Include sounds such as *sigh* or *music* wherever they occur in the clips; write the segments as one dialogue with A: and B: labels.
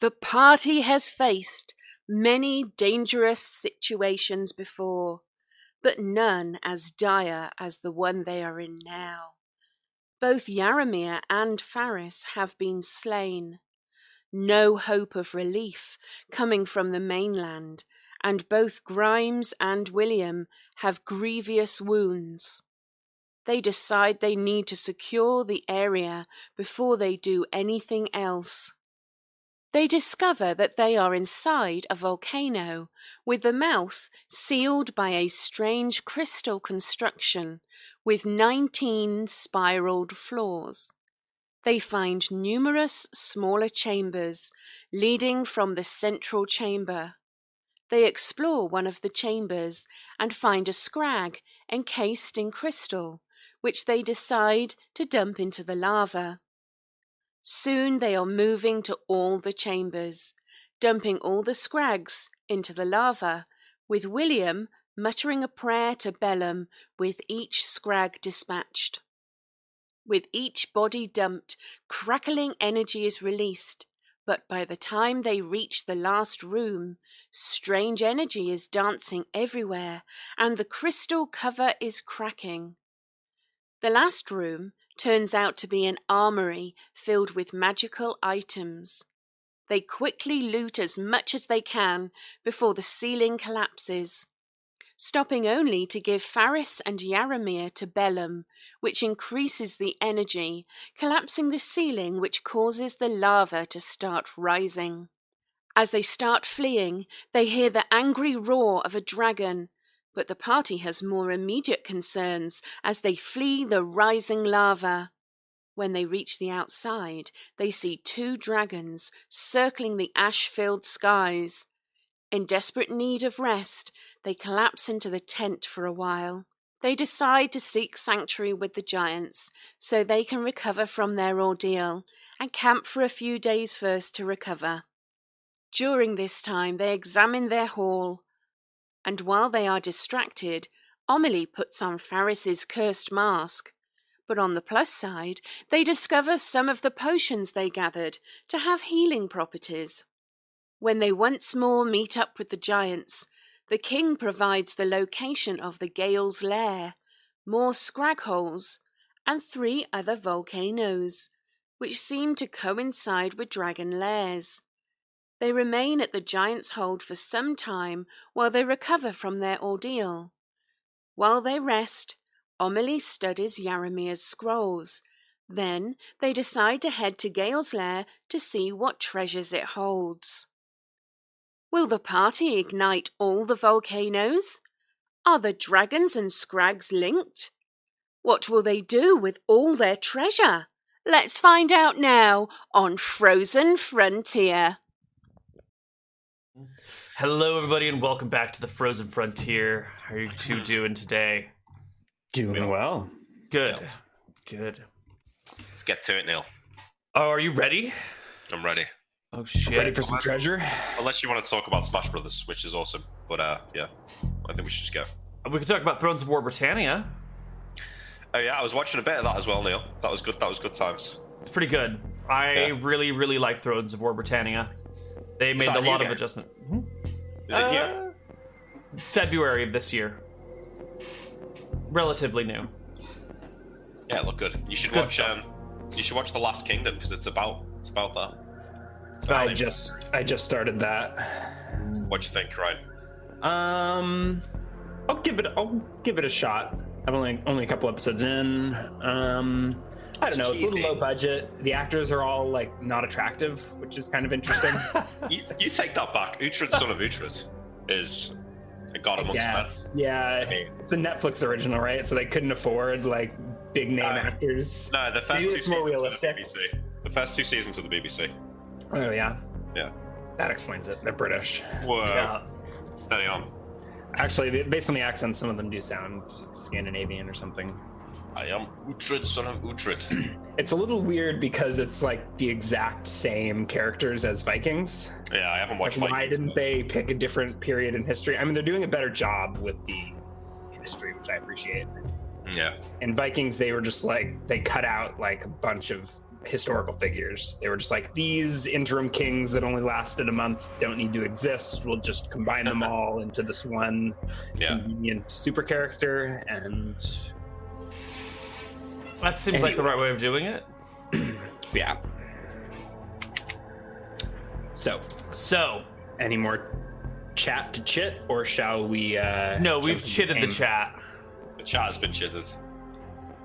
A: The party has faced many dangerous situations before, but none as dire as the one they are in now. Both Yaramir and Faris have been slain. No hope of relief coming from the mainland, and both Grimes and William have grievous wounds. They decide they need to secure the area before they do anything else. They discover that they are inside a volcano, with the mouth sealed by a strange crystal construction with 19 spiraled floors. They find numerous smaller chambers leading from the central chamber. They explore one of the chambers and find a scrag encased in crystal, which they decide to dump into the lava. Soon they are moving to all the chambers, dumping all the scrags into the lava, with William muttering a prayer to Bellum with each scrag dispatched. With each body dumped, crackling energy is released, but by the time they reach the last room, strange energy is dancing everywhere, and the crystal cover is cracking. The last room turns out to be an armory filled with magical items. They quickly loot as much as they can before the ceiling collapses, stopping only to give Faris and Yaramir to Bellum, which increases the energy, collapsing the ceiling, which causes the lava to start rising. As they start fleeing, they hear the angry roar of a dragon, but the party has more immediate concerns as they flee the rising lava. When they reach the outside, they see two dragons circling the ash filled skies. In desperate need of rest, they collapse into the tent for a while. They decide to seek sanctuary with the giants so they can recover from their ordeal and camp for a few days first to recover. During this time, they examine their hall, and while they are distracted, Amelie puts on Faris's cursed mask. But on the plus side, they discover some of the potions they gathered to have healing properties. When they once more meet up with the giants, the king provides the location of the Gale's lair, more scrag holes, and three other volcanoes, which seem to coincide with dragon lairs. They remain at the giant's hold for some time while they recover from their ordeal. While they rest, Amelie studies Yaramir's scrolls. Then they decide to head to Gale's lair to see what treasures it holds. Will the party ignite all the volcanoes? Are the dragons and scrags linked? What will they do with all their treasure? Let's find out now on Frozen Frontier.
B: Hello, everybody, and welcome back to the Frozen Frontier. How are you two doing today?
C: Doing well.
B: Good. Good.
D: Let's get to it, Neil.
B: Oh, are you ready?
D: I'm ready.
B: Oh, shit.
C: Ready for some treasure?
D: Unless you want to talk about Smash Brothers, which is awesome. But uh, yeah, I think we should just go.
B: we could talk about Thrones of War Britannia.
D: Oh yeah, I was watching a bit of that as well, Neil. That was good. That was good times.
B: It's pretty good. I
D: Yeah.
B: really, really like Thrones of War Britannia. They made
D: that
B: a
D: new
B: lot of
D: game?
B: adjustment.
D: Is it new?
B: February of this year. Relatively new.
D: Yeah, it looked good. You should
B: Uh, good
D: watch. Um, you should watch The Last Kingdom because it's about it's about that.
C: I
B: About-
C: just I just started that.
D: What do you think, Ryan?
C: Um I'll give it I'll give it a shot. I'm only only a couple episodes in. Um I don't
D: It's
C: know, it's a
D: cheesy.
C: little low budget. The actors are all like not attractive, which is kind of
D: *laughs*
C: interesting.
D: You, you take that back. Uhtred's son of Uhtred is a god amongst men.
C: Yes. Yeah.
D: mean-
C: It's a Netflix original, right? So they couldn't afford like big name
D: No.
C: actors.
D: No, the first
C: Maybe
D: two
C: it's more
D: seasons
C: realistic.
D: of the BBC. The first two seasons of the BBC.
C: Oh yeah.
D: Yeah.
C: That explains it. They're British.
D: Whoa.
B: Yeah.
D: Steady on.
C: Actually, b- based on the accent, some of them do sound Scandinavian or something.
D: I am Uhtred, son of Uhtred.
C: It's a little weird because it's like the exact same characters as Vikings.
D: yeah, I haven't
C: Like,
D: watched.
C: why
D: Vikings,
C: didn't
D: but-
C: they pick a different period in history? I mean, they're doing a better job with the industry, which I appreciate.
D: Yeah.
C: In Vikings, they were just like they cut out like a bunch of historical figures. They were just like these interim kings that only lasted a month don't need to exist. We'll just combine
D: *laughs*
C: them all into this one
D: Yeah.
C: convenient super character, and
B: That seems like the right way of doing it.
C: yeah. So,
B: So,
C: any more chat to chit, or shall we? Uh,
B: no,
C: jump
B: we've
C: into
B: chitted the
C: game?
B: chat.
D: The chat has been chitted.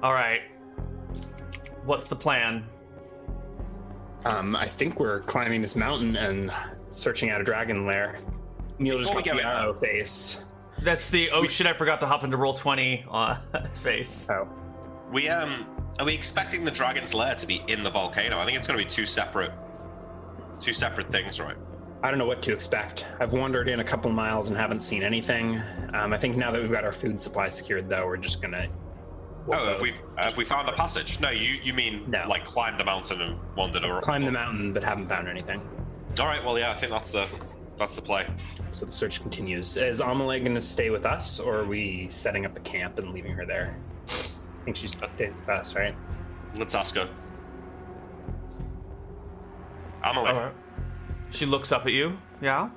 B: All right. What's the plan?
C: Um, I think we're climbing this mountain and searching out a dragon lair. Neil just
D: Before we
C: got the
D: go in-
C: arrow face.
B: That's the oh shit! I forgot to hop into roll twenty uh, *laughs* face.
C: Oh,
D: We um are we expecting the dragon's lair to be in the volcano? I think it's gonna be two separate two separate things, right?
C: I don't know what to expect. I've wandered in a couple miles and haven't seen anything. Um, I think now that we've got our food supply secured, though, we're just gonna. we'll
D: oh, have
C: go
D: we have we found the passage? No, you you mean
C: No.
D: like climb the mountain and wandered around?
C: climb the mountain, but haven't found anything.
D: All right, well yeah, I think that's the that's the play.
C: So the search continues. Is Amelie going to stay with us, or are we setting up a camp and leaving her there? I think she stays with us, right?
D: Let's ask her. Amelie,
B: All right. She looks up at you. Yeah.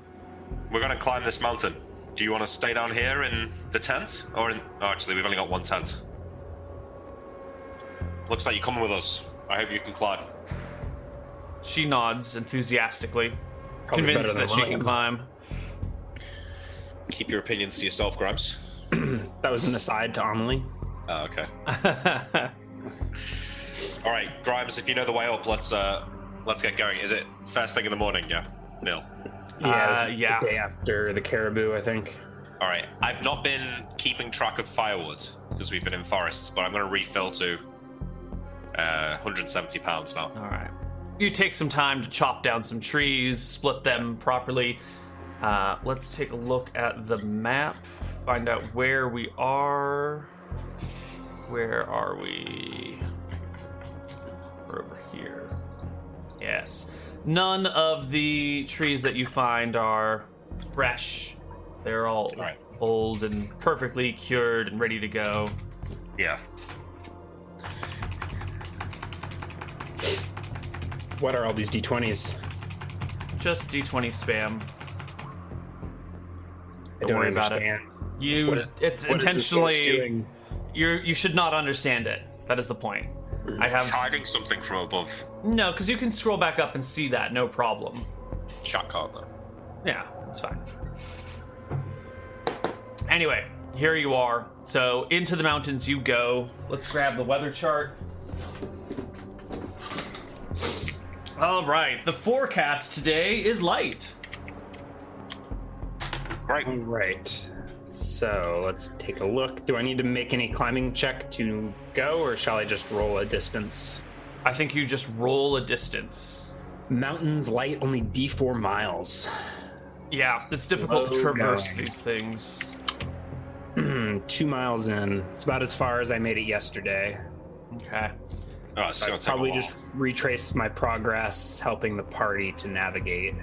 D: we're gonna climb this mountain. Do you want to stay down here in the tent, or in? Oh, actually, we've only got one tent. Looks like you're coming with us. I hope you can climb.
B: She nods enthusiastically,
C: Probably
B: convinced
C: better than
B: that she
C: mine.
B: can climb. *laughs*
D: Keep your opinions to yourself, Grimes.
C: That was an aside to Amelie.
D: Oh, okay. All right, Grimes. If you know the way up, let's uh, let's get going. Is it first thing in the morning? Yeah, Nil.
C: Yeah, it was
B: Uh, yeah.
C: the day after the caribou, I think.
D: All right. I've not been keeping track of firewood because we've been in forests, but I'm going to refill to uh, 170 pounds now.
B: All right. You take some time to chop down some trees, split them properly. Uh, let's take a look at the map, find out where we are. Where are we? We're over here. Yes. None of the trees that you find are fresh. They're all
D: Right.
B: old and perfectly cured and ready to go.
D: Yeah.
C: What are all these d20s?
B: Just d20 spam.
C: I
B: Don't
C: don't
B: worry about it.
C: understand.
B: You,
C: What is-
B: it's
C: What is this
B: intentionally.
C: force doing?
B: you you should not understand it. That is the point. I
D: He's
B: have
D: hiding something from above.
B: no, because you can scroll back up and see that, no problem.
D: Chat can't though.
B: Yeah, it's fine. Anyway, here you are. So into the mountains you go. Let's grab the weather chart. All right, the forecast today is light.
D: Great.
C: All right. So let's take a look. Do I need to make any climbing check to go, or shall I just roll a distance?
B: I think you just roll a distance.
C: Mountains light only d4 miles.
B: Yeah, it's difficult to
C: Slow
B: traverse
C: going.
B: these things.
C: Hmm, Two miles in. It's about as far as I made it yesterday.
B: Okay.
D: Oh, it's
C: So
D: gonna
C: I
D: take a
C: probably
D: while.
C: just retraced my progress, helping the party to navigate.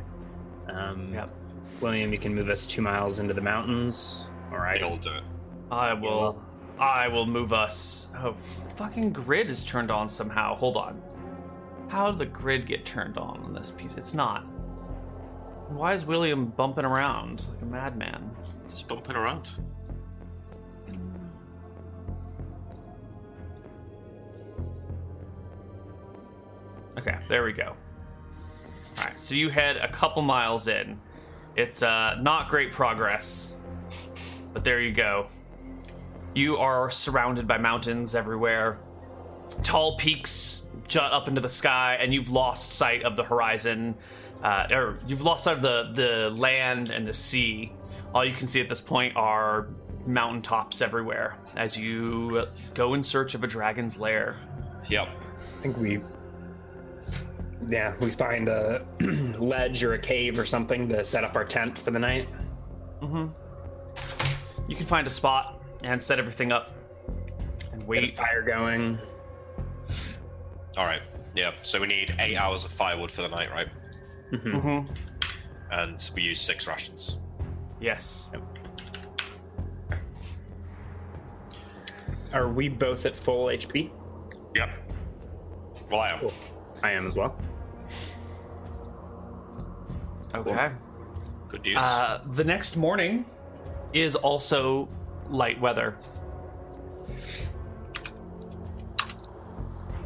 C: Um,
B: Yep.
C: William, you can move us two miles into the mountains. All right.
D: Nil do it.
B: I will.
C: will.
B: I will move us. Oh, fucking grid is turned on somehow. Hold on. How did the grid get turned on on this piece? It's not. Why is William bumping around like a madman?
D: Just bumping around.
B: Okay, there we go. All right, so you head a couple miles in. It's uh, not great progress, but there you go. You are surrounded by mountains everywhere. Tall peaks jut up into the sky, and you've lost sight of the horizon, uh, or you've lost sight of the the land and the sea. All you can see at this point are mountaintops everywhere as you go in search of a dragon's lair.
D: Yep.
C: I think we, yeah, we find a *clears throat* ledge or a cave or something to set up our tent for the night.
B: You can find a spot and set everything up and
C: Get a
B: wait.
C: fire going.
D: All right. Yeah. So we need eight hours of firewood for the night, right?
B: Mm-hmm.
D: And we use six rations.
B: Yes.
C: Are we both at full HP?
D: Yep. Well, I am.
C: Cool. I am as well.
B: Okay.
D: Good news.
B: Uh, the next morning is also light weather.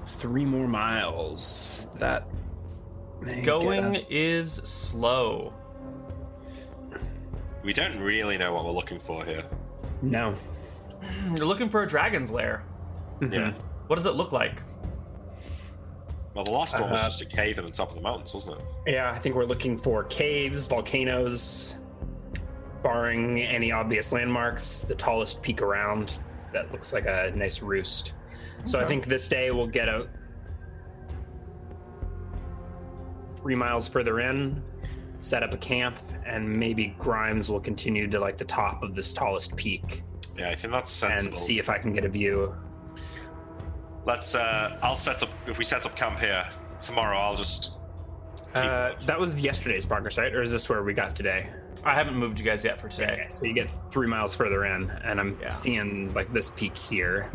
C: Three more miles. That may get
B: Going
C: us-
B: is slow.
D: we don't really know what we're looking for here.
C: No.
B: Hmm, You're looking for a dragon's lair.
C: Mm-hmm. Hmm.
D: Yeah.
B: What does it look like?
D: Well, the last one was
C: Uh,
D: just a cave in the top of the mountains, wasn't it?
C: Yeah, I think we're looking for caves, volcanoes, barring any obvious landmarks, the tallest peak around that looks like a nice roost. So I think this day we'll get out three miles further in, set up a camp, and maybe Grimes will continue to like the top of this tallest peak
D: Yeah, I think that's
C: and
D: sensible.
C: see if I can get a view.
D: Let's. Uh, I'll set up. If we set up camp here tomorrow, I'll just.
C: Uh, that was yesterday's progress, right? Or is this where we got today?
B: I haven't moved you guys yet for
C: Okay,
B: today.
C: so you get three miles further in, and I'm
B: Yeah.
C: seeing like this peak here,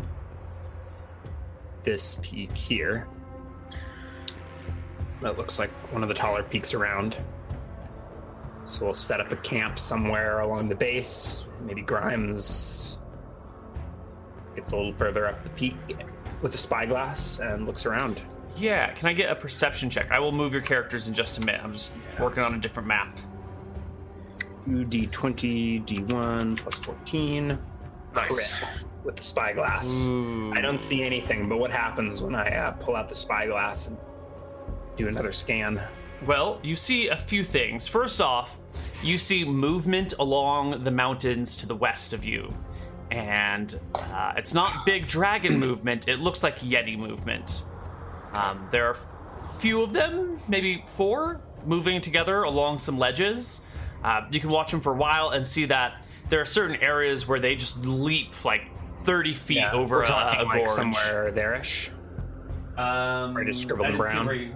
C: this peak here. That looks like one of the taller peaks around. So we'll set up a camp somewhere along the base. Maybe Grimes gets a little further up the peak with a spyglass and looks around.
B: Yeah, can I get a perception check? I will move your characters in just a minute. I'm just working on a different map.
C: Two D20, D1, plus 14.
D: Nice.
C: Crit with the spyglass. I don't see anything, but what happens when I uh, pull out the spyglass and do another scan?
B: Well, you see a few things. First off, you see movement along the mountains to the west of you. And uh, it's not big
C: *clears throat*
B: dragon movement, it looks like Yeti movement. Um, there are few of them, maybe four, moving together along some ledges. Uh, you can watch them for a while and see that there are certain areas where they just leap like 30 feet over
C: we're
B: a,
C: talking
B: a
C: like
B: gorge.
C: somewhere there-ish.
B: Um,
C: Right, it's scribbled
B: I
C: in
B: didn't see
C: brown.
B: where you-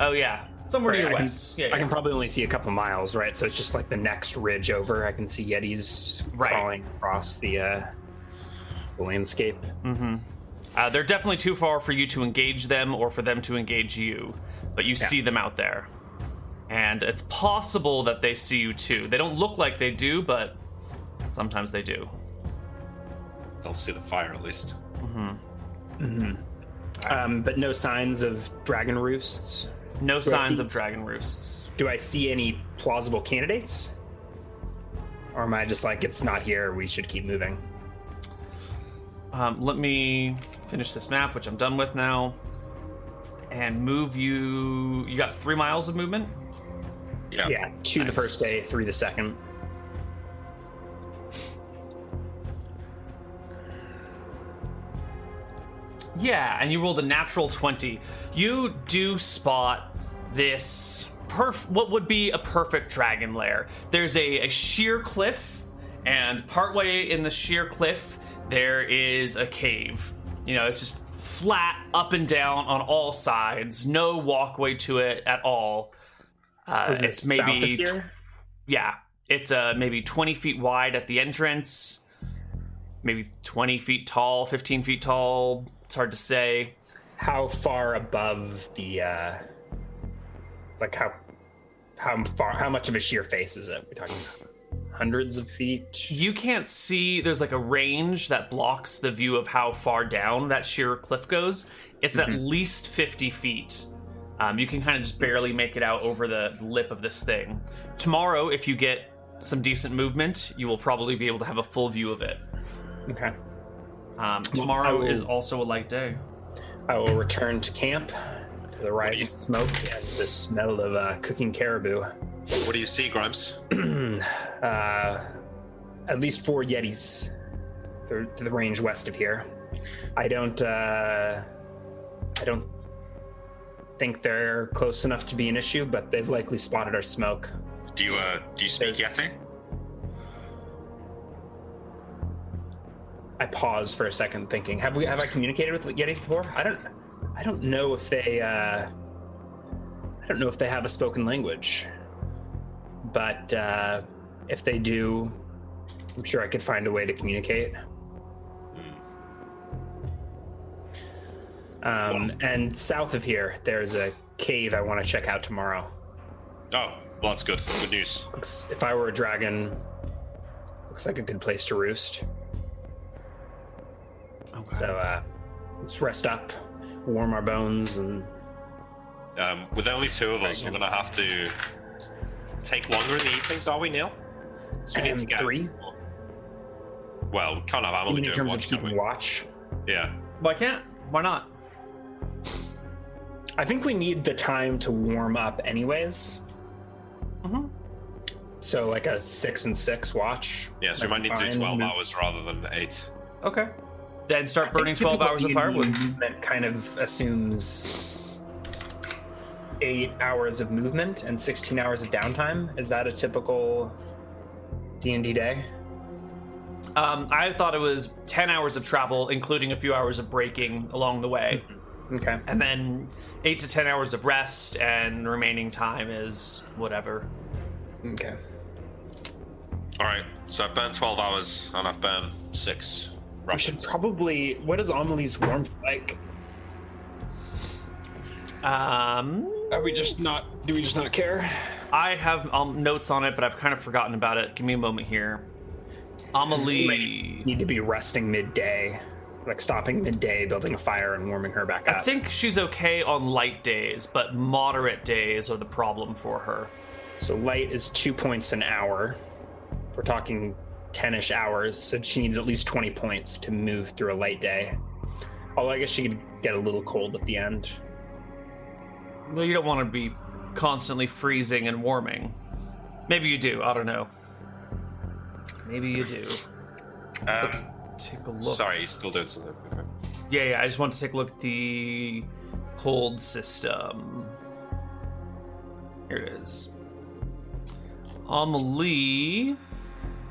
B: oh, yeah. Somewhere to
C: Right,
B: your
C: I, can,
B: west. yeah,
C: I
B: yeah.
C: can probably only see a couple miles, right? So it's just like the next ridge over. I can see Yetis
B: Right.
C: crawling across the, uh, the landscape.
B: Uh, they're definitely too far for you to engage them or for them to engage you, but you see them out there. And it's possible that they see you too. They don't look like they do, but sometimes they do.
D: They'll see the fire at least.
C: Um, but no signs of dragon roosts.
B: No
C: I
B: signs
C: see-
B: of dragon roosts.
C: Do I see any plausible candidates? Or am I just like, it's not here, we should keep moving?
B: Um, let me finish this map, which I'm done with now, and move you. You got three miles of movement?
D: Yeah.
C: Yeah, two the
B: Nice.
C: first day, three the second.
B: Yeah, and you rolled a natural 20. You do spot this perf what would be a perfect dragon lair. There's a, a sheer cliff, and partway in the sheer cliff, there is a cave. You know, it's just flat up and down on all sides, no walkway to it at all. Uh,
C: Is it
B: it's
C: south of
B: maybe
C: here?
B: yeah, it's uh, maybe 20 feet wide at the entrance, maybe 20 feet tall, 15 feet tall. It's hard to say.
C: How far above the, uh, like how, how far, how much of a sheer face is it? We're talking hundreds of feet.
B: You can't see, there's like a range that blocks the view of how far down that sheer cliff goes. It's at least 50 feet. Um, you can kind of just barely make it out over the lip of this thing. Tomorrow, if you get some decent movement, you will probably be able to have a full view of it.
C: Okay.
B: Um, tomorrow
C: will-
B: is also a light day.
C: I will return to camp, to the rising smoke and the smell of uh, cooking caribou.
D: What do you see, Grimes?
C: *clears throat* uh, at least four Yetis to, to the range west of here. I don't. Uh, I don't think they're close enough to be an issue, but they've likely spotted our smoke.
D: Do you uh, do you speak Yeti?
C: I pause for a second, thinking: Have we have I communicated with Yetis before? I don't. I don't know if they. Uh, I don't know if they have a spoken language, but uh, if they do, I'm sure I could find a way to communicate. Um, and south of here, there's a cave I want to check out tomorrow.
D: Oh, well, that's good. Good news.
C: Looks, if I were a dragon, looks like a good place to roost.
B: Okay.
C: So uh, let's rest up, warm our bones, and
D: Um, with only two of us, we're going to have to take longer in the evenings, are we, Neil? So
C: Um, three?
D: Well, we can't have Amelie
C: even in
D: doing
C: terms of
D: watch, can
C: keeping
D: we?
C: watch,
D: Yeah.
B: Why can't? Why not?
C: I think we need the time to warm up, anyways.
B: Mhm.
C: So like a six and six watch.
D: Yeah, so we
C: Like,
D: might need to do
C: fine,
D: 12
C: move-
D: hours rather than 8.
B: Okay. Then
C: I
B: start
C: think
B: burning 12
C: typical
B: hours of
C: D&D
B: firewood.
C: movement kind of assumes eight hours of movement and 16 hours of downtime. Is that a typical D&D day?
B: Um, I thought it was 10 hours of travel, including a few hours of breaking along the way,
C: Mm-hmm. Okay.
B: and then 8 to 10 hours of rest, and remaining time is whatever.
C: Okay.
D: All right, so I've burned 12 hours and I've burned 6
C: I should
D: rations.
C: probably. What is Amelie's warmth like?
B: Um,
C: Are we just not? Do we just not care?
B: I have um, notes on it, but I've kind of forgotten about it. Give me a moment here. Amelie.
C: Need to be resting midday, like stopping midday, building a fire, and warming her back up.
B: I think she's okay on light days, but moderate days are the problem for her.
C: So light is two points an hour. If we're talking 10 ish hours, so she needs at least 20 points to move through a light day. Although I guess she could get a little cold at the end.
B: Well, you don't want to be constantly freezing and warming. Maybe you do. I don't know. Maybe you do.
D: Um,
B: Take a look.
D: sorry, you're still doing something. Okay.
B: Yeah, yeah. I just want to take a look at the cold system. Here it is. Amelie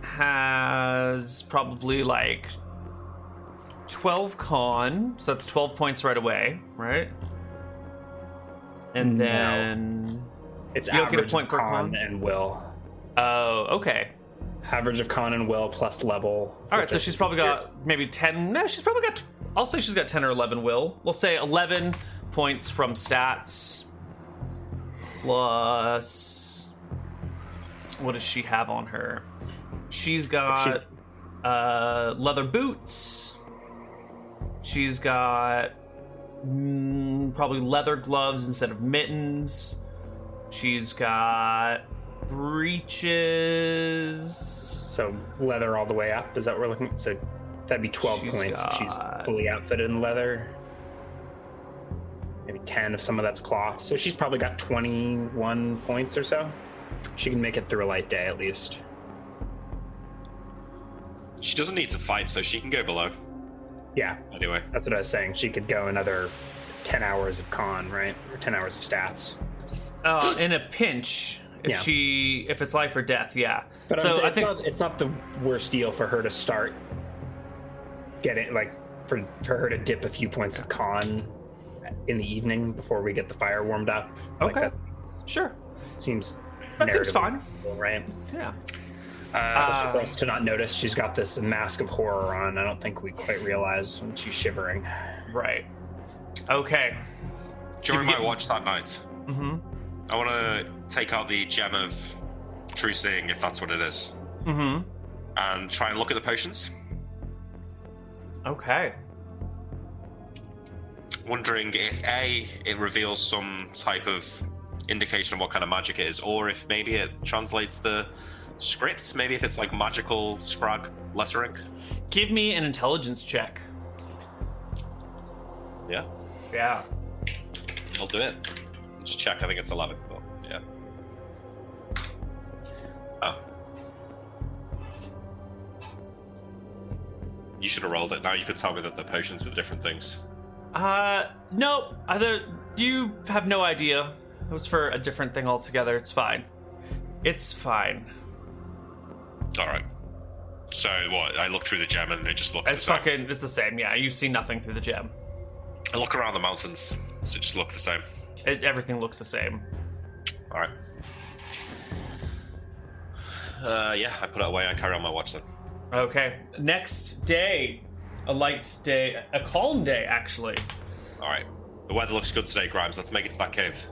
B: has probably like 12 con, so that's 12 points right away, right? And
C: No.
B: then.
C: It's
B: You'll
C: average
B: get a point
C: of
B: per
C: con
B: con.
C: and will.
B: Oh, okay.
C: Average of con and will plus level.
B: All right, so she's probably got maybe 10. No, she's probably got. I'll say she's got 10 or 11 will. We'll say 11 points from stats. Plus. What does she have on her? She's got
C: She's-
B: uh, leather boots. She's got mm, probably leather gloves instead of mittens. She's got breeches.
C: So leather all the way up. Is that what we're looking So that'd be 12
B: She's
C: points if she's
B: got-
C: fully outfitted in leather. Maybe 10 if some of that's cloth. So she's probably got 21 points or so. She can make it through a light day at least.
D: She doesn't need to fight, so she can go below.
C: Yeah,
D: Anyway,
C: that's what I was saying. She could go another 10 hours of con, right? Or 10 hours of stats.
B: uh, in a pinch if
C: Yeah.
B: she if it's life or death yeah
C: But
B: so
C: I'm saying
B: i think
C: it's, not, it's not the worst deal for her to start getting, like, for, for her to dip a few points of con in the evening before we get the fire warmed up. Like,
B: Okay.
C: that
B: sure
C: seems.
B: That seems
C: narratively
B: fine.
C: reasonable, Right?
B: yeah
D: uh,
B: Uh,
C: For us to not notice she's got this mask of horror on. I don't think we quite realize when she's shivering.
B: right okay did
D: during
B: we
D: my
B: get-
D: watch that night,
B: mm-hmm
D: I want to take out the gem of true seeing, if that's what it is,
B: mm-hmm
D: and try and look at the potions,
B: okay
D: wondering if A, it reveals some type of indication of what kind of magic it is, or if maybe it translates the script, maybe if it's like magical scrag lettering.
B: give me an intelligence check
D: Yeah,
B: yeah
D: I'll do it. Just check, I think it's 11. But yeah. Oh. You should have rolled it. Now you could tell me that the potions were different things.
B: uh no other you have no idea it was for a different thing altogether it's fine it's fine
D: All right. So what? I look through the gem and it just looks.
B: it's
D: the same.
B: fucking it's the same yeah you see nothing through the gem
D: I look around the mountains. Does it just look the same?
B: it, everything looks the same
D: All right. Uh, yeah, I put it away. I carry on my watch then.
B: Okay. Next day, a light day, a calm day actually.
D: All right. The weather looks good today, Grimes. Let's make it to that cave.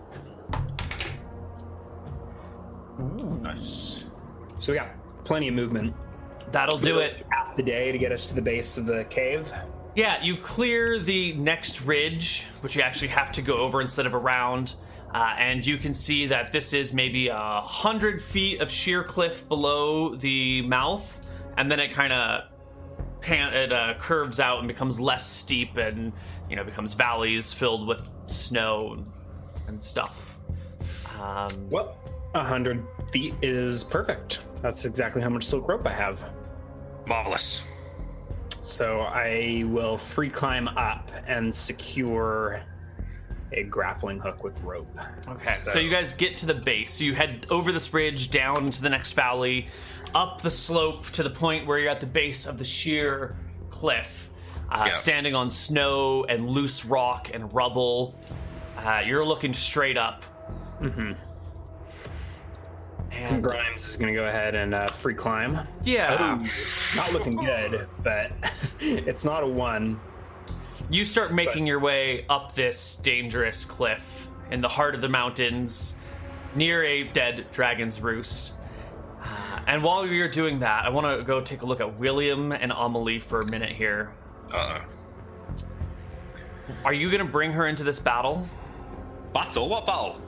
D: Nice.
C: So we got plenty of movement.
B: That'll do it.
C: Half the day to get us to the base of the cave.
B: Yeah, you clear the next ridge, which you actually have to go over instead of around, uh, and you can see that this is maybe a hundred feet of sheer cliff below the mouth, and then it kind of pan- it uh, curves out and becomes less steep, and you know becomes valleys filled with snow and, and stuff. Um,
C: Well, a hundred feet is perfect. That's exactly how much silk rope I have.
D: Marvelous.
C: So I will free climb up and secure a grappling hook with rope.
B: Okay, so. you guys get to the base. So you head over this ridge, down to the next valley, up the slope to the point where you're at the base of the sheer cliff, uh,
D: Yeah.
B: standing on snow and loose rock and rubble. Uh, you're looking straight up. Mm-hmm. And
C: Grimes is going to go ahead and uh, free climb.
B: yeah,
C: Not looking good, but *laughs* it's not a one.
B: you start making your way up this dangerous cliff in the heart of the mountains near a dead dragon's roost. Uh, and while you're doing that, I want to go take a look at William and Amelie for a minute here.
D: Uh
B: Are you going to bring her into this battle?
D: oh. Battle? What battle?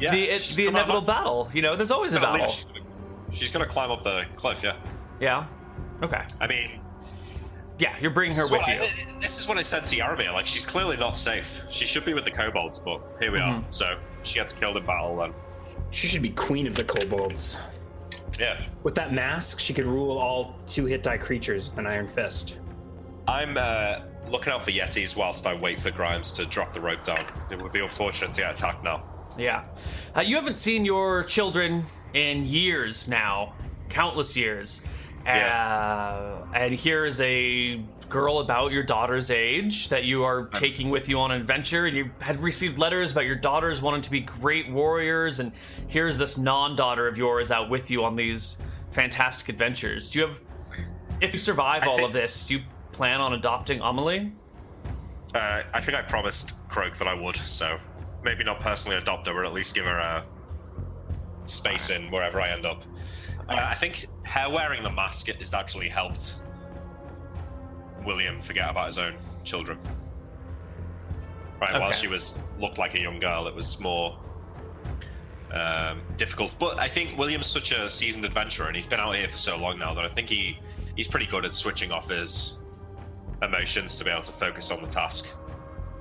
D: Yeah.
B: the it,
D: she's
B: the
D: come out of-
B: inevitable battle. You know, there's always a
D: I believe
B: battle.
D: She's gonna, she's gonna climb up the cliff, yeah.
B: Yeah. Okay.
D: I mean,
B: Yeah, you're bringing her
D: this is
B: with
D: what I-
B: you.
D: th- this is what I said to Yaramir. Like, she's clearly not safe. She should be with the kobolds, but here we
B: Mm-hmm.
D: are. So she gets killed in battle then.
C: She should be queen of the kobolds.
D: Yeah.
C: With that mask, she could rule all two hit die creatures with an iron fist.
D: I'm uh, looking out for Yetis whilst I wait for Grimes to drop the rope down. It would be unfortunate to get attacked now.
B: Yeah. Uh, you haven't seen your children in years now, countless years. Uh, and here is a girl about your daughter's age that you are taking with you on an adventure. And you had received letters about your daughters wanting to be great warriors. And here's this non daughter of yours out with you on these fantastic adventures. Do you have, if you survive
D: I
B: all
D: thi-
B: of this, do you plan on adopting Amelie?
D: Uh, I think I promised Croak that I would, so maybe not personally adopt her, but at least give her a space in wherever I end up. Uh, I think her wearing the mask has actually helped William forget about his own children. Right, while
B: Okay.
D: she was looked like a young girl, it was more um, difficult. But I think William's such a seasoned adventurer, and he's been out here for so long now that I think he he's pretty good at switching off his emotions to be able to focus on the task.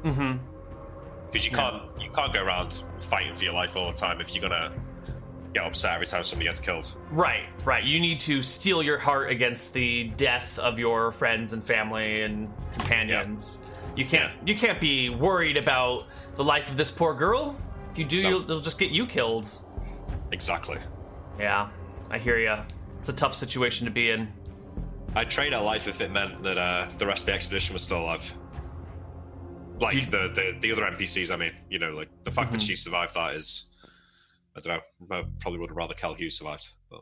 B: Mm hmm.
D: Because you can't you can't go around fighting for your life all the time if you're gonna get upset every time somebody gets killed.
B: Right, right. You need to steel your heart against the death of your friends and family and companions. You can't. You can't be worried about the life of this poor girl. If you do,
D: No.
B: you'll, it'll just get you killed.
D: Exactly.
B: Yeah, I hear ya. It's a tough situation to be in.
D: I'd trade our life if it meant that uh, the rest of the expedition was still alive. Like
B: You-
D: the, the the other NPCs, I mean, you know, like the fact that she survived that is, I don't know. I probably would have rather Cal Hughes survived, but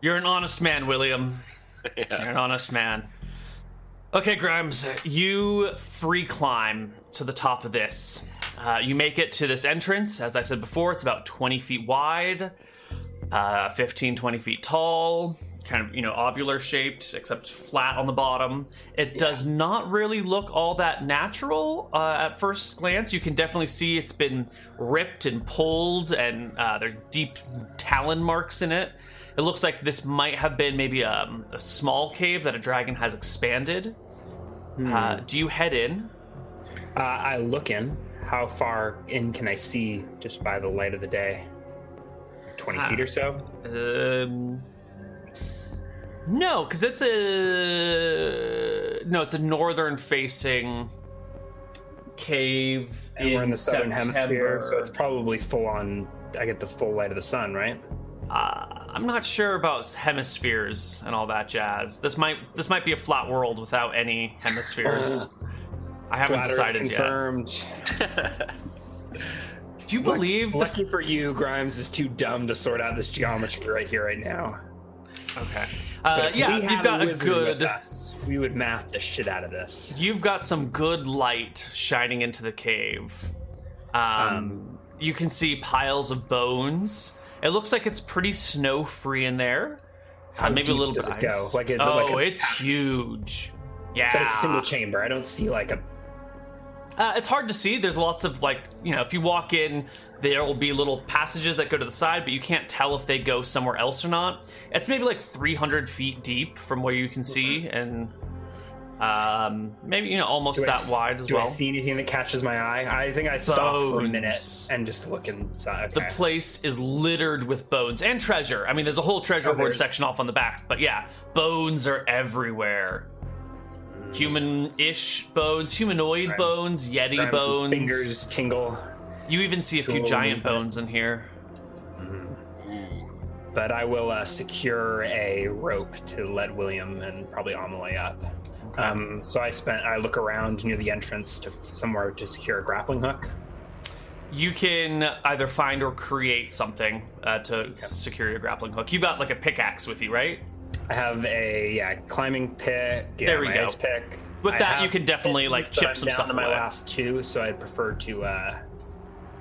B: You're an honest man, William.
D: *laughs* yeah.
B: You're an honest man. Okay, Grimes, you free climb to the top of this. Uh, you make it to this entrance. As I said before, it's about 20 feet wide, uh, 15, 20 feet tall, kind of, you know, ovular shaped, except flat on the bottom. It does not really look all that natural uh, at first glance. You can definitely see it's been ripped and pulled, and uh, there are deep talon marks in it. It looks like this might have been maybe um, a small cave that a dragon has expanded. Uh, do you head in?
C: Uh, I look in. How far in can I see just by the light of the day? 20
B: Ah.
C: feet or so?
B: Um, no, because it's a no. It's a northern-facing cave.
C: And we're in the southern hemisphere, so it's
B: September.
C: probably full on. I get the full light of the sun, right?
B: Uh, I'm not sure about hemispheres and all that jazz. This might this might be a flat world without any hemispheres. I haven't
C: Oh. Flat Earth
B: decided yet.
C: confirmed.
B: Do you believe the
C: Lucky for you, Grimes is too dumb to sort out this geometry right here, right now.
B: Okay.
C: But
B: Uh,
C: if
B: yeah,
C: we had
B: you've got a
C: wizard with
B: good.
C: us, we would math the shit out of this.
B: You've got some good light shining into the cave. Um,
C: Um,
B: you can see piles of bones. It looks like it's pretty snow free in there. Uh,
C: How
B: maybe a
C: deep
B: little
C: does
B: bit.
C: it go?
B: ice.
C: Like, is it
B: oh,
C: like a-
B: it's huge. Yeah,
C: But it's single chamber. I don't see like a
B: Uh, it's hard to see. There's lots of like you know, if you walk in, there will be little passages that go to the side, but you can't tell if they go somewhere else or not. It's maybe like 300 feet deep from where you can see, and um, maybe you know almost
C: do I
B: that
C: s-
B: wide as
C: do
B: well.
C: I see anything that catches my eye? I think I stop for a minute
B: Bones.
C: and just look inside.
B: The
C: Okay.
B: place is littered with bones and treasure. I mean, there's a whole treasure
C: Oh,
B: hoard
C: there's-
B: section off on the back, but yeah, bones are everywhere. Human-ish bones, humanoid
C: Grimes-
B: bones, yeti
C: Grimes'
B: bones.
C: fingers tingle,
B: You even see a few
C: Cool.
B: giant bones in here.
C: but I will uh, secure a rope to let William and probably Amelie up. Um, so I spent. I look around near the entrance to somewhere to secure a grappling hook.
B: You can either find or create something uh, to secure your grappling hook. You've got like a pickaxe with you, right?
C: I have a yeah, climbing pick. Yeah,
B: There we
C: my
B: go.
C: Ice pick.
B: With
C: I
B: that, you
C: have
B: can definitely,
C: mittens,
B: like,
C: but
B: chip
C: I'm
B: some
C: down
B: stuff
C: to my
B: away.
C: last two, so I'd prefer to uh,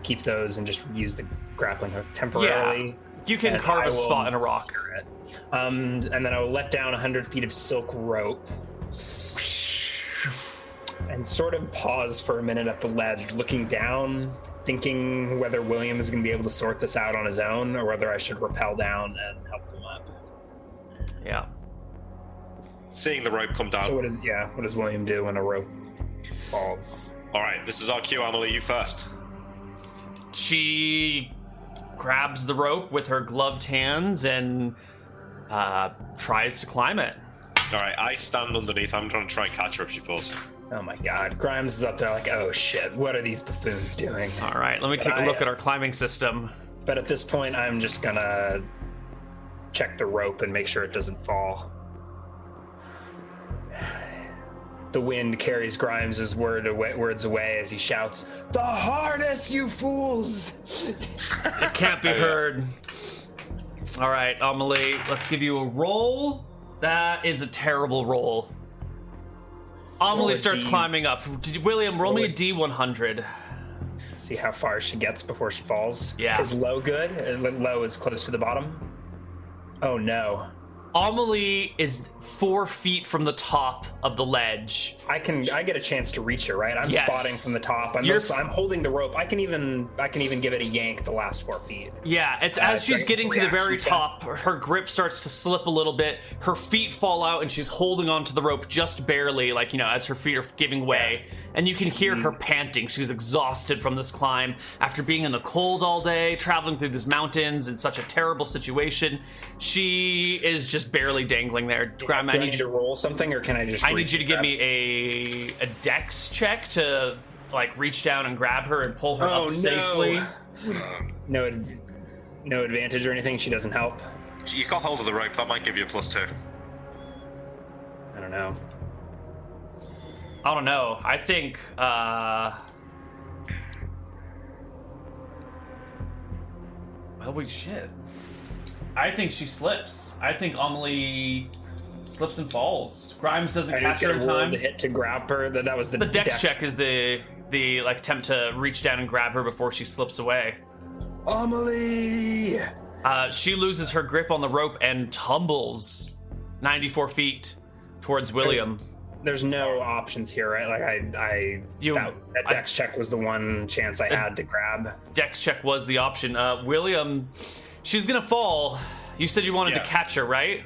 C: keep those and just use the grappling hook temporarily.
B: You can
C: and
B: carve
C: I
B: a
C: will
B: spot in a rock.
C: secure it. Um, and then I will let down 100 feet of silk rope and sort of pause for a minute at the ledge, looking down, thinking whether William is going to be able to sort this out on his own or whether I should rappel down and help them up.
B: Yeah.
D: Seeing the rope come down.
C: So what does yeah? What does William do when a rope falls?
D: All right, this is our cue, Amelie. You first.
B: She grabs the rope with her gloved hands and uh, tries to climb it.
D: All right, I stand underneath. I'm trying to try and catch her if she falls.
C: Oh my God, Grimes is up there like, oh shit, what are these buffoons doing?
B: All right, let me take a
C: I-
B: look at our climbing system.
C: But at this point, I'm just gonna check the rope and make sure it doesn't fall. The wind carries Grimes' word away, words away as he shouts, "The harness, you fools!"
B: It can't be heard. All right, Amelie, let's give you a roll. That is a terrible roll.
C: Roll
B: Amelie
C: a
B: starts
C: D.
B: climbing up. D- William, roll me
C: Roll
B: a
C: a-
B: D100.
C: See how far she gets before she falls.
B: Yeah.
C: Is low good? Uh, Low is close to the bottom. Oh no,
B: Amelie is four feet from the top of the ledge.
C: I can. I get a chance to reach her, right? I'm
B: Yes.
C: spotting from the top. I'm.
B: You're-
C: also- I'm holding the rope. I can even. I can even give it a yank the last four feet.
B: Yeah, it's
C: Uh,
B: as she's
C: dragon
B: getting to the very
C: reaction
B: top, her grip starts to slip a little bit. Her feet fall out, and she's holding onto the rope just barely, like you know, as her feet are giving way. And you can hear her
C: Mm-hmm.
B: panting. She's exhausted from this climb after being in the cold all day, traveling through these mountains in such a terrible situation. She is just barely dangling there. Graham, I
C: Do I
B: need
C: need
B: you
C: to roll something, or can I just?
B: I need
C: reach
B: you to
C: and
B: give
C: grab-
B: me a a dex check to like reach down and grab her and pull her
C: Oh,
B: up
C: no.
B: safely.
C: No, ad- no advantage or anything. She doesn't help.
D: You got hold of the rope. That might give you a plus two.
C: I don't know.
B: I don't know. I think uh Well we shit. I think she slips. I think Amelie slips and falls. Grimes doesn't
C: I
B: catch her in
C: didn't get a roll
B: time.
C: to hit to grab her. That, that was the,
B: The dex check is the the like attempt to reach down and grab her before she slips away.
C: Amelie.
B: Uh, she loses her grip on the rope and tumbles 94 feet towards William.
C: There's no options here, right? Like I, I
B: You-
C: that, that
B: I-
C: dex check was the one chance I had to grab.
B: Dex check was the option. Uh, William, she's gonna fall. You said you wanted
D: Yeah.
B: to catch her, right?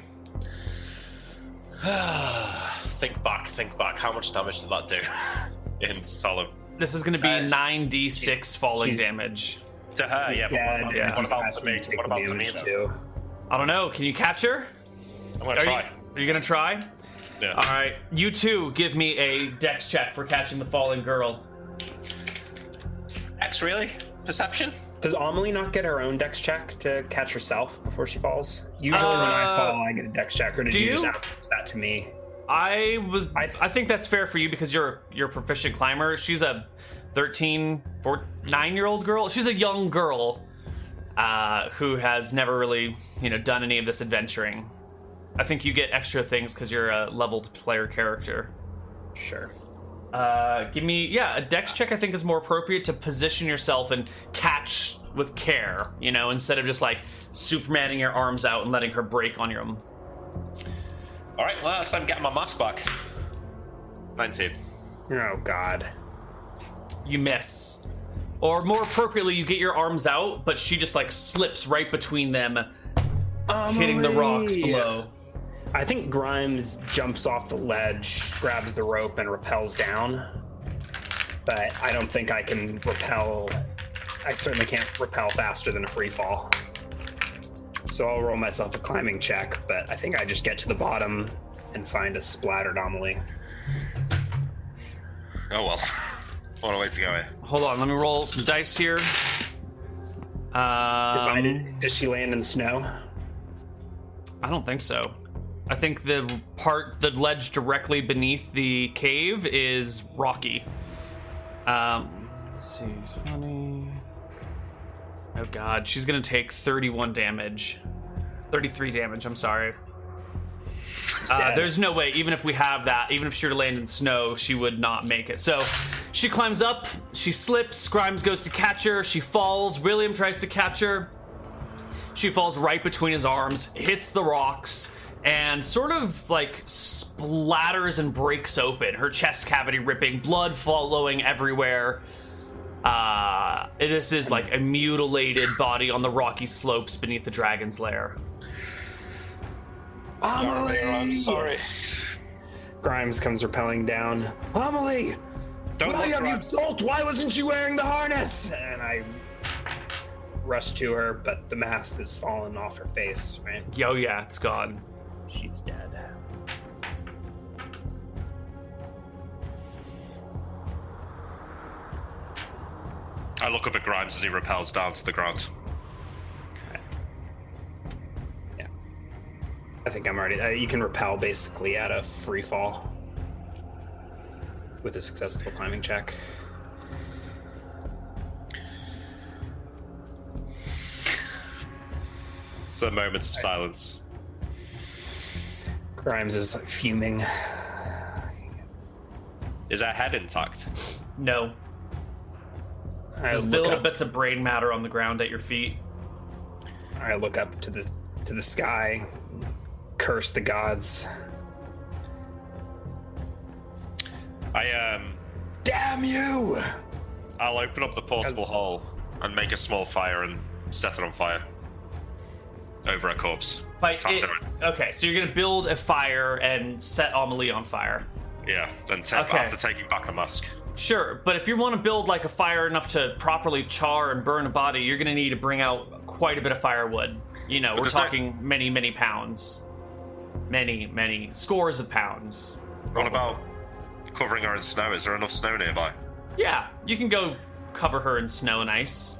D: *sighs* think back, think back. How much damage did that do? *laughs* In solemn.
B: This is gonna be
D: Uh, she-
B: 9d6 falling
C: she's-
B: damage.
D: To her, yeah. But what about,
C: Dead.
B: yeah.
D: what about to
C: Actually
D: me?
C: take
D: What about to me?
C: damage
D: Though?
C: too.
B: I don't know. Can you catch her?
D: I'm gonna
B: Are you, Uh-huh.
D: try.
B: are you gonna try?
D: Yeah.
B: All right. You two, give me a dex check for catching the falling girl.
D: X really? Perception?
C: Does Amelie not get her own dex check to catch herself before she falls? Usually when I
B: Uh,
C: fall, I get a dex check, or did
B: do
C: you just
B: you?
C: outsource that to me?
B: I was. I,
C: I-
B: think that's fair for you because you're you're a proficient climber. She's a 13, 14, nine year old girl. She's a young girl uh, who has never really you know done any of this adventuring. I think you get extra things because you're a leveled player character.
C: Sure.
B: Uh, give me, yeah, a dex check I think is more appropriate to position yourself and catch with care, you know, instead of just like supermanning your arms out and letting her break on your.
D: All right, well, so I'm getting my mask back. 19.
C: Oh God.
B: You miss. Or more appropriately, you get your arms out, but she just like slips right between them, hitting the rocks
C: Emily!
B: below.
C: I think Grimes jumps off the ledge, grabs the rope, and rappels down. But I don't think I can rappel. I certainly can't rappel faster than a free fall. So I'll roll myself a climbing check, but I think I just get to the bottom and find a splattered anomaly.
D: Oh, well. *laughs* What a way to go here.
B: Hold on, let me roll some dice here.
C: Divided.
B: Um,
C: Does she land in snow?
B: I don't think so. I think the part, the ledge directly beneath the cave is rocky. Um, let's see, 20. Oh god, she's gonna take 31 damage. 33 damage, I'm sorry. Uh,
C: Dead.
B: there's no way, even if we have that, even if she were to land in snow, she would not make it. So she climbs up, she slips, Grimes goes to catch her, she falls, William tries to catch her. She falls right between his arms, hits the rocks, and sort of like splatters and breaks open, her chest cavity ripping, blood following everywhere. Uh, this is like a mutilated body on the rocky slopes beneath the dragon's lair.
C: Amelie!
D: I'm sorry.
C: Grimes comes rappelling down. Amelie!
D: Don't look,
C: William, you
D: Grimes.
C: dolt! Why wasn't she wearing the harness? And I rush to her, but the mask has fallen off her face, right?
B: Yo, yeah, it's gone.
C: She's dead.
D: I look up at Grimes as he repels down to the ground.
C: Yeah. I think I'm already. Uh, you can repel basically at a free fall with a successful climbing check.
D: So moments of silence.
C: Grimes is fuming.
D: Is her head intact?
B: No.
C: I
B: There's
C: look,
B: little
C: up,
B: bits of brain matter on the ground at your feet.
C: I look up to the to the sky, curse the gods.
D: I um,
C: Damn you!
D: I'll open up the portable
C: As-
D: hole and make a small fire and set it on fire over a corpse.
B: But
D: Top
B: it-
D: down.
B: okay, so you're gonna build a fire and set Amelie on fire.
D: Yeah, then take,
B: Okay.
D: after taking back the mask.
B: Sure, but if you want to build like a fire enough to properly char and burn a body, you're going to need to bring out quite a bit of firewood. You know, we're
D: does that-
B: talking many, many pounds. Many, many scores of pounds.
D: What about covering her in snow? Is there enough snow nearby?
B: Yeah, you can go cover her in snow and ice.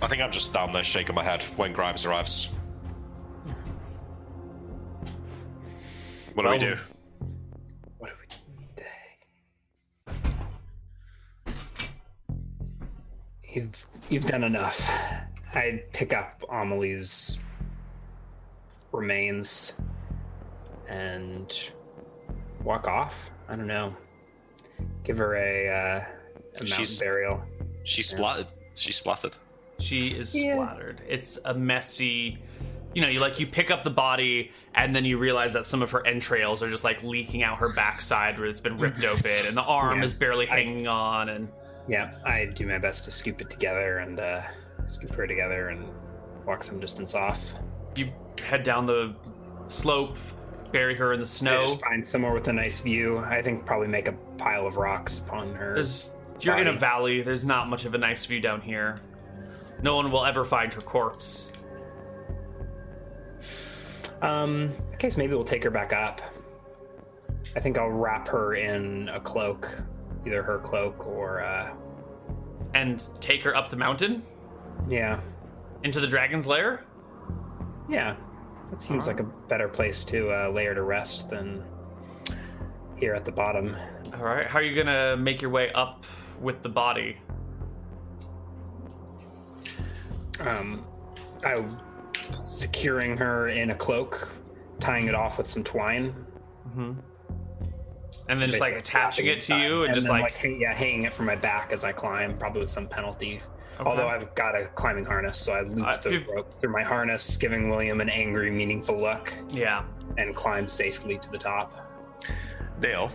D: I think I'm just down there shaking my head when Grimes arrives. What do we do?
C: What do we? You've you've done enough. I pick up Amelie's remains and walk off. I don't know. Give her a, uh, a mountain
D: She's-
C: burial.
D: She splattered. She splattered.
B: She is
C: Yeah.
B: splattered. It's a messy. You know, you like you pick up the body and then you realize that some of her entrails are just like leaking out her backside where it's been ripped open and the arm
C: Mm-hmm. Yeah.
B: is barely
C: I-
B: hanging on and
C: Yeah, I do my best to scoop it together and uh, scoop her together and walk some distance off.
B: you head down the slope, bury her in the
C: I
B: snow.
C: just find somewhere with a nice view. I think probably make a pile of rocks upon her.
B: There's, you're in a
C: Body.
B: valley. There's not much of a nice view down here. No one will ever find her corpse.
C: Um, I guess maybe we'll take her back up. I think I'll wrap her in a cloak, either her cloak or uh,
B: And take her up the mountain
C: yeah,
B: into the dragon's lair.
C: yeah. That seems like a better place to uh, lay her to rest than here at the bottom.
B: All right. How are you gonna make your way up with the body?
C: um, I securing her in a cloak, tying it off with some twine,
B: Mm-hmm. and then just like
C: basically
B: attaching
C: wrapping
B: it to you and just
C: then,
B: like,
C: hang- yeah, hanging it from my back as I climb, probably with some penalty.
B: Okay.
C: Although I've got a climbing harness, so I looped
B: Uh,
C: the
B: if you-
C: rope through my harness, giving William an angry, meaningful look,
B: yeah.
C: and climbed safely to the top.
D: Dale,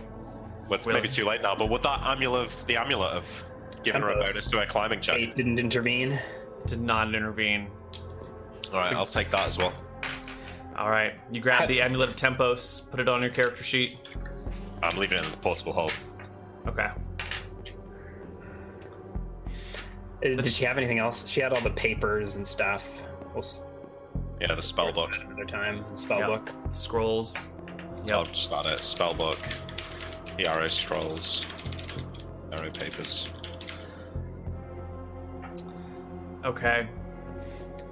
D: well, it's
B: Will.
D: maybe too late now, but would that amulet of the amulet of giving her a
C: Tempest.
D: bonus to her climbing check?
C: Fate didn't intervene.
B: Did not intervene.
D: All right, I'll take that as well.
B: All right, you grab the amulet of Tempos, put it on your character sheet.
D: I'm leaving it in the portable hole.
B: Okay.
C: Is, did she have anything else? She had all the papers and stuff. We'll s-
D: Yeah, the spell book.
C: another time. Spell
B: Yep.
C: book.
B: Scrolls.
D: I'll
B: Yep.
D: just add it. Spell book. The arrow scrolls. Arrow papers.
B: Okay.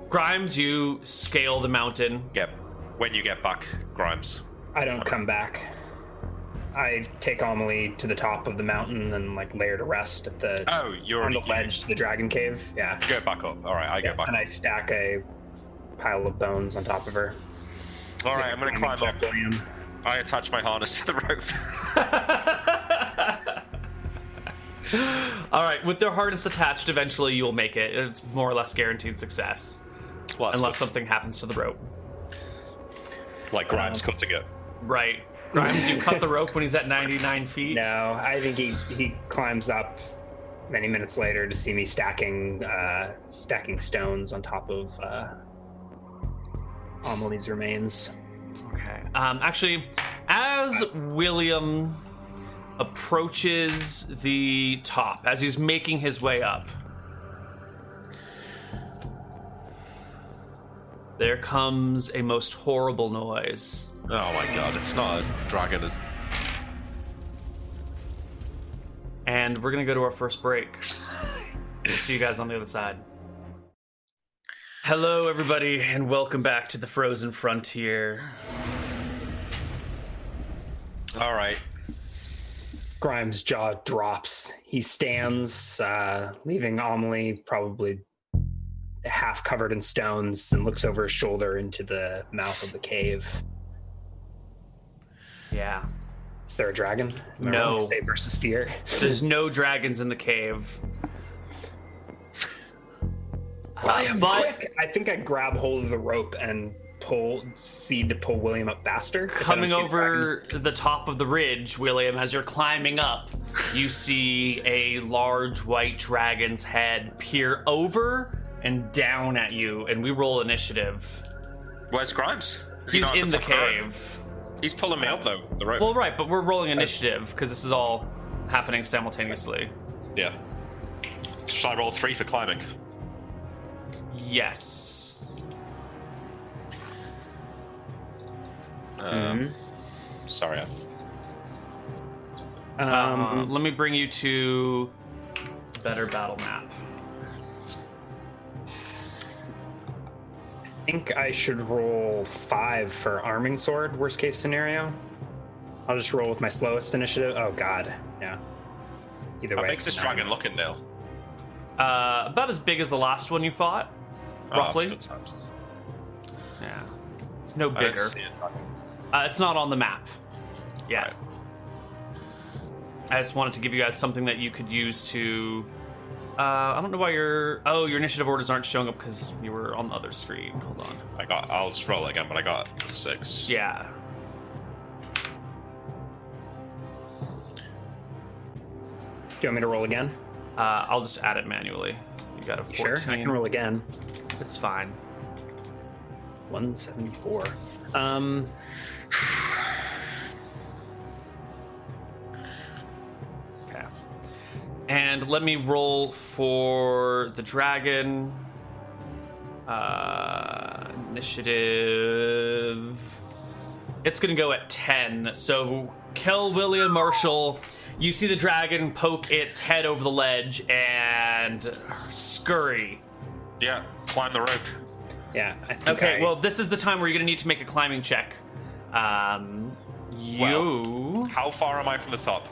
B: Grimes, you scale the
C: *laughs*
B: mountain.
D: Yep. When you get back, Grimes.
C: I don't come back. I take Amelie to the top of the mountain and like lay her to rest at the
D: Oh, you're
C: on
D: already
C: the ledge to the dragon cave. Yeah.
D: You go back up. All right, I go back.
C: And I stack a pile of bones on top of her.
D: All right, I'm gonna climb up.
C: William.
D: I attach my harness to the rope.
B: All right, with their harness attached, eventually you will make it. It's more or less guaranteed success,
D: Well,
B: *laughs*
D: that's
B: unless
D: good.
B: something happens to the rope.
D: like Grimes cutting it.
B: Right. Grimes, you cut the rope when he's at 99 feet.
C: *laughs* No, I think he he climbs up many minutes later to see me stacking uh, stacking stones on top of uh, Amelie's remains.
B: Okay. Um, actually, as William approaches the top, as he's making his way up, there comes a most horrible noise.
D: Oh my god, it's not a dragon. It's...
B: And we're going to go to our first break. We'll see you guys on the other side. Hello, everybody, and welcome back to the Frozen Frontier.
D: All right.
C: Grimes' jaw drops. He stands, uh, leaving Amelie probably half covered in stones, and looks over his shoulder into the mouth of the cave.
B: Yeah.
C: Is there a dragon? Am I
B: No.
C: wrong? Say versus fear.
B: There's no dragons in the cave.
C: William,
B: but-
C: quick! I think I grab hold of the rope and pull, feed to pull William up faster. 'cause I don't
B: Coming
C: see the
B: over the top of the ridge, William, as you're climbing up, you see a large white dragon's head peer over and down at you, and we roll initiative.
D: Where's Grimes? Is he
B: He's
D: not at
B: in the
D: top of rope?
B: cave.
D: He's pulling me up though. The rope.
B: Well, right, but we're rolling initiative because this is all happening simultaneously.
D: yeah. Should I roll three for climbing?
B: Yes.
D: Um,
B: Mm-hmm.
D: Sorry, I've...
C: dragon. Um,
B: Uh, let me bring you to a better battle map.
C: I think I should roll five for arming sword. Worst case scenario, I'll just roll with my slowest initiative. Oh God, yeah. Either
D: How
C: way,
D: big's this
C: nine.
D: dragon looking, Dale?
B: Uh, about as big as the last one you fought,
D: Oh, it's
B: roughly.
D: good times.
B: Yeah. It's no
D: I don't
B: bigger.
D: see a dragon.
B: Uh, it's not on the map. Yeah. I just wanted to give you guys something that you could use to. Uh, I don't know why your oh your initiative orders aren't showing up because you were on the other screen. Hold on.
D: I got. I'll just roll it again, but I got six.
B: Yeah.
C: Do you want me to roll again?
B: Uh, I'll just add it manually. You got a
C: Sure,
B: fourteen.
C: I can roll again.
B: It's fine.
C: One seventy-four. Um. *sighs*
B: Okay. And let me roll for the dragon. Uh, initiative. It's gonna go at 10. So, kill William Marshall. You see the dragon poke its head over the ledge and scurry.
D: Yeah. Climb the rope.
C: Yeah. I think
B: Okay,
C: I-
B: well, this is the time where you're gonna need to make a climbing check. Um, you.
D: How far am I from the top?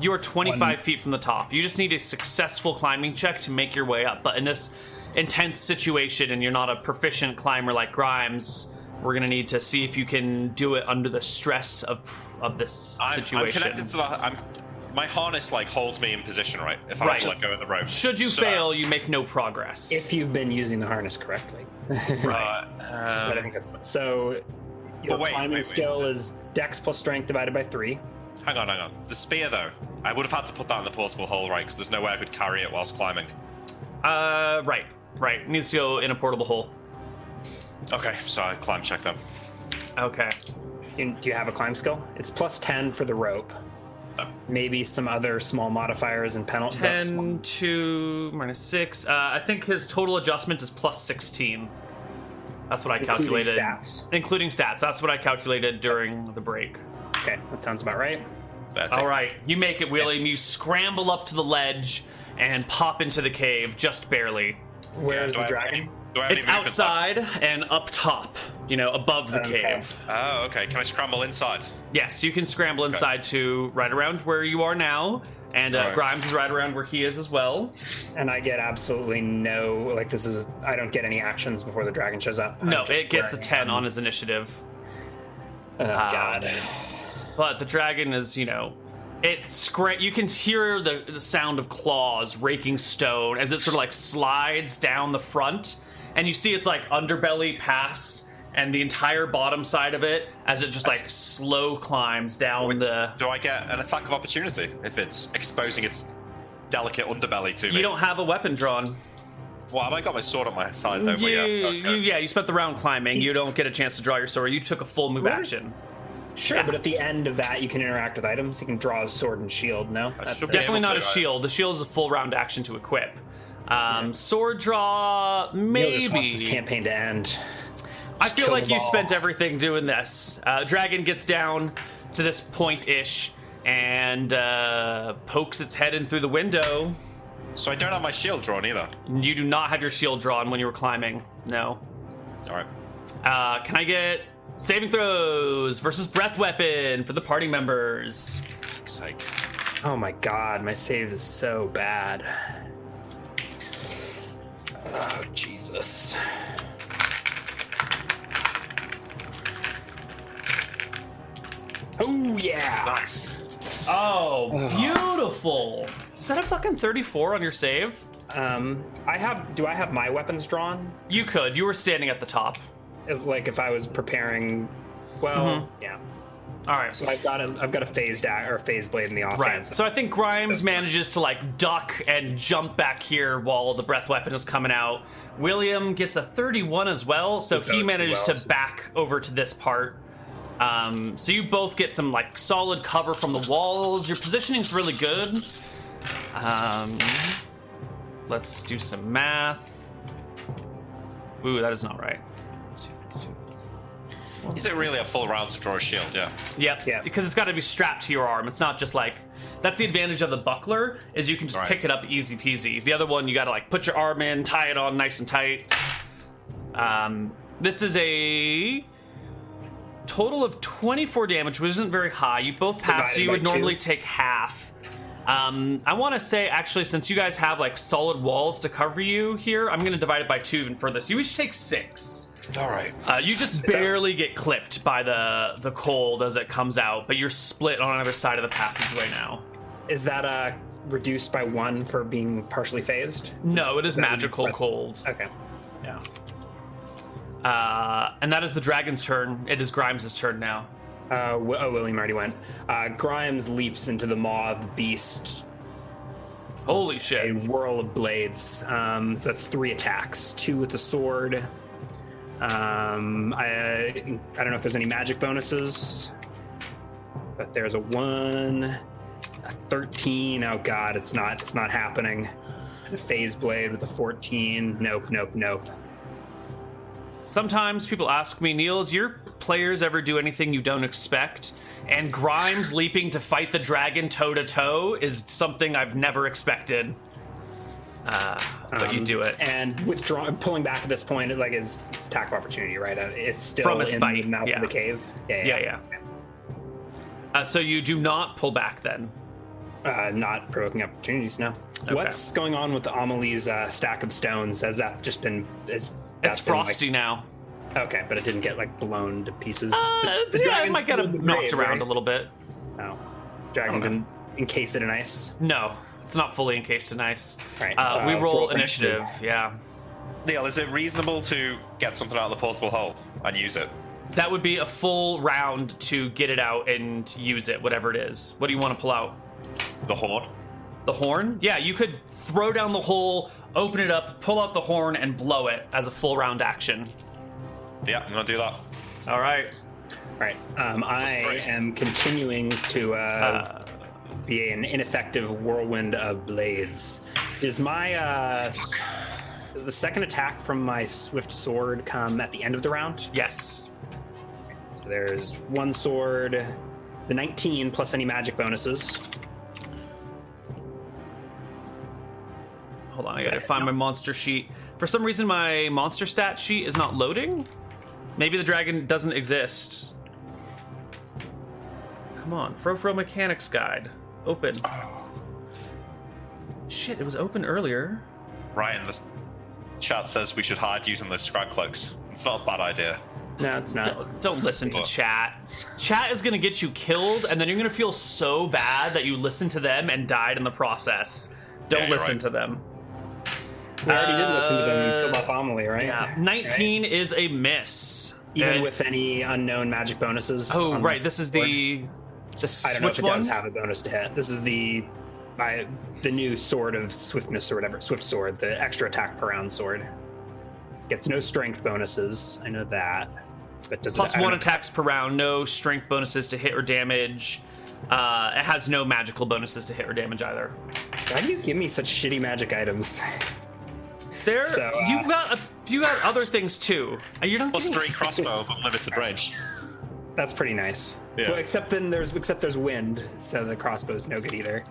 B: You are 25
C: One-
B: feet from the top. You just need a successful climbing check to make your way up. But in this intense situation and you're not a proficient climber like Grimes, we're gonna need to see if you can do it under the stress of of this
D: I'm, I'm
B: situation.
D: connected to the. I'm, my harness like holds me in position, right? If I was to
B: Right.
D: let go of the rope.
B: Should you
D: So,
B: fail, you make no progress.
C: If you've been using the harness
D: *laughs*
C: correctly.
D: Right.
C: but I
D: Um,
C: think that's so. Your
D: But wait,
C: climbing
D: wait, wait.
C: skill is Dex plus Strength divided by three.
D: hang on, hang on. The spear, though, I would have had to put that in the portable hole, right? Because there's no way I could carry it whilst climbing.
B: Uh, right, right. Needs to go in a portable hole.
D: Okay, so I climb check them.
B: Okay.
C: You, do you have a climb skill? It's plus ten for the rope.
D: Oh.
C: Maybe some other small modifiers and penalties.
B: 10 to minus 6. Uh, I think his total adjustment is plus 16. That's what I calculated.
C: Stats.
B: Including stats. That's what I calculated during the break.
C: Okay, that sounds about right.
D: Better take-
B: All right, you make it, William. You scramble up to the ledge and pop into the cave just barely.
D: Yeah,
C: Where's the
D: do I have
C: dragon?
D: any- do I have
B: It's
D: any movement
B: outside and up top, you know, above the
C: Okay.
B: cave.
D: left? Oh, okay. Can I scramble inside?
B: Yes, you can scramble inside to right around where you are now, and uh,
D: All right.
B: Grimes is right around where he is as well.
C: And I get absolutely no like this is I don't get any actions before the dragon shows up.
B: no,
C: I'm just
B: it gets a Ah.
C: wearing-
B: 10 on his initiative,
C: Oh god.
B: but the dragon is, you know, it scra- You can hear the, the sound of claws raking stone as it sort of like slides down the front, and you see its like underbelly pass and the entire bottom side of it as it just like slow climbs down the.
D: Do I get an attack of opportunity if it's exposing its delicate underbelly to me?
B: You don't have a weapon drawn.
D: Well, have I got my sword on my side though?
B: You,
D: but Oh, yeah, okay.
B: you, yeah, you spent the round climbing. You don't get a chance to draw your sword. You took a full move
C: Really?
B: action.
C: Sure, but at the end of that you can interact with items. You can draw a sword and shield, no? That's-
D: should be
B: Definitely
D: able
B: not
D: to,
B: a
D: right?
B: shield. The shield is a full round action to equip. Um, sword draw,
C: Neil just wants this
B: maybe.
C: campaign to end.
B: I feel
C: kill
B: like
C: them
B: you
C: all.
B: spent everything doing this. Uh, dragon gets down to this point ish and uh, pokes its head in through the window.
D: So I don't have my shield drawn either.
B: You do not have your shield drawn when you were climbing. No.
D: All right.
B: Uh, can I get saving throws versus breath weapon for the party members?
D: Fuck's sake.
C: Oh my god, my save is so bad. Oh Jesus. Oh yeah.
D: Nice.
B: Oh, beautiful. Is that a fucking 34 on your save?
C: Um, I have. Do I have my weapons drawn?
B: You could. You were standing at the top.
C: If, like if I was preparing. Well,
B: Mm-hmm.
C: yeah.
B: All right.
C: So I've got a. I've got a phased a- or a phased blade in the offense.
B: Right. So I think Grimes manages to like duck and jump back here while the breath weapon is coming out. William gets a 31 as well, so
C: Without
B: he
C: the
B: manages
C: wells.
B: to back over to this part. Um, so you both get some like solid cover from the walls. Your positioning's really good. Um, let's do some math. Ooh, that is not right.
D: Is it really a full round to draw a shield? Yeah.
B: Yep.
C: Yeah.
B: Because it's got to be strapped to your arm. It's not just like that's the advantage of the buckler is you can just
D: Right.
B: pick it up easy peasy. The other one you got to like put your arm in, tie it on nice and tight. Um, this is a total of 24 damage, which isn't very high. You both pass, so
C: Divided
B: you would
C: by two.
B: normally take half. Um, I want to say actually, since you guys have like solid walls to cover you here, I'm going to divide it by two even further. So you each take six.
D: All right.
B: Uh, you just barely get clipped by the the cold as it comes out, but you're split on either side of the passageway now.
C: Is that uh reduced by one for being partially phased?
B: No, it is
C: that
B: magical
C: breath-
B: cold,
C: Okay. Yeah.
B: uh, and that is the dragon's turn. It is Grimes' turn now.
C: Uh, Wi- oh, William already went. Uh, Grimes leaps into the maw of the beast.
B: Holy
C: A
B: shit!
C: whirl of blades. Um, so that's three attacks. Two with the sword. Um, I I don't know if there's any magic bonuses, but there's a one, a thirteen. Oh God, it's not it's not happening. A phase blade with a fourteen. Nope, nope, nope.
B: Sometimes people ask me, Neil, do your players ever do anything you don't expect? And Grimes leaping to fight the dragon toe to toe is something I've never expected. Uh, but you
C: Um,
B: do it.
C: And withdrawing, pulling back at this point, it, like is it's attack of opportunity, right? Uh, It's still
B: From its
C: in
B: bite,
C: the mouth
B: yeah.
C: of the cave.
B: Yeah, yeah. Uh, so you do not pull back then.
C: uh, not provoking opportunities now.
B: Okay.
C: What's going on with Amelie's uh, stack of stones? Has that just been? Is that
B: It's
C: been, like-
B: frosty now.
C: okay, but it didn't get like blown to pieces.
B: Uh,
C: the, the
B: yeah, it
C: dragon's
B: might get
C: still in the
B: knocked
C: grave,
B: around
C: right?
B: a little bit.
C: No, dragon
B: I don't
C: didn't encase it in ice.
B: No, it's not fully encased in ice.
C: Right.
B: Uh, we
C: Uh,
B: roll
C: roll for
B: initiative.
C: initiative.
B: Yeah,
D: Neil, is it reasonable to get something out of the portable hole and use it?
B: that would be a full round to get it out and use it, whatever it is. What do you want to pull out?
D: The horn?
B: The horn? Yeah, you could throw down the hole, open it up, pull out the horn, and blow it as a full round action.
D: Yeah, I'm gonna do that.
B: All right.
C: All right, um, I
D: Three.
C: am continuing to uh,
B: Uh,
C: be an ineffective whirlwind of blades. Does my uh, s- does the second attack from my swift sword come at the end of the round?
B: yes.
C: So there's one sword, the 19 plus any magic bonuses.
B: Hold on, I gotta find my monster sheet. For some reason, my monster stat sheet is not loading. Maybe the dragon doesn't exist. Come on, Frofro Mechanics Guide. Open. Shit, it was open earlier.
D: Ryan, the chat says we should hide using those scrag cloaks. It's not a bad idea.
C: No, it's not.
B: Don't, don't listen to
D: Look.
B: chat. Chat is gonna get you killed, and then you're gonna feel so bad that you listened to them and died in the process.
D: Yeah,
B: Don't
D: you're
B: listen
D: right.
B: to them.
C: We already did listen to them. You
B: Uh,
C: killed off Amelie, right?
B: Yeah,
C: Right?
B: 19 is a miss.
C: Even
B: And-
C: with any unknown magic bonuses.
B: Oh,
C: on
B: right. This is
C: sword.
B: the this
C: I don't know if
B: which
C: it
B: one?
C: does have a bonus to hit. This is the I, the new sword of swiftness or whatever, swift sword, the extra attack per round sword. Gets no strength bonuses. I know that. But does
B: Plus
C: it, I
B: one
C: don't-
B: attacks per round. No strength bonuses to hit or damage. Uh, it has no magical bonuses to hit or damage either.
C: Why do you give me such shitty magic items? *laughs*
B: There,
C: So, uh,
B: you got a, you got other things too. Uh, You're not
D: Plus
B: getting-
D: *laughs* three crossbow of unlimited range.
C: That's pretty nice.
D: Yeah.
C: Well, except then there's except there's wind, so the crossbow's no good either.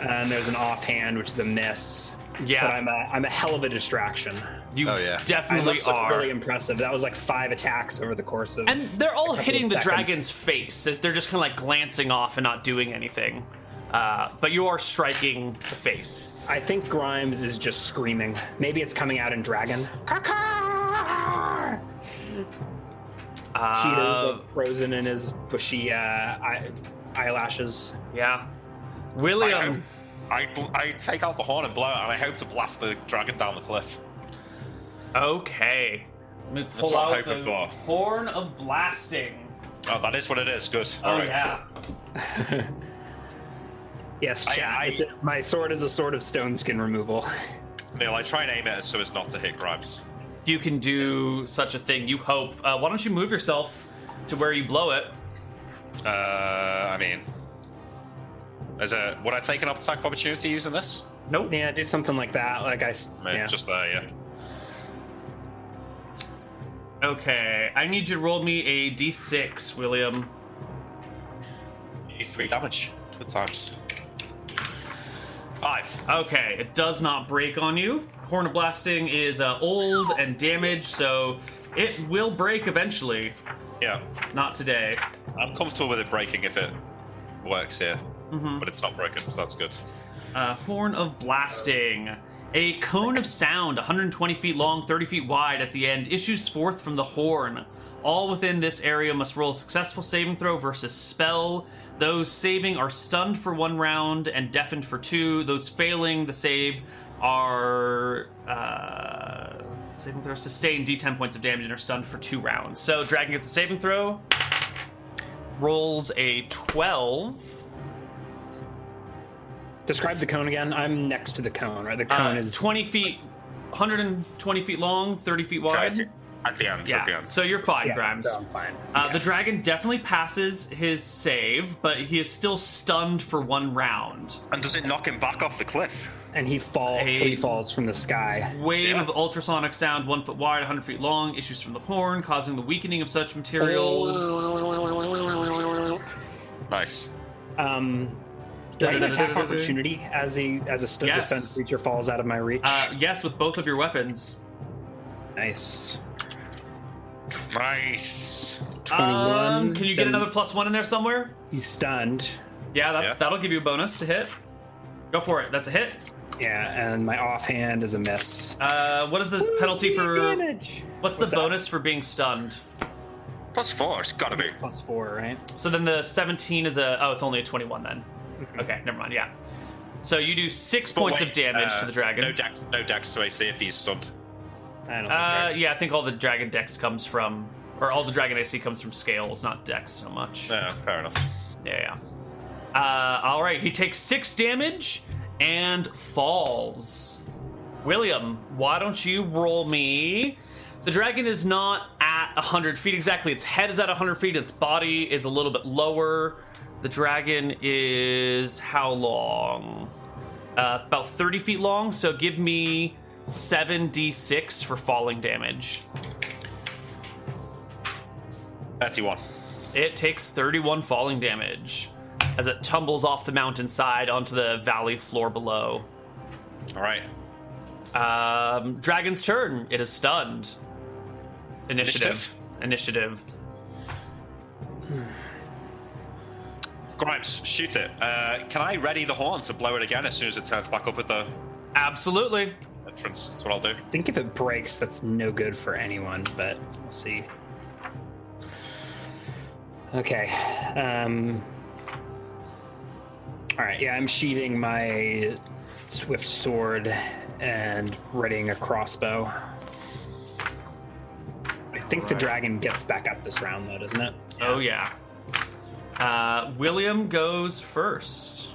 C: Uh, And there's an offhand, which is a miss.
B: Yeah.
C: but I'm a I'm a hell of a distraction.
B: You
D: Oh, yeah.
C: I
B: definitely
C: must look
B: are.
C: really impressive. That was like five attacks over the course of.
B: and they're all
C: of
B: hitting the
C: seconds.
B: dragon's face. They're just kind of like glancing off and not doing anything. Uh, but you are striking the face.
C: I think Grimes is just screaming. Maybe it's coming out in dragon. Cheeto
B: Uh,
C: looked frozen in his bushy uh, eye- eyelashes.
B: yeah,
D: I,
B: William.
D: hope- I, bl- I take out the horn and blow it, and I hope to blast the dragon down the cliff.
B: Okay. Let me pull
D: what I'm
B: out
D: hoping
B: the
D: for.
B: horn of blasting.
D: Oh, that is what it is. Good.
B: Oh
D: All right.
B: yeah.
C: Yes,
D: I-
C: Chad.
D: I-
C: it's a- my sword is a sword of stone skin removal.
D: Neil, I try and aim it so as not to hit Grimes.
B: You can do such a thing. You hope. Uh, why don't you move yourself to where you blow it?
D: Uh, I mean, is a would I take an attack of opportunity using this?
B: Nope.
C: Yeah, do something like that. Like I, s-
D: I mean,
C: yeah.
D: Just there, yeah.
B: Okay. I need you to roll me a d6, William.
D: You three damage. Good times. Five.
B: Okay. It does not break on you. Horn of blasting is uh, old and damaged, so it will break eventually.
D: Yeah,
B: Not today.
D: I'm comfortable with it breaking if it works here,
B: Mm-hmm.
D: but it's not broken, so that's good.
B: Uh, Horn of Blasting. A cone of sound, 120 feet long, 30 feet wide at the end, issues forth from the horn. All within this area must roll a successful saving throw versus spell. Those saving are stunned for one round and deafened for two. Those failing the save are. Uh, saving throw sustained d10 points of damage and are stunned for two rounds. So, Dragon gets a saving throw, rolls a 12.
C: Describe the cone again. I'm next to the cone. Right, the cone
B: Uh,
C: is
B: 20 feet 120 feet long 30 feet wide
D: At the end, at the
B: yeah
D: end.
B: so you're fine
C: Yeah,
B: grimes
C: so I'm fine.
B: uh,
C: Yeah.
B: the dragon definitely passes his save but he is still stunned for one round
D: and does it knock him back off the cliff?
C: and he falls.
B: Hey.
C: He falls from the sky.
B: wave
D: Yeah.
B: of ultrasonic sound one foot wide 100 feet long issues from the horn causing the weakening of such
C: Oh.
B: materials
D: Nice.
C: Um, do I get an attack
B: Da-da-da-da-da-da.
C: opportunity as a as a stu- the
B: Yes.
C: stunned creature falls out of my reach?
B: uh, yes with both of your weapons
C: nice.
D: Nice.
C: 21.
B: um, can you get
C: Then
B: another plus one in there somewhere
C: He's stunned.
B: yeah that's
D: Yeah.
B: that'll give you a bonus to hit Go for it. That's a hit.
C: Yeah, and my offhand is a miss.
B: Uh, what is the penalty
C: uh,
B: for?
C: damage.
B: What's the
C: What's that?
B: bonus for being stunned?
D: Plus four, it's gotta be.
C: It's plus four, right?
B: So then the 17 is a. Oh, it's only a 21 then. Okay, never mind. Yeah. So you do six
D: But
B: points
D: wait,
B: of damage
D: uh,
B: to the dragon.
D: No dex, no dex to AC if he's stunned.
C: I don't think
B: uh,
C: dragons-
B: yeah, I think all the dragon dex comes from, or all the dragon AC comes from scales, not dex so much.
D: No, fair enough.
B: Yeah. yeah. Uh, all right, he takes six damage and falls. William, why don't you roll me? The dragon is not at 100 feet exactly. Its head is at 100 feet. Its body is a little bit lower. The dragon is how long? Uh, about 30 feet long. So give me 7d6 for falling damage.
D: Thirty-one.
B: It takes 31 falling damage as it tumbles off the mountainside onto the valley floor below.
D: All right.
B: Um, dragon's turn. It is stunned. Initiative. Initiative.
D: Grimes, shoot it. Uh, can I ready the horn to blow it again as soon as it turns back up at the
B: Absolutely.
D: entrance? That's what I'll do.
C: I think if it breaks, that's no good for anyone, but we'll see. Okay. Um, all right. Yeah, I'm sheathing my swift sword and readying a crossbow. I think the dragon gets back up this round, though, doesn't it?
B: Oh yeah. Uh, William goes first.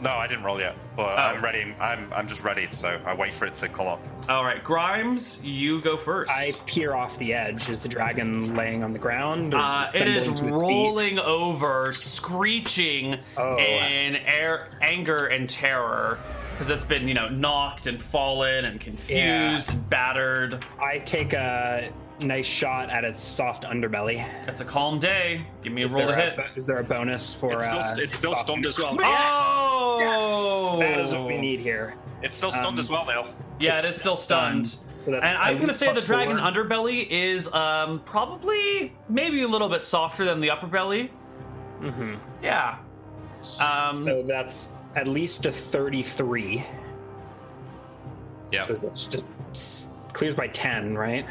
D: No, I didn't roll yet, but I'm ready. I'm I'm just ready, so I wait for it to come up.
B: All right, Grimes, you go first.
C: I peer off the edge. Is the dragon laying on the ground? or
B: Uh, it is
C: bending to its feet?
B: rolling over, screeching
C: Oh.
B: in air, anger and terror because it's been, you know, knocked and fallen and confused
C: Yeah.
B: and battered.
C: I take a nice shot at its soft underbelly.
B: It's a calm day. Give me a
C: Is
B: roll to
C: there a,
B: hit.
C: bo- is there a bonus for?
D: It's
C: uh,
D: still, it's still
C: soft
D: stunned as well.
B: *laughs* Oh,
C: underbelly? That is what we need here.
D: It's still stunned
C: Um,
D: as well, Neil.
B: Yeah, it
C: It's
B: is still
C: stunned.
B: stunned.
C: So that's
B: and I'm
C: at
B: gonna
C: least
B: say the
C: plus
B: dragon
C: four.
B: underbelly is um, probably maybe a little bit softer than the upper belly. Mm-hmm.
C: Mhm.
B: Yeah. Um,
C: So that's at least a thirty-three.
D: Yeah.
C: So that's just s- clears by ten, right?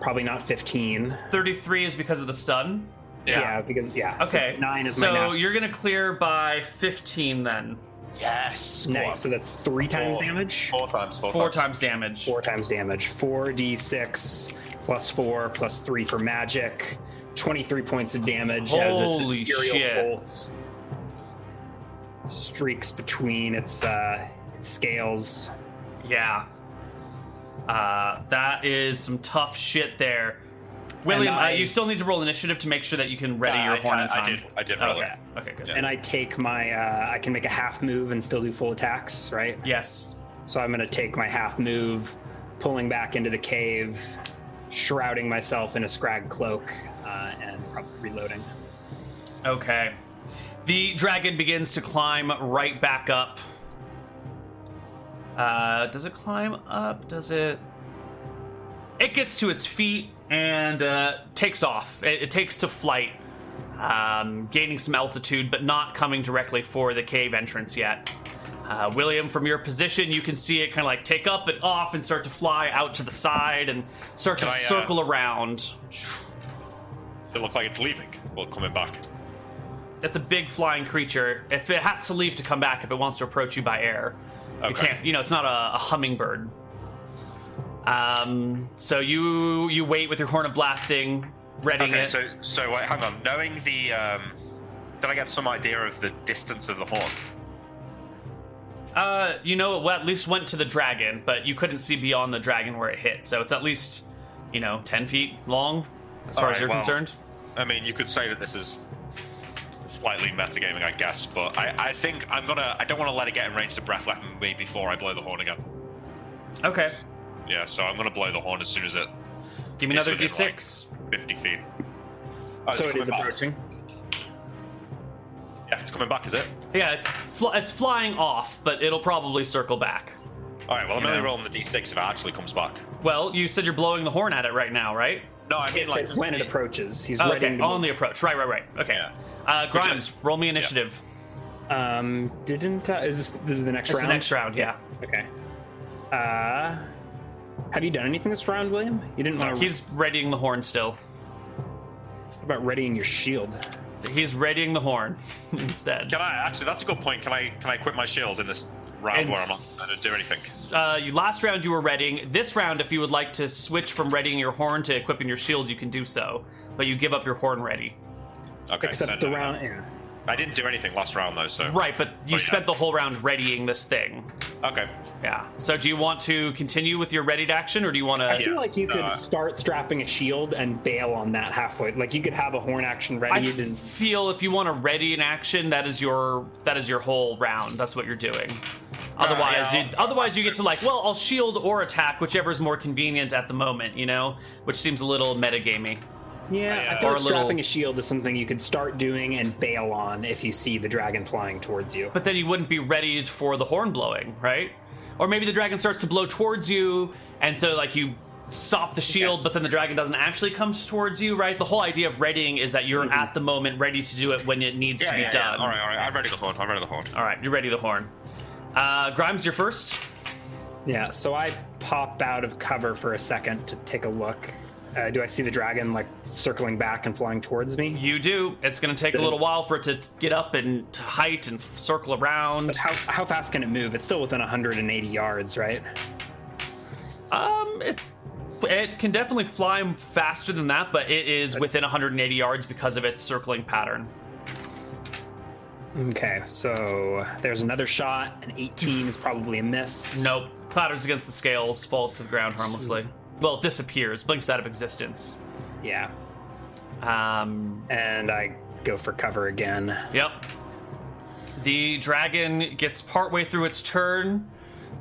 C: Probably not fifteen.
B: 33 is because of the stun.
D: Yeah.
C: because yeah. so
B: Okay.
C: nine is
B: so
C: my nat-
B: you're gonna clear by 15 then.
D: Yes. go on.
C: Nice. So that's three times
D: Four.
C: damage.
D: Four times. Four,
B: Four times damage.
C: four times damage. Four d6 plus four plus three for magic. Twenty-three points of damage as its
B: Holy
C: imperial
B: shit.
C: bolt streaks between its uh, its scales.
B: Yeah. Uh, that is some tough shit there. William, uh,
C: I-
B: you still need to roll initiative to make sure that you can ready
D: Yeah,
B: your
D: Uh, I-
B: horn
D: I-
B: in time.
D: I did- I did roll
B: okay.
D: it.
B: Okay, good.
D: Yeah.
C: And I take my uh, I can make a half move and still do full attacks, right?
B: Yes.
C: So I'm gonna take my half move, pulling back into the cave, shrouding myself in a scrag cloak, uh, and probably
D: Oh,
C: reloading.
B: Okay. The dragon begins to climb right back up. Uh, does it climb up? Does it? It gets to its feet and uh, takes off. It, it takes to flight, um, gaining some altitude, but not coming directly for the cave entrance yet. Uh, William, from your position, you can see it kind of like take up and off and start to fly out to the side and start to
D: Can I, uh,
B: circle around.
D: It looked like it's leaving. Well, coming back.
B: That's a big flying creature. If it has to leave to come back, if it wants to approach you by air, you
D: Okay.
B: can't. You know, it's not a, a hummingbird. Um. So you you wait with your horn of blasting, readying
D: Okay.
B: it.
D: So so wait, hang on. Knowing the um, did I get some idea of the distance of the horn?
B: uh, you know, it well, at least went to the dragon, but you couldn't see beyond the dragon where it hit. So it's at least, you know, ten feet long, as far as
D: Alright,
B: you're
D: well-
B: concerned.
D: I mean, you could say that this is slightly metagaming, I guess, but I, I think I'm gonna. I don't want to let it get in range to breath weapon me before I blow the horn again.
B: Okay.
D: Yeah, so I'm gonna blow the horn as soon as it
B: Give me
D: It's
B: another
D: within, like,
B: d6.
D: 50 feet. Oh,
C: so it
D: coming
C: is
D: back.
C: approaching.
D: Yeah, it's coming back, is it?
B: Yeah, it's fl- it's flying off, but it'll probably circle back.
D: All right. Well, I'm
B: You
D: only
B: know.
D: rolling the d6 if it actually comes back.
B: Well, you said you're blowing the horn at it right now, right?
D: No, I mean like
C: Like, when it
D: just-
C: approaches, he's
B: Oh,
C: ready.
B: okay,
C: to
B: on
C: move.
B: the approach. Right, right, right. Okay.
D: uh, Yeah.
B: Uh, Grimes, roll me initiative.
C: Um, didn't uh, is this this is the next
B: It's
C: round?
B: the next round, yeah.
C: Okay. Uh, have you done anything this round, William? You didn't want to.
B: He's readying the horn still.
C: about readying your shield.
B: He's readying the horn *laughs* instead.
D: Can I actually? That's a good point. Can I? Can I equip my shield in this round
B: And
D: where I'm not going to do anything?
B: Uh, you last round you were readying. This round, if you would like to switch from readying your horn to equipping your shield, you can do so. But you give up your horn ready.
D: Okay. so
C: Except the
D: no, no.
C: round. Yeah.
D: I didn't do anything last round though. So
B: Right, but you
D: Oh, yeah.
B: spent the whole round readying this thing.
D: Okay.
B: Yeah. So do you want to continue with your readied action, or do you want
C: I
B: to?
C: feel like you could
D: Uh,
C: start strapping a shield and bail on that halfway. Like you could have a horn action
B: I
C: ready and
B: feel if you want to ready an action, that is your that is your whole round. That's what you're doing. Otherwise,
D: yeah.
B: you, otherwise you get to like, well, I'll shield or attack, whichever is more convenient at the moment, you know, which seems a little metagamey.
C: yeah,
D: Yeah.
B: uh, Or
C: I feel like
B: a little-
C: strapping a shield is something you could start doing and bail on if you see the dragon flying towards you.
B: But then you wouldn't be ready for the horn blowing, right? Or maybe the dragon starts to blow towards you, and so like you stop the shield, but then the dragon doesn't actually come towards you, right? The whole idea of readying is that
D: Mm-hmm.
B: you're at the moment ready to do it when it needs to be done.
D: All right. All right. I'm ready to horn. I'm ready to horn.
B: All right, you're ready the horn. Uh, Grimes, you're first.
C: Yeah, so I pop out of cover for a second to take a look. Uh, do I see the dragon like circling back and flying towards me?
B: You do. It's going to take a little while for it to t- get up and to height and f- circle around.
C: But how, how fast can it move? It's still within 180 yards, right?
B: Um, it it can definitely fly faster than that, but it is within 180 yards because of its circling pattern.
C: Okay, so there's another shot. An 18 is probably a miss.
B: Nope. Clatters against the scales, falls to the ground harmlessly. Well, it disappears, blinks out of existence.
C: Yeah,
B: Um,
C: and I go for cover again.
B: yep. The dragon gets partway through its turn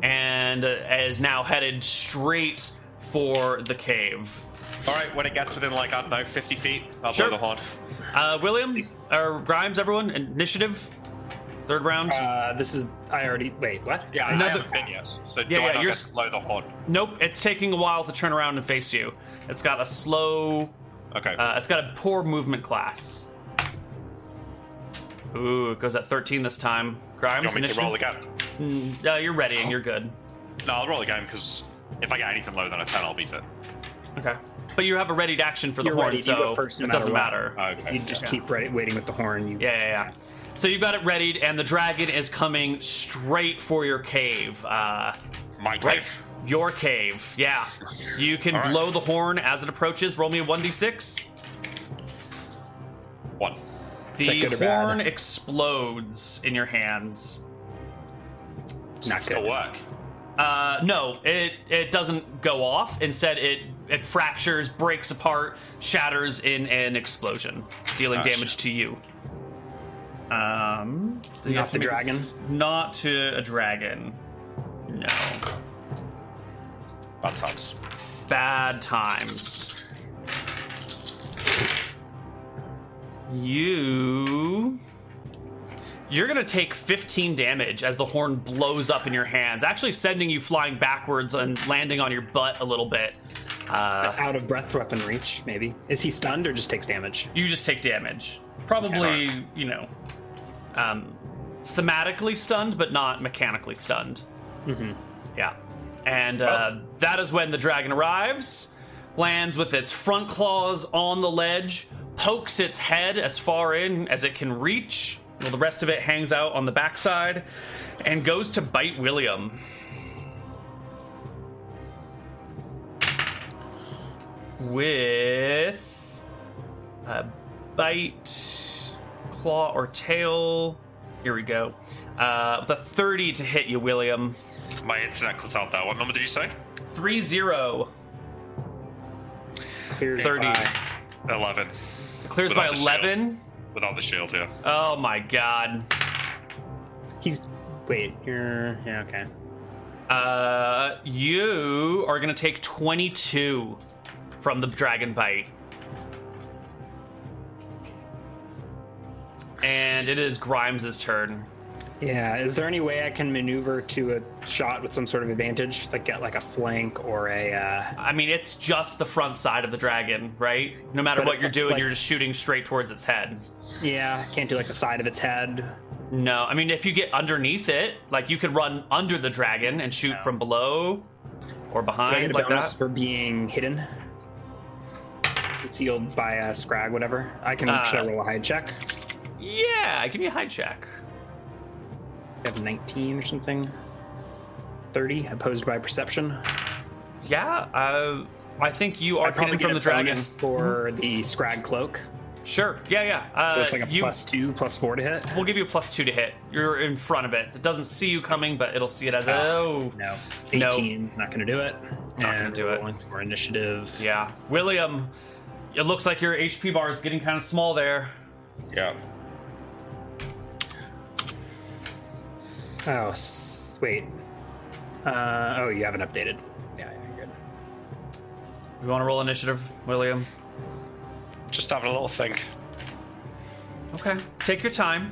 B: and uh, is now headed straight for the cave.
D: All right. When it gets within like I don't know 50 feet, I'll
B: Sure.
D: blow the horn.
B: Uh, William, or Grimes, everyone, initiative, third round.
C: Uh, this is I already wait. What?
D: Yeah. I- I
B: Another-
D: haven't been yet. So do
B: Yeah,
D: I
B: yeah,
D: not
B: you're
D: get
B: s-
D: to blow the horn?
B: nope, it's taking a while to turn around and face you. It's got a slow,
D: Okay.
B: uh, it's got a poor movement class. Ooh, it goes at 13 this time.
D: you
B: Grimes,
D: want me to roll
B: initiative.
D: again?
B: Mm, uh, you're ready and you're good.
D: No, I'll roll again because if I get anything lower than a 10, I'll beat it.
B: Okay. But you have a readied action for the
C: You're
B: horn,
C: ready, you
B: so
C: go first no
B: it
C: matter
B: doesn't
C: what.
B: matter.
D: Okay.
C: You just keep ready, waiting with the horn. You,
B: Yeah, yeah, yeah. So you've got it readied, and the dragon is coming straight for your cave. Uh,
D: My
B: Right.
D: grave.
B: Your cave. Yeah. You can
D: All right.
B: blow the horn as it approaches. Roll me a 1d6.
D: One.
C: that
B: The
C: good or bad?
B: horn explodes in your hands.
C: Not
D: Still
C: good.
D: work.
B: Uh, no, it it doesn't go off. Instead, it it fractures, breaks apart, shatters in an explosion, dealing
D: Oh,
B: damage to you. Um, do you
C: Not
B: have to
C: the
B: make a
C: dragon?
B: s- Not to a dragon. No,
D: That helps.
B: bad times. You. You're gonna take 15 damage as the horn blows up in your hands, actually sending you flying backwards and landing on your butt a little bit. Uh,
C: Out of breath, weapon reach. Maybe is he stunned or just takes damage?
B: you just take damage. Probably, you know, um, thematically stunned, but not mechanically stunned. Yeah. And uh, that is when the dragon arrives, lands with its front claws on the ledge, pokes its head as far in as it can reach, while the rest of it hangs out on the backside, and goes to bite William. With a Uh, bite, claw, or tail. Here we go. Uh, the 30 to hit you, William.
D: My internet cut out there. What number did you say?
B: Three zero.
C: Here's
B: 30.
C: my-
D: 11.
B: Clears by
D: Without the shield.
B: eleven.
D: Without the shield here.
B: Oh my god.
C: He's wait. You're yeah okay.
B: Uh, you are gonna take twenty-two from the dragon bite, and it is Grimes' turn.
C: Yeah, is there any way I can maneuver to a shot with some sort of advantage, like get like a flank or a? Uh...
B: I mean, it's just the front side of the dragon, right? No matter
C: But
B: what
C: if-
B: you're doing,
C: like-
B: you're just shooting straight towards its head.
C: Yeah, can't do like the side of its head.
B: No, I mean if you get underneath it, like you could run under the dragon and shoot from below or
C: Do I get
B: behind
C: a
B: like
C: bonus
B: that.
C: for being hidden? Concealed by a scrag, whatever. I can
B: Uh,
C: should I roll a hide check?
B: Yeah, give me a high check.
C: I have 19 or something. 30 opposed by perception.
B: Yeah, uh, I think you
C: I
B: are coming
C: probably get
B: from
C: a
B: the dragon.
C: bonus for the scrag cloak.
B: Sure. Yeah, yeah. Uh,
C: So it's like a
B: you,
C: plus two, plus four to hit.
B: We'll give you a plus two to hit. You're in front of it. It doesn't see you coming, but it'll see it as
C: Ah.
B: oh.
C: no,
B: No.
C: 18, not gonna do it.
B: Not gonna do it.
C: rolling For initiative.
B: Yeah, William. It looks like your HP bar is getting kind of small there.
D: Yeah.
C: Oh, s- wait. Uh, oh, you haven't updated. Yeah, yeah, you're good.
B: You want to roll initiative, William?
D: Just having a little think.
B: Okay. Take your time.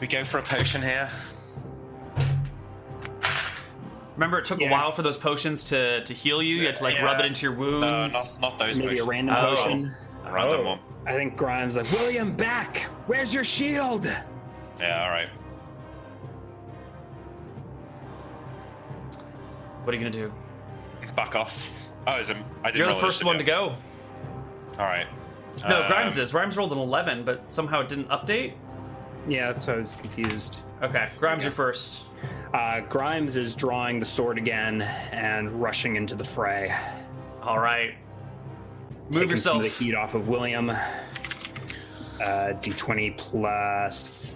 D: We go for a potion here.
B: Uh, Remember, it took
C: Yeah.
B: a while for those potions to to heal you. You had to like
D: Yeah. Uh,
B: rub it into your
D: No,
B: wounds.
D: not, not those
C: Maybe a
D: potions.
C: random
B: Oh.
C: potion.
D: Random one.
C: I think Grimes like William back. Where's your shield?
D: Yeah, all right.
B: What are you gonna do?
D: Back off. Oh, is him. I didn't
B: You're the
D: roll
B: first
D: initiative
B: one
D: yet.
B: to go.
D: All right.
B: No,
D: Um,
B: Grimes is. Grimes rolled an 11, but somehow it didn't update.
C: Yeah, that's why I was confused.
B: Okay, Grimes, you're first.
C: Uh, Grimes is drawing the sword again and rushing into the fray.
B: All right. Move
C: Taking Some
B: yourself.
C: of the heat off of William. Uh, D20 plus.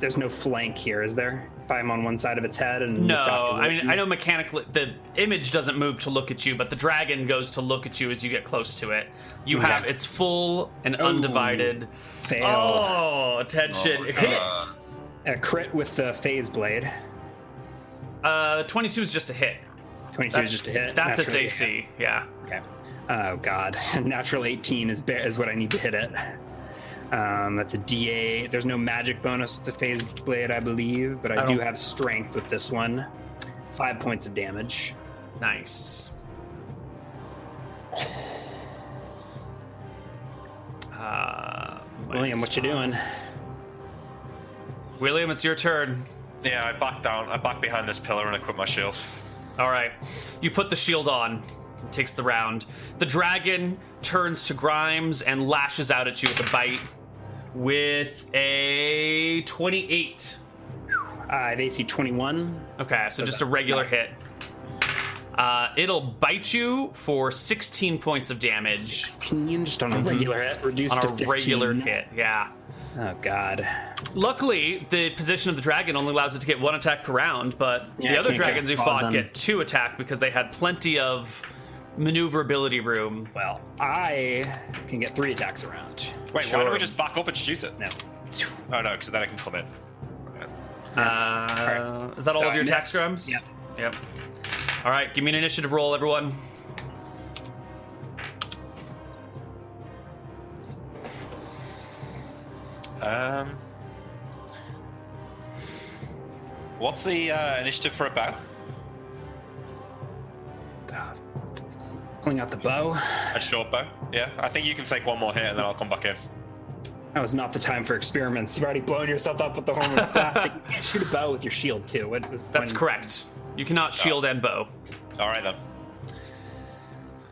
C: There's no flank here, is there? If I'm on one side of its head and
B: No,
C: it's after
B: I mean,
C: William.
B: I know mechanically the image doesn't move to look at you, but the dragon goes to look at you as you get close to it. You have
C: Okay.
B: its full and undivided.
C: fail.
B: Oh, attention.
D: Oh,
B: It
D: God.
B: hits.
C: A crit with the phase blade.
B: Uh, 22 is just a hit.
C: 22 is just a hit.
B: That's its
C: Natural-
B: AC. Yeah.
C: Okay. Oh god, *laughs* natural 18 is ba- is what I need to hit it. Um, that's a D8. There's no magic bonus with the phase blade, I believe, but I,
B: I
C: do
B: don't-
C: have strength with this one. Five points of damage.
B: Nice. Uh,
C: William, what you doing?
B: William, it's your turn.
D: Yeah, I back down. I back behind this pillar and I quit my shield.
B: All right. You put the shield on. It takes the round. The dragon turns to Grimes and lashes out at you with a bite with a 28.
C: I have AC 21.
B: Okay, so just a regular hit. Uh, it'll bite you for 16 points of damage
C: 16, just on a regular hit. Reduced
B: on
C: to
B: a
C: 15.
B: regular hit. Yeah.
C: Oh god.
B: Luckily, the position of the dragon only allows it to get one attack per round, but
C: Yeah,
B: the
C: it
B: other
C: can't get
B: dragons you
C: claws
B: fought
C: on.
B: get two attack because they had plenty of maneuverability room.
C: Well, I can get three attacks around.
D: Wait, why don't
B: Sure.
D: we just back up and shoot it?
C: No.
D: Oh no, because then I can come in.
B: Uh, is that all
C: So
B: of
C: I
B: your attack
C: miss.
B: scrums?
C: Yep.
B: Yep. All right, give me an initiative roll, everyone.
D: Um, what's the uh, initiative for a bow?
C: Ah, pulling out the bow.
D: A short bow? Yeah, I think you can take one more hit and then I'll come back in.
C: That was not the time for experiments. You've already blown yourself up with the horn
B: *laughs*
C: of plastic. You can't shoot a bow with your shield too. What was the
B: That's
C: point?
B: correct. You cannot
C: Oh.
B: shield and bow.
D: All right then.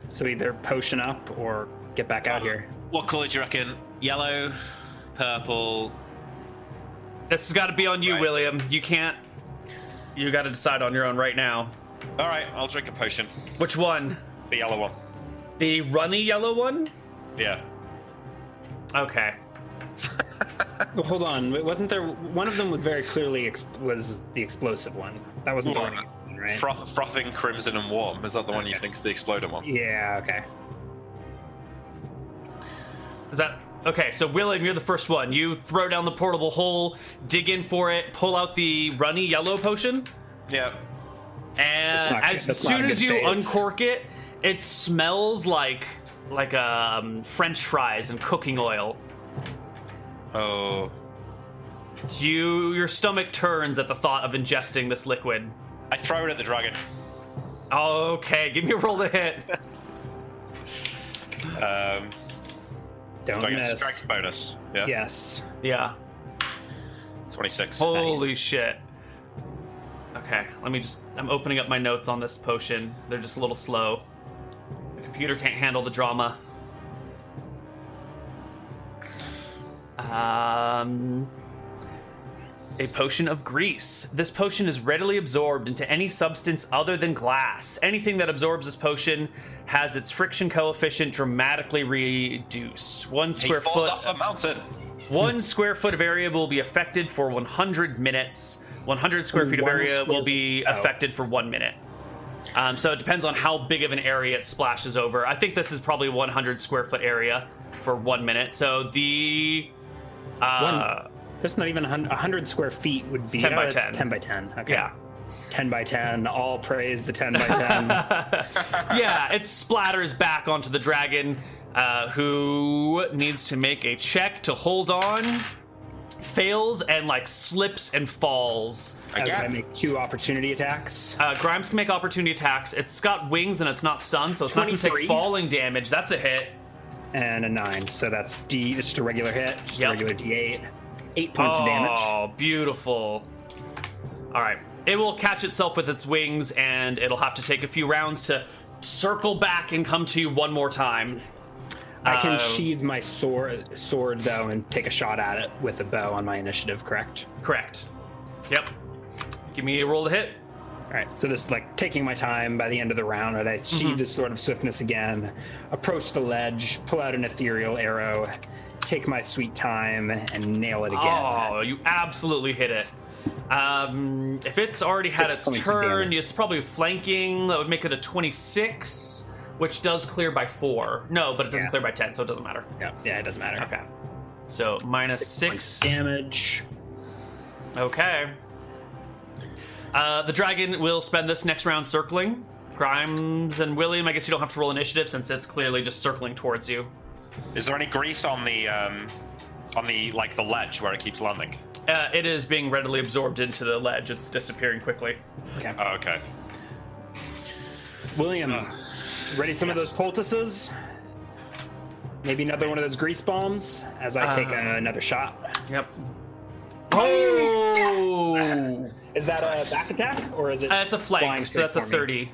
C: So either potion up or get back out here.
D: What color do you reckon? Yellow, purple.
B: This has got to be on you,
D: Right.
B: William. You can't. You got to decide on your own right now.
D: All right, I'll drink a potion.
B: Which one?
D: The yellow one.
B: The runny yellow one?
D: Yeah.
B: Okay.
C: Well, hold on. Wait, Wasn't there one of them was very clearly ex- was the explosive one? That wasn't the
D: Well,
C: one, you- right?
D: Froth, frothing, crimson, and warm. Is that the one you think's the exploding one?
C: yeah. Okay.
B: Is that okay? So William, you're the first one. You throw down the portable hole, dig in for it, pull out the runny yellow potion,
D: Yeah.
B: and
C: not good.
B: as
C: That's not a
B: soon
C: good
B: as you
C: phase.
B: uncork it, it smells like like um, French fries and cooking oil.
D: Oh.
B: You your stomach turns at the thought of ingesting this liquid.
D: I throw it at the dragon.
B: Okay, give me a roll to hit.
D: Um,
C: Don't
D: do I get a
C: miss.
D: strength bonus? Yeah.
C: Yes.
B: Yeah.
D: 26.
B: Holy shit. Okay, let me just. I'm opening up my notes on this potion. They're just a little slow. The computer can't handle the drama. Um. A potion of grease. This potion is readily absorbed into any substance other than glass. Anything that absorbs this potion has its friction coefficient dramatically reduced. One
D: He
B: square
D: falls
B: foot
D: off the mountain.
B: one square foot of area will be affected for 100 minutes. 100 square feet of
C: One
B: area
C: square
B: will be
C: foot. Oh.
B: affected for one minute. Um, so it depends on how big of an area it splashes over. I think this is probably 100 square foot area for one minute. So the uh,
C: There's not even a hun- a hundred square feet would be
B: 10 by
C: oh, that's
B: 10.
C: Ten by ten. Okay.
B: yeah.
C: Ten by ten. All praise the
B: *laughs*
C: ten by ten.
B: *laughs* yeah, it splatters back onto the dragon, uh, who needs to make a check to hold on, fails, and like slips and falls.
C: As
D: got
C: I
D: it.
C: make two opportunity attacks.
B: Uh, Grimes can make opportunity attacks. It's got wings and it's not stunned, so it's not going to
C: 23?
B: take falling damage. That's a hit.
C: and a nine. So that's D. It's just a regular hit, just
B: Yep.
C: a regular D8. Eight points
B: oh,
C: of damage.
B: beautiful. All right. It will catch itself with its wings and it'll have to take a few rounds to circle back and come to you one more time.
C: I can
B: uh,
C: sheathe my sword, sword though, and take a shot at it with a bow on my initiative. Correct.
B: Correct. Yep. Give me a roll to hit.
C: All right. So this, like, taking my time. By the end of the round, and I
B: Mhm.
C: sheathe the sword of swiftness again, approach the ledge, pull out an ethereal arrow, take my sweet time, and nail it again.
B: Oh, you absolutely hit it. Um, if it's already had
C: Six
B: its
C: points of
B: turn,
C: damage.
B: it's probably flanking. That would make it a 26, which does clear by 4. No, but it doesn't
C: Yeah.
B: clear by 10, so it doesn't matter.
C: Yeah, yeah, it doesn't matter.
B: Okay. So minus
C: Points
B: 6.
C: of damage.
B: Okay. Uh, the dragon will spend this next round circling. Grimes and William, I guess you don't have to roll initiative since it's clearly just circling towards you.
D: Is there any grease on the um, on the like the ledge where it keeps landing?
B: Uh, it is being readily absorbed into the ledge, it's disappearing quickly.
C: Okay.
D: Oh, okay.
C: William, ready some of those poultices? Maybe another one of those grease bombs as I take uh,
B: Uh,
C: another shot.
B: Yep. Oh!
C: Is that a back attack or is it?
B: Uh, it's a
C: flying
B: flank, so
C: straight
B: that's a
C: for me?
B: 30.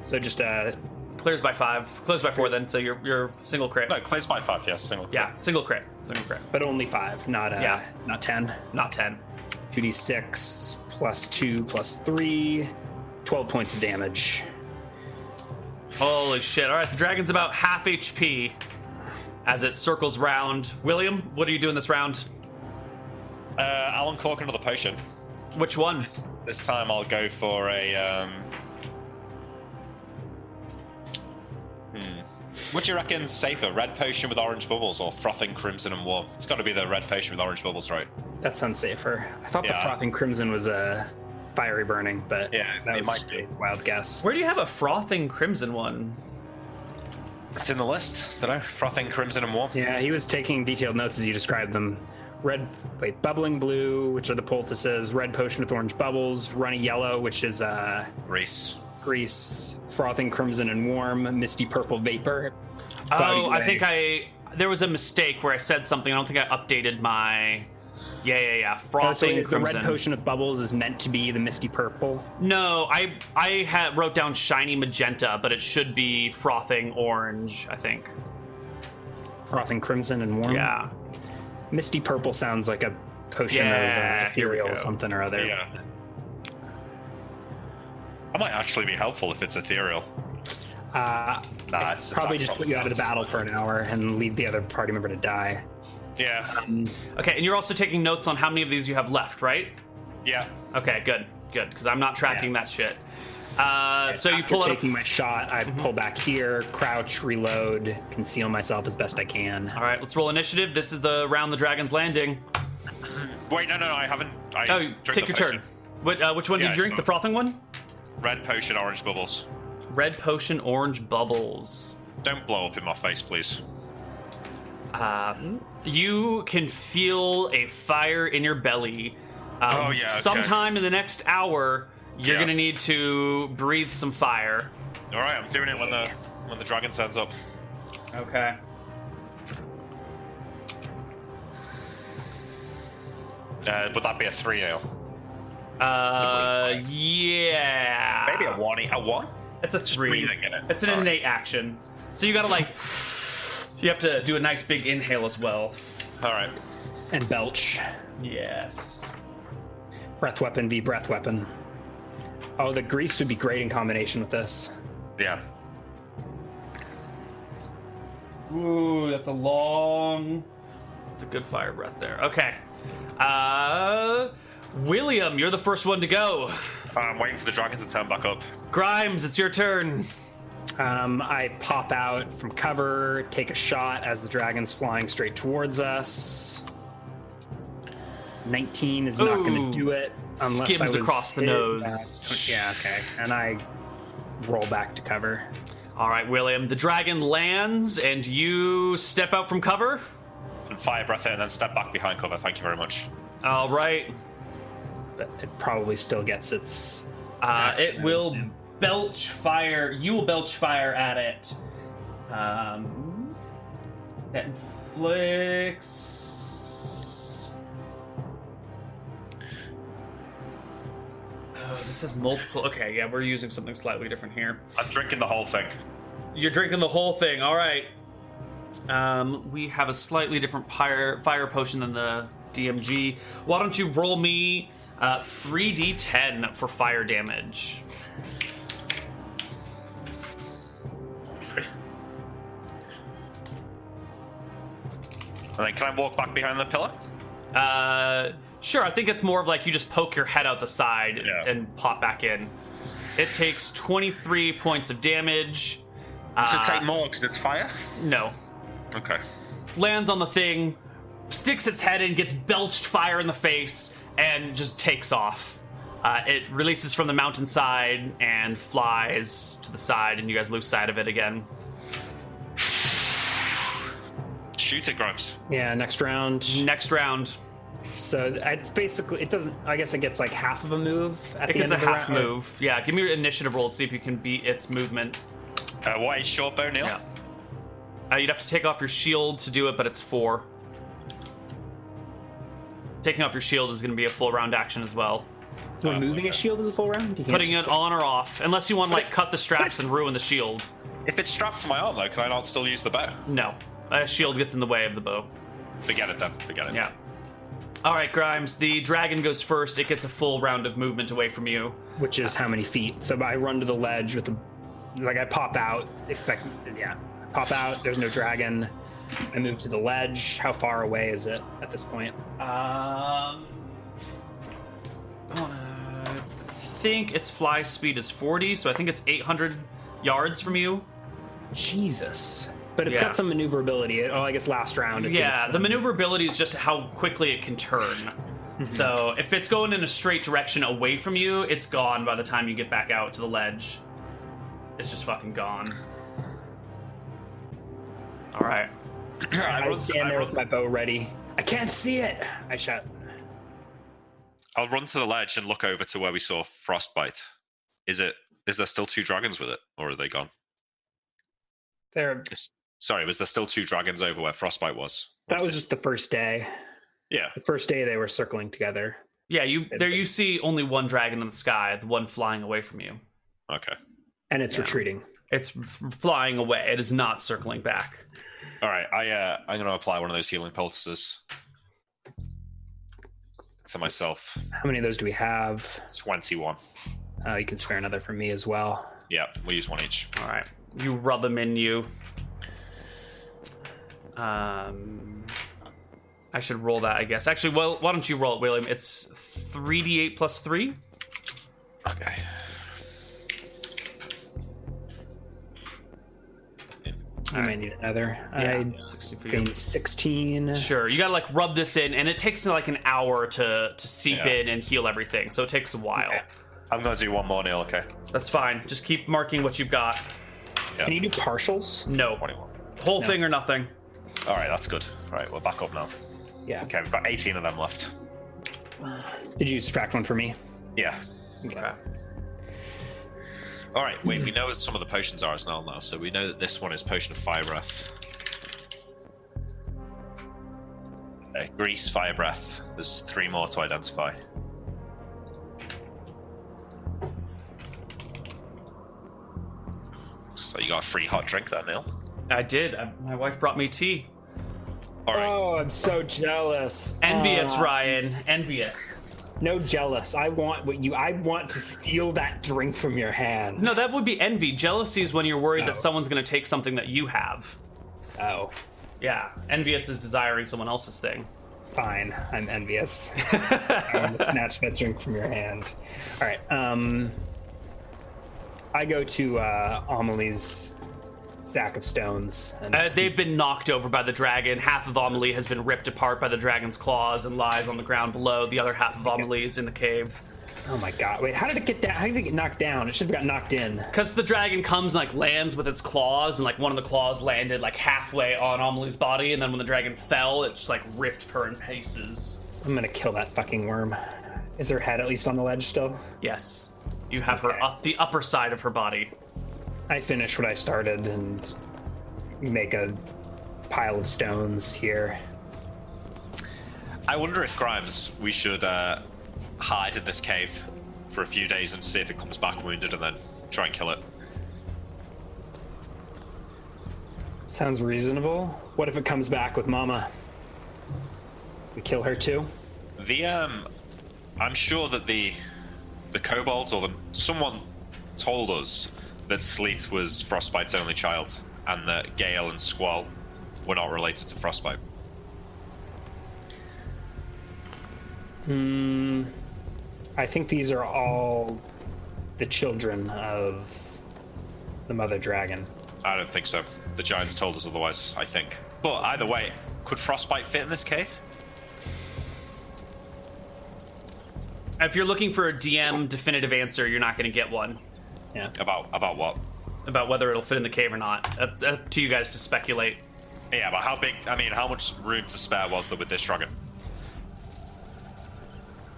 C: So just uh,
B: Clears by 5. Clears by 4 then, so you're, you're single crit.
D: No, clears by five. Yes, single.
B: Yeah, single crit. Single crit.
C: but only five, not uh,
B: Yeah.
C: not ten.
B: Not 10.
C: Two d six plus two plus three. 12 points of damage.
B: Holy shit. All right, the dragon's about half HP as it circles round. William, what are you doing this round?
D: Uh, I'll uncork another potion.
B: Which one?
D: This time I'll go for a. Um... Hmm. What do you reckon's safer, red potion with orange bubbles or frothing crimson and warm? It's got to be the red potion with orange bubbles, right?
C: That sounds safer. I thought
D: Yeah.
C: the frothing crimson was a uh, fiery burning, but
D: Yeah,
C: that
D: it
C: was
D: might
C: just
D: be.
C: a wild guess.
B: Where do you have a frothing crimson one?
D: It's in the list. Don't know. Frothing crimson and warm.
C: Yeah, he was taking detailed notes as you described them. Red, wait, bubbling blue, which are the poultices. Red potion with orange bubbles. Runny yellow, which is uh,
D: Grease.
C: grease. Frothing crimson and warm. Misty purple vapor. Cloudy
B: Oh, I
C: gray.
B: think I there was a mistake where I said something. I don't think I updated my yeah, yeah, yeah.
C: Oh, so
B: Frothing
C: is the
B: crimson.
C: red potion with bubbles is meant to be the misty purple.
B: No, I I had wrote down shiny magenta, but it should be frothing orange. I think.
C: Frothing crimson and warm.
B: Yeah.
C: Misty purple sounds like a potion
B: Yeah,
C: of uh,
B: here we
C: ethereal
B: go.
C: or something or other.
D: Yeah. That might actually be helpful if it's ethereal.
C: Uh,
D: Nah, it's- it's
C: probably
D: not
C: just put
D: probably
C: you out of the
D: not.
C: battle for an hour and leave the other party member to die.
D: Yeah.
C: Um,
B: Okay, and you're also taking notes on how many of these you have left, right?
D: Yeah.
B: Okay, good, good, because I'm not tracking that shit. Uh, so you
C: After
B: pull out a Mm-hmm.
C: taking my shot, I pull back here, crouch, reload, conceal myself as best I can.
B: All right, let's roll initiative. This is the round the dragon's landing.
D: Wait, no, no, no, I haven't. I
B: Oh,
D: drank
B: take
D: the
B: your
D: potion.
B: turn. What, uh, which one
D: Yeah,
B: did you drink?
D: so-
B: The frothing one?
D: Red potion, orange bubbles.
B: Red potion, orange bubbles.
D: Don't blow up in my face, please.
B: Um, you can feel a fire in your belly. Um,
D: Oh, yeah, okay.
B: Sometime in the next hour, you're
D: Yeah.
B: gonna need to breathe some fire.
D: All right, I'm doing it when the when the dragon turns up.
B: Okay.
D: Uh, would that be a three now?
B: Uh, yeah.
D: Maybe
C: Ah.
D: a one. e, A one?
B: That's a three.
D: breathing in it.
B: It's an
D: All right.
B: innate action. So you gotta like, you have to do a nice big inhale as well.
D: All right.
C: And belch.
B: Yes.
C: Breath weapon v breath weapon. Oh, the grease would be great in combination with this.
D: Yeah.
B: Ooh, that's a long. It's a good fire breath there. Okay. Uh, William, you're the first one to go.
D: I'm waiting for the dragon to turn back up.
B: Grimes, it's your turn.
C: Um, I pop out from cover, take a shot as the dragon's flying straight towards us. 19 is not going
B: Ooh.
C: to do it unless
B: Skims
C: I was
B: across the
C: hit.
B: nose.
C: Uh, yeah, okay. And I roll back to cover.
B: All right, William. The dragon lands, and you step out from cover.
D: And fire breath in and then step back behind cover. Thank you very much.
B: All right.
C: But it probably still gets its.
B: Uh,
C: Action,
B: it
C: I
B: will
C: assume.
B: belch fire. You will belch fire at it. Um, that inflicts. Oh, this has multiple. Okay, yeah, we're using something slightly different here.
D: I'm drinking the whole thing.
B: You're drinking the whole thing. All right. Um, we have a slightly different fire fire potion than the DMG. Why don't you roll me uh, 3d10 for fire damage?
D: And then can I walk back behind the pillar?
B: Uh, sure. I think it's more of like you just poke your head out the side
D: Yeah.
B: and pop back in. It takes 23 points of damage. Uh,
D: more because it's fire?
B: No.
D: Okay.
B: Lands on the thing, sticks its head in, gets belched fire in the face, and just takes off. Uh, it releases from the mountainside and flies to the side, and you guys lose sight of it again.
D: Shoot it, Grimes.
C: Yeah, next round.
B: Next round,
C: So it's basically it doesn't. I guess it gets like half of a move at
B: it
C: the
B: gets
C: end
B: a
C: of the
B: half
C: round.
B: move. Yeah, give me your initiative roll to see if you can beat its movement.
D: Uh, what is short bow, Neil?
B: Yeah. Uh, you'd have to take off your shield to do it, but it's four. Taking off your shield is going to be a full round action as well.
C: When moving a shield is a full round. You can't
B: Putting
C: just-
B: it on or off, unless you want to like cut the straps and ruin the shield.
D: If it's strapped to my arm, though, can I not still use the bow?
B: No, a shield gets in the way of the bow.
D: Forget it then. Forget it.
B: Yeah. All right, Grimes. The dragon goes first. It gets a full round of movement away from you.
C: which is how many feet. So I run to the ledge with the, like I pop out, expect, yeah, pop out. There's no dragon. I move to the ledge. How far away is it at this point?
B: Um, I wanna think its fly speed is forty, so I think it's eight hundred yards from you.
C: Jesus. But it's
B: Yeah.
C: got some maneuverability. It- Oh, I guess last round. it
B: Yeah,
C: gets-
B: the maneuverability is just how quickly it can turn. so if it's going in a straight direction away from you, it's gone by the time you get back out to the ledge. It's just fucking gone. All right.
D: *clears throat* I
C: I
D: run,
C: stand
D: I
C: there
D: run-
C: with my bow ready. I can't see it. I shout.
D: I'll run to the ledge and look over to where we saw frostbite. Is it? Is there still two dragons with it, or are they gone?
C: There.
D: Sorry, was there still two dragons over where frostbite was?
C: That was just the first day.
D: yeah.
C: The first day they were circling together.
B: Yeah, you there you see only one dragon in the sky, the one flying away from you.
D: Okay.
C: And it's
B: Yeah.
C: retreating.
B: It's f- flying away. It is not circling back.
D: All right. I uh, I'm going to apply one of those healing poultices to myself.
C: How many of those do we have?
D: Twenty-one.
C: Uh, you can spare another from me as well.
D: Yeah, we use one each.
B: All right. You rub them in you. Um, I should roll that, I guess. Actually, well, why don't you roll it, William? It's 3d8 plus 3.
D: Okay.
C: You may need another. I
B: 60 for you.
C: gain 16.
B: Mm. Sure. You gotta, like, rub this in, and it takes, like, an hour to, to seep
D: Yeah.
B: in and heal everything, so it takes a while.
C: Okay.
D: I'm going to do one more, Neil. Okay.
B: That's fine. Just keep marking what you've got.
C: Can you do partials?
B: No.
D: Twenty-one.
B: Whole thing or nothing.
D: All right, that's good. All right, we're back up now.
C: Yeah.
D: Okay, we've got 18 of them left.
C: Did you subtract one for me?
D: Yeah.
C: Okay.
D: All right, wait, we know what some of the potions are as well now, so we know that this one is Potion of Fire Breath. Uh, grease, fire breath. There's three more to identify. So you got a free hot drink there, Neil.
B: I did. I, my wife brought me tea.
D: All right.
C: Oh, I'm so jealous.
B: Envious,
C: Uh,
B: Ryan. Envious.
C: No jealous. I want what you. I want to steal that drink from your hand.
B: No, that would be envy. Jealousy is when you're worried
C: Oh.
B: that someone's going to take something that you have.
C: Oh,
B: Yeah, envious is desiring someone else's thing.
C: fine. I'm envious. I want to snatch that drink from your hand. All right. Um, I go to uh, Amelie's stack of stones. And
B: Uh,
C: see-
B: they've been knocked over by the dragon. Half of Amelie has been ripped apart by the dragon's claws and lies on the ground below. The other half of Amelie is in the cave.
C: oh my god! Wait, how did it get down? How did it get knocked down? It should have got knocked in.
B: Because the dragon comes and like lands with its claws, and like one of the claws landed like halfway on Amelie's body, and then when the dragon fell, it just like ripped her in pieces.
C: I'm gonna kill that fucking worm. Is her head at least on the ledge still?
B: Yes, you have
C: Okay.
B: her up the upper side of her body.
C: I finish what I started and make a pile of stones here.
D: I wonder if Grimes, we should uh, hide in this cave for a few days and see if it comes back wounded, and then try and kill it.
C: Sounds reasonable. What if it comes back with Mama? We kill her too?
D: The um, I'm sure that the the kobolds or the someone told us that Sleet was Frostbite's only child, and that Gale and Squall were not related to Frostbite.
C: I think these are all the children of the mother dragon.
D: I don't think so. The giants told us otherwise. I think. But either way, could Frostbite fit in this cave?
B: If you're looking for a DM definitive answer, you're not going to get one
C: Yeah.
D: About about what?
B: about whether it'll fit in the cave or not. That's up to you guys to speculate.
D: Yeah, but how big? I mean, how much room to spare was there with this dragon?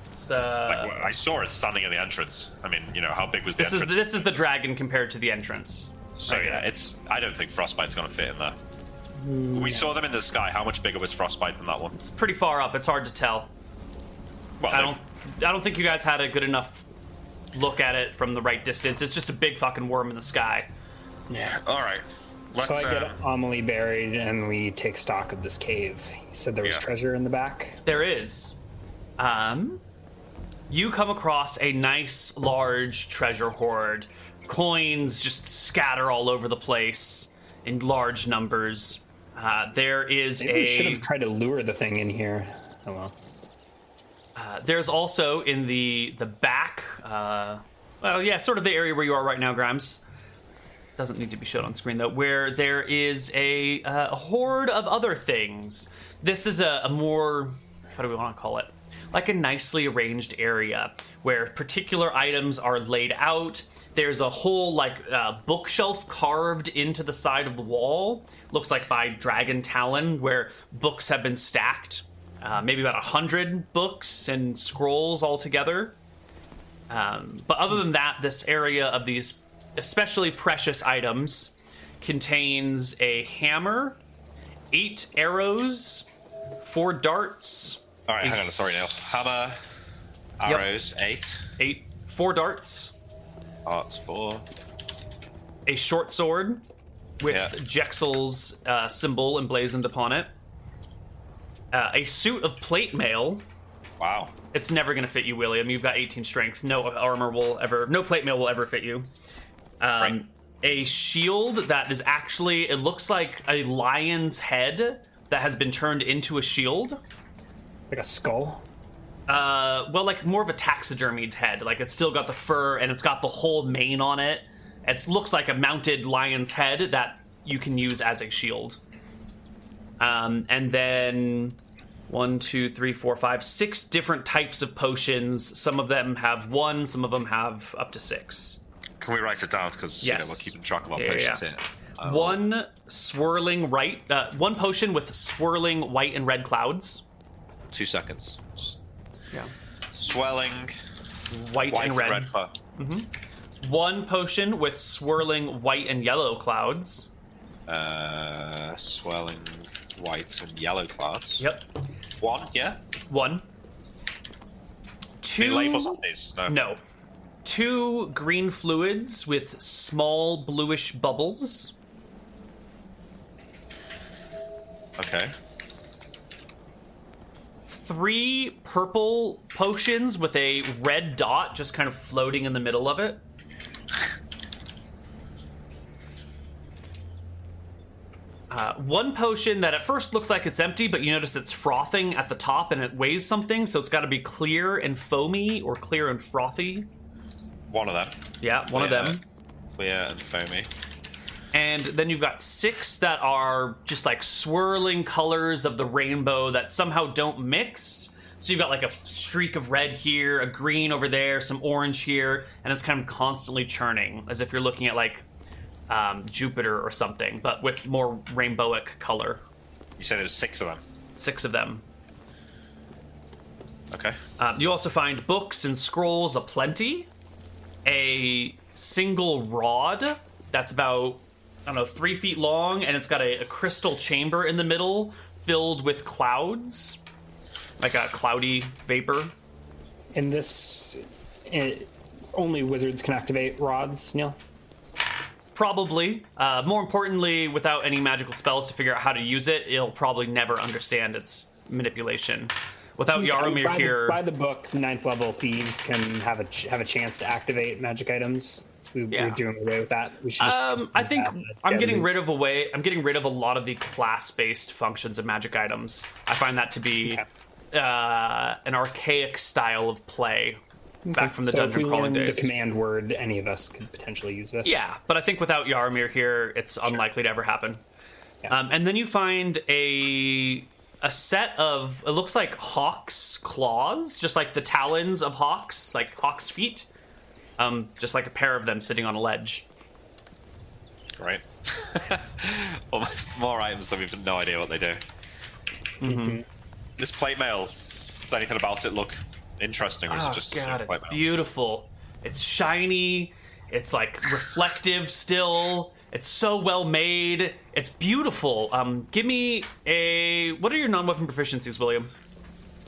B: It's, uh,
D: Like, I saw it standing at the entrance. I mean, you know, how big was the
B: This is
D: entrance?
B: this is the dragon compared to the entrance.
D: so yeah, it's. I don't think Frostbite's gonna fit in there. We saw them in the sky. How much bigger was Frostbite than that one?
B: It's pretty far up. It's hard to tell.
D: Well,
B: I
D: they-
B: don't I don't think you guys had a good enough look at it from the right distance. It's just a big fucking worm in the sky.
D: All right. Let's,
C: So I get
D: uh,
C: Amelie buried and we take stock of this cave. You said there was
D: Yeah.
C: treasure in the back?
B: There is. Um you come across a nice large treasure hoard. Coins just scatter all over the place in large numbers. Uh, there is
C: Maybe we
B: a
C: should have tried to lure the thing in here. Oh well.
B: Uh, There's also in the the back, uh, well, yeah, sort of the area where you are right now, Grimes. Doesn't need to be shown on screen though. Where there is a, uh, a horde of other things. This is a, a more how do we want to call it? Like a nicely arranged area where particular items are laid out. There's a whole like uh, bookshelf carved into the side of the wall. Looks like by dragon talon, where books have been stacked uh, maybe about a hundred books and scrolls altogether. Um, but other than that, this area of these especially precious items contains a hammer, eight arrows, four darts,
D: all right, hang on.
B: He's-
D: Sorry, Neil. Hammer, arrows, eight,
B: eight four darts,
D: arts, four.
B: a short sword with
D: Yeah.
B: Jexel's uh, symbol emblazoned upon it, uh, a suit of plate mail.
D: Wow.
B: It's never gonna fit you, William. You've got 18 strength. No armor will ever, no plate mail will ever fit you. Um,
D: Right.
B: A shield that is actually, it looks like a lion's head that has been turned into a shield.
C: Like a skull?
B: Uh, well, like more of a taxidermied head. Like it's still got the fur and it's got the whole mane on it. It looks like a mounted lion's head that you can use as a shield. Um, and then one, two, three, four, five, six different types of potions. Some of them have one, some of them have up to six.
D: Can we write it down? Because you know,
B: Yes.
D: we're keeping track of our
B: Yeah, yeah,
D: patients
B: yeah.
D: here. Um,
B: One swirling right, uh, one potion with swirling white and red clouds.
D: Two seconds. Just
B: Yeah.
D: Swelling.
B: White,
D: White
B: and red.
D: red cloud.
B: One potion with swirling white and yellow clouds.
D: Uh, swelling white and yellow clouds.
B: Yep.
D: One, yeah.
B: One.
D: Any
B: Two.
D: labels on these? No.
B: No. Two green fluids with small bluish bubbles.
D: Okay.
B: Three purple potions with a red dot just kind of floating in the middle of it. Uh, one potion that at first looks like it's empty, but you notice it's frothing at the top and it weighs something, so it's got to be clear and foamy or clear and frothy.
D: One of them.
B: Yeah, one of
D: Yeah.
B: them.
D: Clear and foamy.
B: And then you've got six that are just like swirling colors of the rainbow that somehow don't mix. So you've got like a f- streak of red here, a green over there, some orange here, and it's kind of constantly churning as if you're looking at like um, Jupiter or something, but with more rainbowic color.
D: You said there was six of them.
B: Six of them.
D: Okay.
B: Um, you also find books and scrolls aplenty, a single rod that's about, I don't know, three feet long, and it's got a, a crystal chamber in the middle filled with clouds, like a cloudy vapor.
C: And this, it, only wizards can activate rods, Neil.
B: Probably. Uh, more importantly, without any magical spells to figure out how to use it, it'll probably never understand its manipulation. Without Yaromir
C: by the-
B: here,
C: by the book, ninth level thieves can have a ch- have a chance to activate magic items. We,
B: Yeah.
C: We're doing away with that. We should. Just
B: Um, I think
C: Yeah,
B: I'm getting
C: yeah.
B: rid of a way. I'm getting rid of a lot of the class-based functions of magic items. I find that to be uh, an archaic style of play back from the
C: so if
B: dungeon
C: we
B: crawling
C: learned
B: days.
C: the command word, any of us could potentially use this.
B: Yeah, but I think without Yaramir here, it's unlikely to ever happen.
C: Yeah.
B: Um, and then you find a a set of it looks like hawks' claws, just like the talons of hawks, like hawks' feet, um, just like a pair of them sitting on a ledge.
D: Great. *laughs* Well, More items that we've no idea what they do.
B: Mm-hmm.
D: This plate mail. Does anything about it look interesting, or is
B: Oh
D: it just a
B: god,
D: plate
B: it's
D: mail?
B: beautiful. It's shiny. It's like reflective still. It's so well made. It's beautiful. Um, give me a. What are your non-weapon proficiencies, William?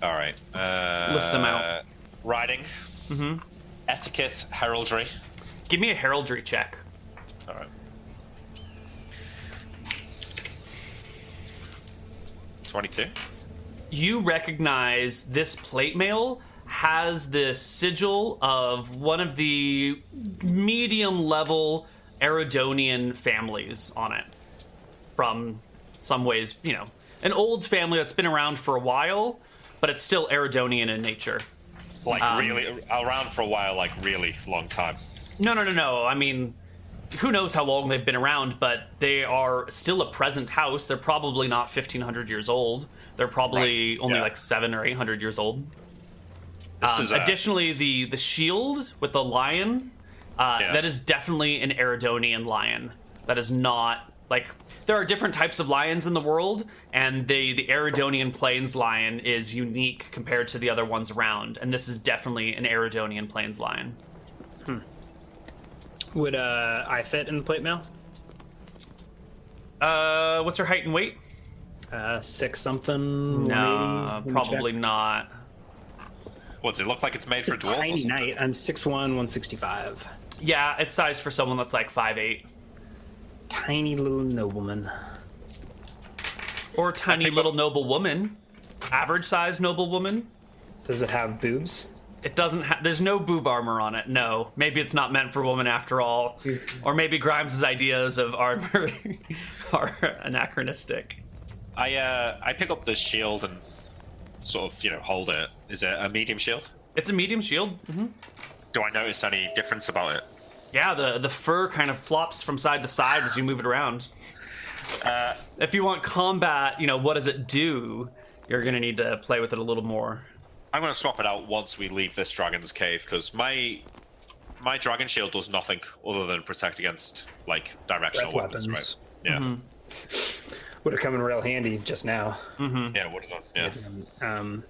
D: All right. Uh,
B: List 'em out.
D: Riding. Mm-hmm. Etiquette, heraldry.
B: Give me a heraldry check.
D: All right. Twenty-two.
B: You recognize this plate mail has the sigil of one of the medium-level Eridonian families on it. from some ways, you know, an old family that's been around for a while, but it's still Eridonian in nature.
D: Like really around for a while, like really long time.
B: No, no, no, no. I mean, who knows how long they've been around, but they are still a present house. They're probably not 1500 years old. They're probably
D: Right,
B: only
D: yeah.
B: like 7 or 800 years old.
D: This
B: Um,
D: is a,
B: additionally, the the shield with the lion, uh,
D: Yeah.
B: that is definitely an Eridonian lion. That is not like there are different types of lions in the world, and the the Eridonian plains lion is unique compared to the other ones around, and this is definitely an Eridonian plains lion.
C: Would uh, I fit in the plate mail?
B: Uh, what's her height and weight?
C: Uh, six something.
B: No,
C: 180?
B: probably
C: Let me check.
B: not.
D: what does it look like? It's made for
C: It's
D: dwarves. or
C: tiny
D: something?
C: knight. I'm six one, one sixty five.
B: Yeah, it's sized for someone that's like five eight
C: Tiny little nobleman.
B: or tiny little noble woman, average sized noble woman.
C: Does it have boobs?
B: It doesn't have. There's no boob armor on it. No, maybe it's not meant for women after all, or maybe Grimes' ideas of armor *laughs* are anachronistic.
D: I uh, I pick up the shield and sort of you know hold it. Is it a medium shield?
B: It's a medium shield.
D: Do I notice any difference about it?
B: Yeah, the the fur kind of flops from side to side as you move it around. Uh, if you want combat, you know what does it do? You're gonna need to play with it a little more.
D: I'm gonna swap it out once we leave this dragon's cave because my my dragon shield does nothing other than protect against like directional
C: Breath
D: weapons,
C: weapons.
D: right? Yeah,
B: Mm-hmm.
C: Would have come in real handy just now.
B: Hmm.
D: yeah, it would have done. Yeah,
C: Um,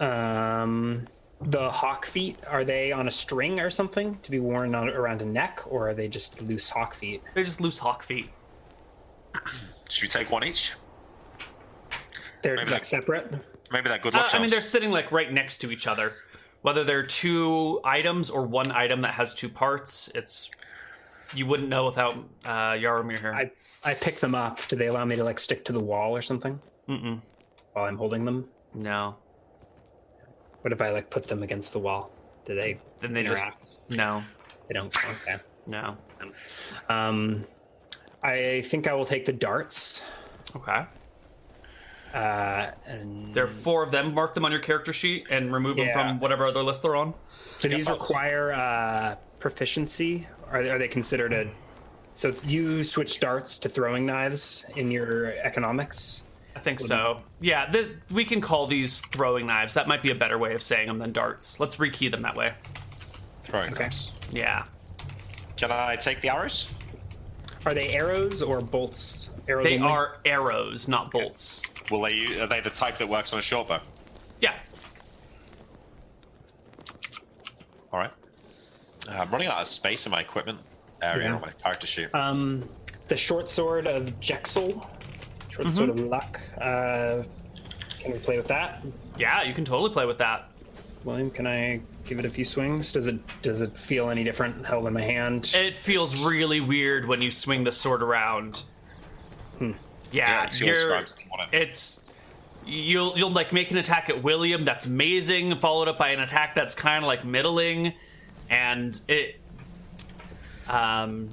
C: um, the hawk feet are they on a string or something to be worn on, around a neck, or are they just loose hawk feet?
B: They're just loose hawk feet.
D: should we take one each?
C: They're
D: Maybe
C: like
D: they-
C: separate.
D: Maybe that good luck.
B: Uh, I, I mean,
D: charms.
B: they're sitting like right next to each other. Whether they're two items or one item that has two parts, it's you wouldn't know without uh, Yaramir here.
C: I I pick them up. Do they allow me to like stick to the wall or something
B: Mm-mm.
C: while I'm holding them?
B: No,
C: What if I like put them against the wall? Do they
B: then they
C: interact?
B: just no,
C: They don't. Okay.
B: no.
C: Um, I think I will take the darts.
B: Okay,
C: Uh, and
B: there are four of them. Mark them on your character sheet and remove them
C: Yeah.
B: from whatever other list they're on.
C: do these
D: I'll-
C: require uh, proficiency? Are they, are they considered a? So you switch darts to throwing knives in your economics.
B: I think so. Yeah, th- we can call these throwing knives. That might be a better way of saying them than darts. Let's rekey them that way.
D: throwing
C: Okay.
D: knives.
B: Yeah.
D: Can I take the arrows?
C: Are they arrows or bolts? Arrows.
B: They
C: only?
B: are arrows, not bolts.
D: Will they? Are they the type that works on a short bow?
B: Yeah.
D: All right. Uh, I'm running out of space in my equipment area
C: Yeah.
D: on my character sheet.
B: Uh,
C: Um, the short sword of Jexel. Short sword of luck. Uh, can we play with that?
B: Yeah, you can totally play with that.
C: William, can I give it a few swings? Does it does it feel any different held in my hand?
B: It feels really weird when you swing the sword around. Yeah,
C: Hmm.
D: Yeah, it's your
B: you're,
D: scribes on it.
B: it's you'll you'll like make an attack at William that's amazing, followed up by an attack that's kind of like middling, and it um,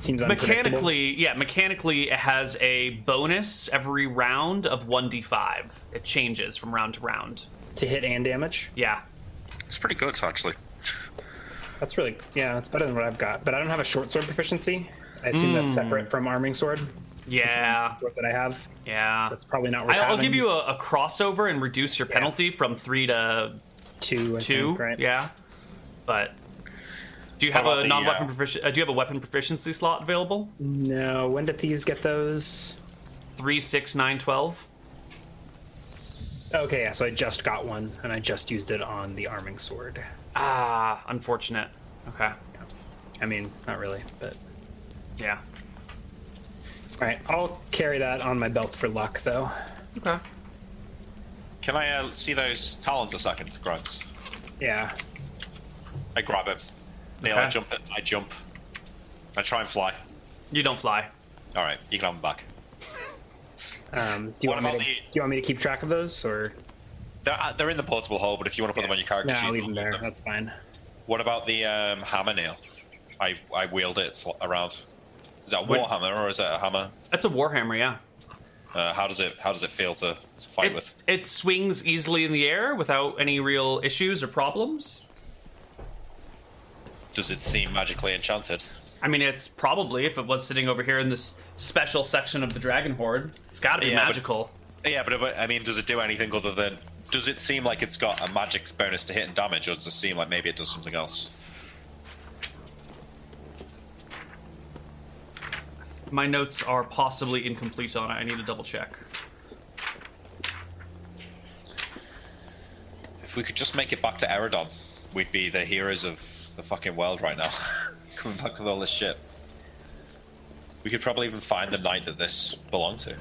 C: Seems unpredictable.
B: mechanically, yeah, mechanically it has a bonus every round of one d5. It changes from round to round.
C: to hit and damage.
B: Yeah,
D: It's pretty good, actually.
C: That's really yeah, that's better than what I've got. But I don't have a short sword proficiency. I assume
B: Hmm.
C: that's separate from arming sword
B: yeah,
C: sword that I have.
B: yeah.
C: That's probably not worth
B: I- I'll
C: having.
B: give you a, a crossover and reduce your penalty from three to
C: two. I
B: two.
C: think, right?
B: Yeah, but do you have
D: How about
B: a
D: the,
B: non-weapon
D: uh,
B: profici Uh, do you have a weapon proficiency slot available?
C: No. When do thieves get those?
B: Three, six, nine, twelve.
C: Okay, yeah. So I just got one, and I just used it on the arming sword.
B: Ah, unfortunate. Okay.
C: I mean, not really, but
B: Yeah.
C: all right. I'll carry that on my belt for luck, though.
B: Okay.
D: Can I uh, see those talons a second, Grunts?
C: Yeah.
D: I grab him. Neil, I
B: Okay.
D: jump. it. I jump. I try and fly.
B: You don't fly.
D: All right, you can have them back.
C: Um, do you
D: What
C: want me to,
D: about the-
C: Do you want me to keep track of those, or
D: They're, uh, they're in the portable hole, but if you want to put them on your character
C: no?
D: sheet,
C: I'll leave
D: we'll
C: them there.
D: keep them.
C: That's fine.
D: What about the um, hammer, Neil? I I wield it sl- around. Is that a
B: What-
D: warhammer or is that a hammer?
B: That's a warhammer. Yeah.
D: Uh, how does it How does it feel to, to fight
B: It,
D: with?
B: it swings easily in the air without any real issues or problems.
D: Does it seem magically enchanted?
B: I mean, it's probably if it was sitting over here in this special section of the dragon horde, it's got to be
D: Yeah, but-
B: magical.
D: Yeah, but if- I mean, does it do anything other than? Does it seem like it's got a magic bonus to hit and damage, or does it seem like maybe it does something else?
B: My notes are possibly incomplete on it. I need to double check.
D: If we could just make it back to Eridon, we'd be the heroes of the fucking world right now. *laughs* Coming back with all this shit. We could probably even find the knight that this belonged to.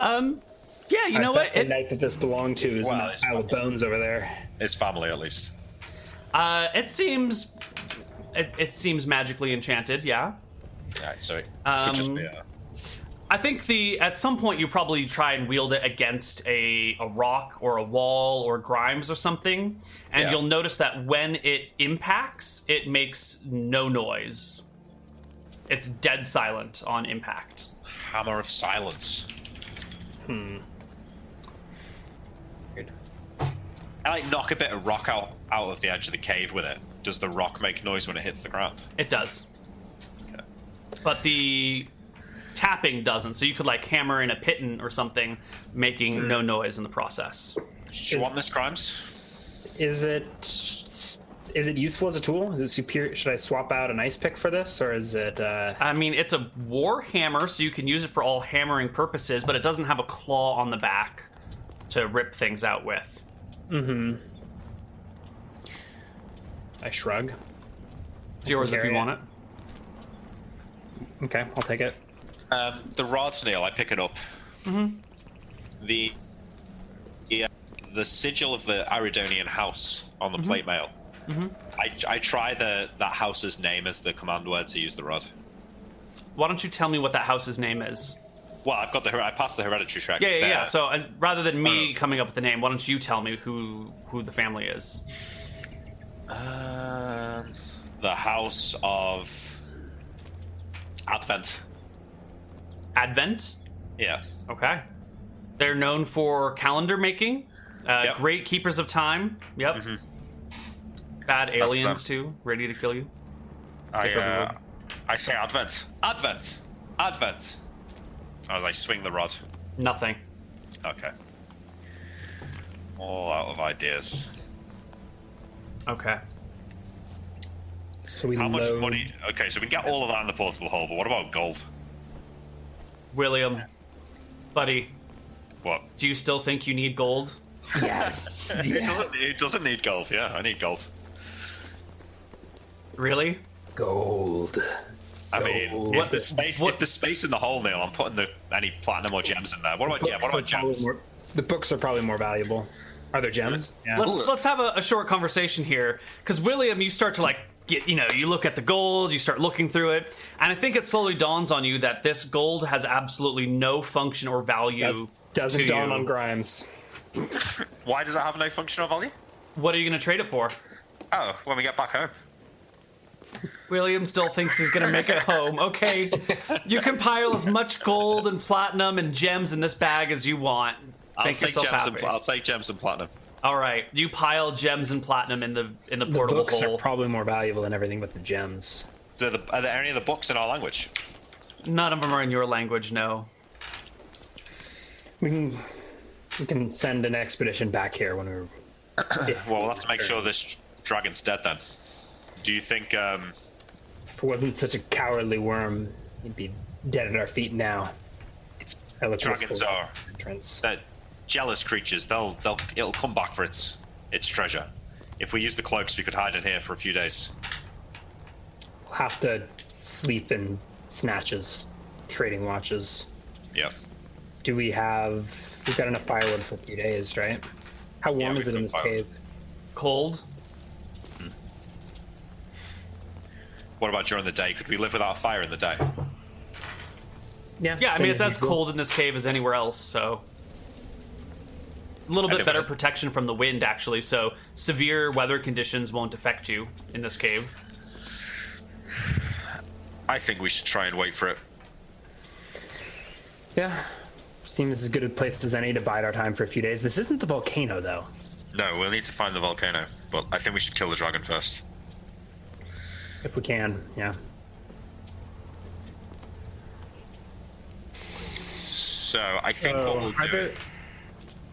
B: Um, yeah, you know
C: I bet
B: what?
C: The
B: It-
C: knight that this belonged to is in
D: Well,
C: that
D: it's
C: pile of
D: fucking-
C: bones over there.
D: His family, at least.
B: Uh, it seems, it, it seems magically enchanted. Yeah,
D: Right, so it
B: Um,
D: could just be a.
B: I think the at some point you probably try and wield it against a a rock or a wall or grimes or something, and
D: Yeah.
B: you'll notice that when it impacts, it makes no noise. It's dead silent on impact.
D: Hammer of Silence. Hmm. I like knock a bit of rock out, out of the edge of the cave with it. Does the rock make noise when it hits the ground?
B: It does,
D: Okay.
B: but the tapping doesn't. So you could like hammer in a pitten or something, making
D: Hmm.
B: no noise in the process.
D: Do you
C: Is-
D: want this, Grimes?
C: Is it is it useful as a tool? Is it superior? Should I swap out an ice pick for this, or is it? Uh,
B: I mean, it's a war hammer, so you can use it for all hammering purposes, but it doesn't have a claw on the back to rip things out with.
C: I shrug.
B: It's yours if
C: carry
B: you
C: it.
B: want it.
C: Okay, I'll take it.
D: Um, the rods, Neil, I pick it up
B: Mm-hmm.
D: The yeah, the sigil of the Aridonian house on the
B: Mm-hmm.
D: plate mail. I, I try the that house's name as the command word to use the rod.
B: Why don't you tell me what that house's name is?
D: Well, I've got the her- I passed the hereditary track.
B: Yeah, yeah, yeah.
D: there.
B: So uh, rather than me
D: Oh.
B: coming up with the name, why don't you tell me who who the family is?
D: Um, the house of Advent.
B: Advent.
D: Yeah.
B: Okay. They're known for calendar making. Uh,
D: Yep. Mm-hmm.
B: Great keepers of time. Yep. Bad aliens
D: them.
B: too, ready to kill you.
D: I,
B: over the
D: uh,
B: rod.
D: I say Advent. Advent. Advent. As I swing the rod.
B: Nothing.
D: Okay. All out of ideas.
B: Okay.
C: So we
D: How much
C: load-
D: money? Okay, so we can get all of that in the portable hole, but what about gold?
B: William, buddy,
D: What?
B: do you still think you need gold?
D: *laughs*
C: Yes.
D: It,
C: yeah.
D: doesn't, it doesn't need gold. Yeah, I need gold.
B: Really?
C: Gold.
D: I mean,
C: Gold.
D: if the space
B: what-
D: if the space in the hole, Neil, I'm putting the any platinum or gems in there. What about yeah? What
C: Books are
D: about
C: probably
D: gems?
C: more- the books are probably more valuable. Are there gems? Yeah.
B: Let's let's have a, a short conversation here, because William, you start to like get you know you look at the gold, you start looking through it, and I think it slowly dawns on you that this gold has absolutely no function or value.
C: Does- doesn't
B: to
C: dawn
B: you.
C: on Grimes.
D: Why does it have no functional value?
B: What are you going to trade it for?
D: Oh, when we get back home.
B: William still thinks he's gonna make it
C: *laughs*
B: home. Okay, you compile as much gold and platinum and gems in this bag as you want.
D: I'll
B: Make
D: take
B: yourself
D: gems and
B: happy.
D: pla- I'll take gems and platinum.
B: All right, you pile gems and platinum in the in the
C: The
B: portable
C: books
B: hole.
C: are probably more valuable than everything but the gems.
D: Are, the, are there any of the books in our language?
B: None of them are in your language. No,
C: We can we can send an expedition back here when we're
D: Well, we'll have to make sure this dragon's dead then. Do you think? um
C: if it wasn't such a cowardly worm, he'd be dead at our feet now.
D: It's
C: I look
D: Dragons
C: wistfully
D: are-
C: at the entrance.
D: that jealous creatures? They'll they'll it'll come back for its its treasure. If we use the cloaks, we could hide in here for a few days.
C: We'll have to sleep in snatches, trading watches.
D: Yeah.
C: Do we have we've got enough firewood for a few days, right? How warm
D: Yeah,
C: is it
D: we've
C: in
D: got
C: this
D: firewood.
C: cave?
B: cold.
D: What about during the day? Could we live without a fire in the day?
B: Yeah, I
C: same
B: mean it's as
C: as usual.
B: cold in this cave as anywhere else. So a little
D: I
B: bit
D: think we
B: better
D: should-
B: protection from the wind, actually. So severe weather conditions won't affect you in this cave.
D: I think we should try and wait for it.
C: Yeah. Seems as good a place as any to bide our time for a few days. This isn't the volcano though.
D: No, we'll need to find the volcano, but I think we should kill the dragon first.
C: If we can, yeah.
D: So I think
B: Oh,
D: what we'll
C: are
D: do.
C: there-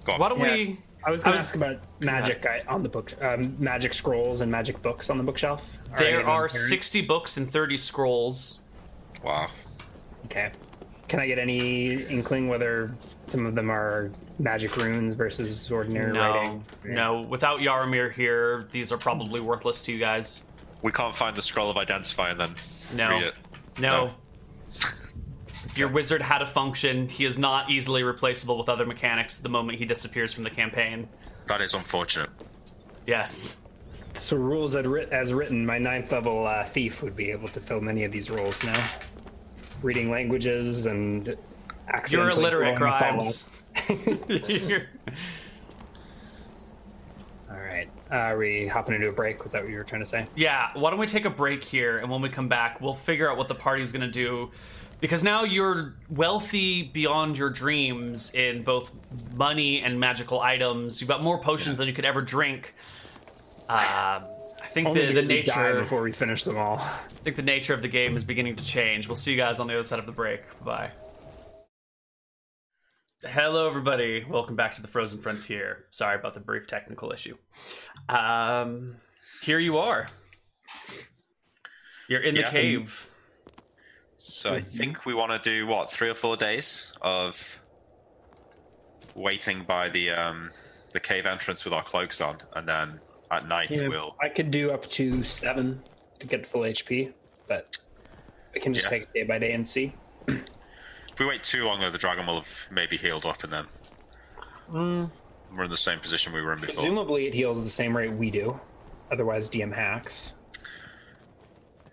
D: Go on.
B: Why don't
C: Yeah.
B: we?
C: I was going
B: I
C: to
B: was-
C: ask about magic I, on the book, um, magic scrolls and magic books on the bookshelf. any of
B: There
C: those
B: are
C: apparent?
B: 60 books and 30 scrolls.
D: Wow.
C: Okay. Can I get any inkling whether some of them are magic runes versus ordinary
B: No,
C: writing?
B: no. Without Yaramir here, these are probably worthless to you guys.
D: We can't find the scroll of identifying then.
B: No.
D: Read it.
B: No.
D: No.
B: *laughs* Your wizard had a function. He is not easily replaceable with other mechanics the moment he disappears from the campaign.
D: That is unfortunate.
B: Yes.
C: So rules as, writ- as written, my ninth level uh, thief would be able to fill many of these roles now. Reading languages and
B: You're
C: accidentally
B: illiterate,
C: throwing the follow-up.
B: Grimes. *laughs* You're-
C: All right. Uh, are we hopping into a break? Was that what you were trying to say?
B: yeah, why don't we take a break here and when we come back, we'll figure out what the party's going to do. Because now you're wealthy beyond your dreams in both money and magical items. You've got more potions than you could ever drink. Uh, I think
C: Only
B: the, the
C: because we die
B: nature
C: before we finish them all. *laughs*
B: I think the nature of the game is beginning to change. We'll see you guys on the other side of the break. Bye. Hello, everybody. Welcome back to the Frozen Frontier. Sorry about the brief technical issue. Um, here you are. You're in the
D: Yeah.
B: cave.
D: So I think we want to do what three or four days of waiting by the um the cave entrance with our cloaks on, and then at night we'll.
C: I could do up to seven to get full HP, but I can just
D: Yeah.
C: take it day by day and see.
D: If we wait too long, though, the dragon will have maybe healed up, and then we're in the same position we were in before.
C: Presumably, it heals at the same rate we do. Otherwise, DM hacks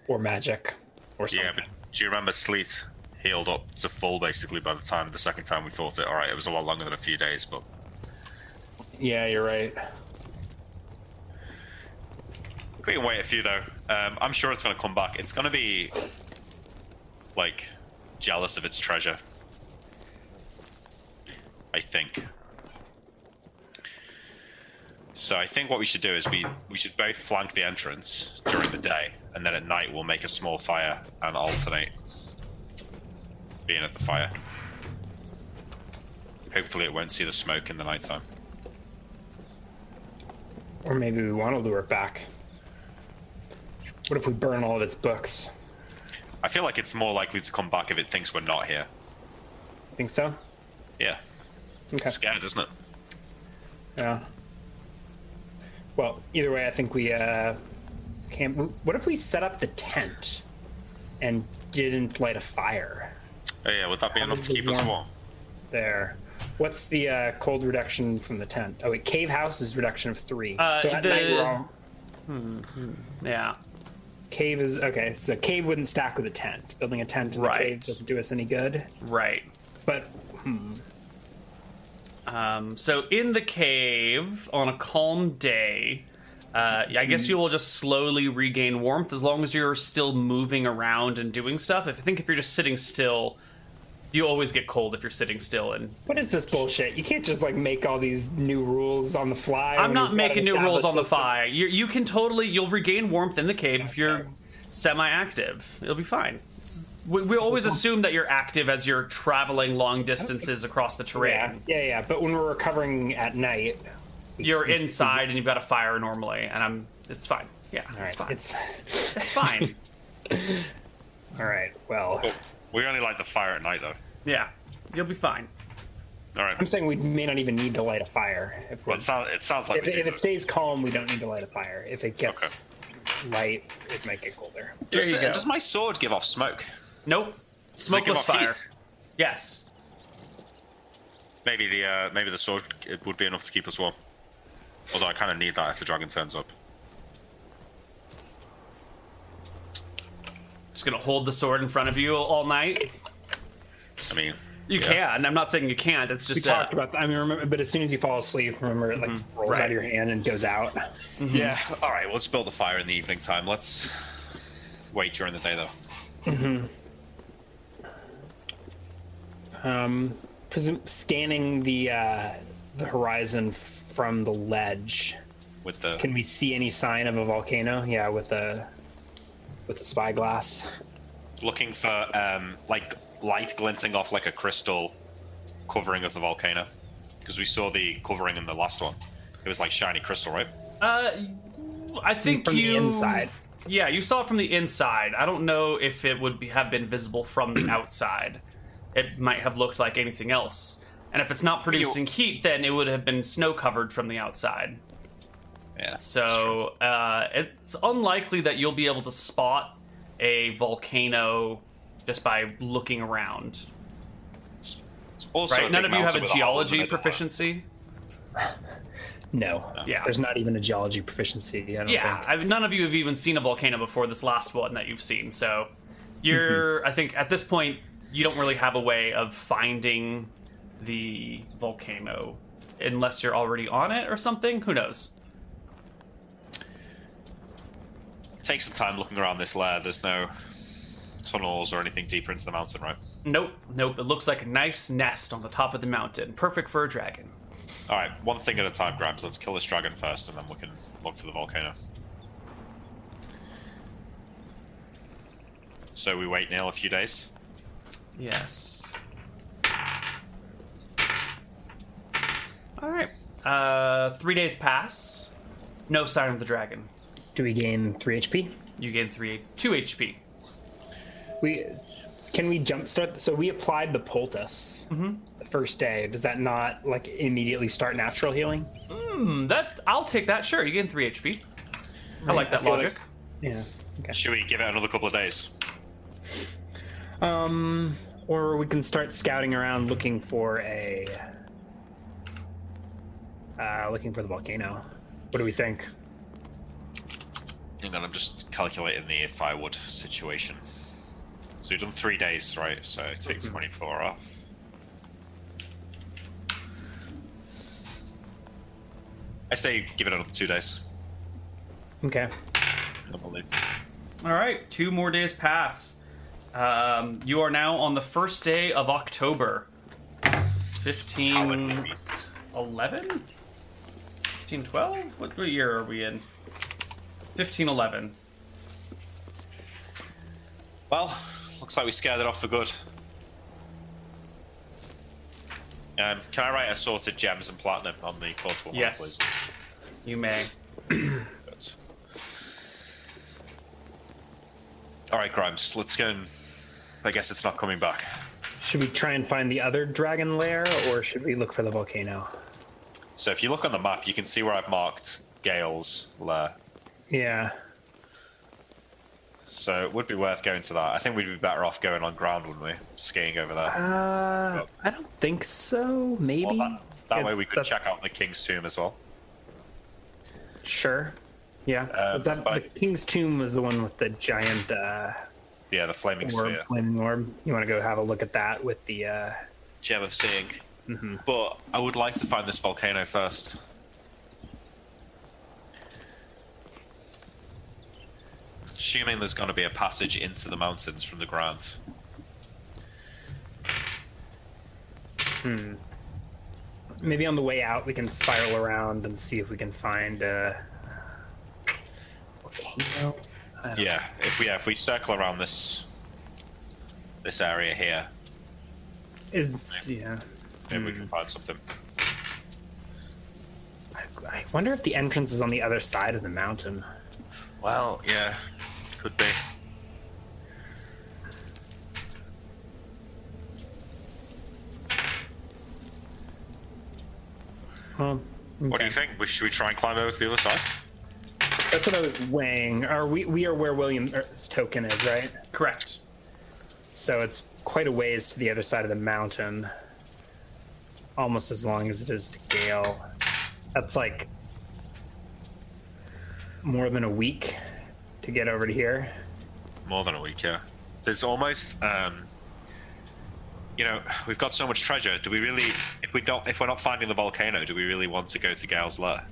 C: or magic or something.
D: Yeah, but do you remember Sleet healed up to full basically by the time the second time we fought it? All right, it was a lot longer than a few days, but
C: yeah, you're right.
D: we can wait a few though. Um, I'm sure it's going to come back. It's going to be like jealous of its treasure. I think. So I think what we should do is we we should both flank the entrance during the day, and then at night we'll make a small fire and alternate being at the fire. Hopefully, it won't see the smoke in the nighttime.
C: Or maybe we want to lure it back. What if we burn all of its books?
D: I feel like it's more likely to come back if it thinks we're not here.
C: Think so?
D: Yeah,
C: Okay.
D: it's scared, isn't it?
C: Yeah. Well, either way, I think we uh, can. What if we set up the tent and didn't light a fire
D: Oh, yeah, would that be enough
C: does
D: to
C: it
D: keep us
C: warm?
D: warm?
C: there? What's the uh, cold reduction from the tent? Oh, wait, cave house is reduction of three.
B: Uh,
C: so at
B: the-
C: night we're all
B: Yeah.
C: cave is okay. So cave wouldn't stack with a tent. Building a tent in
B: Right.
C: the cave doesn't do us any good.
B: Right.
C: But
B: Um, so in the cave on a calm day, uh, I
C: Hmm.
B: guess you will just slowly regain warmth as long as you're still moving around and doing stuff. If I think if you're just sitting still, you always get cold if you're sitting still. And
C: what is this bullshit? You can't just like make all these new rules on the fly.
B: I'm
C: when
B: not
C: we've got an
B: making new rules on the
C: established system.
B: fly. You you can totally you'll regain warmth in the cave if you're semi-active. It'll be fine. It's- We, we always assume that you're active as you're traveling long distances across the terrain.
C: Yeah, yeah, yeah. But when we're recovering at night, we-
B: You're
C: we-
B: inside and you've got a fire normally, and I'm. It's fine. Yeah,
C: All
B: it's
C: right.
B: fine. It's,
C: It's fine.
B: fine. *laughs*
C: All right. Well,
D: Oh, we only light the fire at night, though.
B: yeah, you'll be fine.
D: All right.
C: I'm saying we may not even need to light a fire. If, we
D: Well, it, sound, it sounds like
C: if,
D: we
C: it-
D: do.
C: if it
D: though.
C: stays calm, we don't need to light a fire. If it gets
D: Okay.
C: light, it might get colder.
D: does,
B: there you
D: uh,
B: go.
D: does my sword give off smoke?
B: Nope.
D: Does it give
B: Smokeless
D: off
B: fire.
D: heat?
B: Yes.
D: Maybe the uh, maybe the sword it would be enough to keep us warm. Although I kind of need that if the dragon turns up.
B: Just gonna hold the sword in front of you all night.
D: I mean,
B: You
D: yeah.
B: can. I'm not saying you can't. It's
C: We
B: just
C: talked
B: uh,
C: about. I mean, remember, but as soon as you fall asleep, remember it like rolls
B: Mm-hmm.
C: out
B: Right.
C: of your hand and goes out. Mm-hmm.
D: Yeah. All right. Well, let's build the fire in the evening time. Let's wait during the day, though.
C: Um, presum- scanning the uh, the horizon from the ledge.
D: With the
C: Can we see any sign of a volcano? Yeah, with a with a spyglass.
D: looking for um, like light glinting off like a crystal covering of the volcano, because we saw the covering in the last one. It was like shiny crystal, right?
B: uh, I think
C: From
B: you
C: the inside.
B: Yeah, you saw it from the inside. I don't know if it would be, have been visible from
D: *clears throat*
B: the outside. It might have looked like anything else. And if it's not producing heat, then it would have been snow covered from the outside.
D: Yeah.
B: So uh, it's unlikely that you'll be able to spot a volcano just by looking around.
D: Also,
B: Right?
D: a
B: None
D: big
B: of you have
D: mountain
B: a
D: with hole in the
B: geology
D: middle.
B: proficiency.
C: No.
B: Yeah.
C: There's not even a geology proficiency. I don't
B: Yeah,
C: think.
B: I mean, none of you have even seen a volcano before this last one that you've seen. So you're, I think, at this point, you don't really have a way of finding the volcano unless you're already on it or something. Who knows?
D: Take some time looking around this lair. There's no tunnels or anything deeper into the mountain, right?
B: Nope, nope. It looks like a nice nest on the top of the mountain, perfect for a dragon.
D: All right, one thing at a time, Grimes. Let's kill this dragon first, and then we can look for the volcano. So we wait now a few days.
B: Yes. All right. Uh, three days pass. No sign of the dragon.
C: Do we gain three HP?
B: You gain three, two HP.
C: We can we jumpstart? So we applied the poultice
B: Mm-hmm.
C: the first day. Does that not like immediately start natural healing?
B: Mm, That I'll take that. Sure, you gain three HP. I like that
C: feel
B: logic.
C: like- Yeah. Okay.
D: Should we give it another couple of days?
C: Um, Or we can start scouting around looking for a. Uh, looking for the volcano. What do we think?
D: And then I'm just calculating the if I would situation. So we've done three days, right? So take 24 off. I say give it another two days.
C: Okay.
D: and we'll leave.
B: All right, two more days pass. Um, you are now on the first day of October.
D: How many
B: 1511?
D: reasons?
B: 1512? What, what year are we in? 1511.
D: Well, looks like we scared it off for good. Um, can I write assorted gems and platinum on the portable one,
B: Yes. You may.
D: please? All right, Grimes. Let's go. And... I guess it's not coming back.
C: Should we try and find the other dragon lair, or should we look for the volcano?
D: So if you look on the map, you can see where I've marked Gale's lair.
C: Yeah.
D: So it would be worth going to that. I think we'd be better off going on ground, wouldn't we? Skiing over there.
C: Uh, I don't think so. Maybe.
D: Well, that that way
C: It's-
D: we could
C: that's-
D: check out the King's Tomb as well.
C: Sure. Yeah.
D: Uh,
C: was that the
D: but-
C: king's tomb? Was the one with the giant uh,
D: Yeah, the Flaming
C: orb,
D: Sphere.
C: flaming orb? You want to go have a look at that with the? Uh...
D: Gem of Seeing. But I would like to find this volcano first. Assuming there's going to be a passage into the mountains from the ground.
C: Maybe on the way out we can spiral around and see if we can find. Uh... volcano.
D: Yeah, if we yeah, if we circle around this this area here,
C: Is yeah.
D: maybe we can find something.
C: I, I wonder if the entrance is on the other side of the mountain.
D: Well, yeah, could be.
C: Well,
D: What do you think? We- Should we try and climb over to the other side?
C: that's what I was weighing. Are we? We are where William's token is, right?
B: Correct.
C: So it's quite a ways to the other side of the mountain. Almost as long as it is to Gale. That's like more than a week to get over to here.
D: More than a week, yeah. There's almost, um, you know, we've got so much treasure. Do we really, if we don't, if we're not finding the volcano, do we really want to go to Gale's lair?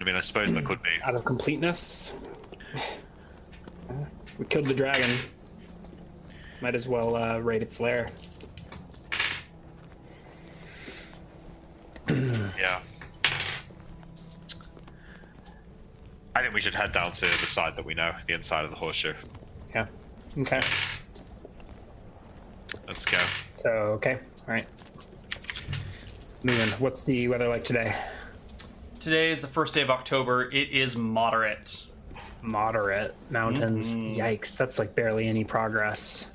D: I mean, I suppose there could be.
C: Out of completeness. We killed the dragon. Might as well uh, raid its lair.
D: Yeah. I think we should head down to the side that we know, the inside of the horseshoe.
C: Yeah. Okay.
D: Let's go.
C: So, okay. All right. Moving. What's the weather like today?
B: Today is the first day of October. It is moderate.
C: Moderate mountains.
B: Mm-hmm.
C: Yikes. That's like barely any progress.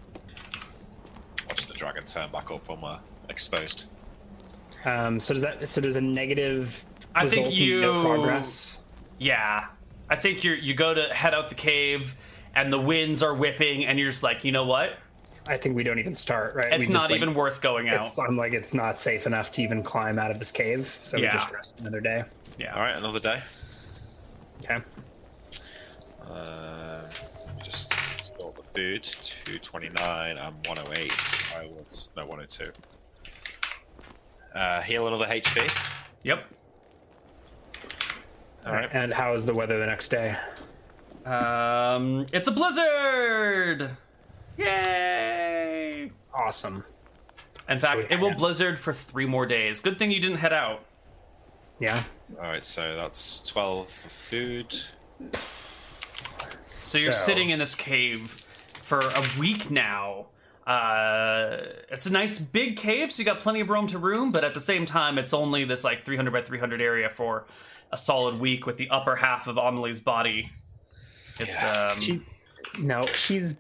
D: Watch the dragon turn back up when we're exposed.
C: Um, so does that? So does a negative
B: I
C: result
B: think
C: in no
B: you-
C: progress?
B: Yeah. I think you're you go to head out the cave and the winds are whipping and you're just like, you know what?
C: I think we don't even start, right?
B: It's
C: we
B: not
C: just, like,
B: even worth going out.
C: It's, I'm like, it's not safe enough to even climb out of this cave, so
B: Yeah.
C: we just rest another day.
D: All right, another day.
C: Okay.
D: Um, let me just store the food. 229 and 108. I would. No, 102. Uh, heal another HP.
B: Yep.
D: All right.
C: And how is the weather the next day?
B: Um, it's a blizzard! Yay!
C: Awesome.
B: In fact,
C: we-
B: it will
C: yeah.
B: blizzard for three more days. Good thing you didn't head out.
C: Yeah.
D: All right, so that's 12 for food.
B: So you're sitting in this cave for a week now. Uh, it's a nice big cave, so you got plenty of room to room, but at the same time, it's only this like 300 by 300 area for a solid week with the upper half of Amelie's body. It's um,
C: She, no, she's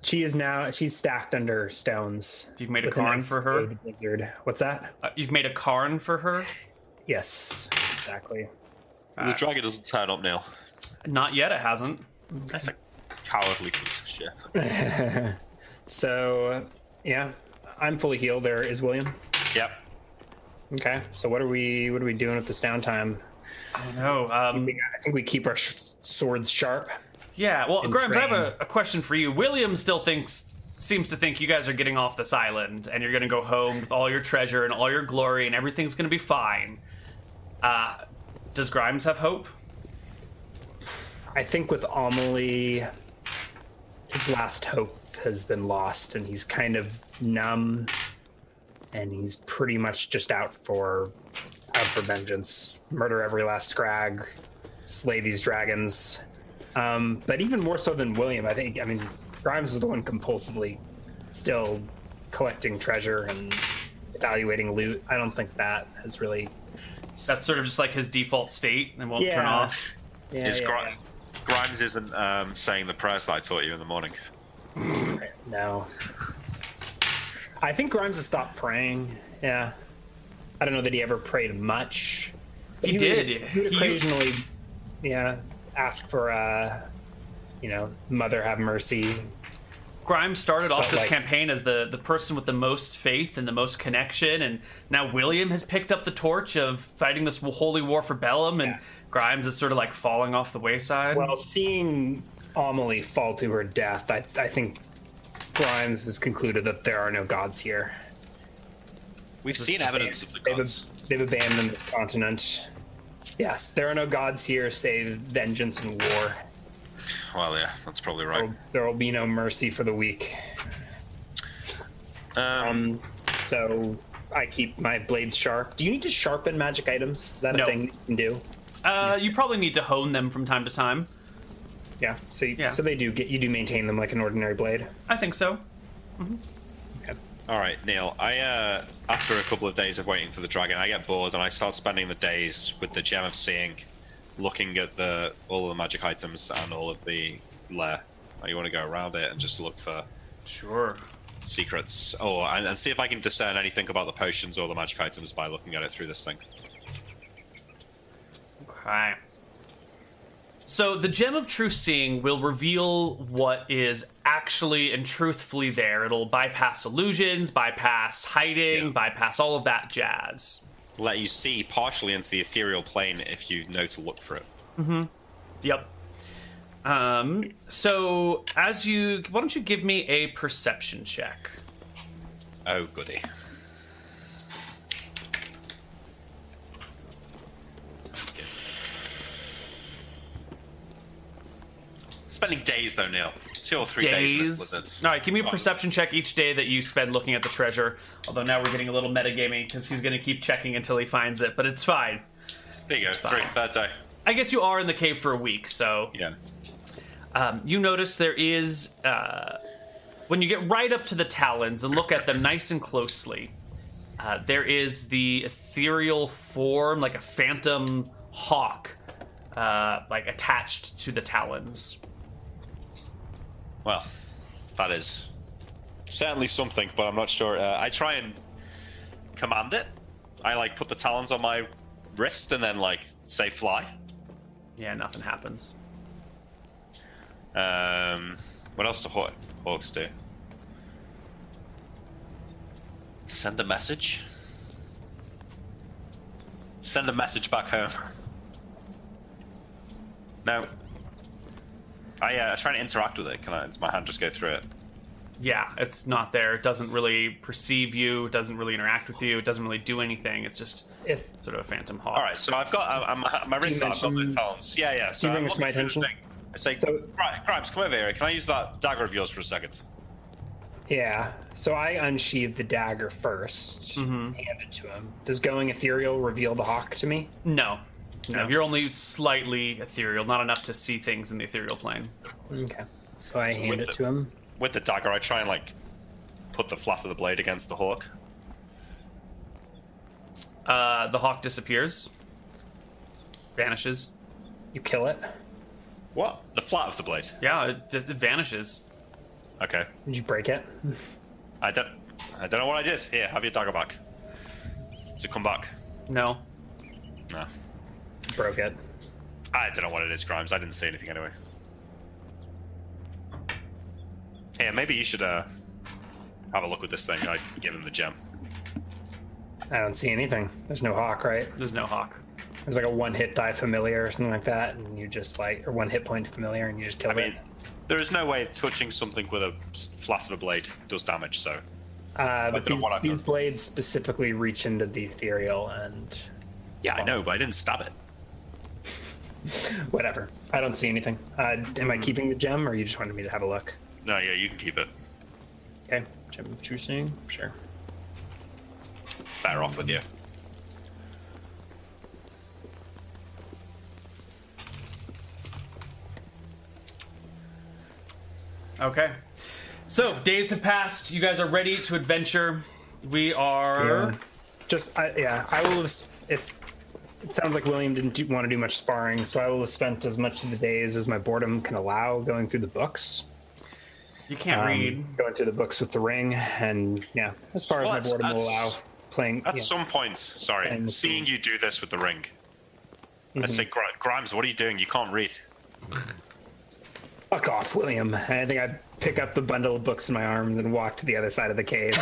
C: she is now she's stacked under stones.
B: You've made a
C: with an
B: cairn for her?
C: isolated Blizzard. What's that?
B: uh, you've made a cairn for her.
C: Yes, exactly.
D: uh, the dragon doesn't turn up now.
B: Not yet, it hasn't.
D: That's a cowardly piece of shit.
C: *laughs* So, yeah, I'm fully healed. There is William.
D: Yep.
C: Okay, so what are we? What are we doing with this downtime?
B: I don't know. Um,
C: We- I think we keep our sh- swords sharp.
B: yeah. Well, Grimes, I have
C: train.
B: a, a question for you. William still thinks seems to think you guys are getting off this island and you're going to go home with all your treasure and all your glory and everything's going to be fine. Uh, does Grimes have hope?
C: I think with Amelie, his last hope has been lost, and he's kind of numb, and he's pretty much just out for out for vengeance, murder every last scrag, slay these dragons. Um, but even more so than William, I think. I mean, Grimes is the one compulsively still collecting treasure and evaluating loot. I don't think that has really.
B: That's sort of just like his default state and won't turn
C: Yeah.
B: off.
C: Yeah,
D: Is
C: yeah,
D: Gri-
C: yeah.
D: Grimes isn't um, saying the prayers that I taught you in the morning.
C: No. I think Grimes has stopped praying. Yeah. I don't know that he ever prayed much. But
B: He
C: would-
B: did.
C: he would
B: He-
C: occasionally, yeah, ask for, uh, you know, Mother have mercy.
B: Grimes started off
C: But,
B: this
C: like-
B: campaign as the, the person with the most faith and the most connection, and now William has picked up the torch of fighting this holy war for Bellum, and
C: Yeah.
B: Grimes is sort of like falling off the wayside.
C: Well, seeing Amelie fall to her death, I, I think Grimes has concluded that there are no gods here.
D: We've seen evidence of the
C: They've,
D: gods.
C: they've abandoned this continent. Yes, there are no gods here save vengeance and war.
D: Well, yeah, that's probably right.
C: There will be no mercy for the weak.
D: Um,
C: So I keep my blades sharp. Do you need to sharpen magic items? Is that
B: No.
C: a thing you can do?
B: uh, you probably need to hone them from time to time.
C: Yeah. So you,
B: Yeah.
C: so they do get you do maintain them like an ordinary blade.
B: I think so.
D: all right, Neil. I uh, after a couple of days of waiting for the dragon, I get bored and I start spending the days with the gem of seeing, looking at the all of the magic items and all of the lair. Like, you want to go around it and just look for
B: Sure.
D: secrets, or and, and see if I can discern anything about the potions or the magic items by looking at it through this thing.
B: Okay. So the gem of true seeing will reveal what is actually and truthfully there. It'll bypass illusions, bypass hiding,
D: Yeah.
B: bypass all of that jazz.
D: Let you see partially into the ethereal plane if you know to look for it.
B: Yep. Um, so as you, why don't you give me a perception check?
D: Oh goody. Spending days though, Neil. Two or three days. in this
B: Days.
D: blizzard.
B: All right, give me a perception check each day that you spend looking at the treasure. Although now we're getting a little metagaming because he's going to keep checking until he finds it, but it's fine.
D: There you go.
B: It's fine.
D: Three, third day.
B: I guess you are in the cave for a week, so
D: Yeah.
B: um, you notice there is uh, when you get right up to the talons and look at them nice and closely uh, there is the ethereal form like a phantom hawk uh, like attached to the talons
D: Well, that is certainly something, but I'm not sure. Uh, I try and command it. I like put the talons on my wrist and then like say fly.
B: yeah nothing happens
D: Um, what else do haw- hawks do? Send a message. Send a message back home. *laughs* No. I uh, try to interact with it. Can I? Does my hand just go through it?
B: yeah it's not there it doesn't really perceive you it doesn't really interact with you it doesn't really do anything it's just
C: If
B: sort of a phantom hawk
D: All right. So I've got uh, my, my wrist.
C: you
D: I've got the
C: mention-
D: talons. Yeah, yeah. So
C: you
D: I'm
C: bring this to my
D: looking through the
C: attention?
D: thing. I say,
C: So-
D: right, Grimes, come over here. Can I use that dagger of yours for a second?
C: yeah, so I unsheathe the dagger 1st
B: Mm-hmm.
C: hand it to him. Does going ethereal reveal the hawk to me?
B: no no
C: No.
B: you're only slightly ethereal not enough to see things in the ethereal plane
C: Okay, so I hand
D: with
C: it
D: the-
C: to him.
D: With the dagger, I try and like put the flat of the blade against the hawk.
B: Uh, the hawk disappears, vanishes.
C: You kill it.
D: What? The flat of the blade.
B: Yeah, it, it vanishes.
D: Okay.
C: Did you break it?
D: I don't. I don't know what I did. Here, have your dagger back. To come back.
B: No.
D: No.
C: Broke it.
D: I don't know what it is, Grimes. I didn't see anything anyway. Hey, maybe you should uh, have a look with this thing. I gave him the gem.
C: I don't see anything. There's no hawk, right?
B: There's no hawk.
C: There's like a one hit die familiar or something like that, and you just like, or one hit point familiar, and you just kill
D: I mean,
C: it.
D: there is no way touching something with a s- flat of a blade does damage. So
C: Uh, but
D: don't know
C: these,
D: what I've
C: these
D: done.
C: blades specifically reach into the ethereal and
D: yeah, I know, but I didn't stab it.
C: whatever. I don't see anything. Uh, am
D: Hmm.
C: I keeping the gem, or you just wanted me to have a look?
D: No, yeah, you can keep it.
C: Okay, gem of true seeing. Sure.
D: It's better off with you.
B: Okay. So days have passed. You guys are ready to adventure. We are.
C: Yeah. Just I, yeah, I will have. s- If it sounds like William didn't do, want to do much sparring, so I will have spent as much of the days as my boredom can allow going through the books,
B: You can't
C: um,
B: read.
C: going through the books with the ring, and yeah, as far as
D: Hmm. Well,
C: my
D: that's-
C: boredom will allow,
D: that's-
C: playing.
D: At
C: yeah.
D: some point, sorry,
C: And-
D: seeing you do this with the ring, I
C: Mhm.
D: said, "Gri- Grimes, what are you doing? You
C: *laughs*
D: can't read.
C: Fuck off, William. And I think I pick up the bundle of books in my arms and walk to the other side of the
D: *laughs*
C: cave,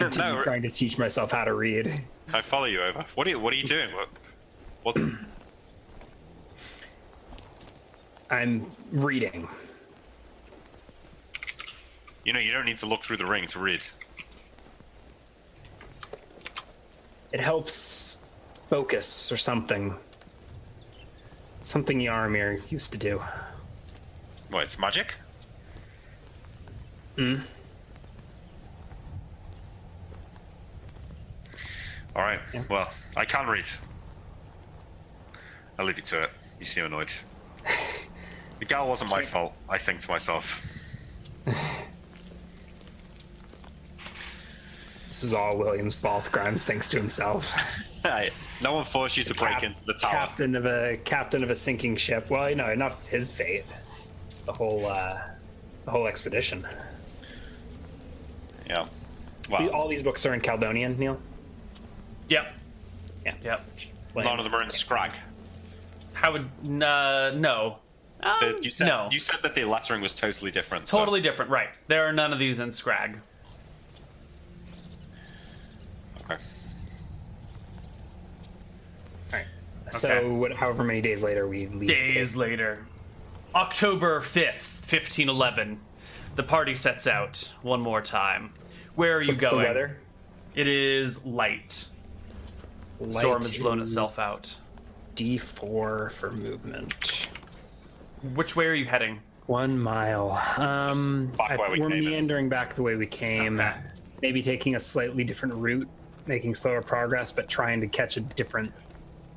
D: no,
C: trying to teach myself how to read.
D: I follow you over. What are you? What are you doing? What? *clears throat* What's,
C: I'm reading.
D: you know, you don't need to look through the ring to read.
C: It helps focus or something. Something Yaramir used to do.
D: Well, it's magic. Hmm. All right. Well, I can read. I'll leave you to it. You
C: *laughs*
D: seem annoyed. The gal wasn't my fault. I think to myself.
C: This is all William's fault. Grimes thinks to himself.
D: Hey, no one forced you *laughs* to break into the tower.
C: Captain of a captain of a sinking ship. Well, you know, not his fate. The whole uh, the whole expedition.
D: Yeah. Well,
C: The- all these books are in Caledonian, Neil.
B: Yep.
C: Yeah.
B: Yep.
D: none of them are in Scrag.
B: How would uh, no? Um,
D: The- you said,
B: no.
D: You said that the lettering was totally different. so-
B: totally different. Right. There are none of these in Scrag.
D: Okay.
C: Alright. So,
B: Okay.
C: what, however many days later we leave. the
B: Days
C: cave.
B: later, October 5th, 1511, the party sets out one more time. Where are you
C: What's the
B: going?
C: weather?
B: It is light.
C: Light
B: Storm has blown itself
C: is
B: out.
C: D4 for movement.
B: Which way are you heading?
C: One mile. Um,
D: Back
C: I-
D: where we
C: we're
D: came in.
C: meandering back the way we came. Maybe taking a slightly different route, making slower progress, but trying to catch a different,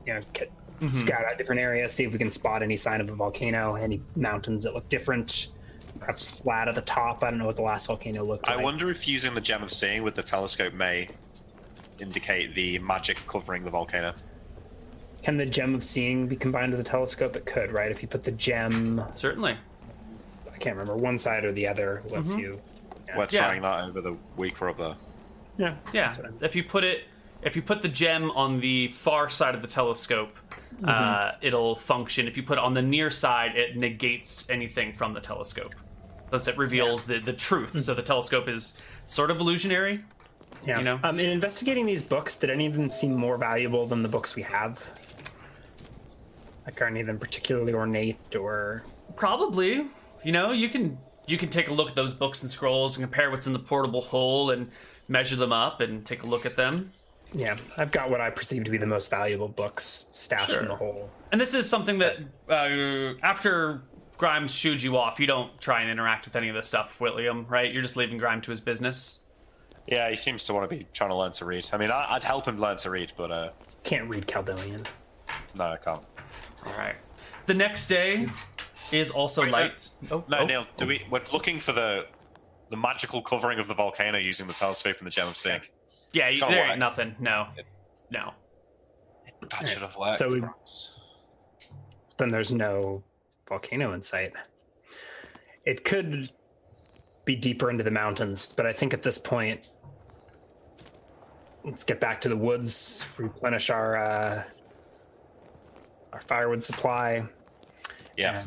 C: you know, ca-
B: Mm-hmm.
C: scout out different areas, see if we can spot any sign of a volcano, any mountains that look different, perhaps flat at the top. I don't know what the last volcano looked
D: I
C: like.
D: wonder if using the gem of seeing with the telescope may indicate the magic covering the volcano.
C: Can the gem of seeing be combined with the telescope? It could, right? If you put the gem,
B: Certainly.
C: I can't remember, one side or the other lets
B: Mm-hmm.
C: you.
D: We're
B: Yeah.
D: trying that over the week we're up there.
C: Yeah.
B: Yeah.
C: That's what I'm-
B: If you put it, if you put the gem on the far side of the telescope,
C: Mm-hmm.
B: uh, it'll function. If you put it on the near side, it negates anything from the telescope. Thus, it reveals the, the
C: Mm-hmm.
B: truth. So the telescope is sort of illusionary.
C: Yeah.
B: you know?
C: um, in investigating these books, did any of them seem more valuable than the books we have? Like, are any of them particularly ornate or?
B: Probably. You know, you can you can take a look at those books and scrolls and compare what's in the portable hole and measure them up and take a look at them.
C: Yeah, I've got what I perceive to be the most valuable books stashed
B: Sure.
C: in the hole.
B: And this is something that uh, after Grimes shooed you off, you don't try and interact with any of this stuff, William. Right? You're just leaving Grime to his business.
D: Yeah, he seems to want to be trying to learn to read. I mean, I, I'd help him learn to read, but uh,
C: Can't read Caledonian.
D: no, I can't.
B: All right. The next day is also light. Oh,
D: No,
B: oh.
D: Neil, do we? We're looking for the the magical covering of the volcano using the telescope and the gem of seeing.
B: Yeah, you,
D: gonna
B: there
D: work.
B: ain't nothing. No,
D: It's-
B: no.
D: That should have worked.
C: So we-
D: perhaps.
C: Then there's no volcano in sight. It could be deeper into the mountains, but I think at this point, let's get back to the woods, replenish our uh, our firewood supply.
D: yeah.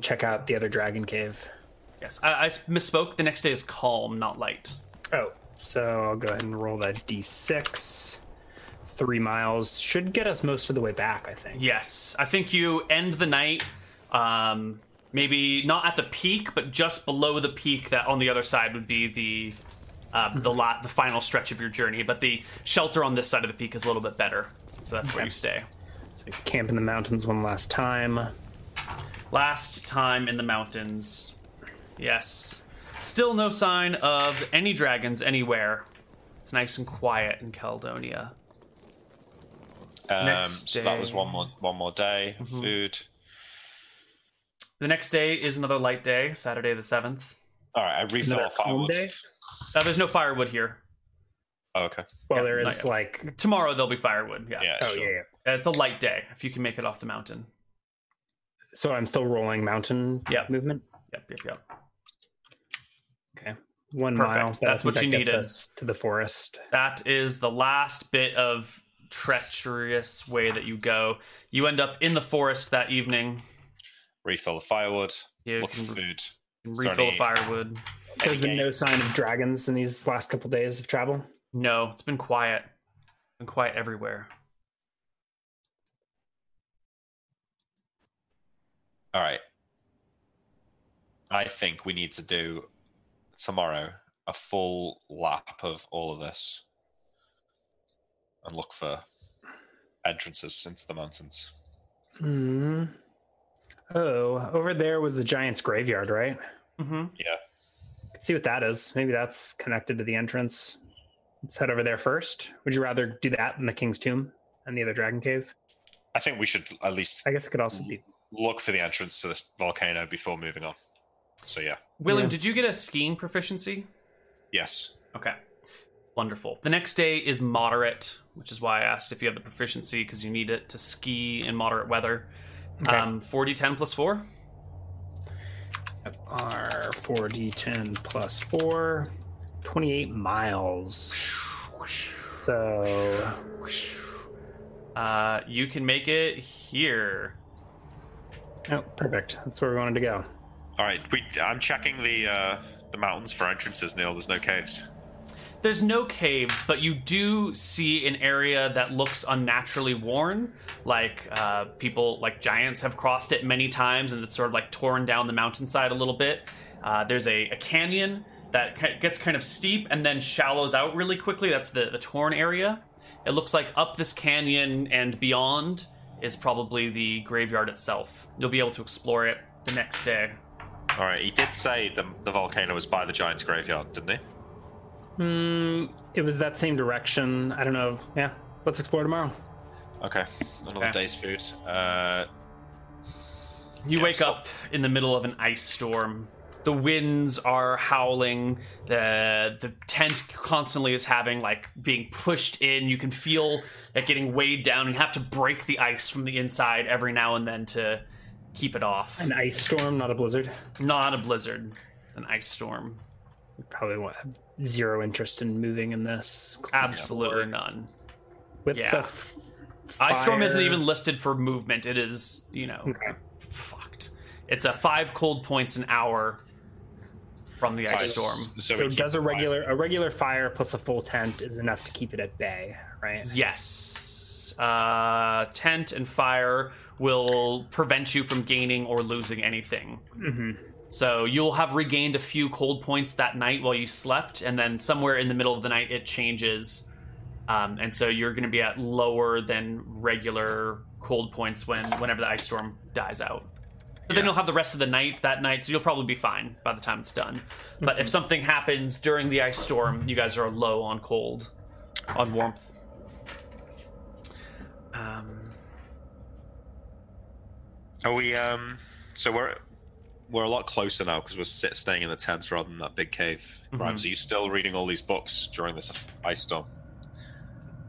C: check out the other dragon cave.
B: Yes, I, I misspoke. The next day is calm, not light.
C: Oh, so I'll go ahead and roll that d6. Three miles should get us most of the way back, I think.
B: Yes, I think you end the night, um, maybe not at the peak, but just below the peak. That on the other side would be the uh, the lot, the final stretch of your journey. But the shelter on this side of the peak is a little bit better, so that's where you stay.
C: So camp in the mountains one last time.
B: Last time in the mountains. Yes. Still no sign of any dragons anywhere. It's nice and quiet in Caledonia.
D: Um,
B: Next
D: so that was
B: day.
D: one more one more day of
C: Mm-hmm.
D: food.
B: The next day is another light day, Saturday the 7th.
D: All right, I refill
C: Another
D: our
C: calm
D: firewood.
C: day.
B: Uh, there's no firewood here.
D: Oh, okay.
C: Well,
B: Yeah,
C: there
B: not
C: is
B: yet.
C: like.
B: Tomorrow there'll be firewood, yeah.
D: Yeah.
C: Oh,
D: sure.
C: yeah, yeah.
B: Uh, It's a light day if you can make it off the mountain.
C: So I'm still rolling mountain
B: Yeah.
C: movement.
B: Yep, yep, yep.
C: Okay. One
B: Perfect.
C: mile. so I
B: That's
C: think
B: what you
C: that gets
B: needed.
C: us to the forest.
B: That is the last bit of treacherous way that you go. You end up in the forest that evening.
D: Refill the firewood.
B: You
D: Look for
B: can,
C: Mm-hmm.
B: re-
D: food.
B: can
D: Sorry.
B: refill the firewood.
C: There's been no sign of dragons in these last couple days of travel.
B: No, it's been quiet. Been quiet everywhere.
D: All right. I think we need to do tomorrow a full lap of all of this and look for entrances into the mountains.
C: Hmm. Oh, over there was the giant's graveyard, right?
B: Mm-hmm.
D: Yeah.
C: Let's see what that is. Maybe that's connected to the entrance. Let's head over there first. Would you rather do that than the king's tomb and the other dragon cave?
D: I think we should at least
C: I guess it could also be.
D: look for the entrance to this volcano before moving on. So, yeah.
B: William,
C: Yeah.
B: did you get a skiing proficiency?
D: Yes.
B: Okay. Wonderful. The next day is moderate, which is why I asked if you have the proficiency because you need it to ski in moderate weather.
C: Okay.
B: Um, 40, 10 plus 4.
C: R four D ten plus four. 28 miles. So
B: Uh, you can make it here.
C: oh perfect. That's where we wanted to go.
D: All right. We, I'm checking the uh, the mountains for entrances, Neil. There's no caves.
B: There's no caves, but you do see an area that looks unnaturally worn. Like uh, people, like giants, have crossed it many times, and it's sort of like torn down the mountainside a little bit. Uh, there's a, a canyon that ki- gets kind of steep and then shallows out really quickly. That's the, the torn area. It looks like up this canyon and beyond is probably the graveyard itself. You'll be able to explore it the next day.
D: All right. He did say the, the volcano was by the giant's graveyard, didn't he?
C: Hmm. it was that same direction. I don't know. Yeah. Let's explore tomorrow.
D: Okay. Another
B: Okay.
D: day's food. Uh,
B: You
D: Yeah,
B: wake
D: so-
B: up in the middle of an ice storm. The winds are howling. The the tent constantly is having like being pushed in. You can feel it getting weighed down. You have to break the ice from the inside every now and then to keep it off.
C: An ice storm, not a blizzard.
B: Not a blizzard, an ice storm.
C: We probably won't have zero interest in moving in this.
B: Absolutely none.
C: With
B: Yeah.
C: the f-
B: Ice storm isn't
C: Fire.
B: even listed for movement. It is you know
C: okay.
B: fucked. It's a five cold points an hour from the
D: Fire.
B: ice storm.
D: So,
C: So,
D: we keep
C: does a
D: fire.
C: regular a regular fire plus a full tent is enough to keep it at bay, right?
B: Yes. Uh, tent and fire will prevent you from gaining or losing anything.
C: Mm-hmm.
B: So you'll have regained a few cold points that night while you slept, and then somewhere in the middle of the night it changes. Um, and so you're going to be at lower than regular cold points when whenever the ice storm dies out. But then
D: Yeah.
B: you'll have the rest of the night that night, so you'll probably be fine by the time it's done. But
C: Mm-hmm.
B: if something happens during the ice storm, you guys are low on cold, on warmth. Um,
D: Are we? Um. So we're we're a lot closer now because we're sit, staying in the tents rather than that big cave.
C: Mm-hmm.
B: Mhm.
D: Grimes, are you still reading all these books during this ice storm?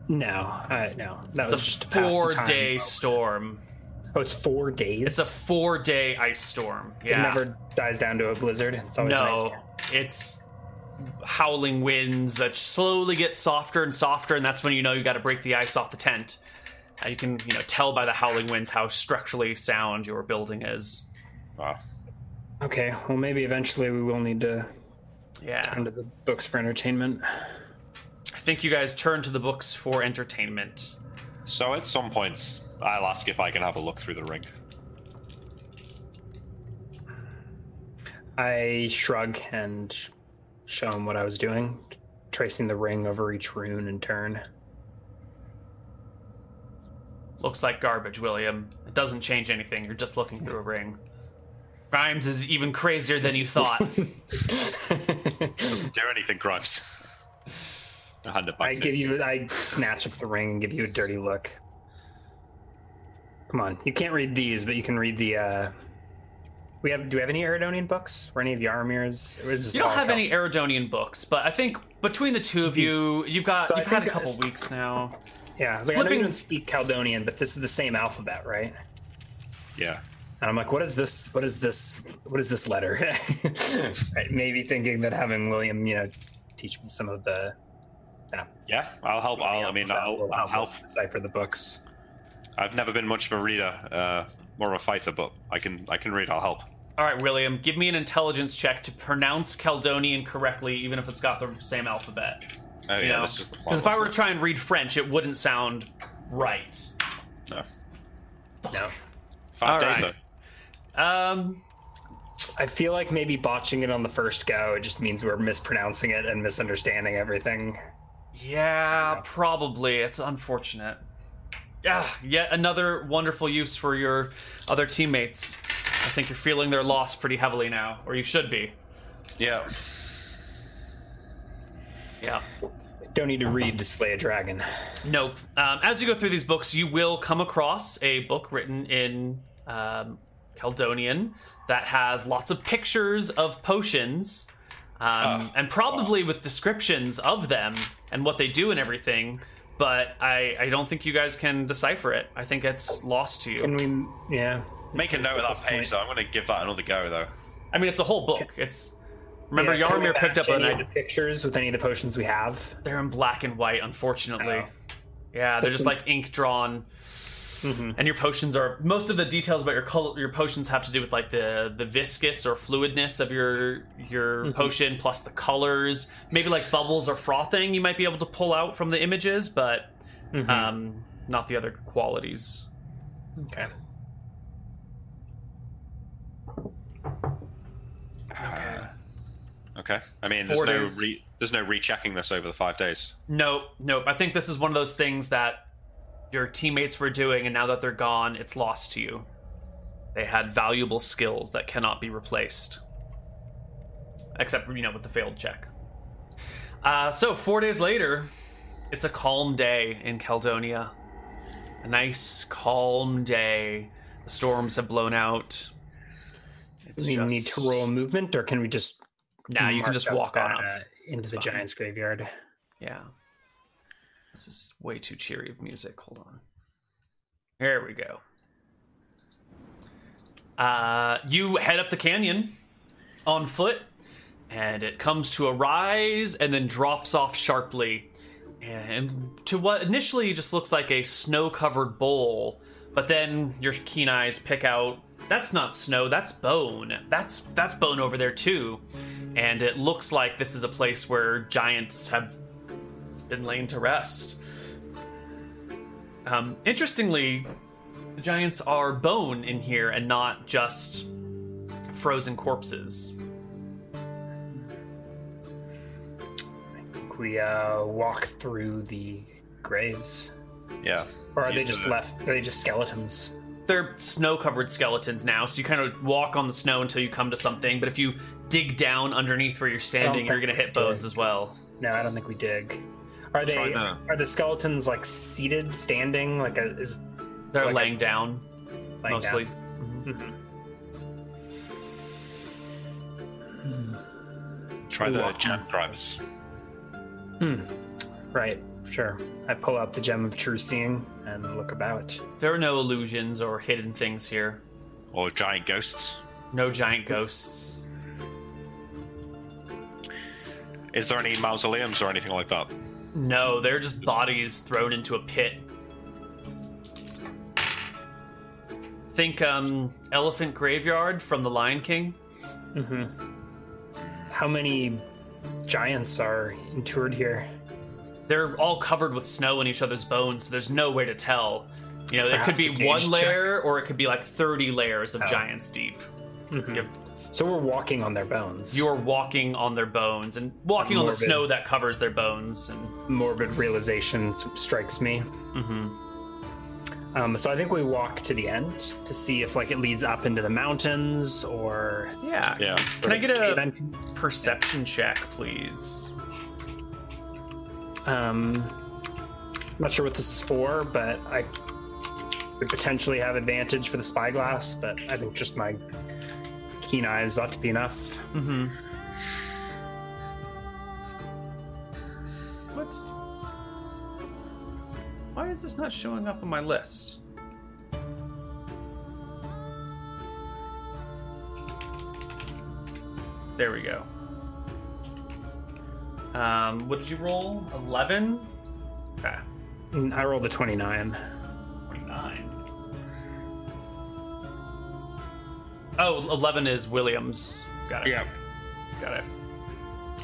C: No, uh, no, that
B: it's
C: was
B: a
C: just to pass the
B: four
C: time.
B: day storm.
C: Oh, it's four days.
B: It's a four day ice storm. Yeah.
C: It never dies down to a blizzard. It's always an ice
B: no,
C: storm.
B: it's howling winds that slowly get softer and softer, and that's when you know you got to break the ice off the tent. Uh, you can, you know, tell by the howling winds how structurally sound your building is.
D: Wow.
C: Okay, well, maybe eventually we will need to
B: Yeah.
C: turn to the books for entertainment.
B: I think you guys turn to the books for entertainment.
D: So at some point, I'll ask if I can have a look through the ring.
C: I shrug and show him what I was doing, tracing the ring over each rune
B: *laughs*
C: in turn.
B: Looks like garbage, William. It doesn't change anything. You're just looking through a ring. Grimes is even crazier than you
C: *laughs*
B: thought.
D: Doesn't do anything, Grimes. *laughs* I hand it back
C: I
D: to
C: give
D: you.
C: you, I snatch up the ring and give you a dirty look. Come on, you can't read these, but you can read the. uh We have. Do we have any Eridonian books or any of Yaramir's? Or is this
B: you don't
C: all
B: have
C: Cal-
B: any Eridonian books, but I think between the two of
C: These-
B: you, you've got
C: So I
B: you've had a
C: think-
B: couple weeks now.
C: Yeah, I was like, I know
B: Flipping-
C: you don't speak Caledonian, but this is the same alphabet, right?
D: Yeah.
C: And I'm like, what is this? What is this? What is this letter? *laughs* Right, Maybe thinking that having William, you know, teach me some of the.
D: Yeah, I'll help. I'll, I mean, I'll, I'll help.
C: decipher the books.
D: I've never been much of a reader, uh, more a fighter, but I can I can read. I'll help.
B: All right, William, give me an intelligence check to pronounce Caledonian correctly, even if it's got the same alphabet.
D: Oh
B: you
D: yeah,
B: know?
D: this was the plan.
B: Because if I were to
D: wasn't
B: try and read French, it wouldn't sound right.
D: it? no.
C: No,
D: five
B: All
D: days
B: right. Um,
C: I feel like maybe botching it on the first go. It just means we're mispronouncing it and misunderstanding everything.
B: yeah, probably. It's unfortunate. Yeah, yet another wonderful use for your other teammates. I think you're feeling their loss pretty heavily now, or you should be.
D: though. Yeah.
B: Yeah.
C: Don't need to read to slay a dragon.
B: Nope. Um, as you go through these books, you will come across a book written in um, Caledonian that has lots of pictures of potions um, and probably with descriptions of them and what they do and everything. But I, I don't think you guys can decipher it. I think it's lost to you.
C: Can we? Yeah.
D: Make a note
C: At
D: of
C: this
D: that page
C: point-
D: though. I'm gonna give that another go though.
B: I mean, it's a whole book. It's remember
C: Yeah, can we
B: Yaramir picked up
C: match
B: an.
C: any of the pictures with any of the potions we have.
B: They're in black and white, unfortunately.
C: Oh.
B: Yeah, they're
C: That's
B: just
C: an-
B: like ink drawn. And your potions are most of the details about your color, your potions have to do with like the the viscous or fluidness of your your potion plus the colors, maybe like bubbles or frothing you might be able to pull out from the images, but
C: Mm-hmm.
B: um, not the other qualities.
C: Okay.
D: Okay. Uh, okay. I mean, there's
B: Four
D: no
B: days.
D: re- there's no rechecking this over the five days.
B: Nope, nope. I think this is one of those things that your teammates were doing, and now that they're gone, it's lost to you. They had valuable skills that cannot be replaced, except for you know with the failed check. Uh, so four days later, it's a calm day in Caledonia. A nice calm day. The storms have blown out. It's
C: Do we need to roll movement, or can we just?
B: Now you can
C: march
B: just
C: up,
B: walk on up.
C: uh, into the
B: fine.
C: giant's graveyard.
B: Yeah. This is way too cheery of music. Hold on. Here we go. Uh, you head up the canyon on foot, and it comes to a rise and then drops off sharply. And to what initially just looks like a snow covered bowl, but then your keen eyes pick out that's not snow, that's bone. That's that's bone over there too. And it looks like this is a place where giants have been laid to rest. Um, interestingly, the giants are bone in here and not just frozen corpses.
C: Can we uh, walk through the graves,
D: Yeah.
C: or are they
D: Use
C: just
D: the-
C: left? Are they just skeletons?
B: They're snow covered skeletons now, so you kind of walk on the snow until you come to something, but if you dig down underneath where you're standing, you're going to hit bones as well.
C: No, I don't think we dig. Are
D: Try
C: they?
D: that.
C: Are the skeletons like seated, standing? Like a, is
B: They're
C: like a-
B: laying down
C: like down?
B: mostly.
D: Try
C: Ooh,
D: the
C: I'll-
D: gem drivers.
C: Right. Sure. I pull out the gem of true seeing and look about.
B: There are no illusions or hidden things here,
D: or giant ghosts.
B: no giant ghosts.
D: Is there any mausoleums or anything like that?
B: No, they're just bodies thrown into a pit. Think um elephant graveyard from the Lion King.
C: hmm How many giants are entombed here?
B: They're all covered with snow and each other's bones, so there's no way to tell. You know, it could
C: Perhaps a
B: be
C: gauge
B: one
C: check.
B: layer or it could be like 30 layers of
C: Oh.
B: giants deep.
C: Mhm.
B: Yep.
C: So we're walking on their bones.
B: You are walking on their bones and walking on the
C: Morbid.
B: snow that covers their bones. And
C: morbid realization s- strikes me.
D: Mm-hmm.
C: Um, so I think we walk to the end to see if like it leads up into the mountains or.
B: yeah.
D: Yeah.
B: Can I get
C: cave
B: a
C: entrance.
B: perception check, please?
C: Um, I'm not sure what this is for, but I would potentially have advantage for the spyglass, but I think just my keen eyes ought to be enough.
B: Mm-hmm. What? Why is this not showing up on my list? There we go. Um, what did you roll? 11? Okay.
C: And I rolled a 29.
B: 29. Oh, 11 is Williams. Got it.
D: Yeah.
B: Got it.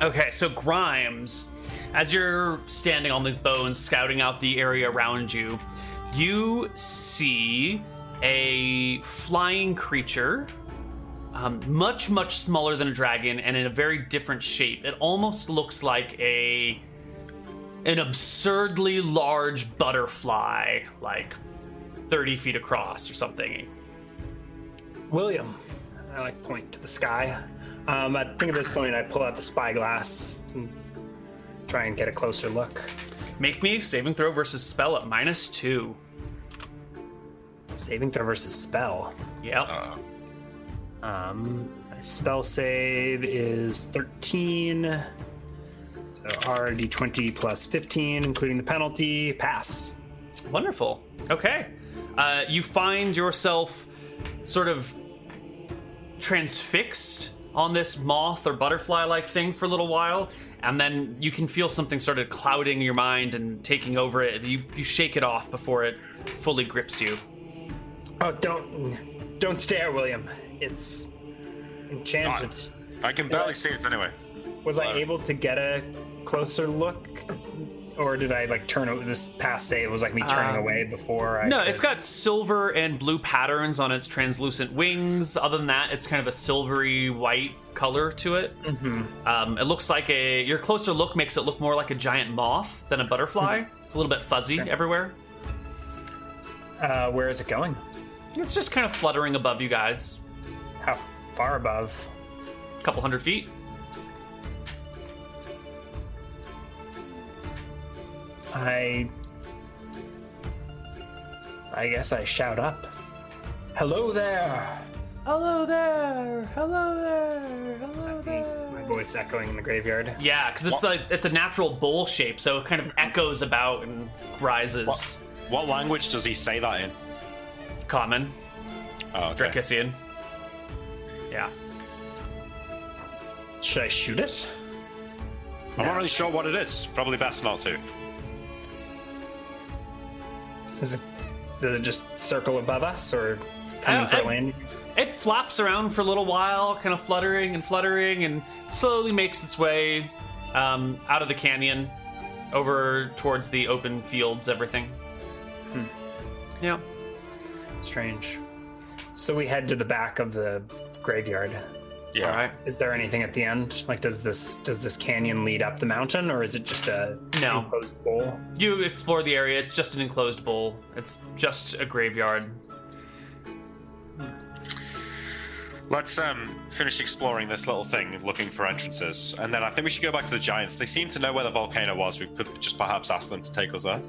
B: Okay, so Grimes, as you're standing on these bones, scouting out the area around you, you see a flying creature, um, much, much smaller than a dragon and in a very different shape. It almost looks like a. An absurdly large butterfly, like 30 feet across or something.
C: William, I like point to the sky. Um, I think at this point I pull out the spyglass and try and get a closer look.
B: Make me a saving throw versus spell at minus two.
C: Saving throw versus spell.
B: Yep.
D: Uh,
C: Um, my spell save is 13. So RD 20 plus 15, including the penalty. Pass.
B: Wonderful. Okay. Uh, you find yourself sort of transfixed on this moth or butterfly like thing for a little while, and then you can feel something sort of clouding your mind and taking over it. You, you shake it off before it fully grips you.
C: Oh, don't don't stare, William. It's enchanted.
D: I can barely see it anyway.
C: Was I
D: Alright.
C: able to get a closer look, or did I like turn o- this past save was like me turning
B: Um,
C: away before? I
B: No,
C: could-
B: it's got silver and blue patterns on its translucent wings. Other than that, it's kind of a silvery white color to it. Um, it looks like a your closer look makes it look more like a giant moth than a butterfly. It's a little bit fuzzy everywhere.
C: Uh, where is it going?
B: It's just kind of fluttering above you guys,
C: How far above?
B: a couple hundred feet.
C: I. I guess I shout up. Hello there!
B: Hello there, hello there, hello
C: My voice echoing in the graveyard.
B: Yeah, because it's like it's a natural bowl shape, so it kind of echoes about and rises.
D: What, what language does he say that in?
B: Common.
D: Oh, okay.
B: Drakissian. Yeah.
C: Should I shoot it?
D: I'm not really sure what it is. Probably best not to.
C: Is it, does it just circle above us or
B: I-
C: come in for
B: I-
C: a landing?
B: It flaps around for a little while, kind of fluttering and fluttering, and slowly makes its way um, out of the canyon, over towards the open fields, everything. Hmm. Yeah.
C: Strange. So we head to the back of the graveyard.
D: Yeah.
B: All right.
C: Is there anything at the end? Like, does this does this canyon lead up the mountain, or is it just a
B: No.
C: enclosed bowl?
B: You explore the area. It's just an enclosed bowl. It's just a graveyard.
D: Let's um, finish exploring this little thing, looking for entrances, and then I think we should go back to the giants. They seem to know where the volcano was. We could just perhaps ask them to take us there.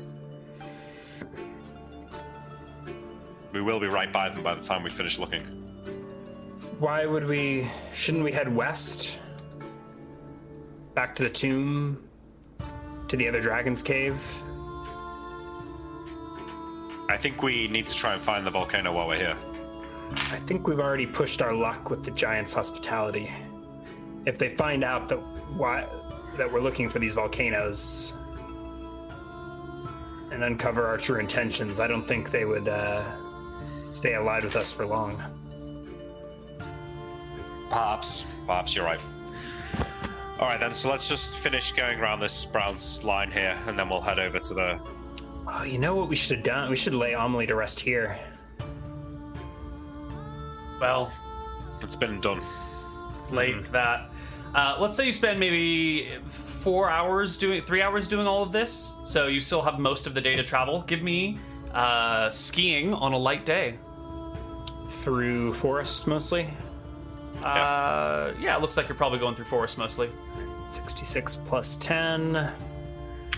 D: We will be right by them by the time we finish looking.
C: Why would we? Shouldn't we head west? Back to the tomb? To the other dragon's cave?
D: I think we need to try and find the volcano while we're here.
C: I think we've already pushed our luck with the giant's hospitality. If they find out that why that we're looking for these volcanoes and uncover our true intentions, I don't think they would uh, stay allied with us for long.
D: Perhaps, perhaps you're right. All right then. So let's just finish going around this Brown's line here, and then we'll head over to the.
C: Oh, you know what we should have done? We should lay Amelie to rest here.
B: Well,
D: It's been done.
B: it's late for that. Uh, let's say you spend maybe four hours doing, three hours doing all of this, so you still have most of the day to travel. Give me uh, skiing on a light day.
C: Through forest mostly.
B: Uh, yeah, it looks like you're probably going through forest mostly.
C: 66 plus 10.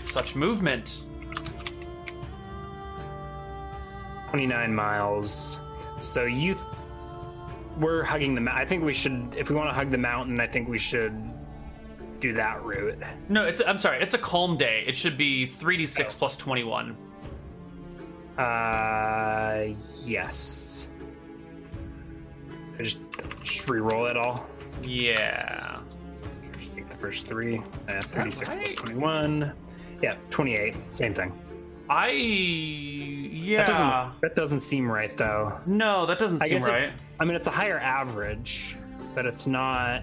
B: Such movement.
C: 29 miles. So you. We're hugging the. mou- I think we should. If we want to hug the mountain, I think we should do that route.
B: No, it's. I'm sorry. It's a calm day. It should be
C: Oh.
B: 3d6 plus 21.
C: Uh. Yes. I just. Just re-roll it all.
B: Yeah.
C: Take the first three. That's 36 plus
B: right?
C: 21. Yeah, 28. Same thing.
B: I. Yeah.
C: That doesn't. That doesn't seem right though.
B: no, that doesn't
C: I
B: seem
C: guess it's-
B: right.
C: I mean, it's a higher average, but it's not.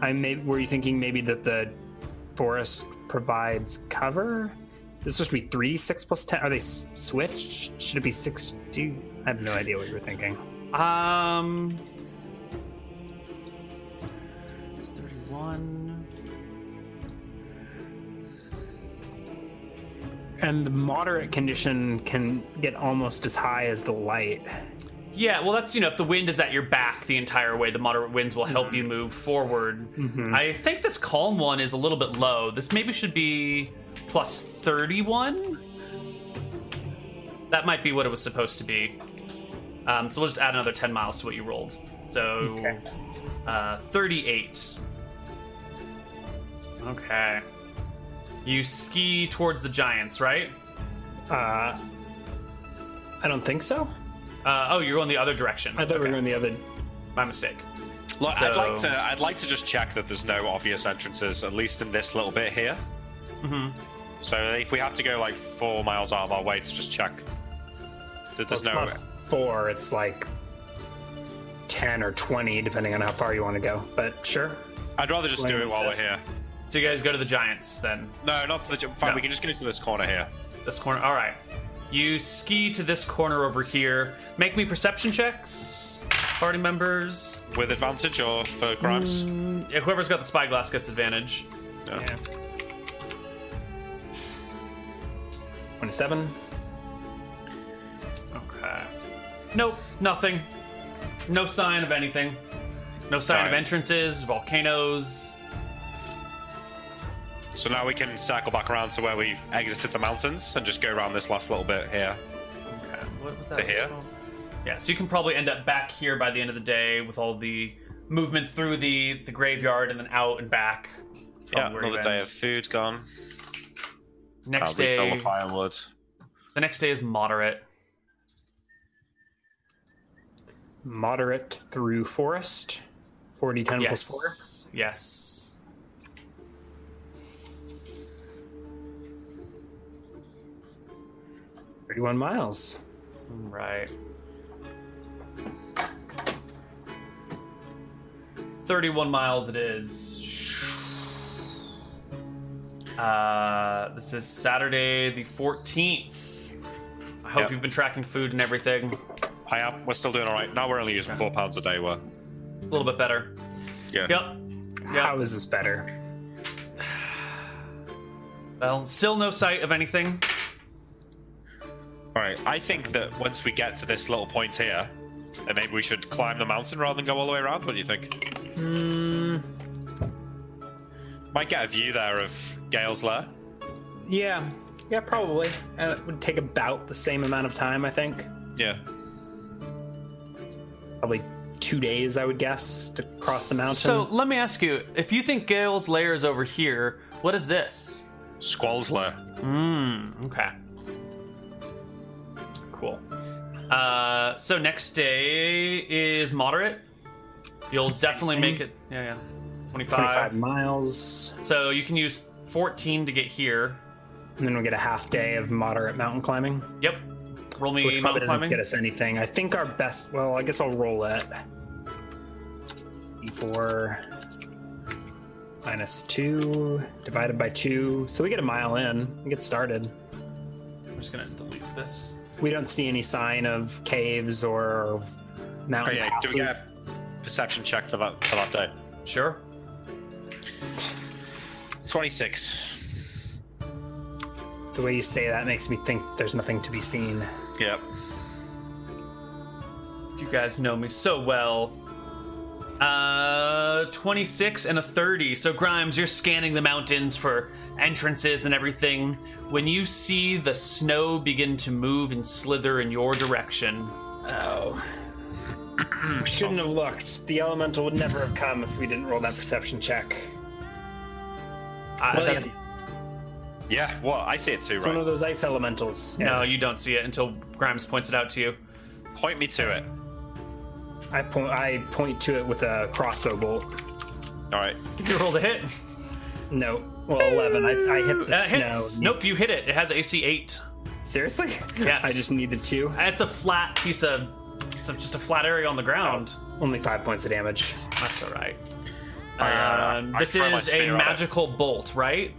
C: I may. Were you thinking maybe that the forest provides cover? This supposed to be three six plus ten. Are they s- switched? Should it be sixty? I have no idea what you were thinking.
B: Um. It's 31.
C: And the moderate condition can get almost as high as the light.
B: Yeah, well, that's, you know, if the wind is at your back the entire way, the moderate winds will help
C: Mm-hmm.
B: you move forward. I think this calm one is a little bit low. This maybe should be plus 31? That might be what it was supposed to be. Um, so we'll just add another 10 miles to what you rolled. So uh, 38. Okay. You ski towards the giants, right?
C: Uh, I don't think so.
B: Uh, oh, you're going the other direction.
C: I thought we were
B: Okay.
C: going the other.
B: My mistake.
D: Look, I'd
B: So-
D: like to. I'd like to just check that there's no obvious entrances, at least in this little bit here. Mm-hmm. So if we have to go like four miles out of our way to just check that
C: It's
D: there's no.
C: not four. It's like ten or twenty, depending on how far you want to go. But sure,
D: I'd rather just do it while we're
C: Lenses.
D: here.
B: So you guys go to the Giants then.
D: No, not to the. gym. Fine,
B: No.
D: we can just go to this corner here.
B: This corner. All right. You ski to this corner over here. Make me perception checks, party members.
D: With advantage or for Grimes?
B: Yeah, whoever's got the spyglass gets advantage.
D: No.
C: Yeah. 27.
B: Okay. Nope. Nothing. No sign of anything. No sign
D: Alright.
B: of entrances, volcanoes.
D: So now we can circle back around to where we've exited the mountains and just go around this last little bit here.
B: Okay. What was that?
D: To here?
B: Yeah. So you can probably end up back here by the end of the day with all the movement through the the graveyard and then out and back. from
D: Yeah,
B: where you
D: another day
B: end.
D: of food gone.
B: Next
D: Uh,
B: day.
D: refill the firewood.
B: The next day is moderate.
C: Moderate through forest. 40, 10
B: yes.
C: plus
B: Yes.
C: four. 31 miles.
B: Right. 31 miles it is. Uh, this is Saturday the 14th. I hope
D: Yep.
B: you've been tracking food and everything.
D: I am. We're still doing all right. Now we're only using four pounds a day. We're
B: It's a little bit better.
D: yeah.
B: Yep. Yep.
C: How is this better?
B: Well, still no sight of anything.
D: All right. I think that once we get to this little point here, then maybe we should climb the mountain rather than go all the way around. What do you think? Hmm. Might get a view there of Gale's lair.
C: Yeah. Yeah, probably. Uh, it would take about the same amount of time, I think.
D: Yeah.
C: Probably two days, I would guess, to cross the mountain.
B: So let me ask you if you think Gale's lair is over here, what is this?
D: Squall's lair.
B: Mm, okay. Cool. Uh, so next day is moderate. You'll definitely
C: same.
B: make it. Yeah, yeah. 25.
C: 25 miles.
B: So you can use 14 to get here.
C: And then we get a half day of moderate mountain climbing,
B: Yep. Roll me
C: which
B: mountain
C: probably doesn't
B: climbing.
C: get us anything. I think our best, well, I guess I'll roll it. E four minus two divided by two. So we get a mile in. We get started.
B: I'm just gonna delete this.
C: We don't see any sign of caves or
D: Oh
C: mountain
D: yeah, do
C: passes.
D: we get a perception check for that for that day?
B: Sure.
D: Twenty-six.
C: The way you say that makes me think there's nothing to be seen.
D: Yep.
B: You guys know me so well. Uh, 26 and a 30. So, Grimes, you're scanning the mountains for entrances and everything. When you see the snow begin to move and slither in your direction,
C: *clears throat* Oh. Shouldn't have looked. The elemental would never have come if we didn't roll that perception check.
B: uh,
C: Well,
B: that's,
C: yeah.
D: Yeah. Well, I see it too,
C: It's one of
D: right?
C: those ice elementals.
B: no,
C: Yes.
B: you don't see it until Grimes points it out to you.
D: Point me to it.
C: I point. I point to it with a crossbow bolt.
D: All right.
B: You rolled a hit.
C: No, well, eleven. I, I hit the
B: That
C: snow.
B: Uh, hits. Nope, you hit it. It has AC 8.
C: Seriously? *laughs*
B: Yes.
C: I just needed two.
B: It's a flat piece of. It's a- just a flat area on the ground.
C: Only five points of damage.
B: That's all right.
D: I, uh,
B: Um,
D: I
B: this
D: throw my
B: is a
D: spear at it.
B: magical bolt, right?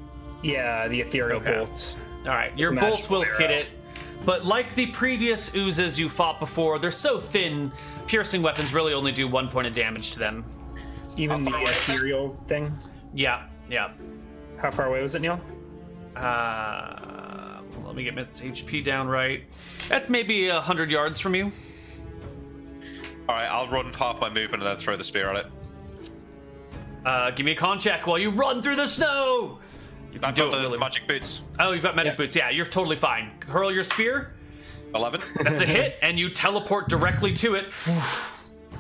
C: Yeah, the ethereal
B: Okay.
C: bolt.
B: All right, your
C: magical
B: bolt will
C: arrow.
B: hit it, but like the previous oozes you fought before, they're so thin. Piercing weapons really only do one point of damage to them.
C: Even the
D: far away is it?
C: ethereal thing.
B: Yeah, yeah.
C: How far away was it, Neil?
B: Uh, let me get its HP down right. That's maybe a hundred yards from you.
D: All right. I'll run half my movement and then throw the spear at it.
B: Uh, give me a con check while you run through the snow. You can
D: I've
B: do
D: got
B: it,
D: the
B: William.
D: magic boots.
B: Oh, you've got magic boots. Yeah, you're totally fine. Hurl your spear. *laughs*
D: Eleven.
C: *laughs*
B: That's a hit, and you teleport directly to it.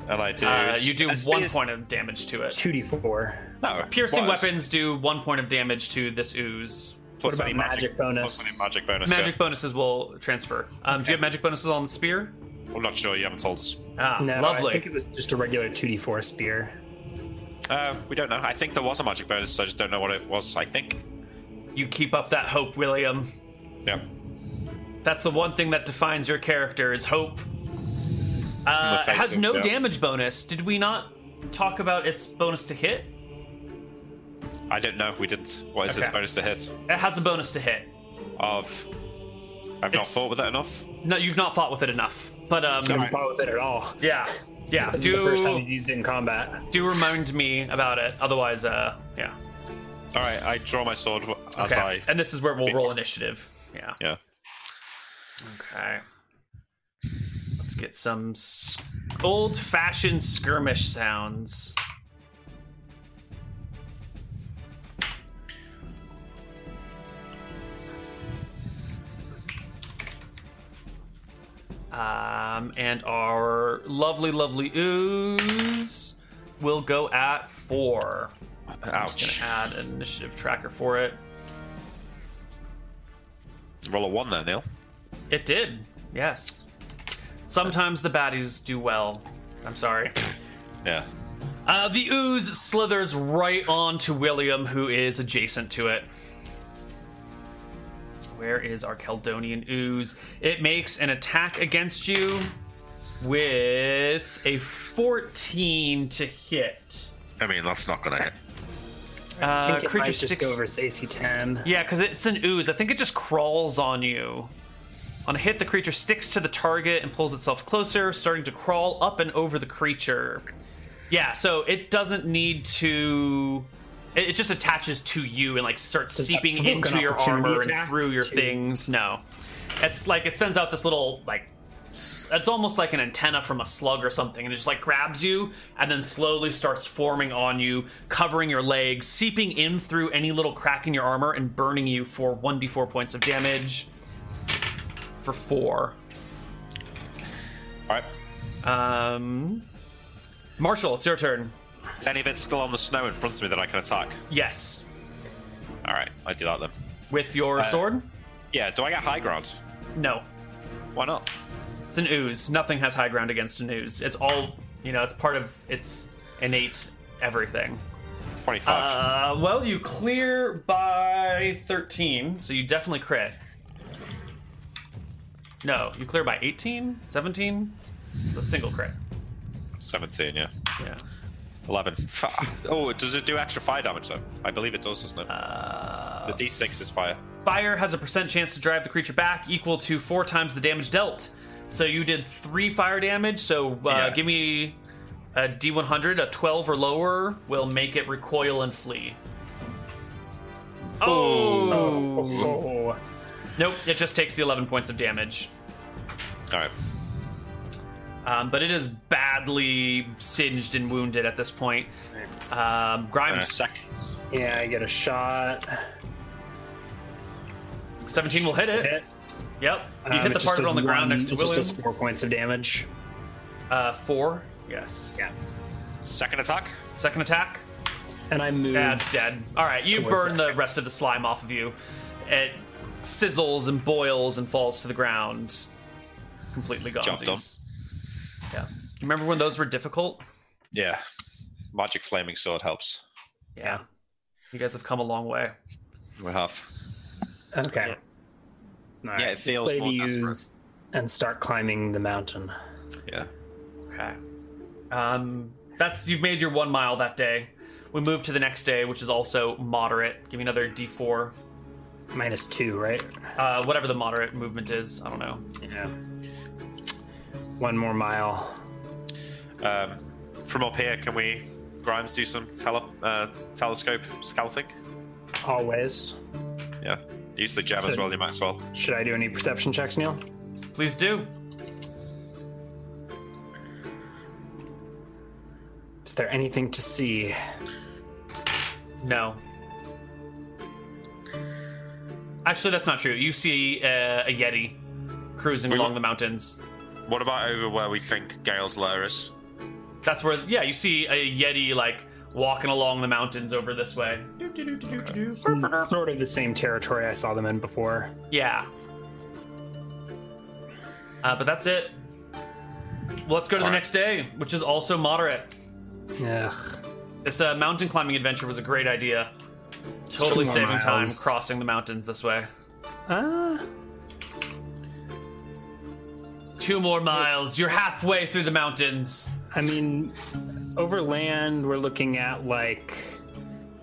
D: and I do.
B: Uh, you do
D: a
B: one
D: spear's-
B: point of damage to it.
C: Two d four.
D: No.
B: Piercing
D: what, a-
B: weapons do one point of damage to this ooze.
D: Plus
C: What
D: any
C: about magic bonus?
D: Plus any magic bonus.
B: Magic
D: yeah.
B: bonuses will transfer. Um, Do you have magic bonuses on the spear?
D: I'm not sure. You haven't told us.
B: Ah,
C: No, I think
B: lovely.
C: it was just a regular two d four spear.
D: Uh, we don't know. I think there was a magic bonus. So I just don't know what it was. I think.
B: You keep up that hope, William.
D: Yeah.
B: That's the one thing that defines your character is hope. Uh, it has
D: facing,
B: no
D: yeah.
B: damage bonus. Did we not talk about its bonus to hit?
D: I don't know. We didn't. What is this
B: Okay.
D: bonus to hit?
B: It has a bonus to hit.
D: Of. I've not
B: It's-
D: thought with that enough.
B: No, you've not fought with it enough. But um,
C: I haven't fought with it at all.
B: yeah, yeah.
C: This is the first time you
B: Do
C: used it in combat.
B: do remind me about it. Otherwise, uh, yeah.
D: All right. I draw my sword as
B: Okay.
D: I.
B: And this is where we'll roll initiative. Yeah.
D: Yeah.
B: Okay. Let's get some s- old-fashioned skirmish sounds. Um, and our lovely, lovely ooze will go at four.
D: Ouch.
B: Gonna add an initiative tracker for it.
D: Roll a one there, Neil.
B: It did, yes. Sometimes the baddies do well. I'm sorry.
D: Yeah.
B: Uh, the ooze slithers right on to William, who is adjacent to it. Where is our Keldonian ooze? It makes an attack against you with a 14 to hit.
D: I mean, that's not gonna hit.
B: Uh,
C: I think it might
B: creature
C: just
B: sticks.
C: go versus AC ten.
B: Yeah, because it's an ooze. I think it just crawls on you. On a hit, the creature sticks to the target and pulls itself closer, starting to crawl up and over the creature. Yeah, so it doesn't need to. It it just attaches to you and like starts
C: Does that
B: seeping
C: provoke
B: into
C: an
B: your
C: opportunity
B: armor and
C: attack
B: through your
C: to-
B: things. No, it's like it sends out this little like s- it's almost like an antenna from a slug or something and it just like grabs you and then slowly starts forming on you covering your legs seeping in through any little crack in your armor and burning you for 1d4 points of damage for four
D: All right.
B: um marshall it's your turn
D: Is any of it still on the snow in front of me that I can attack?
B: yes
D: All right. I do that then.
B: with your sword
D: Yeah. Do I get high ground?
B: no
D: Why not?
B: it's an ooze nothing has high ground against an ooze it's all you know it's part of its innate everything
D: Twenty-five.
B: Uh, well, you clear by 13, so you definitely crit. No, you clear by 18, 17. It's a single crit.
D: Seventeen. Yeah.
B: Yeah.
D: Eleven. Fa- Oh, does it do extra fire damage though? I believe it does, doesn't it?
B: Uh,
D: the D6 is fire.
B: Fire has a percent chance to drive the creature back equal to four times the damage dealt. So you did three fire damage. So uh,
D: Yeah.
B: give me a D100. A 12 or lower will make it recoil and flee. Oh!
C: Oh,
B: Nope, it just takes the 11 points of damage.
D: All right.
B: Um, but it is badly singed and wounded at this point. Um,
D: Uh,
B: Grimes,
D: seconds.
C: yeah, I get a shot.
B: 17 will hit it.
C: Hit.
B: Yep. You
C: Um,
B: hit the
C: just
B: part
C: does
B: on the ground
C: one-
B: next to
C: it just
B: William.
C: does four points of damage.
B: Uh, four. Yes.
C: Yeah,
D: Second attack.
B: Second attack.
C: and I move.
B: That's dead. All right, you
C: Towards
B: burn
C: it.
B: the rest of the slime off of you. It sizzles and boils and falls to the ground. Completely gone.
D: Jumped on.
B: Yeah. You remember when those were difficult?
D: Yeah. Magic flaming sword helps.
B: Yeah. You guys have come a long way.
D: We have.
C: Okay. All
D: Yeah, it
C: this
D: feels
C: lady
D: more desperate.
C: used and start climbing the mountain.
D: Yeah.
B: Okay. Um, that's you've made your one mile that day. We move to the next day, which is also moderate. Give me another D4,
C: Minus two, right?
B: uh, whatever the moderate movement is. I don't know.
C: Yeah. One more mile.
D: Um, from up here, can we, Grimes, do some tele- uh, telescope scouting?
C: Always.
D: Yeah. Use the gem as well. You might as well.
C: Should I do any perception checks, Neil?
B: Please do.
C: Is there anything to see?
B: No. Actually, that's not true. You see uh, a yeti cruising
D: We-
B: along the mountains.
D: What about over where we think Gale's lair is?
B: That's where, yeah, you see a yeti like walking along the mountains over this way. Doo-doo-doo-doo-doo-doo.
C: It's sort of the same territory I saw them in before.
B: Yeah. Uh, but that's it. Let's go to the
D: Alright.
B: next day, which is also moderate.
C: Ugh.
B: This uh, mountain climbing adventure was a great idea. Totally
C: more
B: saving time
C: miles.
B: crossing the mountains this way.
C: Uh,
B: Two more miles. You're halfway through the mountains.
C: I mean, over land, we're looking at like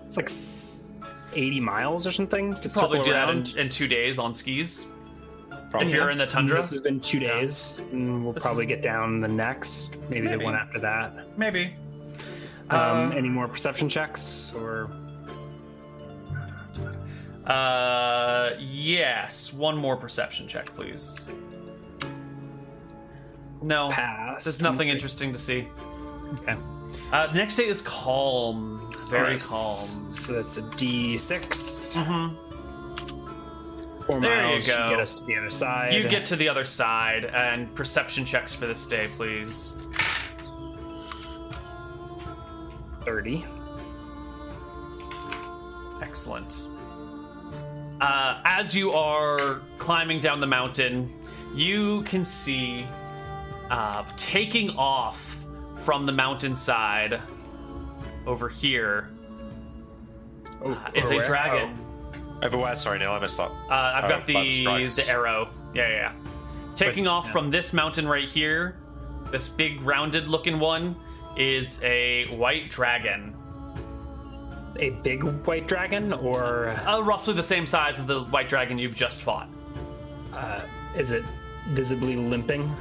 C: it's like s- eighty miles or something. To
B: probably
C: circle
B: do
C: around. Oh,
B: that in, in two days on skis
D: Probably.
B: if you're in the tundra.
C: This has been two days, and we'll
B: This-
C: probably get down the next, maybe,
B: Maybe.
C: the one after that.
B: Maybe.
C: Um,
B: Uh,
C: any more perception checks, or
B: Uh, yes. One more perception check, please. No,
C: pass?
B: there's nothing interesting to see.
C: Okay.
B: Uh, the next day is calm, very
C: Alright,
B: calm.
C: So that's a D6.
B: Mhm.
C: Four
B: There you
C: miles should
B: go.
C: get us to the other side.
B: You get to the other side, and perception checks for this day, please.
C: thirty.
B: Excellent. Uh, as you are climbing down the mountain, you can see uh, taking off from the mountainside over here
C: Oh,
B: uh, is a
C: or where- Oh,
B: dragon.
D: Over where? Sorry, Neil, I missed that.
B: Uh, I've
D: Oh,
B: got the
D: Blood Strikes.
B: the arrow. Yeah, yeah. yeah. Taking off from this mountain right here, this big rounded looking one is a white dragon,
C: oh, a big white dragon, or
B: uh, roughly the same size as the white dragon you've just fought.
C: uh, is it visibly limping?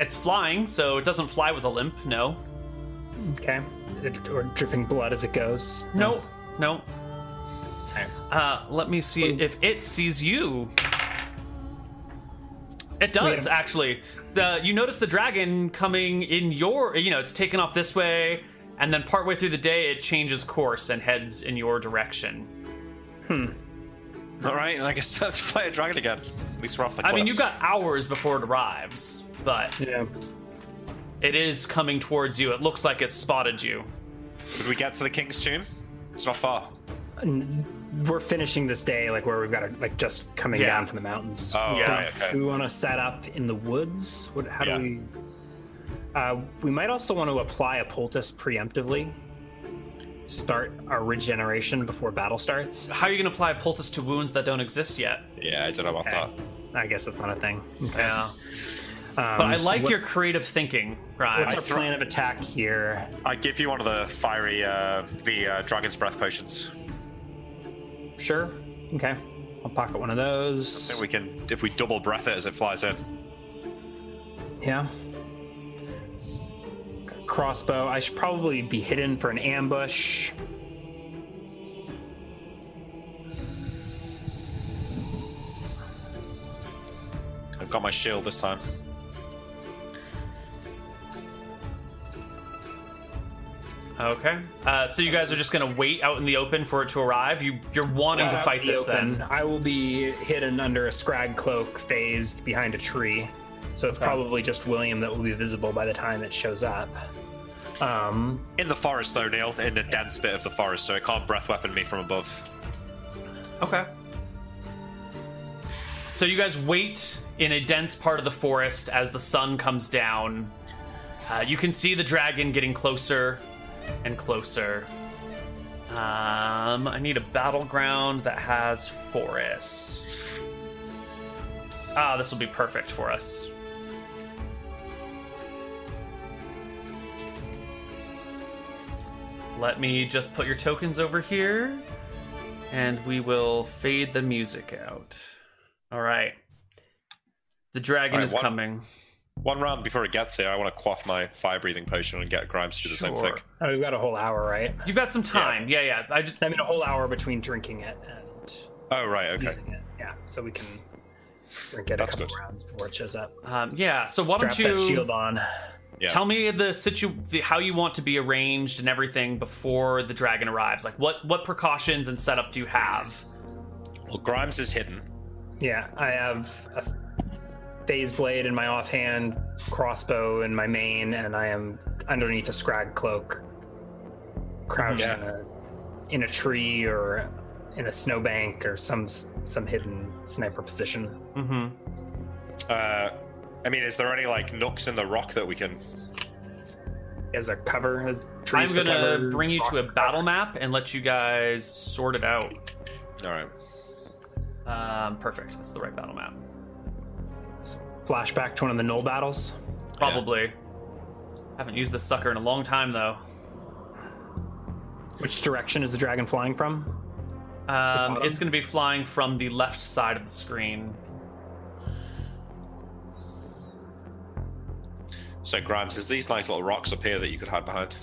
B: It's flying, so it doesn't fly with a limp. No,
C: Okay, it, or dripping blood as it goes.
B: No, no.
C: Okay.
B: Uh, let me see if it sees you. It does
C: Wait a-
B: actually. The you notice the dragon coming in your. You know, it's taken off this way, and then partway through the day, it changes course and heads in your direction.
D: All right, I guess *laughs* that's fire dragon again. At least we're off the
B: I
D: cliffs.
B: mean, you've got hours before it arrives, but
C: Yeah.
B: it is coming towards you. It looks like it's spotted you.
D: Did we get to the king's tomb? It's not far.
C: And we're finishing this day like where we've got to like just coming
B: Yeah.
C: down from the mountains.
D: Oh,
B: Yeah.
D: right, okay.
C: Do we want to set up in the woods? What, how
D: Yeah.
C: do we? Uh, we might also want to apply a poultice preemptively. Start our regeneration before battle starts.
B: How are you going to apply a poultice to wounds that don't exist yet?
C: Eh,
D: Yeah, I don't know about
C: Okay. I guess that's not a thing.
B: Yeah.
C: Um,
B: But I
C: so
B: like your
C: what's-
B: creative thinking, Ryan.
C: What's our plan of attack here?
D: I give you one of the fiery, uh, the uh, dragon's breath potions.
C: Sure. Okay. I'll pocket one of those.
D: Then we can, if we double breath it as it flies in.
C: Yeah. Got a crossbow. I should probably be hidden for an ambush.
D: I've got my shield this time.
B: Okay. Uh, so you guys are just gonna wait out in the open for it to arrive. You you're wanting to
C: Out
B: fight
C: in the
B: this
C: Uh, open.
B: then.
C: I will be hidden under a scrag cloak phased behind a tree. So it's probably just William that will be visible by the time it shows up. Um,
D: In the forest, though, Neil, in the dense bit of the forest, so it can't breath weapon me from above.
B: Okay. So you guys wait in a dense part of the forest as the sun comes down. Uh, you can see the dragon getting closer and closer. Um, I need a battleground that has forest. Ah, this will be perfect for us. Let me just put your tokens over here and we will fade the music out. All right. The dragon
D: All right,
B: is
D: one-
B: coming.
D: One round before it gets here, I want to quaff my fire breathing potion and get Grimes to do the same
B: Sure.
D: thing.
C: oh, we've got a whole hour, right?
B: You've got some time. Yeah, yeah. I just
C: I mean, a whole hour between drinking it and
D: Oh, right, okay.
C: using it. Yeah, so we can drink it
D: That's
C: a couple
D: good.
C: rounds before it shows up.
B: um, yeah. So why
C: Strap
B: don't you
C: that shield on.
D: Yeah.
B: tell me the situ the, how you want to be arranged and everything before the dragon arrives? Like what what precautions and setup do you have?
D: well, Grimes is hidden.
C: Yeah, I have a phase blade in my offhand, crossbow in my main, and I am underneath a scrag cloak, crouched in, a, in a tree or in a snowbank or some s- some hidden sniper position.
B: Mm-hmm.
D: Uh, I mean, is there any like nooks in the rock that we can?
C: As a cover, as trees
B: I'm
C: for
B: gonna
C: cover,
B: bring you to a
C: rocks for
B: battle
C: cover.
B: map and let you guys sort it out.
D: All right.
B: Um, perfect. That's the right battle map.
C: Flashback to one of the null battles.
B: Probably. Haven't used this sucker in a long time though.
C: Which direction is the dragon flying from?
B: Um,
C: bottom?
B: it's going to be flying from the left side of the screen.
D: So Grimes, there's these nice little rocks up here that you could hide behind.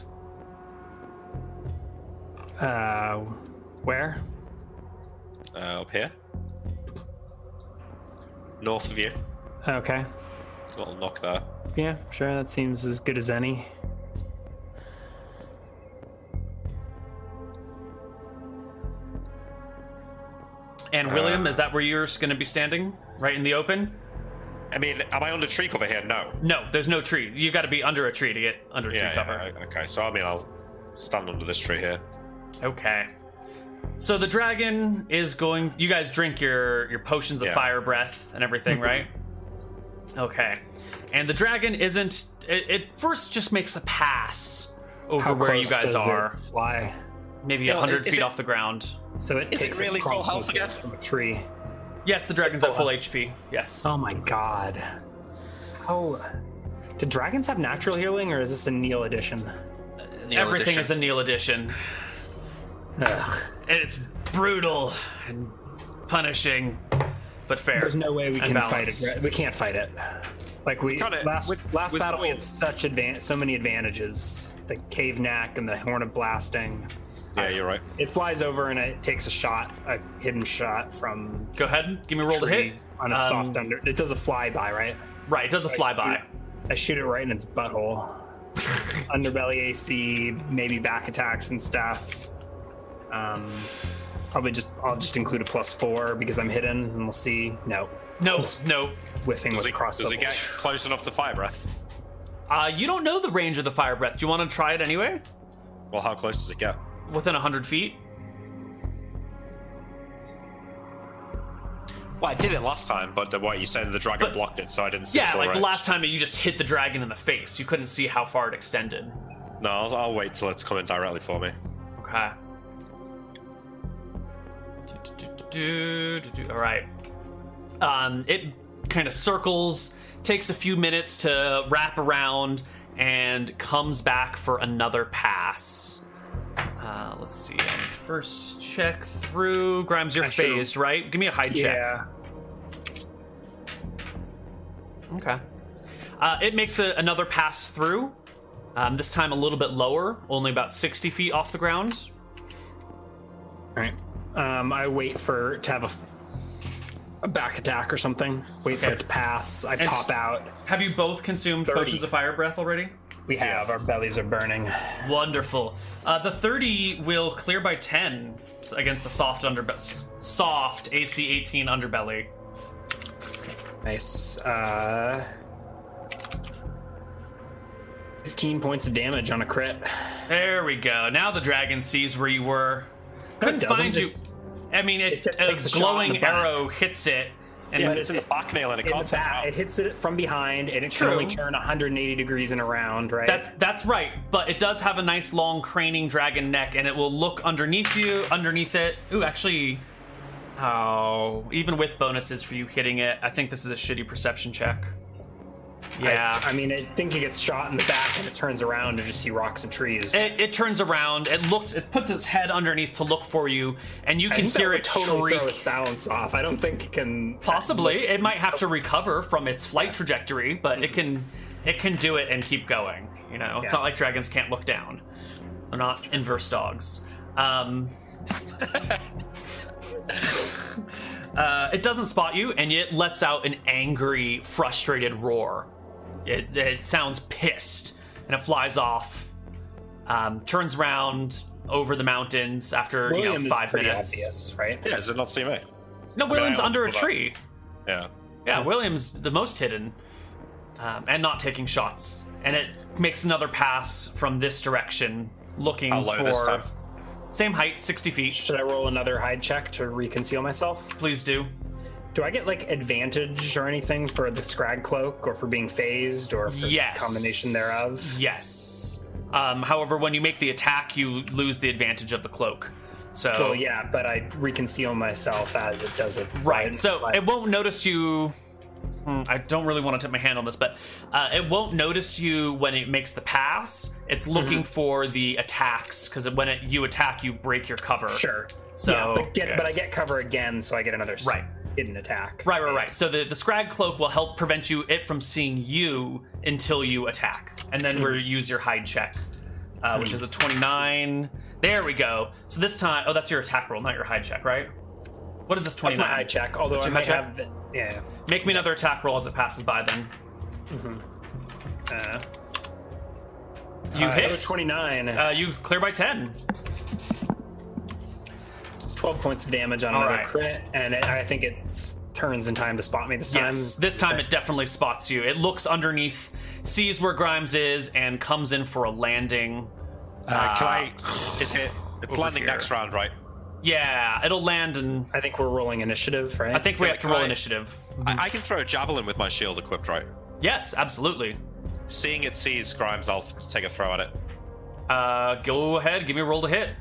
C: Uh, where?
D: Uh, up here, north of you,
C: Okay.
D: little nook there.
C: Yeah, sure. That seems as good as any.
B: And
D: Uh.
B: William, is that where you're going to be standing? Right in the open?
D: I mean, am I under tree cover here? No.
B: No, there's no tree. You got to be under a tree to get under tree
D: Yeah,
B: cover.
D: yeah. I- Okay. So I mean, I'll stand under this tree here.
B: Okay. So the dragon is going. You guys drink your your potions of
D: Yeah. Mm-hmm.
B: fire breath and everything, right? Okay. And the dragon isn't. It, it first just makes a pass over
C: How
B: where you
C: close
B: guys
C: does it
B: are,
C: fly.
B: maybe
D: Yeah,
B: a
D: is-
B: hundred
D: is
B: feet
D: it-
B: off the ground.
C: So it
D: Is it
C: takes
D: really
C: a
D: full
C: crossbow
D: health again?
C: from a tree.
B: Yes, the dragon's at
C: full
B: full HP. Yes.
C: Oh my god. How do dragons have natural healing or is this a Neil edition?
B: Everything is a Neil edition.
C: Ugh.
B: It's brutal and punishing, but fair.
C: There's no way we
B: And
C: can
B: balanced.
C: fight it. We can't fight it. Like we
D: Kinda-
C: last
D: with-
C: last
D: with
C: battle we had
D: wolves.
C: such advan- so many advantages. The cave knack and the horn of blasting.
D: Yeah, you're right.
C: It flies over and it takes a shot, a hidden shot from
B: Go ahead, give me a roll to
C: tree
B: hit.
C: on a
B: Um,
C: soft under. It does a flyby, right?
B: Right, it does a flyby.
C: I shoot it right in its
D: *laughs*
C: butthole. Underbelly AC, maybe back attacks and stuff. Um, probably just I'll just include a plus four because I'm hidden, and we'll see. No,
B: No, no.
C: whiffing
D: Does
C: with
D: it,
C: cross
D: does it get
C: levels.
D: close enough to fire breath?
B: Uh, you don't know the range of the fire breath. Do you want to try it anyway?
D: Well, how close does it get?
B: Within hundred feet.
D: Well, I did it last time, but the, what you said, the dragon
B: But-
D: blocked it, so I didn't see.
B: Yeah,
D: full
B: like the
D: range.
B: last time that you just hit the dragon in the face. You couldn't see how far it extended.
D: No, I'll, I'll wait till it's coming directly for me.
B: Okay. Do, do, do, do, do, do. All right. Um, it kind of circles, takes a few minutes to wrap around and comes back for another pass. Uh, let's see. on its First check through. Grimes, you're
C: I should've-
B: phased, right? Give me a hide check.
C: Yeah.
B: Okay. Uh, it makes a, another pass through. Um, this time a little bit lower, only about 60 feet off the ground.
C: All right. Um, I wait for to have a, f- a back attack or something. Wait for
B: Okay.
C: it to pass. I
B: And
C: pop
B: s-
C: out.
B: Have you both consumed
C: 30.
B: potions of fire breath already?
C: We have our bellies are burning.
B: Wonderful. Uh, the 30 will clear by 10 against the soft underbelly. Soft AC 18 underbelly.
C: Nice. Uh, Fifteen points of damage on a crit.
B: There we go. Now the dragon sees where you were.
C: it
B: Couldn't
C: doesn't.
B: find you. I mean, it,
C: It
B: a
C: takes a shot in the
B: glowing
C: back.
B: arrow hits it, and
D: Yeah,
C: but
D: but it's in
C: it's-
D: the back nail and it
C: In the
D: can't
C: back,
D: out.
C: it hits it from behind, and it
B: True.
C: can only turn 180 degrees in a round, right?
B: that's that's right. But it does have a nice long craning dragon neck, and it will look underneath you, underneath it. Ooh, actually, oh, even with bonuses for you hitting it, I think this is a shitty perception check. Yeah,
C: I, I mean, I think it gets shot in the back, and it turns around to just see rocks and trees.
B: It, it turns around. It looks. It puts its head underneath to look for you, and you
C: I
B: can
C: think that
B: hear
C: would
B: it
C: totally
B: shriek.
C: throw its balance off. I don't think it can.
B: Possibly, it might have to recover from its flight trajectory, but it can, it can do it and keep going. You know, it's
C: Yeah.
B: not like dragons can't look down. They're not inverse dogs. Um, *laughs* uh, it doesn't spot you, and it lets out an angry, frustrated roar. It, it sounds pissed, and it flies off. Um, turns around over the mountains after
C: William
B: you know
C: is
B: five
C: pretty
B: minutes.
C: obvious, right?
D: Yeah, does it not see me?
B: No, William's
D: I'll
B: under a
D: pull up.
B: tree.
D: Yeah.
B: Yeah, Williams the most hidden, um, and not taking shots. And it makes another pass from this direction, looking
D: How low
B: for
D: this time?
B: same height, sixty feet.
C: Should I roll another hide check to reconceal myself?
B: Please do.
C: Do I get like advantage or anything for the scrag cloak, or for being phased, or for
B: Yes.
C: combination thereof?
B: Yes. Um, however, when you make the attack, you lose the advantage of the cloak. So
C: Well, yeah, but I reconceal myself as it does it.
B: Right. So it won't notice you. Hmm, I don't really want to tip my hand on this, but uh, it won't notice you when it makes the pass. It's looking for the attacks because when it, you attack, you break your cover.
C: sure.
B: So-
C: yeah, but get
B: yeah.
C: but I get cover again, so I get another s-
B: Right.
C: hidden attack.
B: Right, right, right. So the, the scrag cloak will help prevent you it from seeing you until you attack, and then we'll
C: Hmm.
B: use your hide check, uh, which is a twenty nine. There we go. So this time, oh, that's your attack roll, not your hide check, right? What is this twenty
C: That's my hide
B: nine?
C: check. Although
B: That's
C: I
B: your
C: might
B: hide
C: have yeah.
B: Make me another attack roll as it passes by. Then
C: Mm-hmm. Uh,
B: you
C: I was
B: hit.
C: 29,
B: Uh, you clear by ten.
C: 12 points of damage on
B: all
C: another
B: right.
C: crit, and it, I think it s- turns in time to spot me this time.
B: Yes, this time it definitely spots you. It looks underneath, sees where Grimes is, and comes in for a landing.
D: Uh, can I? Is it? It's
B: over
D: landing
B: here.
D: next round, right?
B: Yeah, it'll land, and
C: I think we're rolling initiative, right?
B: I think we
D: Can
B: have
D: I
B: to roll
D: try?
B: initiative.
D: I, I can throw a javelin with my shield equipped, right?
B: Yes, absolutely.
D: Seeing it sees Grimes, I'll take a throw at it.
B: Uh, go ahead, give me a roll to hit.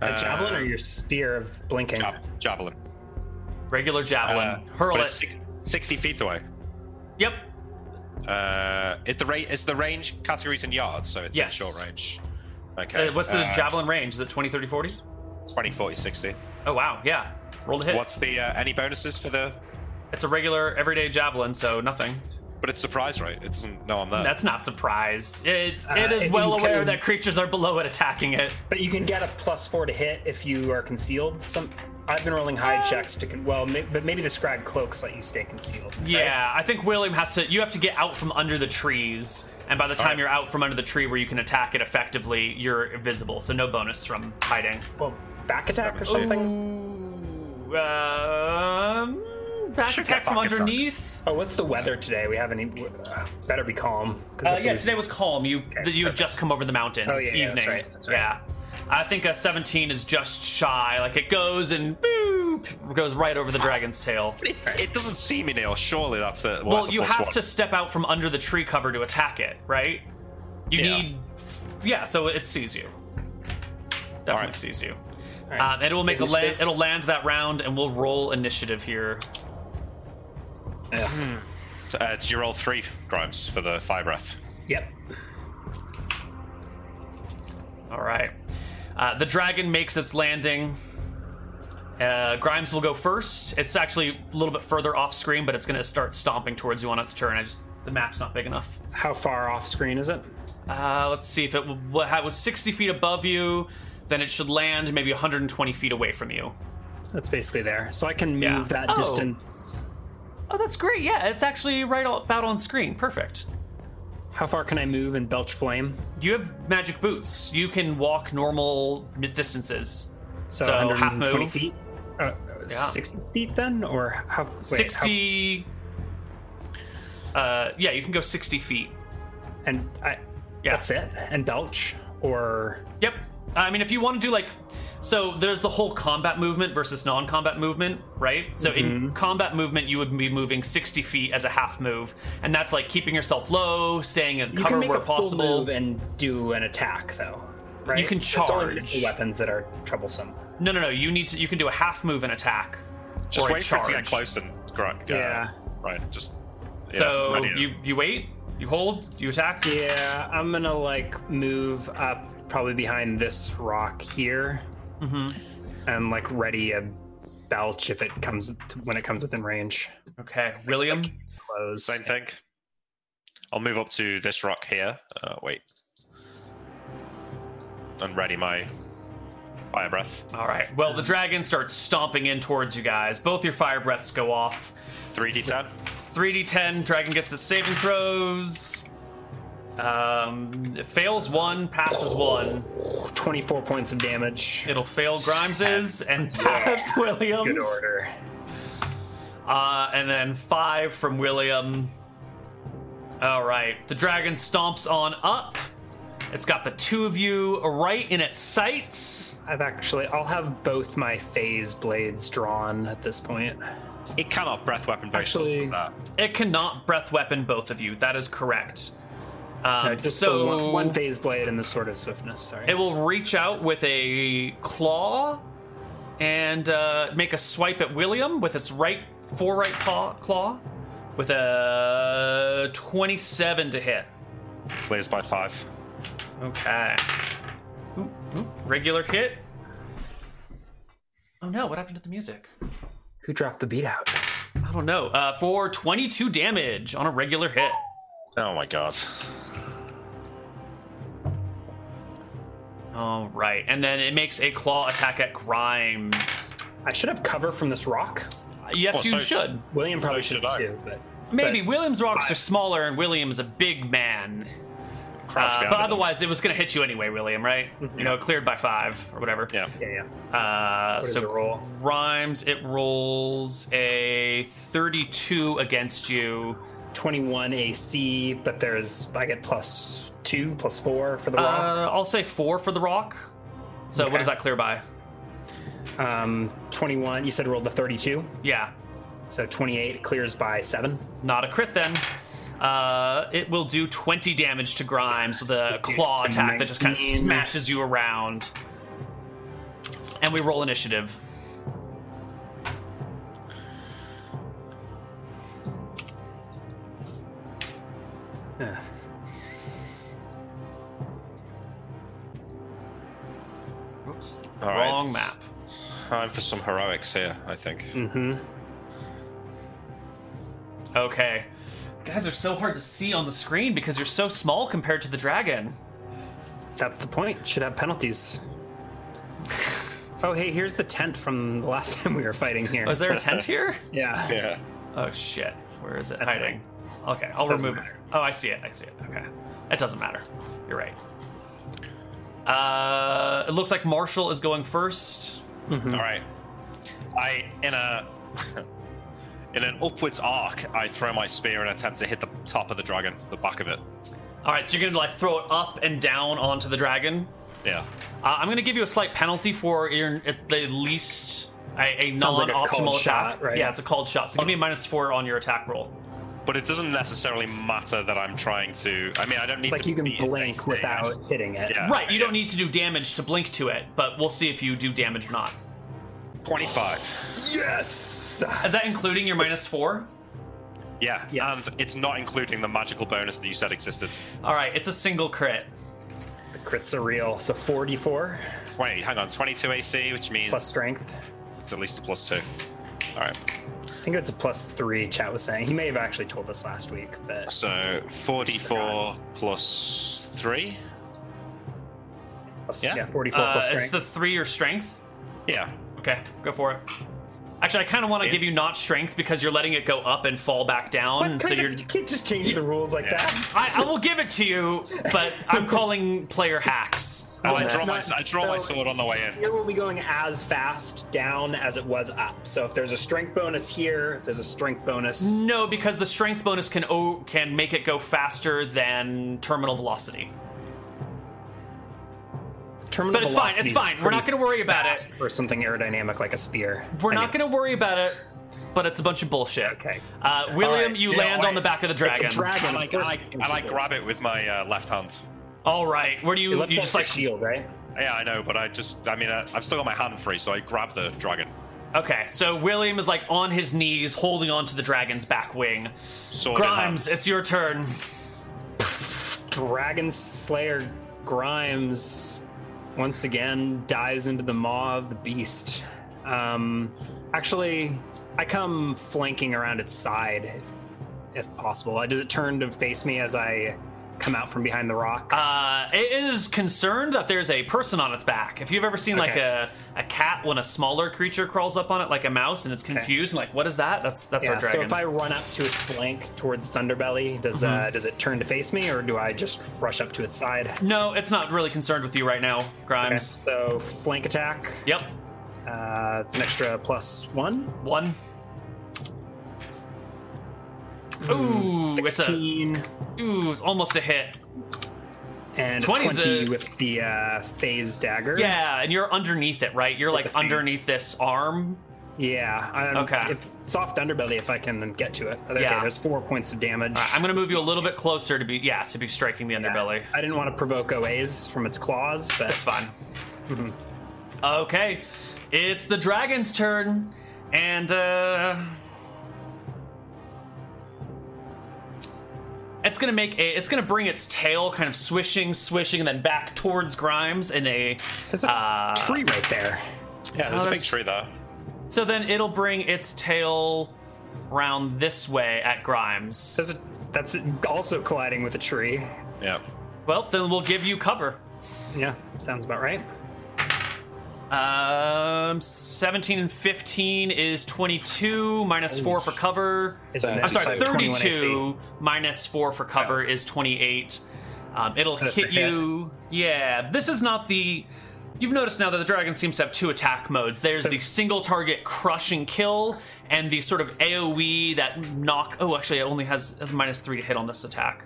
C: a javelin
D: Uh,
C: or your spear of blinking.
D: jav- javelin.
B: Regular javelin.
D: Uh,
B: Hurl
D: but
B: it.
D: it's six- sixty feet away.
B: Yep.
D: Uh, it the rate is the range categories in yards, so it's in
B: Yes.
D: short range. Okay.
B: Uh, what's the
D: uh,
B: javelin range? Is it 20, 30, 40?
D: 20, 40, 60.
B: Oh, wow. Yeah. Roll to hit.
D: What's the uh, any bonuses for the?
B: It's a regular, everyday javelin, so nothing.
D: But it's surprise, right? It doesn't know I'm there.
B: That's not surprised. It, it
C: Uh,
B: is
C: if
B: well
C: you
B: aware
C: can-
B: that creatures are below it attacking it.
C: But you can get a plus four to hit if you are concealed. Some I've been rolling
B: Uh,
C: hide checks to con- well, may, but maybe the scrag cloaks let you stay concealed. right?
B: Yeah, I think William has to. You have to get out from under the trees, and by the time
D: right.
B: you're out from under the tree where you can attack it effectively, you're invisible, so no bonus from hiding.
C: Well, back attack or something.
B: Ooh, um, back
D: Should
B: attack
D: get
B: from
D: pockets on.
B: underneath.
C: Oh, what's the weather today? We have any? Uh, better be calm. 'cause
B: Uh,
C: that's
B: yeah,
C: always-
B: today was calm. You
C: Okay,
B: you had just come over the mountains.
C: Oh,
B: it's
C: yeah, yeah,
B: evening.
C: that's right, that's right.
B: Yeah, I think a 17 is just shy. Like it goes and boop goes right over the dragon's tail.
D: it, it doesn't see me, Neil. Surely that's a well.
B: Well,
D: that's a
B: you
D: plus
B: have
D: one.
B: to step out from under the tree cover to attack it, right? You
D: Yeah.
B: need, yeah. So it sees you. Definitely
D: All right.
B: sees you.
C: All right.
B: Um, it will make a land.
C: Initiative?
B: It'll land that round, and we'll roll initiative here.
C: Ugh.
D: Uh, do you roll three grimes for the fire breath?
C: Yep.
B: All right. Uh, the dragon makes its landing. Uh, Grimes will go first. It's actually a little bit further off screen, but it's going to start stomping towards you on its turn. I just the map's not big enough.
C: How far off screen is it?
B: Uh, let's see if it w- w- had- was 60 feet above you, then it should land maybe 120 feet away from you.
C: That's basically there. So I can move
B: Yeah.
C: that
B: Oh.
C: distance.
B: Oh, that's great. Yeah, it's actually right o- about on screen. Perfect.
C: How far can I move and belch flame?
B: You have magic boots. You can walk normal mis- distances.
C: So,
B: So, half
C: 120
B: move.
C: feet? Uh, 60 feet then? Or how? wait, how-
B: 60. Uh, yeah, you can go 60 feet.
C: and I,
B: Yeah.
C: that's it? And belch? Or.
B: Yep. I mean, if you want to do like, so there's the whole combat movement versus non-combat movement, right? So in combat movement, you would be moving 60 feet as a half move, and that's like keeping yourself low, staying in
C: You
B: cover
C: can make
B: where
C: a full
B: possible.
C: move and do an attack, though. Right?
B: can
C: It's only
B: charge.
C: the weapons that are troublesome.
B: no, no, no. You need to. You can do a half move and attack.
D: Just
B: or a
D: wait for it to get
B: charge.
D: close and grind.
C: Yeah.
D: Right. Just. yeah,
B: So
D: I need it.
B: you you wait, you hold, you attack.
C: Yeah, I'm gonna like move up probably behind this rock here
B: hmm
C: and like ready a belch if it comes when it comes within range.
B: Okay, William.
C: Close.
D: Same thing. I'll move up to this rock here. Uh, wait. And ready my fire breath.
B: All right. Well, the dragon starts stomping in towards you guys. Both your fire breaths go off.
D: 3d10.
B: 3d10 dragon gets its saving throws um it fails one passes one
C: 24 points of damage.
B: it'll fail grimes's and pass williams
C: Good order.
B: uh and then five from william all right the dragon stomps on up it's got the two of you right in its sights
C: I've actually I'll have both my phase blades drawn at this point.
D: It cannot breath weapon based
C: Actually-
D: that.
B: it cannot breath weapon both of you that is correct um,
C: Uh, just the
B: so
C: one, one phase blade and the sword of swiftness. Sorry.
B: It will reach out with a claw and uh, make a swipe at William with its right fore right paw claw with a 27 to hit.
D: Clears by five.
B: Okay. Ooh, ooh, regular hit. Oh no, what happened to the music?
C: Who dropped the beat out?
B: I don't know. Uh, for 22 damage on a regular hit.
D: Oh my god.
B: All right. And then it makes a claw attack at Grimes.
C: I should have cover from this rock.
B: Yes,
D: Well,
B: you
D: so-
B: should.
C: William probably
D: So
C: should
D: should I.
C: too, but
B: Maybe
C: but-
B: William's rocks are smaller and William's a big man.
D: Crouch
B: Uh,
D: behind
B: but
D: him.
B: otherwise, it was going to hit you anyway, William, right? You know, cleared by five or whatever.
D: Yeah.
C: Mm-hmm. Yeah, yeah.
B: Uh,
C: What is the
B: so
C: roll?
B: rhymes. It rolls a thirty-two against you.
C: 21 AC, but there's I get plus two, plus four for the rock.
B: Uh, I'll say four for the rock. So
C: Okay.
B: what does that clear by?
C: Um, 21. You said rolled the 32,
B: Yeah,
C: so 28 clears by seven.
B: not a crit then. Uh, it will do twenty damage to Grimes with a
C: Reduced
B: claw
C: to
B: attack that just kind of
C: 19.
B: smashes you around. And we roll initiative.
C: Ugh.
B: Oops, it's the
D: All right.
B: wrong map.
D: Time for some heroics here, I think.
B: Mm. Okay. Guys are so hard to see on the screen because you're so small compared to the dragon.
C: That's the point. Should have penalties. Oh, hey, here's the tent from the last *laughs* time we were fighting here.
B: Oh, is there a
C: *laughs*
B: tent here?
C: Yeah.
D: Yeah.
B: Oh shit. Where is it
C: That's
B: hiding? Okay, I'll
C: Doesn't
B: remove
C: matter.
B: it. Oh, I see it. I see it. Okay. It doesn't matter. You're right. Uh, it looks like Marshall is going first.
D: All right. I in a *laughs* in an upwards arc, I throw my spear and attempt to hit the top of the dragon, the back of it.
B: All right, so you're gonna like throw it up and down onto the dragon.
D: Yeah.
B: Uh, I'm gonna give you a slight penalty for your at the least a, a
C: Sounds like a
B: non-optimal
C: called
B: attack.
C: shot, right?
B: Yeah, it's a called shot. So give me a minus four on your attack roll.
D: But it doesn't necessarily matter that I'm trying to. I mean, I don't need
C: Like
D: to.
C: you can
D: beat
C: blink
D: next day, I
C: without
D: just-
C: hitting it.
D: Yeah.
B: Right, you
D: yeah.
B: don't need to do damage to blink to it, but we'll see if you do damage or not.
D: twenty-five.
C: Yes.
B: Is that including your minus four?
D: Yeah,
C: Yeah.
D: and it's not including the magical bonus that you said existed.
B: All right, it's a single crit.
C: The crits are real. So 44
D: Wait, hang on, 22 AC, which means
C: plus strength.
D: it's at least a plus two. All right,
C: I think it's a plus three. Chat was saying he may have actually told us last week, but
D: so 44 plus three.
C: plus-
D: Yeah.
C: yeah, 44
B: Uh,
C: plus
B: it's
C: strength.
B: the three or strength.
D: Yeah,
B: Okay, go for it. Actually, I kind of want to
D: Yeah.
B: give you not strength because you're letting it go up and fall back down,
C: What
B: and Mm, so
C: kind
B: you're.
C: of- you can't just change the rules like
D: Yeah.
C: that.
B: I, I will give it to you, but I'm calling player hacks.
D: Oh,
B: on
D: I draw,
B: this.
D: my, I draw my
C: So-
D: sword on the way in.
C: Here we'll be going as fast down as it was up. So if there's a strength bonus here, there's a strength bonus.
B: No, because the strength bonus can o- can make it go faster than terminal velocity.
C: Terminal
B: But it's fine, it's
C: velocity is
B: fine. We're not
C: pretty
B: gonna worry about it.
C: fast For something aerodynamic like a spear.
B: We're
C: I
B: not
C: mean,
B: going to worry about it, but it's a bunch of bullshit.
C: Okay.
B: Uh, William,
D: right.
B: you
D: Yeah,
B: land
D: wait.
B: on the back of the
C: It's
B: dragon.
C: a dragon.
D: I like, I like, I like grab it with my uh, left hand.
B: All right, where do you
C: You
B: you just like?
C: shield, right?
D: Yeah, I know, but I just, I mean, I, I've still got my hand free, so I grab the dragon.
B: Okay, so William is like on his knees, holding on to the dragon's back wing.
D: Sword in
B: Grimes,
D: hand.
B: it's your turn.
C: Dragon Slayer Grimes once again dives into the maw of the beast. Um, actually, I come flanking around its side, if, if possible. Uh, Does it turn to face me as I come out from behind the rock?
B: Uh, it is concerned that there's a person on its back. If you've ever seen like a, a cat when a smaller creature crawls up on it, like a mouse, and it's confused, and like, what is that? That's that's
C: yeah,
B: our
C: so
B: dragon. Mm-hmm.
C: if I run up to its flank towards its underbelly, does uh, does it turn to face me, or do I just rush up to its side?
B: No, it's not really concerned with you right now,
C: Okay,
B: Grimes.
C: so flank attack.
B: Yep,
C: Uh, it's an extra plus one.
B: one. Ooh, it's a
C: Sixteen.
B: Ooh, it's almost a hit.
C: and a
B: 20 is
C: 20
B: a-
C: with the uh, phase dagger.
B: Yeah, and you're underneath it, right? You're like
C: the thing.
B: underneath this arm.
C: Yeah. I'm,
B: Okay.
C: If, soft underbelly, if I can get to it. Okay,
B: Yeah.
C: there's four points of damage.
B: All right, I'm gonna move you a little bit closer to be yeah to be striking the underbelly.
C: Uh, I didn't want to provoke OAs from its claws,
B: That's
C: but
B: fine. Okay, it's the dragon's turn, and uh, it's gonna make a it's gonna bring its tail kind of swishing, swishing, and then back towards Grimes in a
C: there's a
B: Uh,
C: tree right there.
D: Yeah, there's
B: Oh,
D: a big
B: that's-
D: tree there.
B: So then it'll bring its tail round this way at Grimes.
C: There's a, that's also colliding with a tree.
D: Yeah.
B: Well, then we'll give you cover.
C: Yeah, sounds about right.
B: Um, 17 and 15 is 22, minus 4 for cover.
C: It's an
B: I'm sorry,
C: AC, 21 AC.
B: 32 minus 4 for cover is 28. Um, it'll
C: Oh. That's
B: hit
C: a hit.
B: you. Yeah, this is not the. You've noticed now that the dragon seems to have two attack modes. There's
C: So-
B: the single target crush and kill, and the sort of AoE that knock. Oh, actually, it only has, has minus 3 to hit on this attack.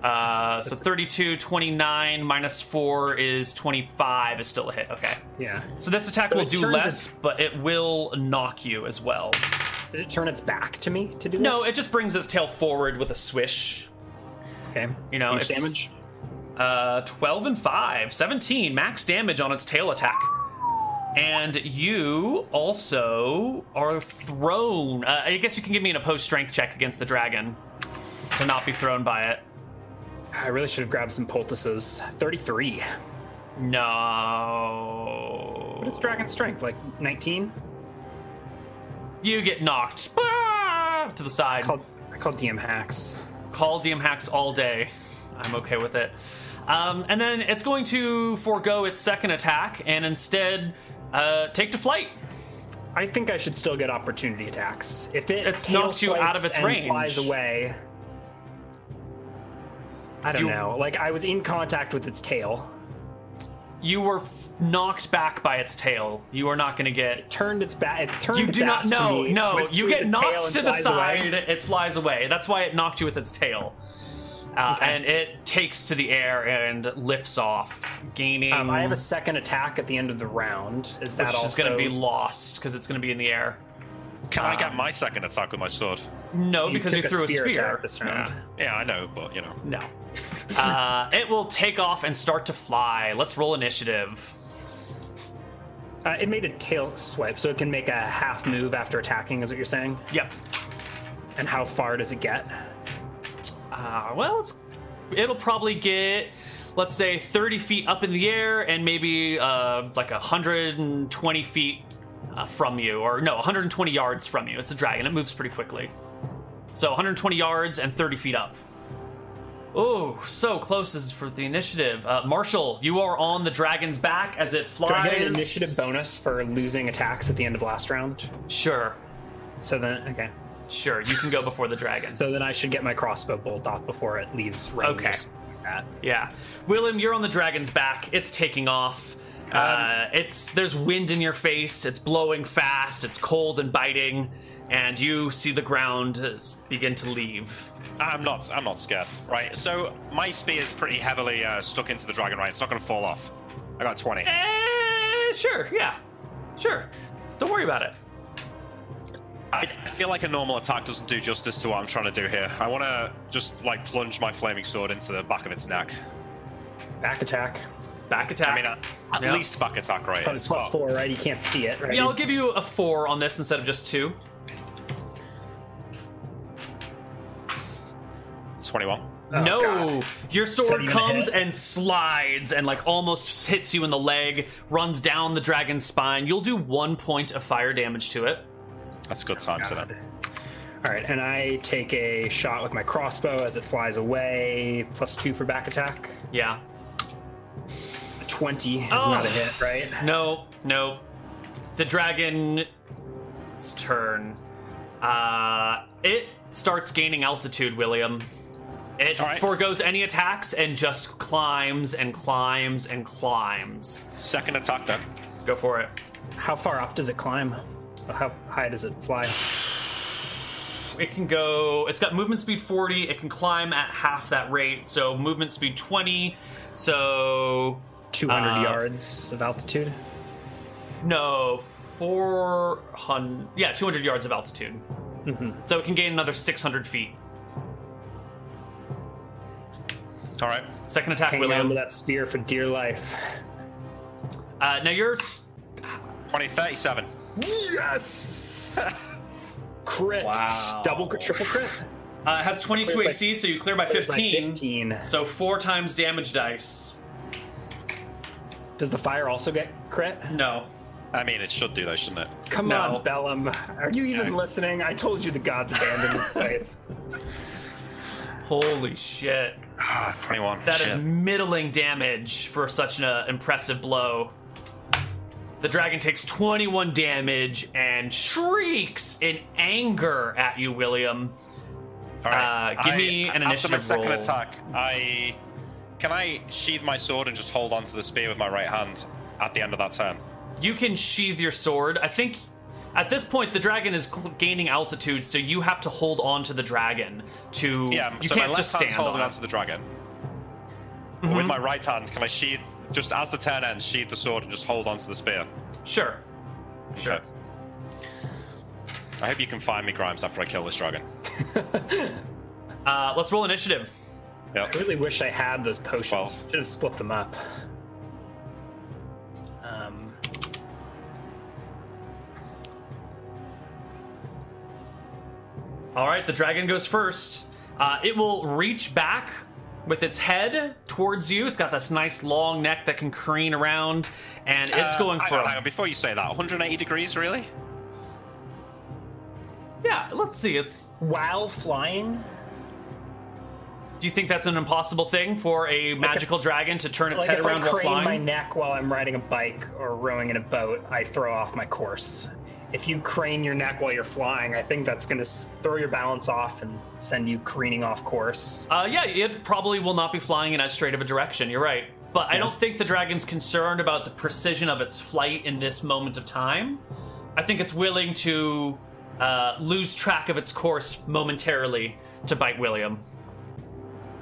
B: Uh, so 32, 29, minus 4 is 25 is still a hit. Okay.
C: Yeah.
B: So this attack
C: So
B: will
C: it
B: do
C: turns
B: less,
C: its-
B: but it will knock you as well.
C: Did it turn its back to me to do this?
B: No, it just brings its tail forward with a swish.
C: Okay.
B: You know,
C: How much
B: it's-
C: damage?
B: Uh, 12 and 5, 17 max damage on its tail attack. And you also are thrown. Uh, I guess you can give me an opposed strength check against the dragon to not be thrown by it.
C: I really should have grabbed some poultices. 33.
B: No.
C: What is dragon strength? Like 19?
B: You get knocked bah, to the side.
C: Called, I call DM hacks.
B: call DM hacks all day. I'm okay with it. Um, and then it's going to forego its second attack and instead uh, take to flight.
C: I think I should still get opportunity attacks. If it
B: It's
C: tail
B: knocked you out of
C: swipes
B: its
C: and
B: range.
C: flies away. I don't
B: You-
C: know. Like I was in contact with its tail,
B: You were f- knocked back by its tail. You are not going to get.
C: turned its back. It turned.
B: You
C: its
B: do not.
C: ass to
B: No,
C: me,
B: no.
C: went
B: You
C: through
B: get
C: the tail
B: knocked
C: and
B: to the
C: flies away.
B: side. It flies away. That's why it knocked you with its tail. Uh, And it takes to the air and lifts off, gaining.
C: Um, I have a second attack at the end of the round. Is that
B: which is
C: also
B: going to be lost because it's going to be in the air.
D: Can I
C: Ah.
D: get my second attack with my sword?
B: No,
C: You
B: because
C: took
B: you threw a spear.
C: attack this round?
B: Yeah.
D: Yeah, I know, but you know.
B: No. *laughs* Uh, it will take off and start to fly. Let's roll initiative.
C: Uh, it made a tail swipe, so it can make a half move after attacking. Is what you're saying?
B: Yep.
C: And how far does it get?
B: Uh, well, it's, it'll probably get, let's say, 30 feet up in the air and maybe uh, like 120 feet uh, from you, or no, 120 yards from you. It's a dragon, it moves pretty quickly. So 120 yards and 30 feet up. Oh, so close is for the initiative. Uh, Marshall, you are on the dragon's back as it flies.
C: Do I get an initiative bonus for losing attacks at the end of last round?
B: Sure,
C: So then, okay.
B: sure. You can go before the dragon.
C: So then I should get my crossbow bolt off before it leaves range.
B: Okay.
C: or something like that.
B: Yeah, Willem, you're on the dragon's back. It's taking off.
C: Um,
B: uh, it's there's wind in your face. It's blowing fast. It's cold and biting, and you see the ground uh, s- begin to leave.
D: I'm not. I'm not scared. Right. So my spear is pretty heavily uh, stuck into the dragon. Right. It's not going to fall off. I got twenty.
B: Eh, sure, yeah, sure. Don't worry about it.
D: I I feel like a normal attack doesn't do justice to what I'm trying to do here. I want to just like plunge my flaming sword into the back of its neck.
C: Back attack.
B: Back attack.
D: I mean, uh, at
B: Yeah.
D: least back attack, right?
C: But it's
D: It's
C: plus
D: got-
C: four, right? You can't see it, right?
B: yeah, I'll give you a four on this instead of just two.
D: 21.
C: Oh,
B: no,
C: God.
B: your
C: Said
B: sword
C: you
B: comes
C: hit.
B: and slides and like almost hits you in the leg, runs down the dragon's spine. You'll do one point of fire damage to it.
D: That's good times, isn't it?
C: All right, and I take a shot with my crossbow as it flies away. Plus two for back attack.
B: Yeah.
C: Twenty is
B: Oh.
C: not a hit, right?
B: No, no. The dragon's turn. Uh, it starts gaining altitude, William. It
D: All right.
B: foregoes any attacks and just climbs and climbs and climbs.
D: Second attack then.
B: Go for it.
C: How far up does it climb? How high does it fly?
B: It can go. It's got movement speed 40. It can climb at half that rate. So movement speed 20. So
C: Two hundred
B: Uh,
C: yards of altitude.
B: no, 400. Yeah, 200 yards of altitude. So it can gain another 600 feet.
D: All right.
B: Second attack,
C: Hang on
B: William.
C: to that spear for dear life.
B: Uh, now you're. s-
D: 20, 37.
C: *laughs* Yes. crit.
B: Wow.
C: Double crit. Triple crit.
B: Uh, it has 22
C: Clear by-
B: AC, so you clear by
C: My
B: 15.
C: Fifteen.
B: So four times damage dice.
C: Does the fire also get crit?
B: No.
D: I mean, it should do though, shouldn't it?
C: Come
B: No.
C: on, Bellum. Are you even listening? I told you the gods abandoned this place.
B: Holy shit.
D: Ah, 21.
B: That is
D: Shit.
B: middling damage for such an uh, impressive blow. The dragon takes 21 damage and shrieks in anger at you, William.
D: All right.
B: uh, give me an
D: After my
B: initiative
D: second
B: roll.
D: attack, I can I sheathe my sword and just hold onto the spear with my right hand at the end of that turn.
B: You can sheathe your sword. I think at this point the dragon is cl- gaining altitude, so you have to hold on to the dragon to.
D: Yeah.
B: you
D: so
B: can't
D: my left
B: just
D: hand's
B: stand
D: holding
B: on Mm-hmm.
D: onto the dragon. With my right hand, can I sheathe just as the turn ends, sheathe the sword and just hold onto the spear?
B: it. Sure. Sure.
D: Okay. I hope you can find me, Grimes, after I kill this dragon.
B: Uh, let's roll initiative.
C: *laughs*
D: Yep.
C: I really wish I had those potions.
D: Well-
C: Should have split them up. Um,
B: All right, the dragon goes first. Uh, it will reach back with its head towards you. It's got this nice long neck that can careen around, and it's
D: Uh,
B: going
D: hang
B: for.
D: on, hang on, before you say that, 180 degrees, really?
B: Yeah, let's see. It's.
C: while flying,
B: Do you think that's an impossible thing for a magical dragon to turn its
C: like
B: head
C: if
B: around
C: I
B: while
C: crane
B: flying?
C: my neck while I'm riding a bike or rowing in a boat, I throw off my course. If you crane your neck while you're flying, I think that's going to throw your balance off and send you careening off course.
B: Uh, yeah, it probably will not be flying in as straight of a direction. You're right. But I don't think the dragon's concerned about the precision of its flight in this moment of time. I think it's willing to uh, lose track of its course momentarily to bite William.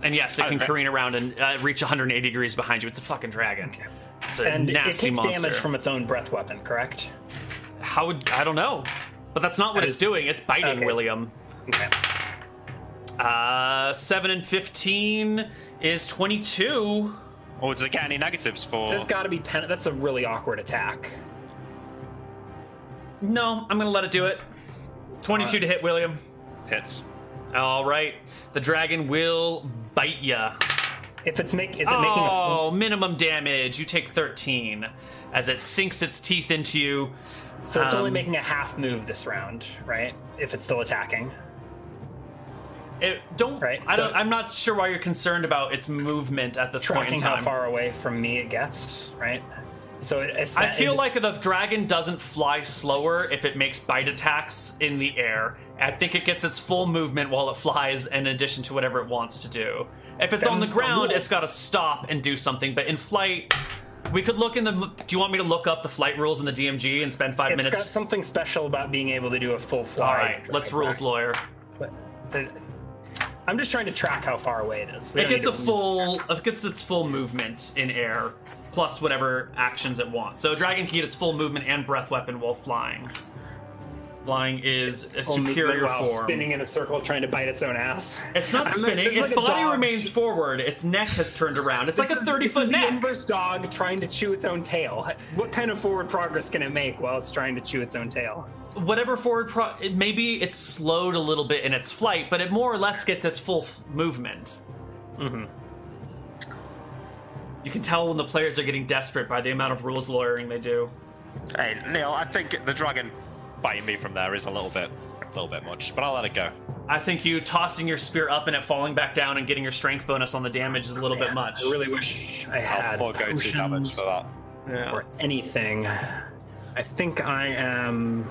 B: And yes, it can
D: Okay.
B: careen around and uh, reach 180 degrees behind you. It's a fucking dragon. It's a
C: and it takes
B: nasty monster.
C: damage from its own breath weapon, correct?
B: How would I don't know, but that's not what
C: That
B: it's
C: is-
B: doing. It's biting
C: okay.
B: William.
C: Okay.
B: Uh, seven and 15 is 22.
D: Or does it get any negatives for?
C: There's got to be pen. That's a really awkward attack.
B: No, I'm gonna let it do it. 22 to hit William.
D: Hits.
B: All right. The dragon will bite ya.
C: If it's make, is it making a full
B: Oh, minimum damage. You take 13 as it sinks its teeth into you.
C: So it's only
B: Um,
C: making a half move this round, right? If it's still attacking.
B: It, don't.
C: Right,
B: I
C: so-
B: don't I'm not sure why you're concerned about its movement at this point in
C: Tracking
B: time.
C: how far away from me it gets, right? So it, it's,
B: I feel
C: is-
B: like the dragon doesn't fly slower if it makes bite attacks in the air. I think it gets its full movement while it flies in addition to whatever it wants to do. If it's on the
C: Them's the
B: ground,
C: rules.
B: it's got to stop and do something, but in flight, we could look in the. Do you want me to look up the flight rules in the DMG and spend five
C: it's got
B: minutes?
C: something special about being able to do a full fly.
B: All right, let's
C: drag
B: rules
C: back.
B: lawyer.
C: But the- I'm just trying to track how far away it is. We
B: It
C: don't
B: gets
C: need
B: a
C: to-
B: full. It gets its full movement in air, plus whatever actions it wants. So a dragon can get its full movement and breath weapon while flying. Flying is a
C: full movement
B: superior
C: while
B: form.
C: spinning in a circle trying to bite its own ass.
B: It's not
C: *laughs* I'm like-
B: spinning.
C: this
B: its
C: is like a
B: body
C: dog.
B: remains forward. Its neck has turned around. It's
C: This
B: like a
C: is-
B: thirty
C: this
B: foot
C: is The
B: neck.
C: inverse dog trying to chew its own tail. What kind of forward progress can it make while it's trying to chew its own tail?
B: Whatever forward pro, it, maybe it's slowed a little bit in its flight, but it more or less gets its full f- movement.
C: Mm-hmm.
B: You can tell when the players are getting desperate by the amount of rules lawyering they do.
D: Hey, Neil, I think the dragon biting me from there is a little bit, a little bit much, but I'll let it go.
B: I think you tossing your spear up and it falling back down and getting your strength bonus on the damage is a little bit much.
C: I really wish I
D: I'll
C: had
D: forego two damage
C: potions
D: for that.
B: Yeah.
C: or anything. I think I am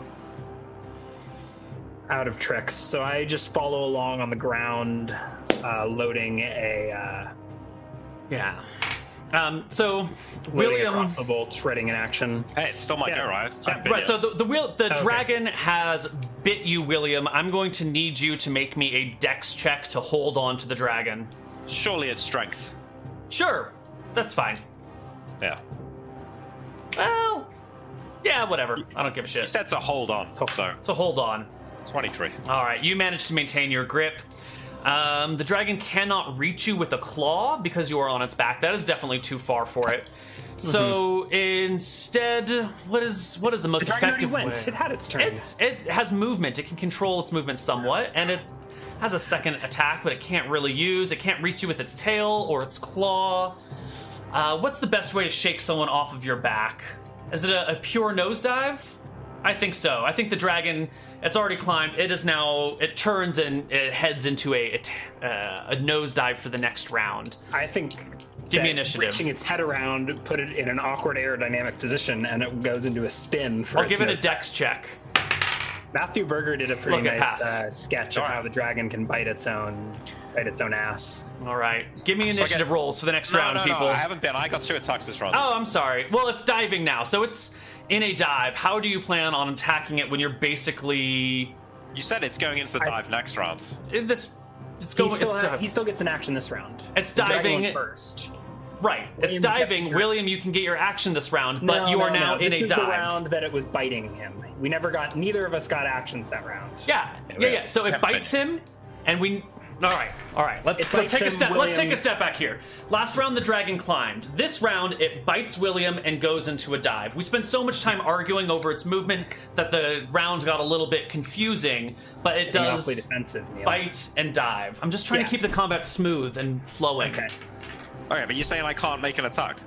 C: out of tricks, so I just follow along on the ground, uh, loading a uh,
B: Yeah. Um, so,
C: loading a
B: William.
C: crossbow bolt, shredding an action.
D: Hey, it's still my
C: Yeah.
D: go, right?
C: Yeah,
D: I've been
B: Right,
D: here.
B: so the the, wheel, the
C: Okay.
B: dragon has bit you, William. I'm going to need you to make me a dex check to hold on to the dragon.
D: surely it's strength.
B: Sure, that's fine.
D: Yeah,
B: Well, yeah, whatever. I don't give a shit.
D: that's a hold on. So
B: So hold on.
D: twenty-three.
B: All right, you managed to maintain your grip. Um, the dragon cannot reach you with a claw because you are on its back. That is definitely too far for it. So instead, what is what is the most
C: Mm-hmm. The dragon already
B: effective
C: went.
B: way?
C: *laughs* It had its turn.
B: It's it has movement. It can control its movement somewhat, and it has a second attack, but it can't really use. It can't reach you with its tail or its claw. Uh, what's the best way to shake someone off of your back? Is it a, a pure nosedive? I think so. I think the dragon. It's already climbed. It is now. It turns and it heads into a a, t- uh, a nosedive for the next round.
C: I think.
B: Give me
C: that
B: initiative.
C: Reaching its head around, put it in an awkward aerodynamic position, and it goes into a spin for
B: I'll
C: its
B: give it a
C: nose.
B: dex check.
C: Matthew Berger did a pretty
B: Look, it
C: nice
B: passed.
C: uh, sketch of how the dragon can bite its own bite its own ass.
B: All right, give me
D: So I get-
B: initiative rolls for the next
D: No,
B: round,
D: no,
B: people.
D: no, I haven't been. I got two attacks this round.
B: Oh, I'm sorry. Well, it's diving now, so it's in a dive. How do you plan on attacking it when you're basically
D: You said it's going into the
C: I-
D: dive next round.
B: in this? It's
C: He
B: going.
C: still,
B: it's
C: ha-
B: dive-
C: he still gets an action this round.
B: It's
C: The dragon
B: diving-
C: went first.
B: right. it's
C: William gets
B: diving.
C: hurt.
B: William, you can get your action this round, but
C: No,
B: you are
C: no,
B: now
C: no.
B: in
C: this
B: a
C: is
B: dive.
C: the round that it was biting him. We never got. Neither of us got actions that round.
B: Yeah, yeah,
D: we-
B: yeah. So it
D: Haven't
B: bites him, and we. All right, all right. Let's
C: It
B: let's
C: bites
B: take a
C: him,
B: step. Let's take a
C: William-
B: step back here. Last round, the dragon climbed. This round, it bites William and goes into a dive. We spent so much time arguing over its movement that the round got a little bit confusing, but it
C: Being
B: does.
C: awfully defensive. Neil.
B: bite and dive. I'm just trying
C: Yeah.
B: to keep the combat smooth and flowing.
C: Okay.
D: Okay, but you're saying I can't make an attack?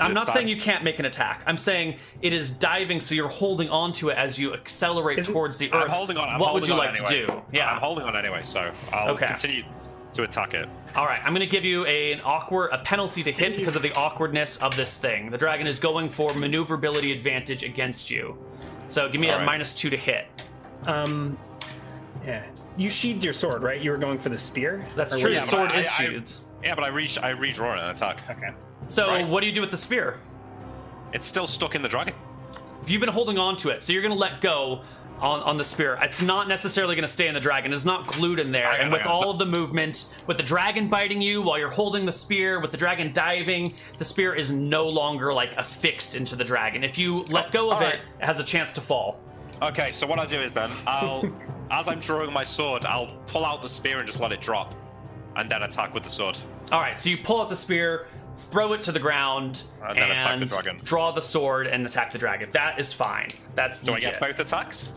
B: I'm not
D: It's
B: saying
D: dive.
B: you can't make an attack. I'm saying it is diving, so you're holding on to it as you accelerate
C: Isn't-
B: towards the earth.
D: I'm holding on. I'm
B: what would
D: holding
B: you
D: on
B: like
D: anyway.
B: to do? Yeah.
D: I'm holding on anyway, so I'll
B: Okay.
D: continue to attack it.
B: All right. I'm going to give you a, an awkward a penalty to hit because of the awkwardness of this thing. The dragon is going for maneuverability advantage against you. So give me
D: All
B: a
D: right.
B: minus two to hit.
C: Um. Yeah. You sheathed your sword, right? You were going for the spear.
B: That's
C: Or
B: true.
C: were
D: yeah,
B: the
C: you-
D: but
B: sword
D: I-
B: is
D: I-
B: sheathed.
D: Yeah, but I re- I redraw it and attack.
C: Okay.
B: So
D: Right.
B: what do you do with the spear?
D: It's still stuck in the dragon.
B: you've been holding on to it, so you're gonna let go on, on the spear. It's not necessarily gonna stay in the dragon. It's not glued in there.
D: I got
B: and
D: it, I
B: with
D: got it.
B: all of the movement, with the dragon biting you while you're holding the spear, with the dragon diving, the spear is no longer like affixed into the dragon. If you let go of
D: Oh, All right.
B: it, it has a chance to fall.
D: Okay, so what I'll do is then I'll, as I'm drawing my sword, I'll pull out the spear and just let it drop, and then attack with the sword.
B: All right, so you pull out the spear, throw it to the ground,
D: And Uh, then attack the dragon.
B: draw the sword and attack the dragon. That is fine. That's
D: Do I
B: legit.
D: get both attacks?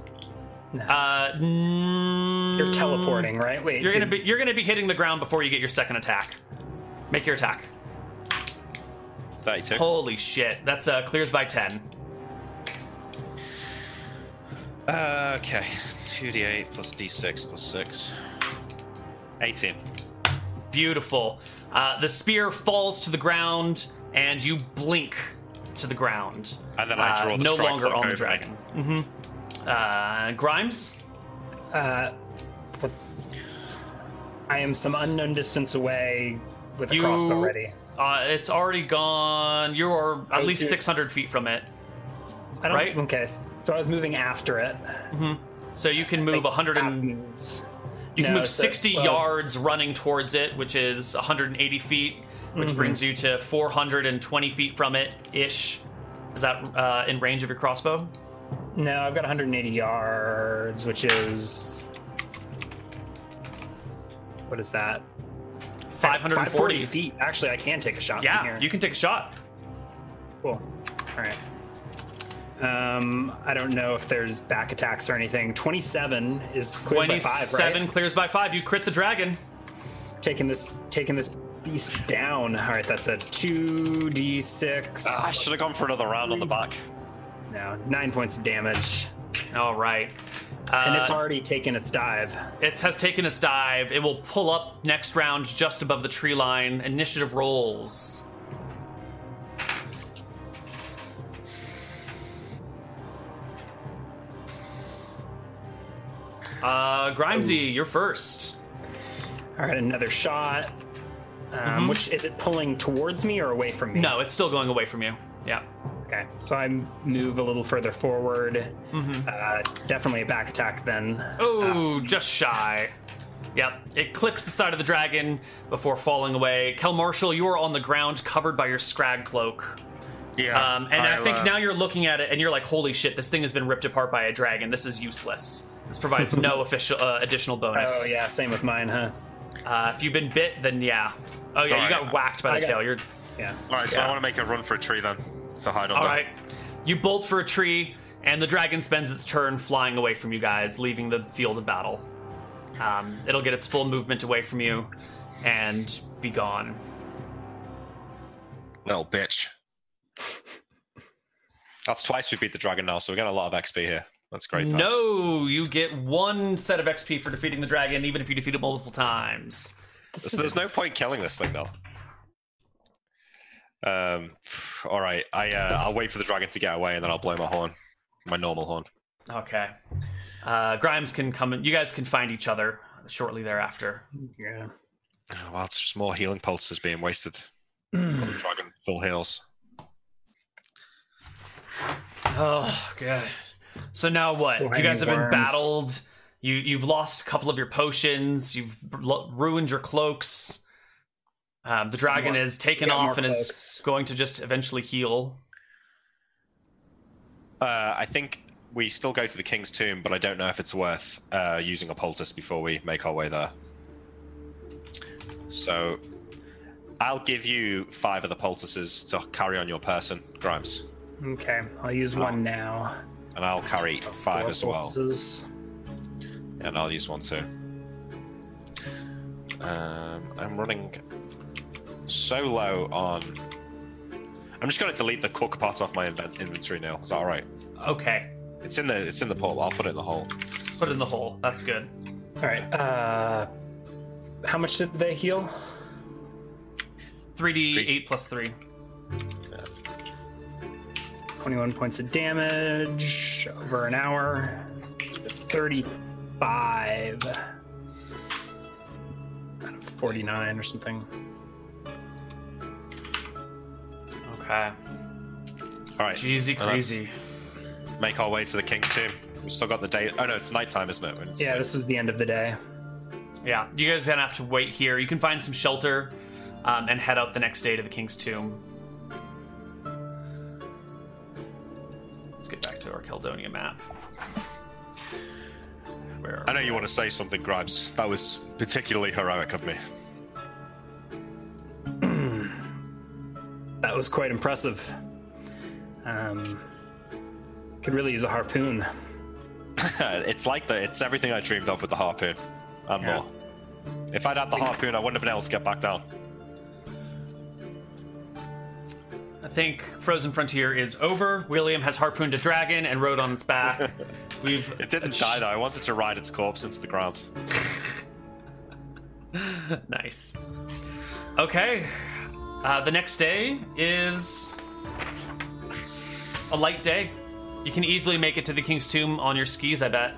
B: Uh, mm,
C: You're teleporting, right? Wait.
B: You're gonna be you're gonna be hitting the ground before you get your second attack. Make your attack.
D: 32.
B: Holy shit! That's uh clears by ten.
D: Uh, okay. 2d8 plus d6 plus 6. 18.
B: Beautiful. Uh, the spear falls to the ground, and you blink to the ground.
D: And then I
B: Uh,
D: draw the
B: no
D: strike
B: longer
D: cloak
B: on the
D: over me.
B: dragon. hmm Uh, Grimes.
C: Uh, what- I am some unknown distance away with a
B: You-
C: crossbow ready.
B: Uh, it's already gone. You are at
C: Oh,
B: least
C: shoot.
B: 600 feet from it.
C: I don't,
B: right?
C: Okay, so I was moving after it.
B: So you can move 100
C: Half
B: and
C: moves.
B: you can
C: No,
B: move
C: so-
B: 60
C: well,
B: yards running towards it, which is 180 feet, which
C: Mm-hmm.
B: brings you to 420 feet from it ish. Is that uh, in range of your crossbow?
C: No, I've got 180 yards, which is what is that?
B: 540.
C: feet. Actually, I can take a shot. from
B: Yeah,
C: here.
B: you can take a shot.
C: Cool. All right. Um, I don't know if there's back attacks or anything. 27 is cleared by five, right?
B: 27 clears by five. You crit the dragon.
C: taking this taking this beast down. All right, that's a two d six.
B: Uh.
D: Ah, I should have gone for another round on the back.
C: No, nine points of damage,
B: All right.
C: and it's
B: Uh,
C: already taken its dive.
B: It has taken its dive. It will pull up next round just above the tree line. Initiative rolls. Uh, Grimesy, you're first.
C: All right, another shot. Um, Which is it pulling towards me or away from me?
B: Mm-hmm. No, it's still going away from you. Yeah.
C: Okay, so I move a little further forward. Uh, definitely a back attack then.
B: Mm-hmm. Oh, just shy. Yep. It clips the side of the dragon before falling away. Kel Marshall, you are on the ground covered by your scrag cloak.
E: Yeah.
B: Um, and I,
E: I'll,
B: think
E: uh,
B: now you're looking at it and you're like, holy shit, this thing has been ripped apart by a dragon. This is useless. This provides no official uh, additional bonus.
C: Oh yeah, same with mine, huh?
B: Uh, if you've been bit, then yeah. Oh yeah, you
E: Alright.
B: got whacked by the
C: I got-
B: tail. You're
C: Yeah.
E: All right, so
B: yeah.
E: I want to make a run for a tree then. So hide under.
B: all right. You bolt for a tree, and the dragon spends its turn flying away from you guys, leaving the field of battle. Um, it'll get its full movement away from you and be gone.
D: Little bitch. That's twice we beat the dragon now, so we got a lot of XP here. That's great. thanks.
B: No, you get one set of XP for defeating the dragon, even if you defeat it multiple times.
D: So there's no point killing this thing though. Um, all right, I uh, I'll wait for the dragon to get away and then I'll blow my horn, my normal horn.
B: Okay. Uh, Grimes can come. and You guys can find each other shortly thereafter.
C: Yeah.
D: Oh, well, it's just more healing pulses being wasted. on the dragon full heals.
B: Oh god. So now what?
C: Slimy
B: you guys have been
C: worms.
B: battled. You you've lost a couple of your potions. You've lo- ruined your cloaks. Um, the dragon
C: More-
B: is taken
C: we got more
B: off and is
C: cloaks.
B: going to just eventually heal.
D: Uh, I think we still go to the king's tomb, but I don't know if it's worth uh, using a poultice before we make our way there. So, I'll give you five of the poultices to carry on your person, Grimes,
C: Okay, I'll use
B: Oh.
C: one now.
D: and I'll carry five
C: Four
D: as well.
C: pulses.
D: And I'll use one too. Um, I'm running so low on. I'm just going to delete the cook pot off my invent- inventory now. Is that all right?
B: Okay,
D: It's in the it's in the portal. I'll put it in the hole.
B: put it in the hole. That's good.
C: All right. Uh, how much did they heal?
B: Three D eight plus three.
C: 21 points of damage over an hour. 35 out of 49 or something.
B: Okay.
D: All right.
B: Jeezy
D: And let's
B: crazy.
D: Make our way to the king's tomb. We've still got the day. Oh no, it's nighttime, isn't it? When It's,
C: Yeah, this was the end of the day.
B: Yeah, you guys are gonna have to wait here. You can find some shelter um, and head out the next day to the king's tomb. Let's get back to our Keldonia map. Where
D: I know you want to say something, Grimes. That was particularly heroic of me. *laughs*
C: That was quite impressive. Um, could really use a harpoon.
D: it's like the it's everything I dreamed of with the harpoon and
C: Yeah.
D: more. If I'd had the harpoon, I wouldn't have been able to get back down.
B: I think Frozen Frontier is over. William has harpooned a dragon and rode on its
D: *laughs*
B: back. We've
D: It didn't die though. I wanted to ride its corpse into the ground.
B: *laughs* nice. Okay. Uh, the next day is a light day. You can easily make it to the King's Tomb on your skis, I bet.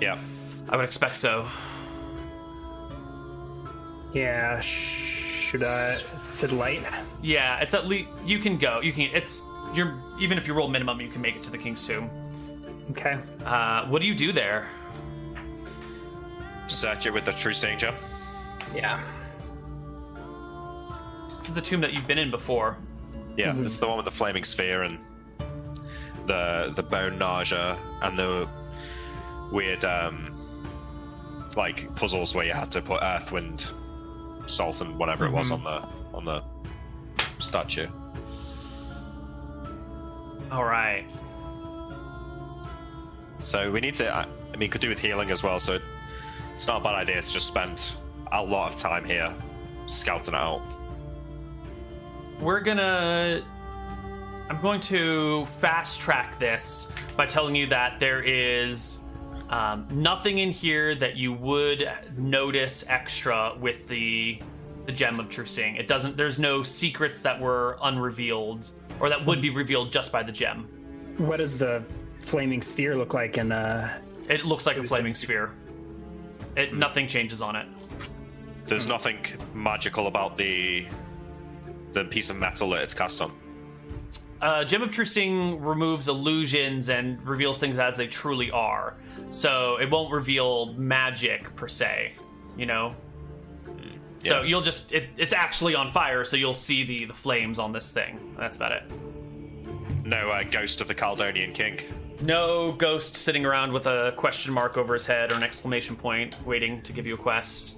D: Yeah.
B: I would expect so.
C: Yeah. sh- Should I? Said light.
B: Yeah, it's at least you can go. You can. It's you're even if you roll minimum, you can make it to the King's Tomb.
C: Okay.
B: Uh, what do you do there?
D: Search it with the true seeing gem.
C: Yeah.
B: This is the tomb that you've been in before.
D: Yeah, it's the one with the flaming sphere and the the bone nausea and the weird um like puzzles where you had to put earth, wind, salt, and whatever it was on the on the statue.
B: All right.
D: So we need to. I I mean, could do with healing as well. So it's not a bad idea to just spend a lot of time here scouting it out.
B: We're gonna. I'm going to fast track this by telling you that there is um, nothing in here that you would notice extra with the the gem of true seeing. It doesn't. There's no secrets that were unrevealed or that would be revealed just by the gem.
C: What does the flaming sphere look like? And uh,
B: It looks like a flaming sphere. It, nothing changes on it.
D: There's nothing magical about the the piece of metal that it's cast on.
B: uh, Gem of True Seeing removes illusions and reveals things as they truly are. So it won't reveal magic per se, you know. So
D: Yeah.
B: you'll just it, it's actually on fire, so you'll see the the flames on this thing. That's about it.
D: No uh, ghost of the Caledonian king.
B: No ghost sitting around with a question mark over his head or an exclamation point, waiting to give you a quest.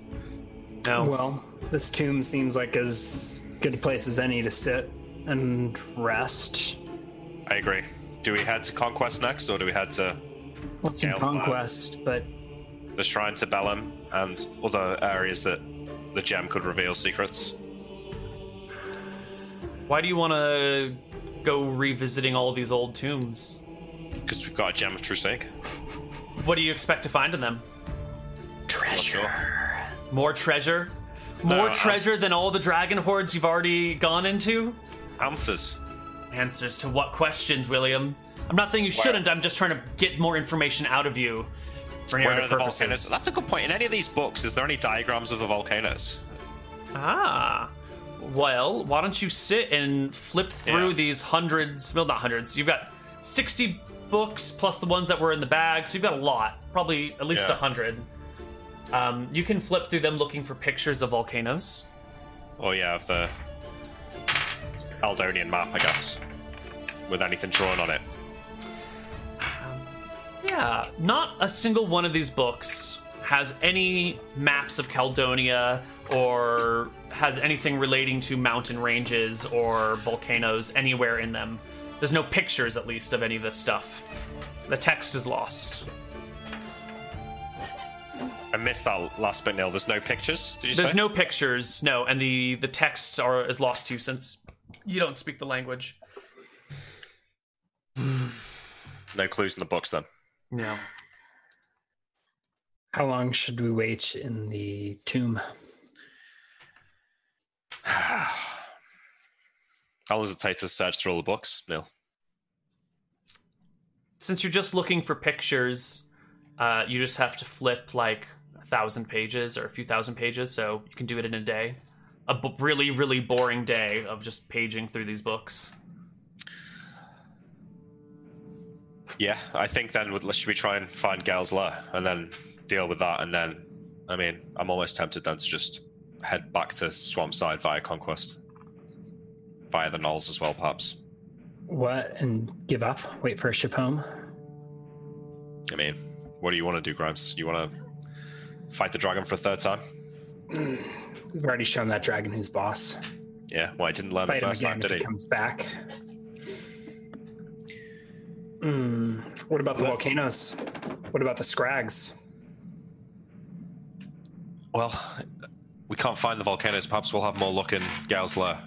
B: No.
C: well, this tomb seems like as good a place as any to sit and rest.
D: I agree. Do we head to Conquest next, or do we head to
C: What's in
D: Gale's lab.
C: conquest? But
D: the Shrine to Bellum and other areas that the gem could reveal secrets?
B: Why do you want to go revisiting all these old tombs?
D: Because we've got a gem of true seeing.
B: What do you expect to find in them?
C: treasure.
B: More treasure?
D: No,
B: More
D: I'm-
B: treasure than all the dragon hordes you've already gone into?
D: Answers.
B: Answers to what questions, William? I'm not saying you shouldn't, I'm just trying to get more information out of you for
D: Where are
B: narrative
D: the volcanoes?
B: purposes.
D: That's a good point. In any of these books, is there any diagrams of the volcanoes?
B: ah. Well, why don't you sit and flip through
D: Yeah.
B: these hundreds, well, not hundreds, you've got 60 books plus the ones that were in the bag, so you've got a lot, probably at least a
D: Yeah.
B: 100. Um, you can flip through them looking for pictures of volcanoes.
D: Oh yeah, of the Aldonian map, I guess, with anything drawn on it.
B: Yeah, not a single one of these books has any maps of Caledonia or has anything relating to mountain ranges or volcanoes anywhere in them. There's no pictures, at least, of any of this stuff. The text is lost.
D: I missed that last bit, Neil. There's no pictures. Did you
B: There's
D: say?
B: no pictures, no, and the the text are is lost to you since you don't speak the language.
D: no clues in the books then.
B: No.
C: How long should we wait in the tomb?
D: How long does it take to search through all the books, Neil?
B: Since you're just looking for pictures, uh, you just have to flip like a thousand pages or a few thousand pages, so you can do it in a day. A b- really, really boring day of just paging through these books.
D: Yeah, I think then would, should we try and find Gal's Lair and then deal with that, and then, I mean, I'm almost tempted then to just head back to Swampside via Conquest, via the Knolls as well, perhaps.
C: What and give up? Wait for a ship home?
D: I mean, what do you want to do, Grimes? You want to fight the dragon for a third time?
C: We've already shown that dragon who's boss.
D: Yeah, well, I didn't learn the
C: Fight him
D: first
C: again if
D: time, did
C: he
D: he?
C: comes back. Hmm, What about the
D: Look.
C: volcanoes? What about the scrags?
D: Well, we can't find the volcanoes. Perhaps we'll have more luck in Gal's Lair.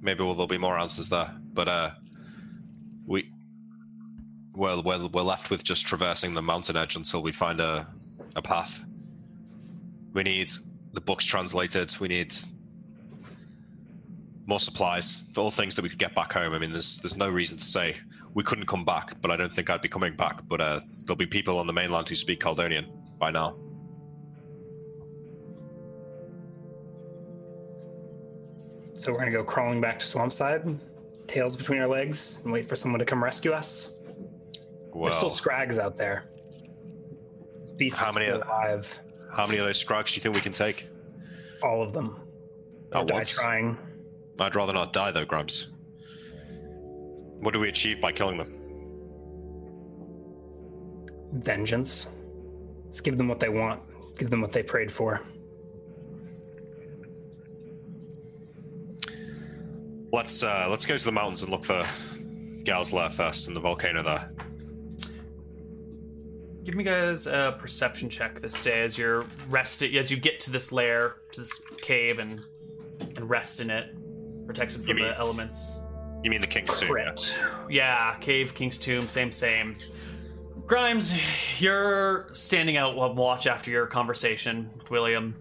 D: Maybe we'll, there'll be more answers there. But uh, we, well, we're, we're left with just traversing the mountain edge until we find a, a path. We need the books translated. We need more supplies for all things that we could get back home. I mean, there's there's no reason to say we couldn't come back, but I don't think I'd be coming back. But uh, there'll be people on the mainland who speak Caledonian by now.
C: So we're gonna go crawling back to Swampside, tails between our legs, and wait for someone to come rescue us.
D: Well,
C: There's still scrags out there. These beasts
D: How
C: are
D: many
C: still
D: of-
C: alive.
D: How many of those scrags do you think we can take?
C: All of them.
D: Not
C: Or die
D: once.
C: trying.
D: I'd rather not die though, Grumps. What do we achieve by killing them?
C: Vengeance. Let's give them what they want. Give them what they prayed for.
D: Let's uh, let's go to the mountains and look for Gal's lair first and the volcano there.
B: Give me guys a perception check this day as you're rested as you get to this lair, to this cave and and rest in it, protected from
D: mean-
B: the elements.
D: You mean the king's tomb? yeah?
C: Crit.
B: Yeah, cave, king's tomb, same same. Grimes, you're standing out on watch after your conversation with William.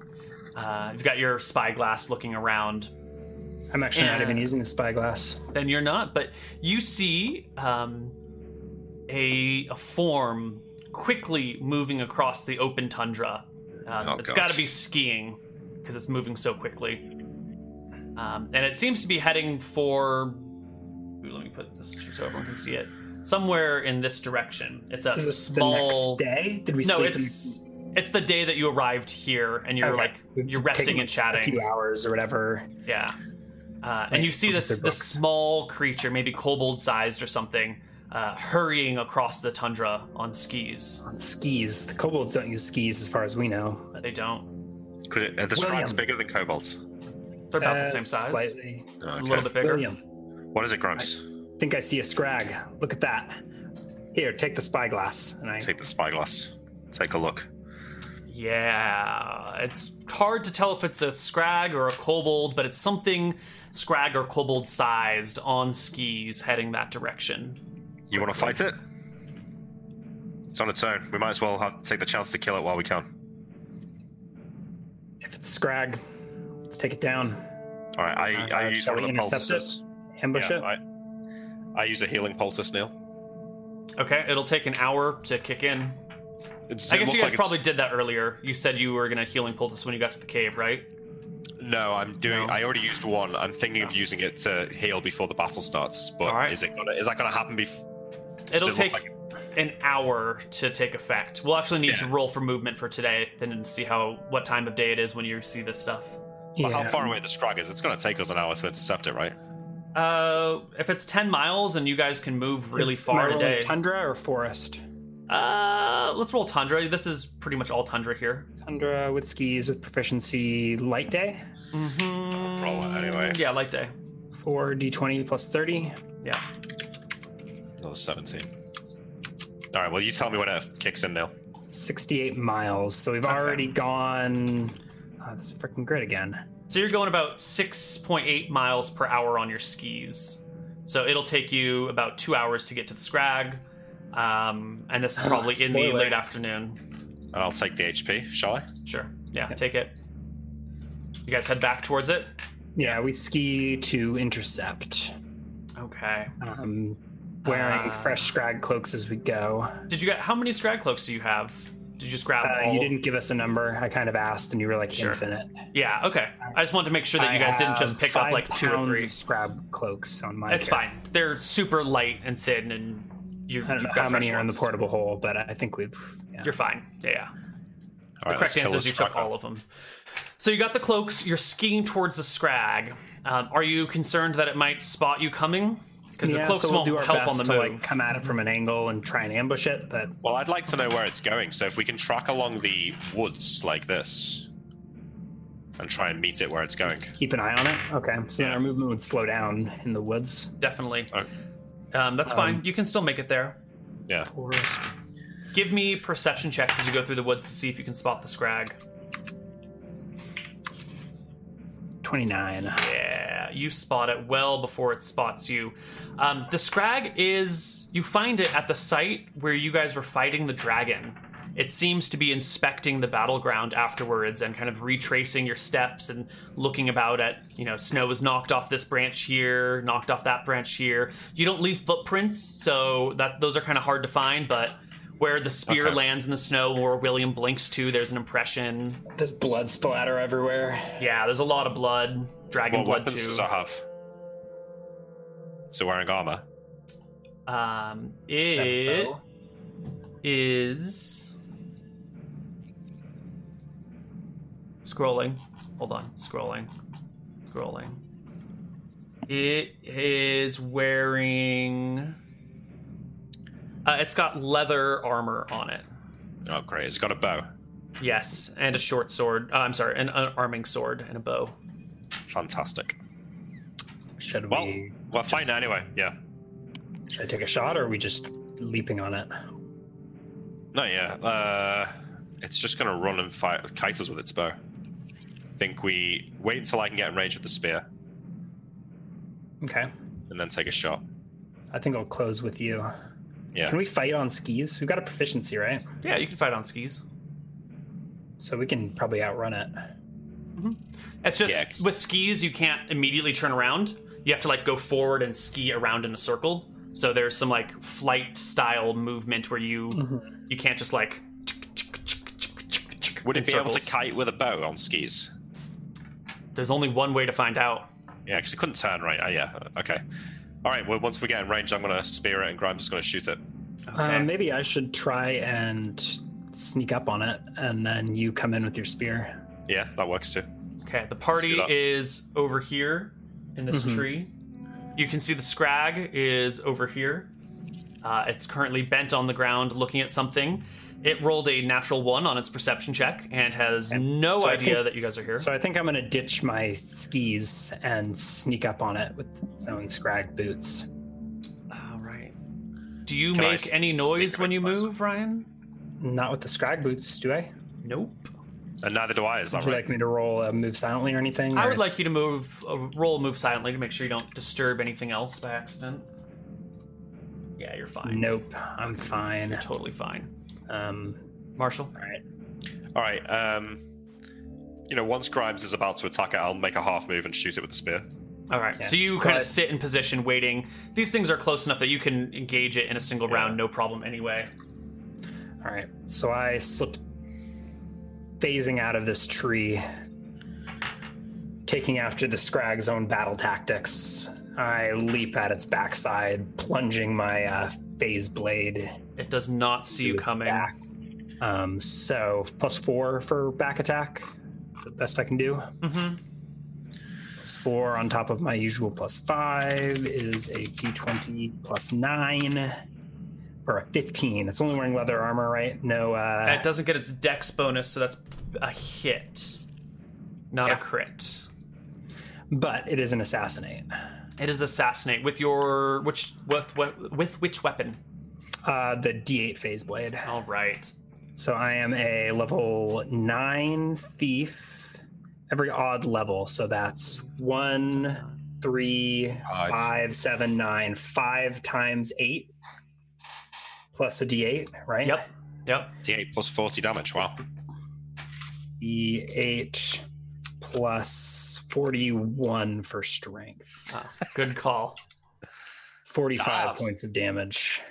B: Uh, you've got your spyglass looking around.
C: I'm actually not
B: Yeah.
C: even using the spyglass.
B: Then you're not, but you see um, a, a form quickly moving across the open tundra. Um,
E: Oh,
B: it's
E: God.
B: got to be skiing because it's moving so quickly. Um, and it seems to be heading for. ooh, let me put this so everyone can see it. Somewhere in this direction. It's a
C: Is this
B: small.
C: the next day? Did we
B: No,
C: sleep
B: it's it's the day that you arrived here, and you're
C: Okay.
B: like
C: We've
B: you're resting
C: taken
B: and
C: in a
B: chatting.
C: few hours or whatever?
B: Yeah. Uh,
C: Like,
B: and you see
C: look at
B: this
C: their
B: this
C: books.
B: small creature, maybe kobold sized or something, uh, hurrying across the tundra on skis.
C: On skis. The kobolds don't use skis as far as we know.
B: But they don't.
E: Could it, are the
C: William.
E: scrags bigger than kobolds?
B: They're about
C: Uh,
B: the same size,
C: Slightly.
E: Oh,
B: a
E: okay.
B: little bit bigger.
C: William,
E: What is it, Grimes?
C: think I see a scrag. Look at that. Here, take the spyglass. And I
E: Take the spyglass. Take a look.
B: Yeah, it's hard to tell if it's a scrag or a kobold, but it's something scrag or kobold sized on skis heading that direction.
E: You want to fight it? It's on its own. We might as well have, take the chance to kill it while we can.
C: if it's scrag, let's take it down.
E: All right, I, I
C: Uh,
E: use
C: shall
E: one of
C: we
E: the
C: intercept
E: poultices.
C: Ambush
D: Yeah,
C: it.
D: I, I use a healing poultice, Neil.
B: Okay, it'll take an hour to kick in.
D: It's,
B: I guess you guys probably did that earlier. You said you were gonna healing poultice when you got to the cave, right?
D: No, I'm doing.
B: No.
D: I already used one. I'm thinking of using it to heal before the battle starts. But
B: All right.
D: is it gonna? Is that gonna happen? Before?
B: It'll take an hour to take effect. We'll actually need to roll for movement for today, then and see how what time of day it is when you see this stuff.
D: But
C: Yeah.
D: How far away the scrag is? It's gonna take us an hour to intercept it, right?
B: Uh, if it's ten miles and you guys can move really
C: Is- am I
B: far
C: rolling
B: today,
C: Tundra or forest?
B: uh, let's roll tundra. This is pretty much all tundra here.
C: Tundra with skis with proficiency. Light day.
B: Mm-hmm.
D: roll it anyway.
B: Yeah, light day.
C: Four d20 plus 30.
B: Yeah.
D: Another seventeen. All right. Well, you tell me when it kicks in, Neil.
C: 68 miles. So we've already gone. Oh, this freaking grid again.
B: So you're going about six point eight miles per hour on your skis. So it'll take you about two hours to get to the scrag. Um, and this is probably in the
C: Spoiler.
B: late afternoon.
D: And I'll take the HP, shall I?
B: Sure. Yeah, take it. You guys head back towards it.
C: Yeah, we ski to intercept.
B: Okay.
C: Um,
B: Ah.
C: wearing fresh scrag cloaks as we go.
B: Did you get how many scrag cloaks do you have? Did you just grab
C: Uh,
B: all?
C: you didn't give us a number. I kind of asked, and you were like
B: Oh. Sure.
C: infinite.
B: Yeah. Okay. I just wanted to make sure that you guys didn't just pick up like two or three.
C: scrab cloaks on my.
B: It's
C: character.
B: fine. They're super light and thin, and you,
C: I don't
B: you've
C: know
B: got
C: how many
B: fresh
C: are in the
B: ones.
C: portable hole, but I think we've. Yeah.
B: You're fine. Yeah. yeah.
D: All
B: the correct answer is you took all of them. So you got the cloaks. You're skiing towards the scrag. Um, are you concerned that it might spot you coming? Because
C: yeah,
B: the cloaks
C: so we'll
B: won't
C: do our
B: help
C: best
B: on the
C: to
B: move.
C: like come at it from an angle and try and ambush it, but
D: Well, I'd like to know where it's going. So if we can track along the woods like this and try and meet it where it's going.
C: keep an eye on it. Okay, so then our movement would slow down in the woods.
B: Definitely.
D: Okay.
B: Um, that's fine. You can still make it there.
D: Yeah.
C: Forest.
B: Give me perception checks as you go through the woods to see if you can spot the scrag.
C: 29.
B: Yeah, you spot it well before it spots you. Um, the Scrag is. You find it at the site where you guys were fighting the dragon. It seems to be inspecting the battleground afterwards and kind of retracing your steps and looking about at, you know, snow was knocked off this branch here, knocked off that branch here. You don't leave footprints, so that those are kind of hard to find, but where the spear
D: Okay.
B: lands in the snow, where William blinks to, there's an impression.
C: There's blood splatter everywhere.
B: Yeah, there's a lot of blood. Dragon
D: What
B: blood
D: weapons
B: too.
D: does I have? So wearing armor.
B: Um,
C: Is that
B: it
C: bow?
B: is scrolling. Hold on, scrolling, scrolling. It is wearing. Uh, it's got leather armor on it.
D: Oh, great. It's got a bow.
B: Yes, and a short sword. Uh, I'm sorry, an, an arming sword and a bow.
D: Fantastic.
C: Should
D: Well,
C: we
D: we're fighting it anyway. Yeah.
C: should I take a shot or are we just leaping on it?
D: No, yeah. Uh, it's just going to run and fight with Kaitos with its bow. think we wait until I can get in range with the spear
C: Okay.
D: and then take a shot.
C: I think I'll close with you.
D: Yeah.
C: Can we fight on skis? We've got a proficiency, right?
B: Yeah, you can fight on skis.
C: So we can probably outrun it.
B: It's just
D: Yeah.
B: with skis, you can't immediately turn around. You have to like go forward and ski around in a circle. So there's some like flight style movement where you you can't just like.
D: Would it
B: in
D: be able
B: circles.
D: to kite with a bow on skis?
B: There's only one way to find out.
D: Yeah, because it couldn't turn, right? Oh, yeah. Okay. All right. Well, once we get in range, I'm going to spear it and Grimes is going to shoot it.
C: Uh, maybe I should try and sneak up on it, and then you come in with your spear.
D: Yeah, that works too.
B: Okay, the
D: Scoot
B: party
D: up.
B: is over here in this
C: Mhm.
B: tree. You can see the scrag is over here. Uh, it's currently bent on the ground looking at something. It rolled a natural one on its perception check and has no
C: so I
B: idea
C: think-
B: that you guys are here.
C: So I think I'm going to ditch my skis and sneak up on it with its own scrag boots.
B: All Ah, right. Do you
D: Can I
B: make
D: s-
B: any
D: sneak
B: noise
D: a
B: when
D: bit
B: you
D: closer?
B: move, Ryan?
C: Not with the scrag boots, do I?
B: Nope.
D: And neither do I, is that
C: Would you
D: right?
C: like me to roll a move silently or anything?
B: I
C: or
B: would
C: it's-
B: like you to move, uh, roll, move silently to make sure you don't disturb anything else by accident. Yeah, you're fine.
C: Nope, I'm fine.
B: You're totally fine.
C: Um,
B: Marshall.
C: all right.
D: All right. Um, you know, once Grimes is about to attack it, I'll make a half move and shoot it with the spear.
B: All right.
C: Yeah.
B: So you
C: So
B: kind of
C: it's-
B: sit in position, waiting. These things are close enough that you can engage it in a single
D: Yeah.
B: round, no problem. Anyway.
C: All right. So I slip phasing out of this tree, taking after the Scrag's own battle tactics. I leap at its backside, plunging my uh, phase blade.
B: It does not see
C: to
B: you
C: its
B: coming.
C: back. Um, so plus four for back attack, the best I can do.
B: hmm
C: Plus four on top of my usual plus five is a d20 plus nine, or a 15. It's only wearing leather armor, right? No. Uh,
B: It doesn't get its dex bonus, so that's a hit, not a
C: Yeah.
B: crit.
C: but it is an assassinate.
B: It is assassinate with your which with what with which weapon?
C: Uh, the D8 phase blade.
B: All right.
C: So I am a level nine thief, every odd level. So that's one, three,
E: Five.
C: five, seven, nine, five times eight, plus a D8, right?
B: Yep. Yep.
D: D8 plus 40 damage. Wow.
C: D8 plus 41 for strength,
B: Ah, good call.
C: 45
D: Ah.
C: points of damage.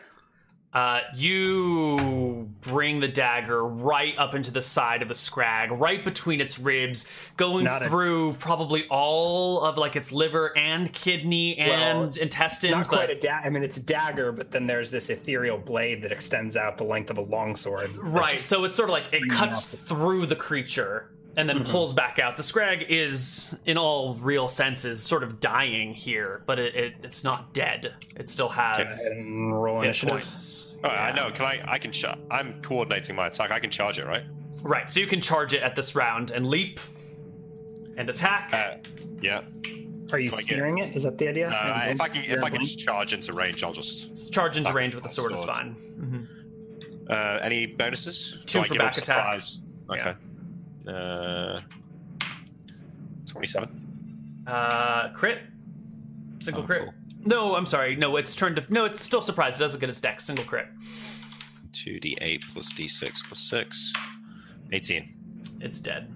B: Uh, you bring the dagger right up into the side of the scrag, right between its ribs, going
C: Not a-
B: through probably all of like its liver and kidney and
C: Well,
B: intestines.
C: Not
B: But
C: quite a dagger. I mean, it's a dagger, but then there's this ethereal blade that extends out the length of a longsword.
B: right, so it's sort of like it
C: Bringing
B: cuts
C: out the-
B: through the creature and
D: Mm-hmm.
B: then pulls back out. The scrag is, in all real senses, sort of dying here, but it, it it's not dead. It still has
C: And roll
B: hit
C: initiative.
B: points.
D: All right. Oh, I
B: Yeah.
D: know. Can I? I can. Cha- I'm coordinating my attack. I can charge it, right?
B: Right, so you can charge it at this round and leap and attack.
D: Uh, yeah.
C: Are you
D: Can I get-
C: steering it? Is that the idea?
D: Uh,
C: You're
D: if I can, if I
C: blind?
D: can just charge into range, I'll just.
B: Charge into
D: Fuck,
B: range with the sword is
D: sword.
B: fine. Mhm.
D: Uh, any bonuses?
B: Two
D: Do I
B: for
D: give up
B: back attack.
D: surprise? Okay. Uh, Twenty-seven.
B: Uh, crit, single
D: Oh,
B: crit.
D: cool.
B: No, I'm sorry. No, it's turned to no. It's still surprised. It doesn't get its deck. Single crit.
D: Two D eight plus D six plus six. Eighteen.
B: It's dead.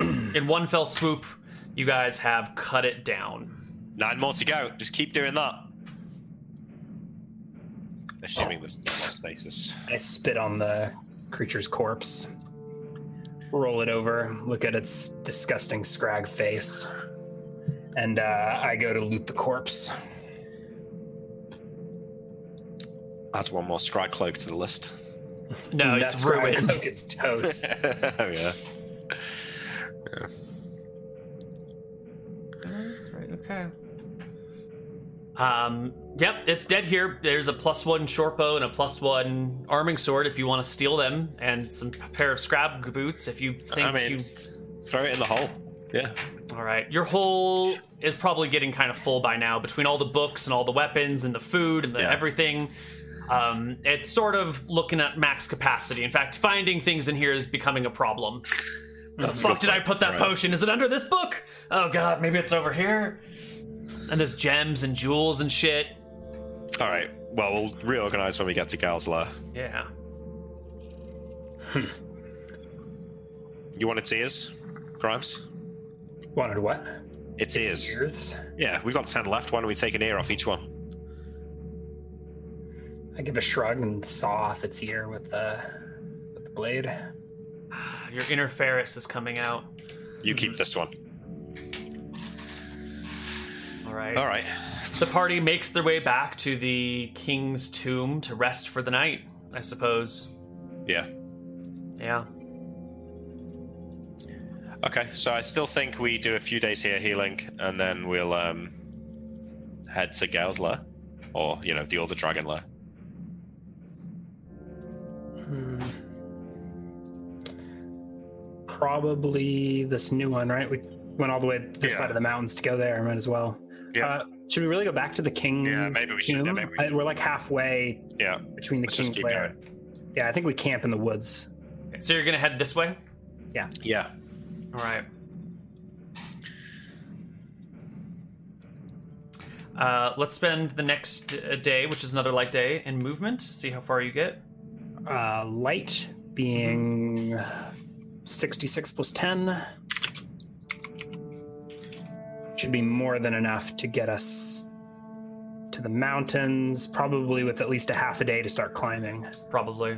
B: In one fell swoop, you guys have cut it down.
D: Nine more to go. Just keep doing that. Assuming there's no more stasis.
C: I spit on the creature's corpse, roll it over, look at its disgusting scrag face, and uh, I go to loot the corpse.
D: Add one more scry cloak to the list.
B: No,
C: And
B: Oh, it's
C: that scrag
B: ruined.
C: cloak
B: *laughs*
C: is toast.
D: oh *laughs* yeah.
B: Okay. Um. Yep, it's dead here. There's a plus one shortbow and a plus one arming sword if you want to steal them, and some pair of scrab boots if you think
D: I mean,
B: you.
D: throw it in the hole. Yeah.
B: All right, your hole is probably getting kind of full by now between all the books and all the weapons and the food and the
D: Yeah.
B: everything. Um, it's sort of looking at max capacity. In fact, finding things in here is becoming a problem. The
D: a
B: fuck
D: good
B: did I
D: point.
B: put that
D: Right.
B: potion? Is it under this book? Oh god, maybe it's over here. And there's gems and jewels and shit.
D: All right. Well, we'll reorganize when we get to Gal's lair.
B: Yeah.
D: You want its ears, Grimes?
C: Wanted what?
D: Its, ears.
C: Ears.
D: Yeah, we've got ten left. Why don't we take an ear off each one?
C: I give a shrug and saw off its ear with the with the blade.
B: Your inner Ferris is coming out.
D: You
E: Mm-hmm.
D: keep this one.
B: All right.
D: All right.
B: The party makes their way back to the king's tomb to rest for the night, I suppose.
D: Yeah.
B: Yeah.
D: Okay. So I still think we do a few days here healing, and then we'll um head to Gal's lair, or you know the older dragon lair.
C: Hmm. Probably this new one, right? We went all the way to this
E: Yeah.
C: side of the mountains to go there. Might as well.
E: Yeah.
C: Uh, should we really go back to the king's
E: Yeah, maybe we should. Yeah,
C: tomb?
E: maybe we
C: I- we're like halfway
D: Yeah.
C: between the
D: Let's just
C: king's
D: keep
C: lair. Yeah, I think we camp in the woods.
B: So you're gonna head this way?
D: Yeah.
B: All right. Uh, let's spend the next uh, day, which is another light day, in movement. See how far you get.
C: Uh, light being 66 plus 10 should be more than enough to get us to the mountains, probably with at least a half a day to start climbing.
B: Probably.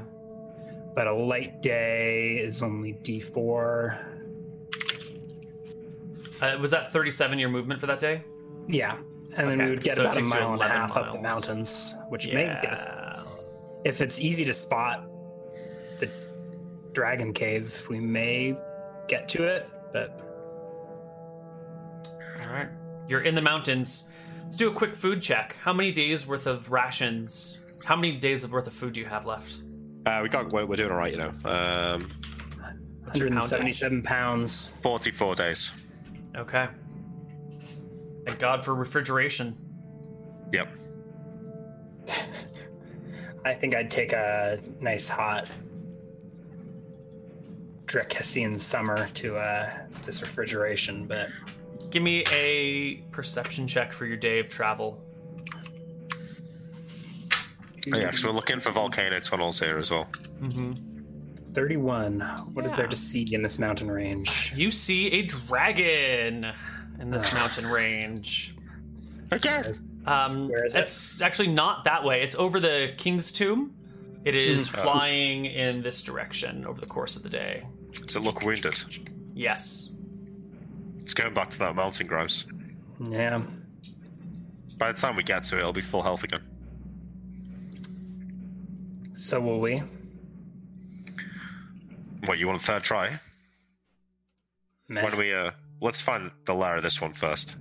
C: But a light day is only d4.
B: Uh, was that 37 your movement for that day?
C: Yeah. And then
B: Okay,
C: we would get
B: so it
C: about a
B: takes you
C: mile and a
B: 11
C: half up the
B: miles.
C: mountains, which may get us if it's easy to spot the dragon cave, we may get to it, but
B: All right. You're in the mountains. Let's do a quick food check. How many days worth of rations? How many days of worth of food do you have left?
D: Uh, we got. We're, we're doing all right, you know. Um,
B: What's your poundage?
C: 177 pounds.
E: 44 days.
B: Okay. Thank God for refrigeration.
E: Yep.
C: I think I'd take a nice hot Dracassian summer to uh, this refrigeration, but
B: Give me a perception check for your day of travel.
E: Yeah, so we're looking for volcano tunnels here as well.
B: Mm-hmm.
C: 31. What is there
B: Yeah.
C: to see in this mountain range?
B: You see a dragon in this mountain range.
E: Okay.
B: Um,
C: Where is it?
B: it's actually not that way. It's over the king's tomb. It is
E: Mm. Oh.
B: flying in this direction over the course of the day.
E: Does it look wounded?
B: Yes.
E: It's going back to that mountain, Grimes.
C: Yeah.
E: By the time we get to it, it'll be full health again.
C: So will we?
E: What, you want a third try?
C: Meh.
E: When we, uh, let's find the lair of this one first.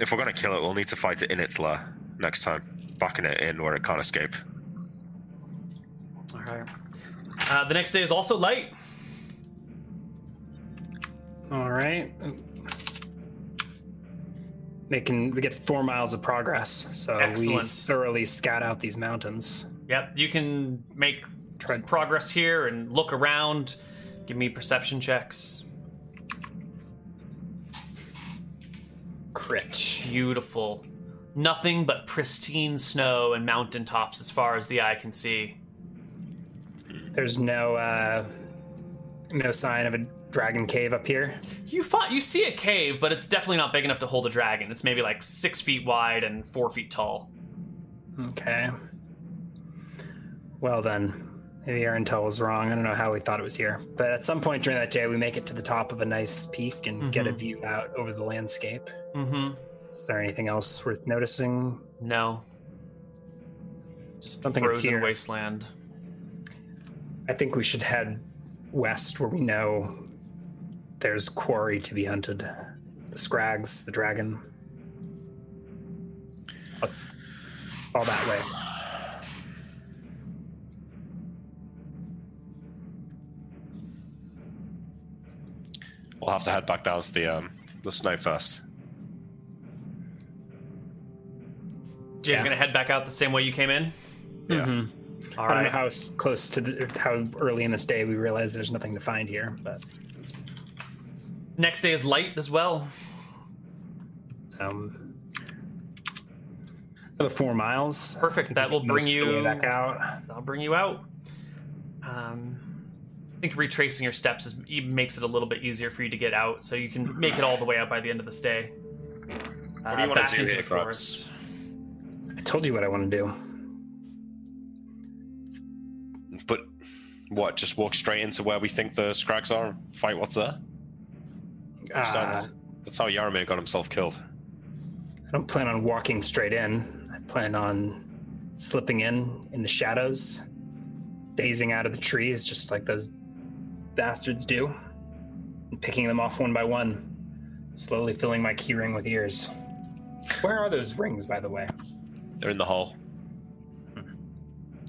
E: If we're gonna kill it, we'll need to fight it in its lair next time, backing it in where it can't escape.
B: All right. Uh, the next day is also light.
C: All right. Making we get four miles of progress, so we
B: Excellent.
C: thoroughly scout out these mountains.
B: Yep, you can make
C: Try-
B: some progress here and look around. Give me perception checks.
C: Crit.
B: Beautiful. Nothing but pristine snow and mountain tops as far as the eye can see.
C: There's no uh, no sign of a dragon cave up here.
B: You fought, you see a cave, but it's definitely not big enough to hold a dragon. It's maybe like six feet wide and four feet tall.
C: Okay. Well then, maybe our intel was wrong. I don't know how we thought it was here, but at some point during that day, we make it to the top of a nice peak and get a
B: Mhm.
C: view out over the landscape.
B: Mm-hmm.
C: Is there anything else worth noticing?
B: No. Just
C: Don't think it's
B: frozen
C: here.
B: wasteland.
C: I think we should head west where we know there's quarry to be hunted. The Scrags, the dragon. Up- All that way.
D: We'll have to head back down to the um, the snow first.
B: Jay's
C: Yeah.
B: gonna head back out the same way you came in.
D: Yeah.
B: All
C: I don't know
B: right.
C: how s- close to the, how early in this day we realize there's nothing to find here, but
B: Next day is light as well.
C: um, the four miles. I
B: Perfect.
C: *laughs* think
B: That
C: we
B: will
C: can
B: bring
C: most of the way
B: you
C: back out.
B: I'll bring you out. Um, I think retracing your steps is, e- makes it a little bit easier for you to get out, so you can make it all the way out by the end of this day. Uh, What
D: do you wanna do here, Crocs?
C: I told you what I want to do.
D: But what? Just walk straight into where we think the scrags are and fight what's there. Just
C: Uh,
D: that's- that's how Yaramir got himself killed.
C: I don't plan on walking straight in. I plan on slipping in in the shadows, dazing out of the trees just like those bastards do, and picking them off one by one, slowly filling my key ring with ears. Where are those rings, by the way?
D: They're in the hole.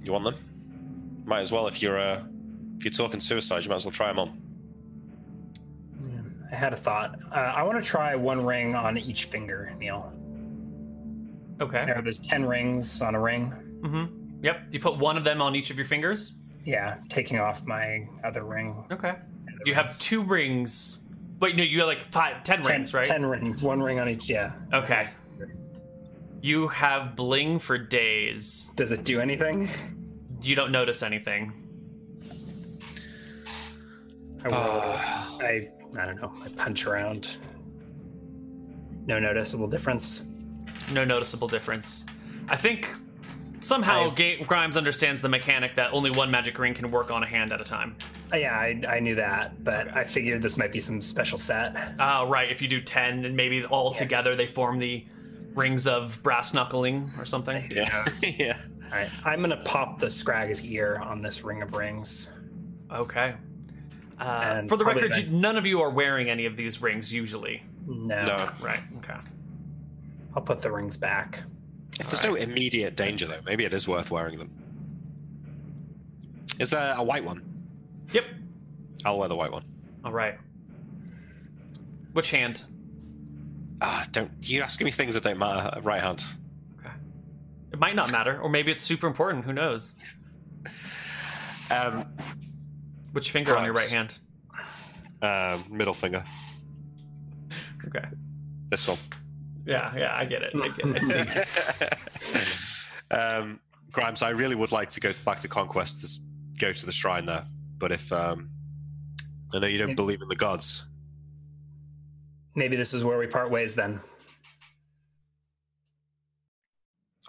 D: You want them? Might as well if you're uh, if you're talking suicide, you might as well try them on.
C: I had a thought. Uh, I want to try one ring on each finger, Neil.
B: Okay.
C: There are those 10 rings on a ring.
B: Mm-hmm. Yep. You put one of them on each of your fingers.
C: Yeah, taking off my other ring.
B: Okay. You have two rings. Wait, no, you have like five, ten rings, right?
C: 10 rings, one ring on each, yeah.
B: Okay. You have bling for days.
C: Does it do anything?
B: You don't notice anything.
C: I,
D: Ah.
C: roll, I I don't know. I punch around. No noticeable difference.
B: No noticeable difference. I think somehow
C: I-
B: Ga- Grimes understands the mechanic that only one magic ring can work on a hand at a time.
C: Uh, yeah, I, I knew that, but I figured this might be some special set.
B: Ah, right. If you do ten, and maybe all together they form the rings of brass knuckling or something.
D: Yeah.
C: *laughs*
D: *laughs* yeah.
C: I, I'm gonna pop the Scrag's ear on this ring of rings.
B: Okay. Uh,
C: And
B: for the
C: probably
B: record, you,
C: then-
B: none of you are wearing any of these rings usually.
C: No,
D: No.
B: Right. Okay.
C: I'll put the rings back.
D: If there's no immediate danger though, maybe it is worth wearing them. Is there a white one?
B: Yep.
D: I'll wear the white one.
B: All right. Which hand?
D: Ah, don't you asking me things that don't matter? Right hand.
B: It might not matter, or maybe it's super important. Who knows?
D: Um,
B: Which finger on your right
D: Perhaps.
B: hand?
D: uh, middle finger.
B: Okay.
D: This one.
B: Yeah. Yeah. I get it. I,
C: *laughs*
B: get it. I see.
D: um, Grimes, I really would like to go back to Conquest to s- go to the shrine there, but if um, I know you don't believe in the gods,
C: Maybe this is where we part ways then.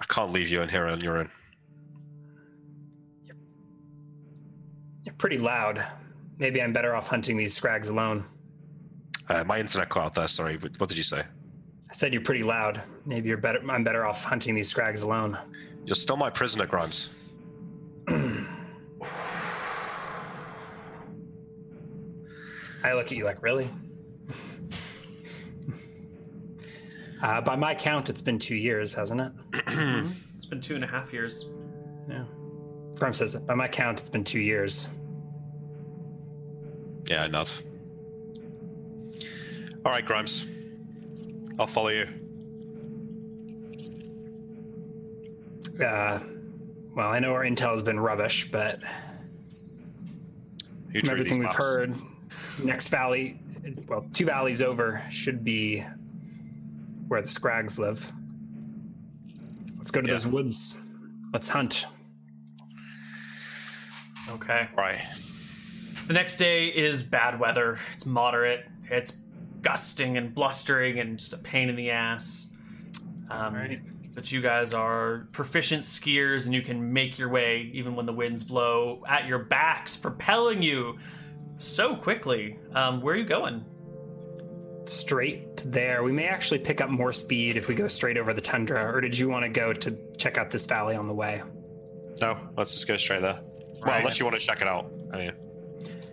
D: I can't leave you in here on your own.
C: You're pretty loud. Maybe I'm better off hunting these Scrags alone.
D: Uh, my internet cut out there. Sorry, Wh- what did you say?
C: I said you're pretty loud. Maybe you're better. I'm better off hunting these Scrags alone.
D: You're still my prisoner, Grimes.
C: I look at you like, really? *laughs* uh, by my count, it's been two years, hasn't it?
B: It's been two and a half years.
C: Yeah. Grum says, by my count, it's been two years.
D: Yeah, I nod.
E: All right, Grimes. I'll follow you.
C: Uh, well, I know our intel has been rubbish, but from
E: You drew
C: everything
E: these
C: we've
E: maps.
C: heard, next valley, well, two valleys over should be where the Scrags live. Let's go to
E: Yeah.
C: those woods. Let's hunt.
B: Okay.
E: All right.
B: The next day is bad weather. It's moderate. It's gusting and blustering and just a pain in the ass. Um, But you guys are proficient skiers and you can make your way even when the winds blow at your backs, propelling you so quickly. Um, where are you going?
C: Straight to there. We may actually pick up more speed if we go straight over the tundra. Or did you want to go to check out this valley on the way?
E: No, let's just go straight there. Well,
B: Right.
E: unless you want to check it out. I mean,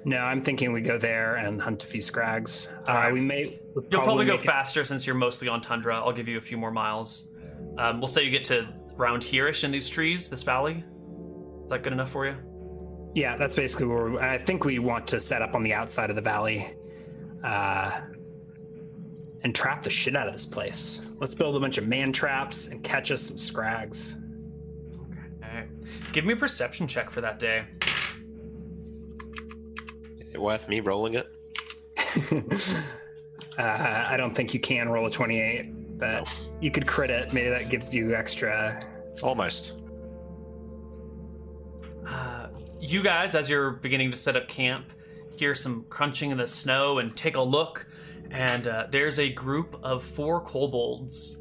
C: No, I'm thinking we go there and hunt a few Scrags. Uh, we may. we'll
B: You'll probably, go
C: make it-
B: faster since you're mostly on tundra. I'll give you a few more miles. Um, we'll say you get to round here-ish in these trees, this valley. Is that good enough for you?
C: Yeah, that's basically where we, I think we want to set up on the outside of the valley, uh, and trap the shit out of this place. Let's build a bunch of man traps and catch us some scrags.
B: All right. Give me a perception check for that day.
E: is it worth me rolling it?
C: Uh, I don't think you can roll a twenty-eight, but you could crit it. Maybe that gives you extra.
E: Almost.
B: Uh, you guys, as you're beginning to set up camp, hear some crunching in the snow and take a look, and uh, there's a group of four kobolds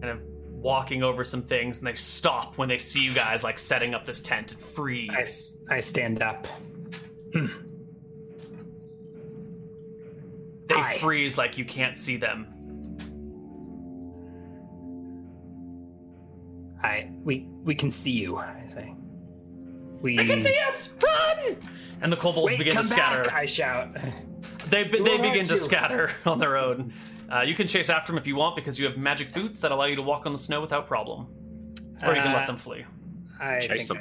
B: kind of walking over some things, and they stop when they see you guys like setting up this tent and freeze.
C: Nice. I stand up.
B: They
C: Aye.
B: freeze like you can't see them.
C: I we we can see you. I say. We
B: They can see us! Run! Mm. And the kobolds
C: Wait,
B: begin to
C: come
B: scatter.
C: back! I shout. *laughs*
B: They they
C: aren't
B: begin to
C: you?
B: scatter *laughs* on their own. Uh, you can chase after them if you want because you have magic boots that allow you to walk on the snow without problem, or you can
C: Uh,
B: let them flee.
C: I
E: Chase
C: think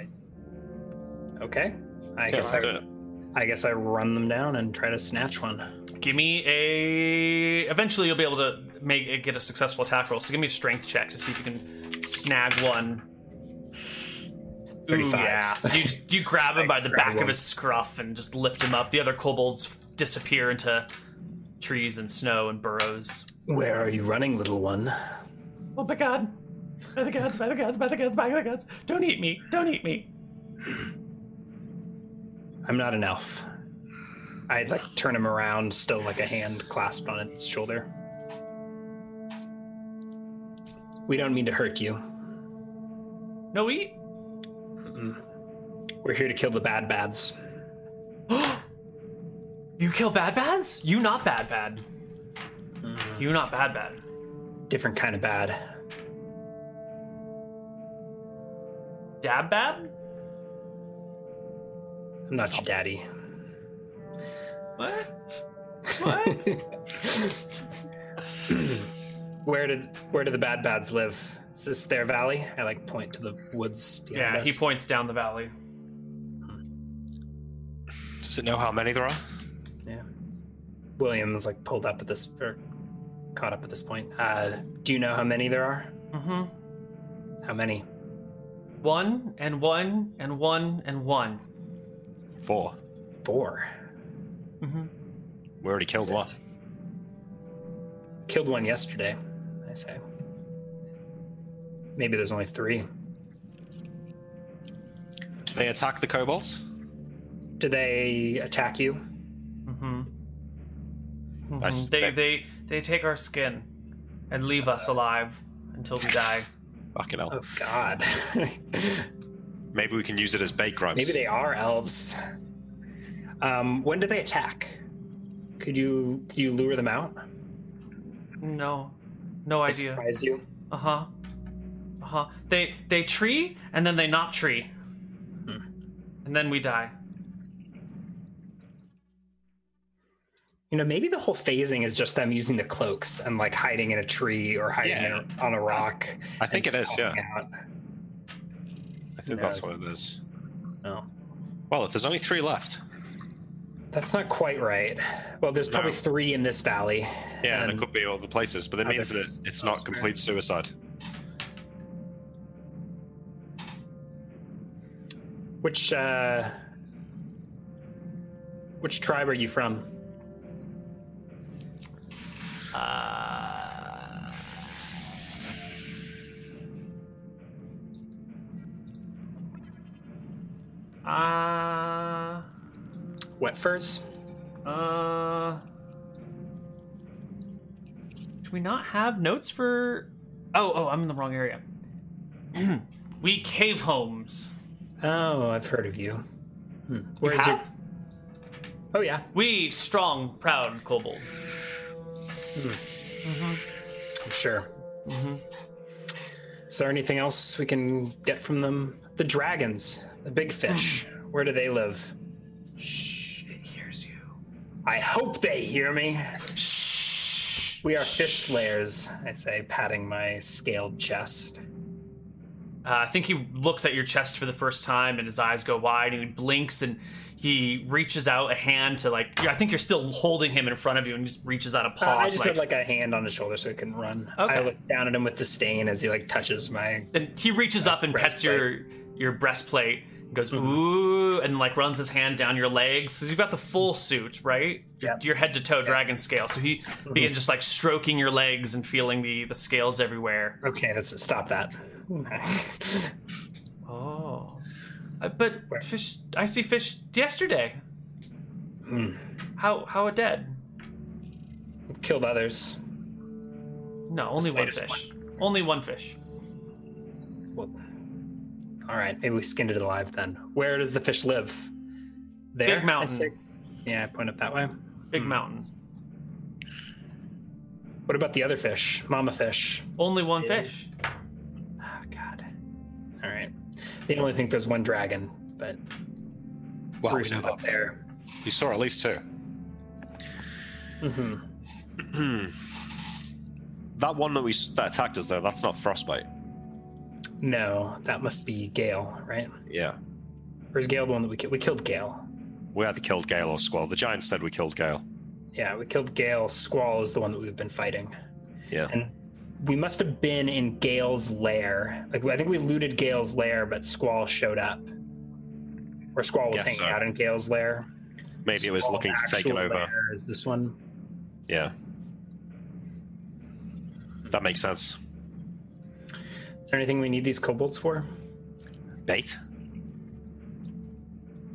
C: I- okay. I
E: Yes,
C: guess
E: let's do
C: I,
E: it.
C: I guess I run them down and try to snatch one.
B: Give me a. Eventually, you'll be able to make get a successful attack roll. So give me a strength check to see if you can snag one. Ooh,
C: 35.
B: yeah,
C: *laughs*
B: you you grab him by the
C: grab
B: back
C: one.
B: of his scruff and just lift him up. The other kobolds disappear into trees and snow and burrows.
C: Where are you running, little one?
B: Oh my god! By the gods! By the gods! By the gods! By the gods! Don't eat me! Don't eat me!
C: I'm not an elf. I like turn him around, still like a hand clasped on its shoulder. We don't mean to hurt you.
B: No eat.
C: We're here to kill the bad bads.
B: You kill bad bads? You not bad bad. You not bad bad.
C: Different kind of bad.
B: Dab bad?
C: I'm not
E: Oh.
C: your daddy.
B: *laughs* What?
C: Where did where do the bad bads live? Is this their valley? I like point to the woods. behind
B: Yeah, he
C: us.
B: points down the valley.
E: Does it know how many there are?
C: Yeah. Williams like pulled up at this or caught up at this point. Uh, do you know how many there are?
B: Mm-hmm.
C: How many?
B: One and one and one and one.
E: Four.
C: Four.
B: Mm-hmm.
E: We already killed one.
C: Killed one yesterday. I say. Maybe there's only three.
E: Do they attack the kobolds?
C: Did they attack you?
B: Mm-hmm.
E: I
B: They
E: suspect-
B: they they take our skin and leave us alive until we die.
E: Fucking hell.
C: Oh God. *laughs*
E: Maybe we can use it as bait, Grimes.
C: Maybe they are elves. Um, when do they attack? Could you could you lure them out?
B: No, no
C: They
B: idea.
C: Surprise you.
B: Uh huh. Uh huh. They they tree and then they not tree, and then we die.
C: You know, maybe the whole phasing is just them using the cloaks and like hiding in a tree or hiding
E: Yeah.
C: in a, on a rock.
E: I think it is, yeah.
C: popping out.
E: I think
C: No,
E: that's
C: it's-
E: what it is.
C: No.
E: Well, if there's only three left,
C: That's not quite right. Well, there's probably
F: No.
C: three in this valley.
D: Yeah, and
C: Um,
D: it could be all the places, but it
C: uh,
D: means
C: that's-
D: that it's not complete suicide.
C: Which uh, which tribe are you from?
B: Uh, uh,
C: Wetfurs?
B: uh, do we not have notes for? Oh, oh, I'm in the wrong area. *clears throat* we cave homes.
C: Oh, I've heard of you. Hmm. Where is
B: have?
C: Oh yeah.
B: We strong, proud kobold.
C: I'm sure. Mm-hmm. Is there anything else we can get from them? The dragons, the big fish. Where do they live?
B: Shh, it hears you.
C: I hope they hear me. We are fish slayers, I say, patting my scaled chest.
B: Uh, I think he looks at your chest for the first time, and his eyes go wide, and he blinks, and he reaches out a hand to like. I think you're still holding him in front of you, and just reaches out a
C: Uh,
B: paw.
C: I
B: to,
C: just had like a hand on his shoulder so he couldn't run. I
B: Okay.
C: look down at him with disdain as he like touches my.
B: and he reaches up and pets your your breastplate, and goes
C: Mm-hmm.
B: ooh, and like runs his hand down your legs because you've got the full suit, right? Your,
C: Yep.
B: your head to toe dragon scale. So he
C: Mm-hmm.
B: begins just like stroking your legs and feeling the the scales everywhere.
C: Okay, let's stop *laughs* that.
B: Oh, Uh, but fish. I see fish yesterday.
C: Hmm.
B: How how are dead?
C: Killed others.
B: No, only one
C: slightest
B: fish. Only one fish.
C: Well, all right, maybe we skinned it alive then. Where does the fish live? There,
B: Big mountain.
C: I say- yeah, I point up that way.
B: Big mountain.
C: What about the other fish, mama fish?
B: Only one
C: Yeah.
B: fish.
C: Oh God. All right. They only think there's one dragon, but it's
D: Well, we
C: roosters
D: know
C: up there.
D: You saw at least two.
C: hmm
B: Mm-hmm.
D: That one that we s- that attacked us though, that's not frostbite.
C: No, that must be Gale, right?
D: Yeah,
C: Or is Gale the one that we killed? We killed Gale.
D: we either killed Gale or Squall. The giants said we killed Gale.
C: Yeah, we killed Gale. Squall is the one that we've been fighting.
D: Yeah.
C: And we must have been in Gale's lair. Like I think we looted Gale's lair, but Squall showed up. Or Squall was
D: Guess
C: hanging
D: so.
C: out in Gale's lair.
D: Maybe it was
C: Squall's
D: looking to take it
C: actual
D: over.
C: lair Is this one?
D: Yeah, that makes sense.
C: Is there anything we need these kobolds for?
D: Bait.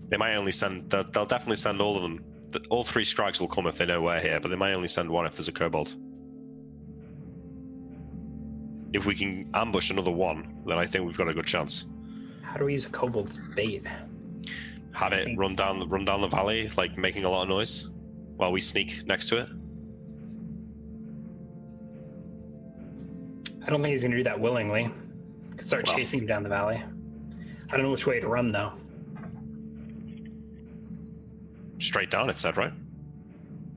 D: They might only send. They'll, they'll definitely send all of them. The- All three strikes will come if they know we're here, but they might only send one if there's a kobold. If we can ambush another one, then I think we've got a good chance.
C: How do we use a kobold for bait?
D: have it
C: think-
D: run down run down the valley, like making a lot of noise while we sneak next to it.
C: I don't think he's gonna do that willingly. Could start
D: Well.
C: chasing him down the valley. I don't know which way to run though.
D: Straight down, it said, right?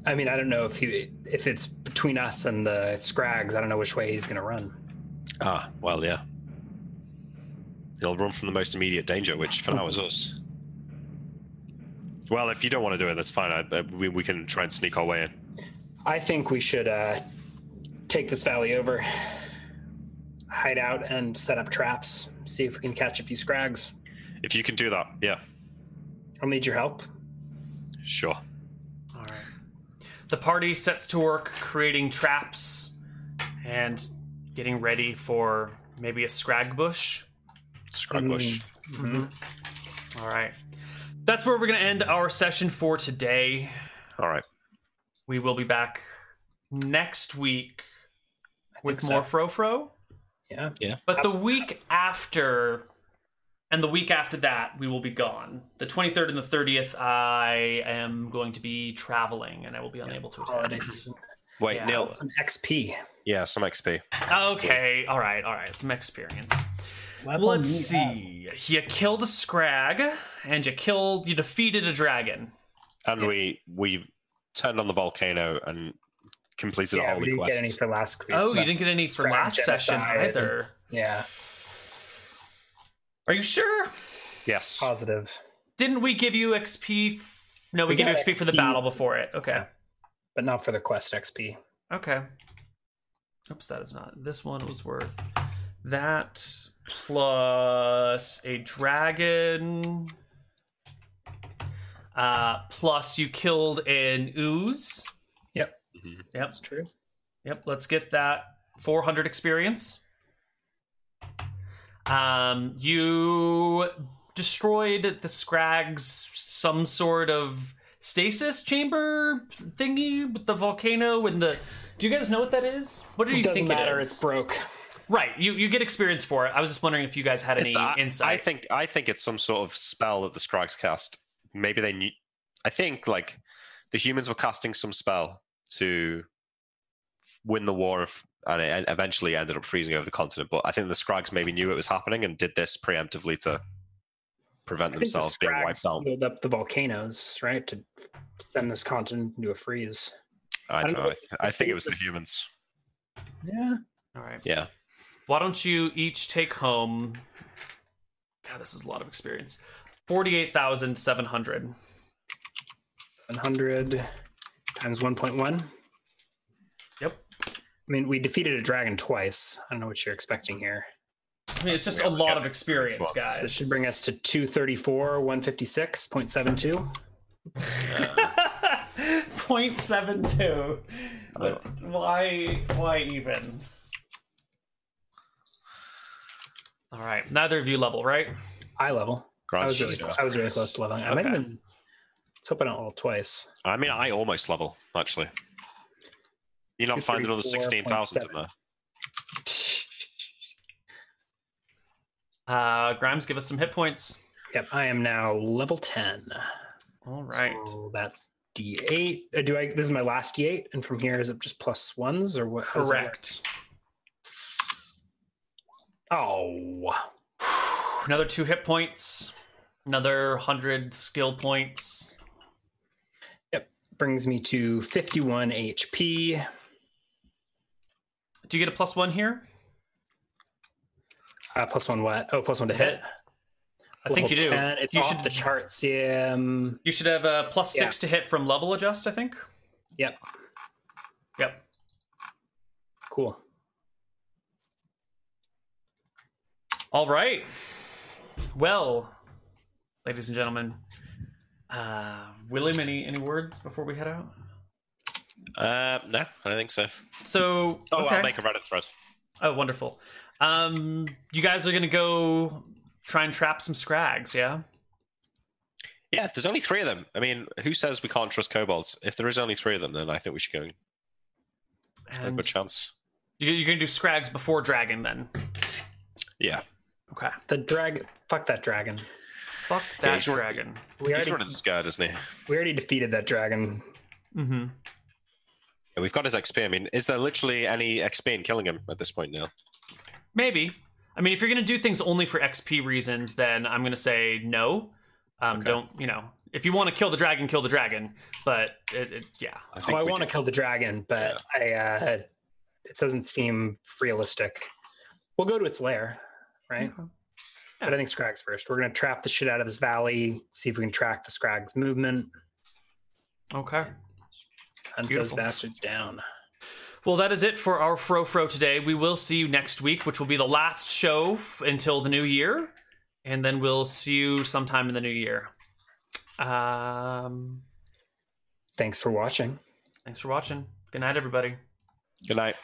C: I mean, I don't know if he if it's between us and the Scrags. I don't know which way he's gonna run.
D: Ah, well, yeah. They'll run from the most immediate danger, which for now is us. Well, if you don't want to do it, that's fine. I, I, we, we can try and sneak our way in.
C: I think we should uh, take this valley over, hide out, and set up traps. See if we can catch a few scrags.
D: If you can do that, yeah,
C: I'll need your help.
D: sure.
B: All right. The party sets to work creating traps and getting ready for maybe a scrag bush.
D: Scrag bush.
B: All right. That's where we're going to end our session for today.
C: Mm.
D: All right.
B: We will be back next week with
C: so.
B: more Frofro.
C: Yeah.
B: But the week after, and the week after that, we will be gone. The 23rd and the 30th, I am going to be traveling and I will be unable to
C: Holiday
B: attend.
C: season.
D: Wait,
B: Yeah.
D: Neil.
C: Some XP.
D: Yeah, some XP.
B: Okay, all right, all right, some experience.
C: Level
B: Let's
C: me up.
B: see. You killed a scrag, and you killed, you defeated a dragon.
D: And we we turned on the volcano and completed a
C: Yeah, we
D: holy
C: didn't
D: quest.
C: get any for last week.
B: Oh, you
C: but-
B: didn't get any for
C: Scrag
B: last session
C: genocide.
B: either.
C: Yeah,
B: Are you sure?
D: Yes.
C: positive.
B: Didn't we give you XP? F- No, we,
C: We
B: get to
C: got
B: XP for the
C: XP.
B: battle before it. Okay.
C: but not for the quest XP.
B: Okay. Oops, that is not. This one was worth that plus a dragon. Uh, plus you killed an ooze.
D: Mhm.
B: Yep.
C: true.
B: Yep, let's get that 400 experience. Um, you destroyed the Scrags some sort of stasis chamber thingy with the volcano and the. Do you guys know what that is? What do you
C: It
B: think
C: doesn't matter.
B: it is?
C: It's broke.
B: right, you you get experience for it. I was just wondering if you guys had any
D: It's- uh, I,
B: insight.
D: I think I think it's some sort of spell that the Scrags cast. Maybe they knew. I think like the humans were casting some spell to win the war, of, and it eventually ended up freezing over the continent. But I think the Scrags maybe knew it was happening and did this preemptively to prevent
C: I think the
D: themselves being wiped
C: Scrags
D: out.
C: build up the volcanoes, right, to send this continent into a freeze.
D: I
C: don't
D: don't know.
C: know
D: I,
C: if
D: th-
C: the
D: I think it was the
C: stasis-
D: humans.
C: Yeah.
B: All right.
D: Yeah.
B: Why don't you each take home? God, this is a lot of experience. Forty-eight thousand seven hundred.
C: 100 times 1.1.
B: Yep.
C: I mean, we defeated a dragon twice. I don't know what you're expecting here.
B: I mean, it's just
D: Yeah,
B: a
D: we
B: lot
D: got
B: of experience,
D: Xbox.
B: guys.
C: This should bring us to 234, 156.72.
B: *laughs* Point seven two. But why? Why even? All right. Neither of you level, right?
C: Eye level.
B: Oh,
C: I
D: Grant,
C: was, really,
D: Jesus
C: I was really close to leveling. I might have
B: Okay.
C: been. Let's hope I don't level twice. *laughs*
D: I mean, I almost level actually. You're not finding another sixteen thousand in
C: 234.7.
D: there.
B: Uh, Grimes, give us some hit points.
C: Yep, I am now level 10.
B: All right.
C: So that's D8. Uh, Do I? This is my last D8, and from here is it just plus ones or what? how does that work?
B: Correct.
C: Oh,
B: Another two hit points. Another hundred skill points.
C: brings me to 51 HP.
B: Do you get a plus one here?
C: Uh, plus one what? Oh, plus one to
B: To
C: hit.
B: hit. I think you
C: Level
B: do.
C: 10. It's
B: you
C: off
B: should
C: the charts. Yeah. um,
B: You should have a plus six to hit from level adjust. I think.
C: yep.
B: Yep.
C: Cool.
B: All right. Well, ladies and gentlemen, uh, William, any any words before we head out?
D: Uh, no, I don't think so.
B: So,
D: Oh,
B: okay.
D: I'll make a Reddit thread.
B: oh, wonderful. Um, you guys are gonna go try and trap some scrags, yeah?
D: Yeah, there's only three of them. I mean, who says we can't trust kobolds? If there is only three of them, then I think we should go. A
B: And
D: good chance.
B: you- you're gonna do scrags before dragon, then.
D: Yeah,
B: Okay.
C: The dragon. Fuck that dragon.
B: Fuck
D: Yeah,
B: that
D: he's running-
B: dragon.
C: We
D: he's
C: already
D: running scared, isn't he? Yeah,
C: we already defeated that dragon.
B: Mm-hmm.
D: we've got his XP. I mean, is there literally any XP in killing him at this point now?
B: Maybe. I mean, if you're going to do things only for XP reasons, then I'm going to say no. Um,
D: Okay.
B: Don't, you know, if you want to kill the dragon, kill the dragon. But it, it, yeah.
D: think
C: oh, I
D: we
C: want to
D: do.
C: kill the dragon, but I uh, it doesn't seem realistic. We'll go to its lair, right? But I think Scrags first. We're gonna trap the shit out of this valley. See if we can track the Scrags movement.
B: Okay.
C: Hunt
B: Beautiful.
C: those bastards down.
B: Well, that is it for our Fro Fro today. We will see you next week, which will be the last show f- until the new year. And then we'll see you sometime in the new year. Um,
C: Thanks for watching.
B: thanks for watching. Good night, everybody.
D: Good night.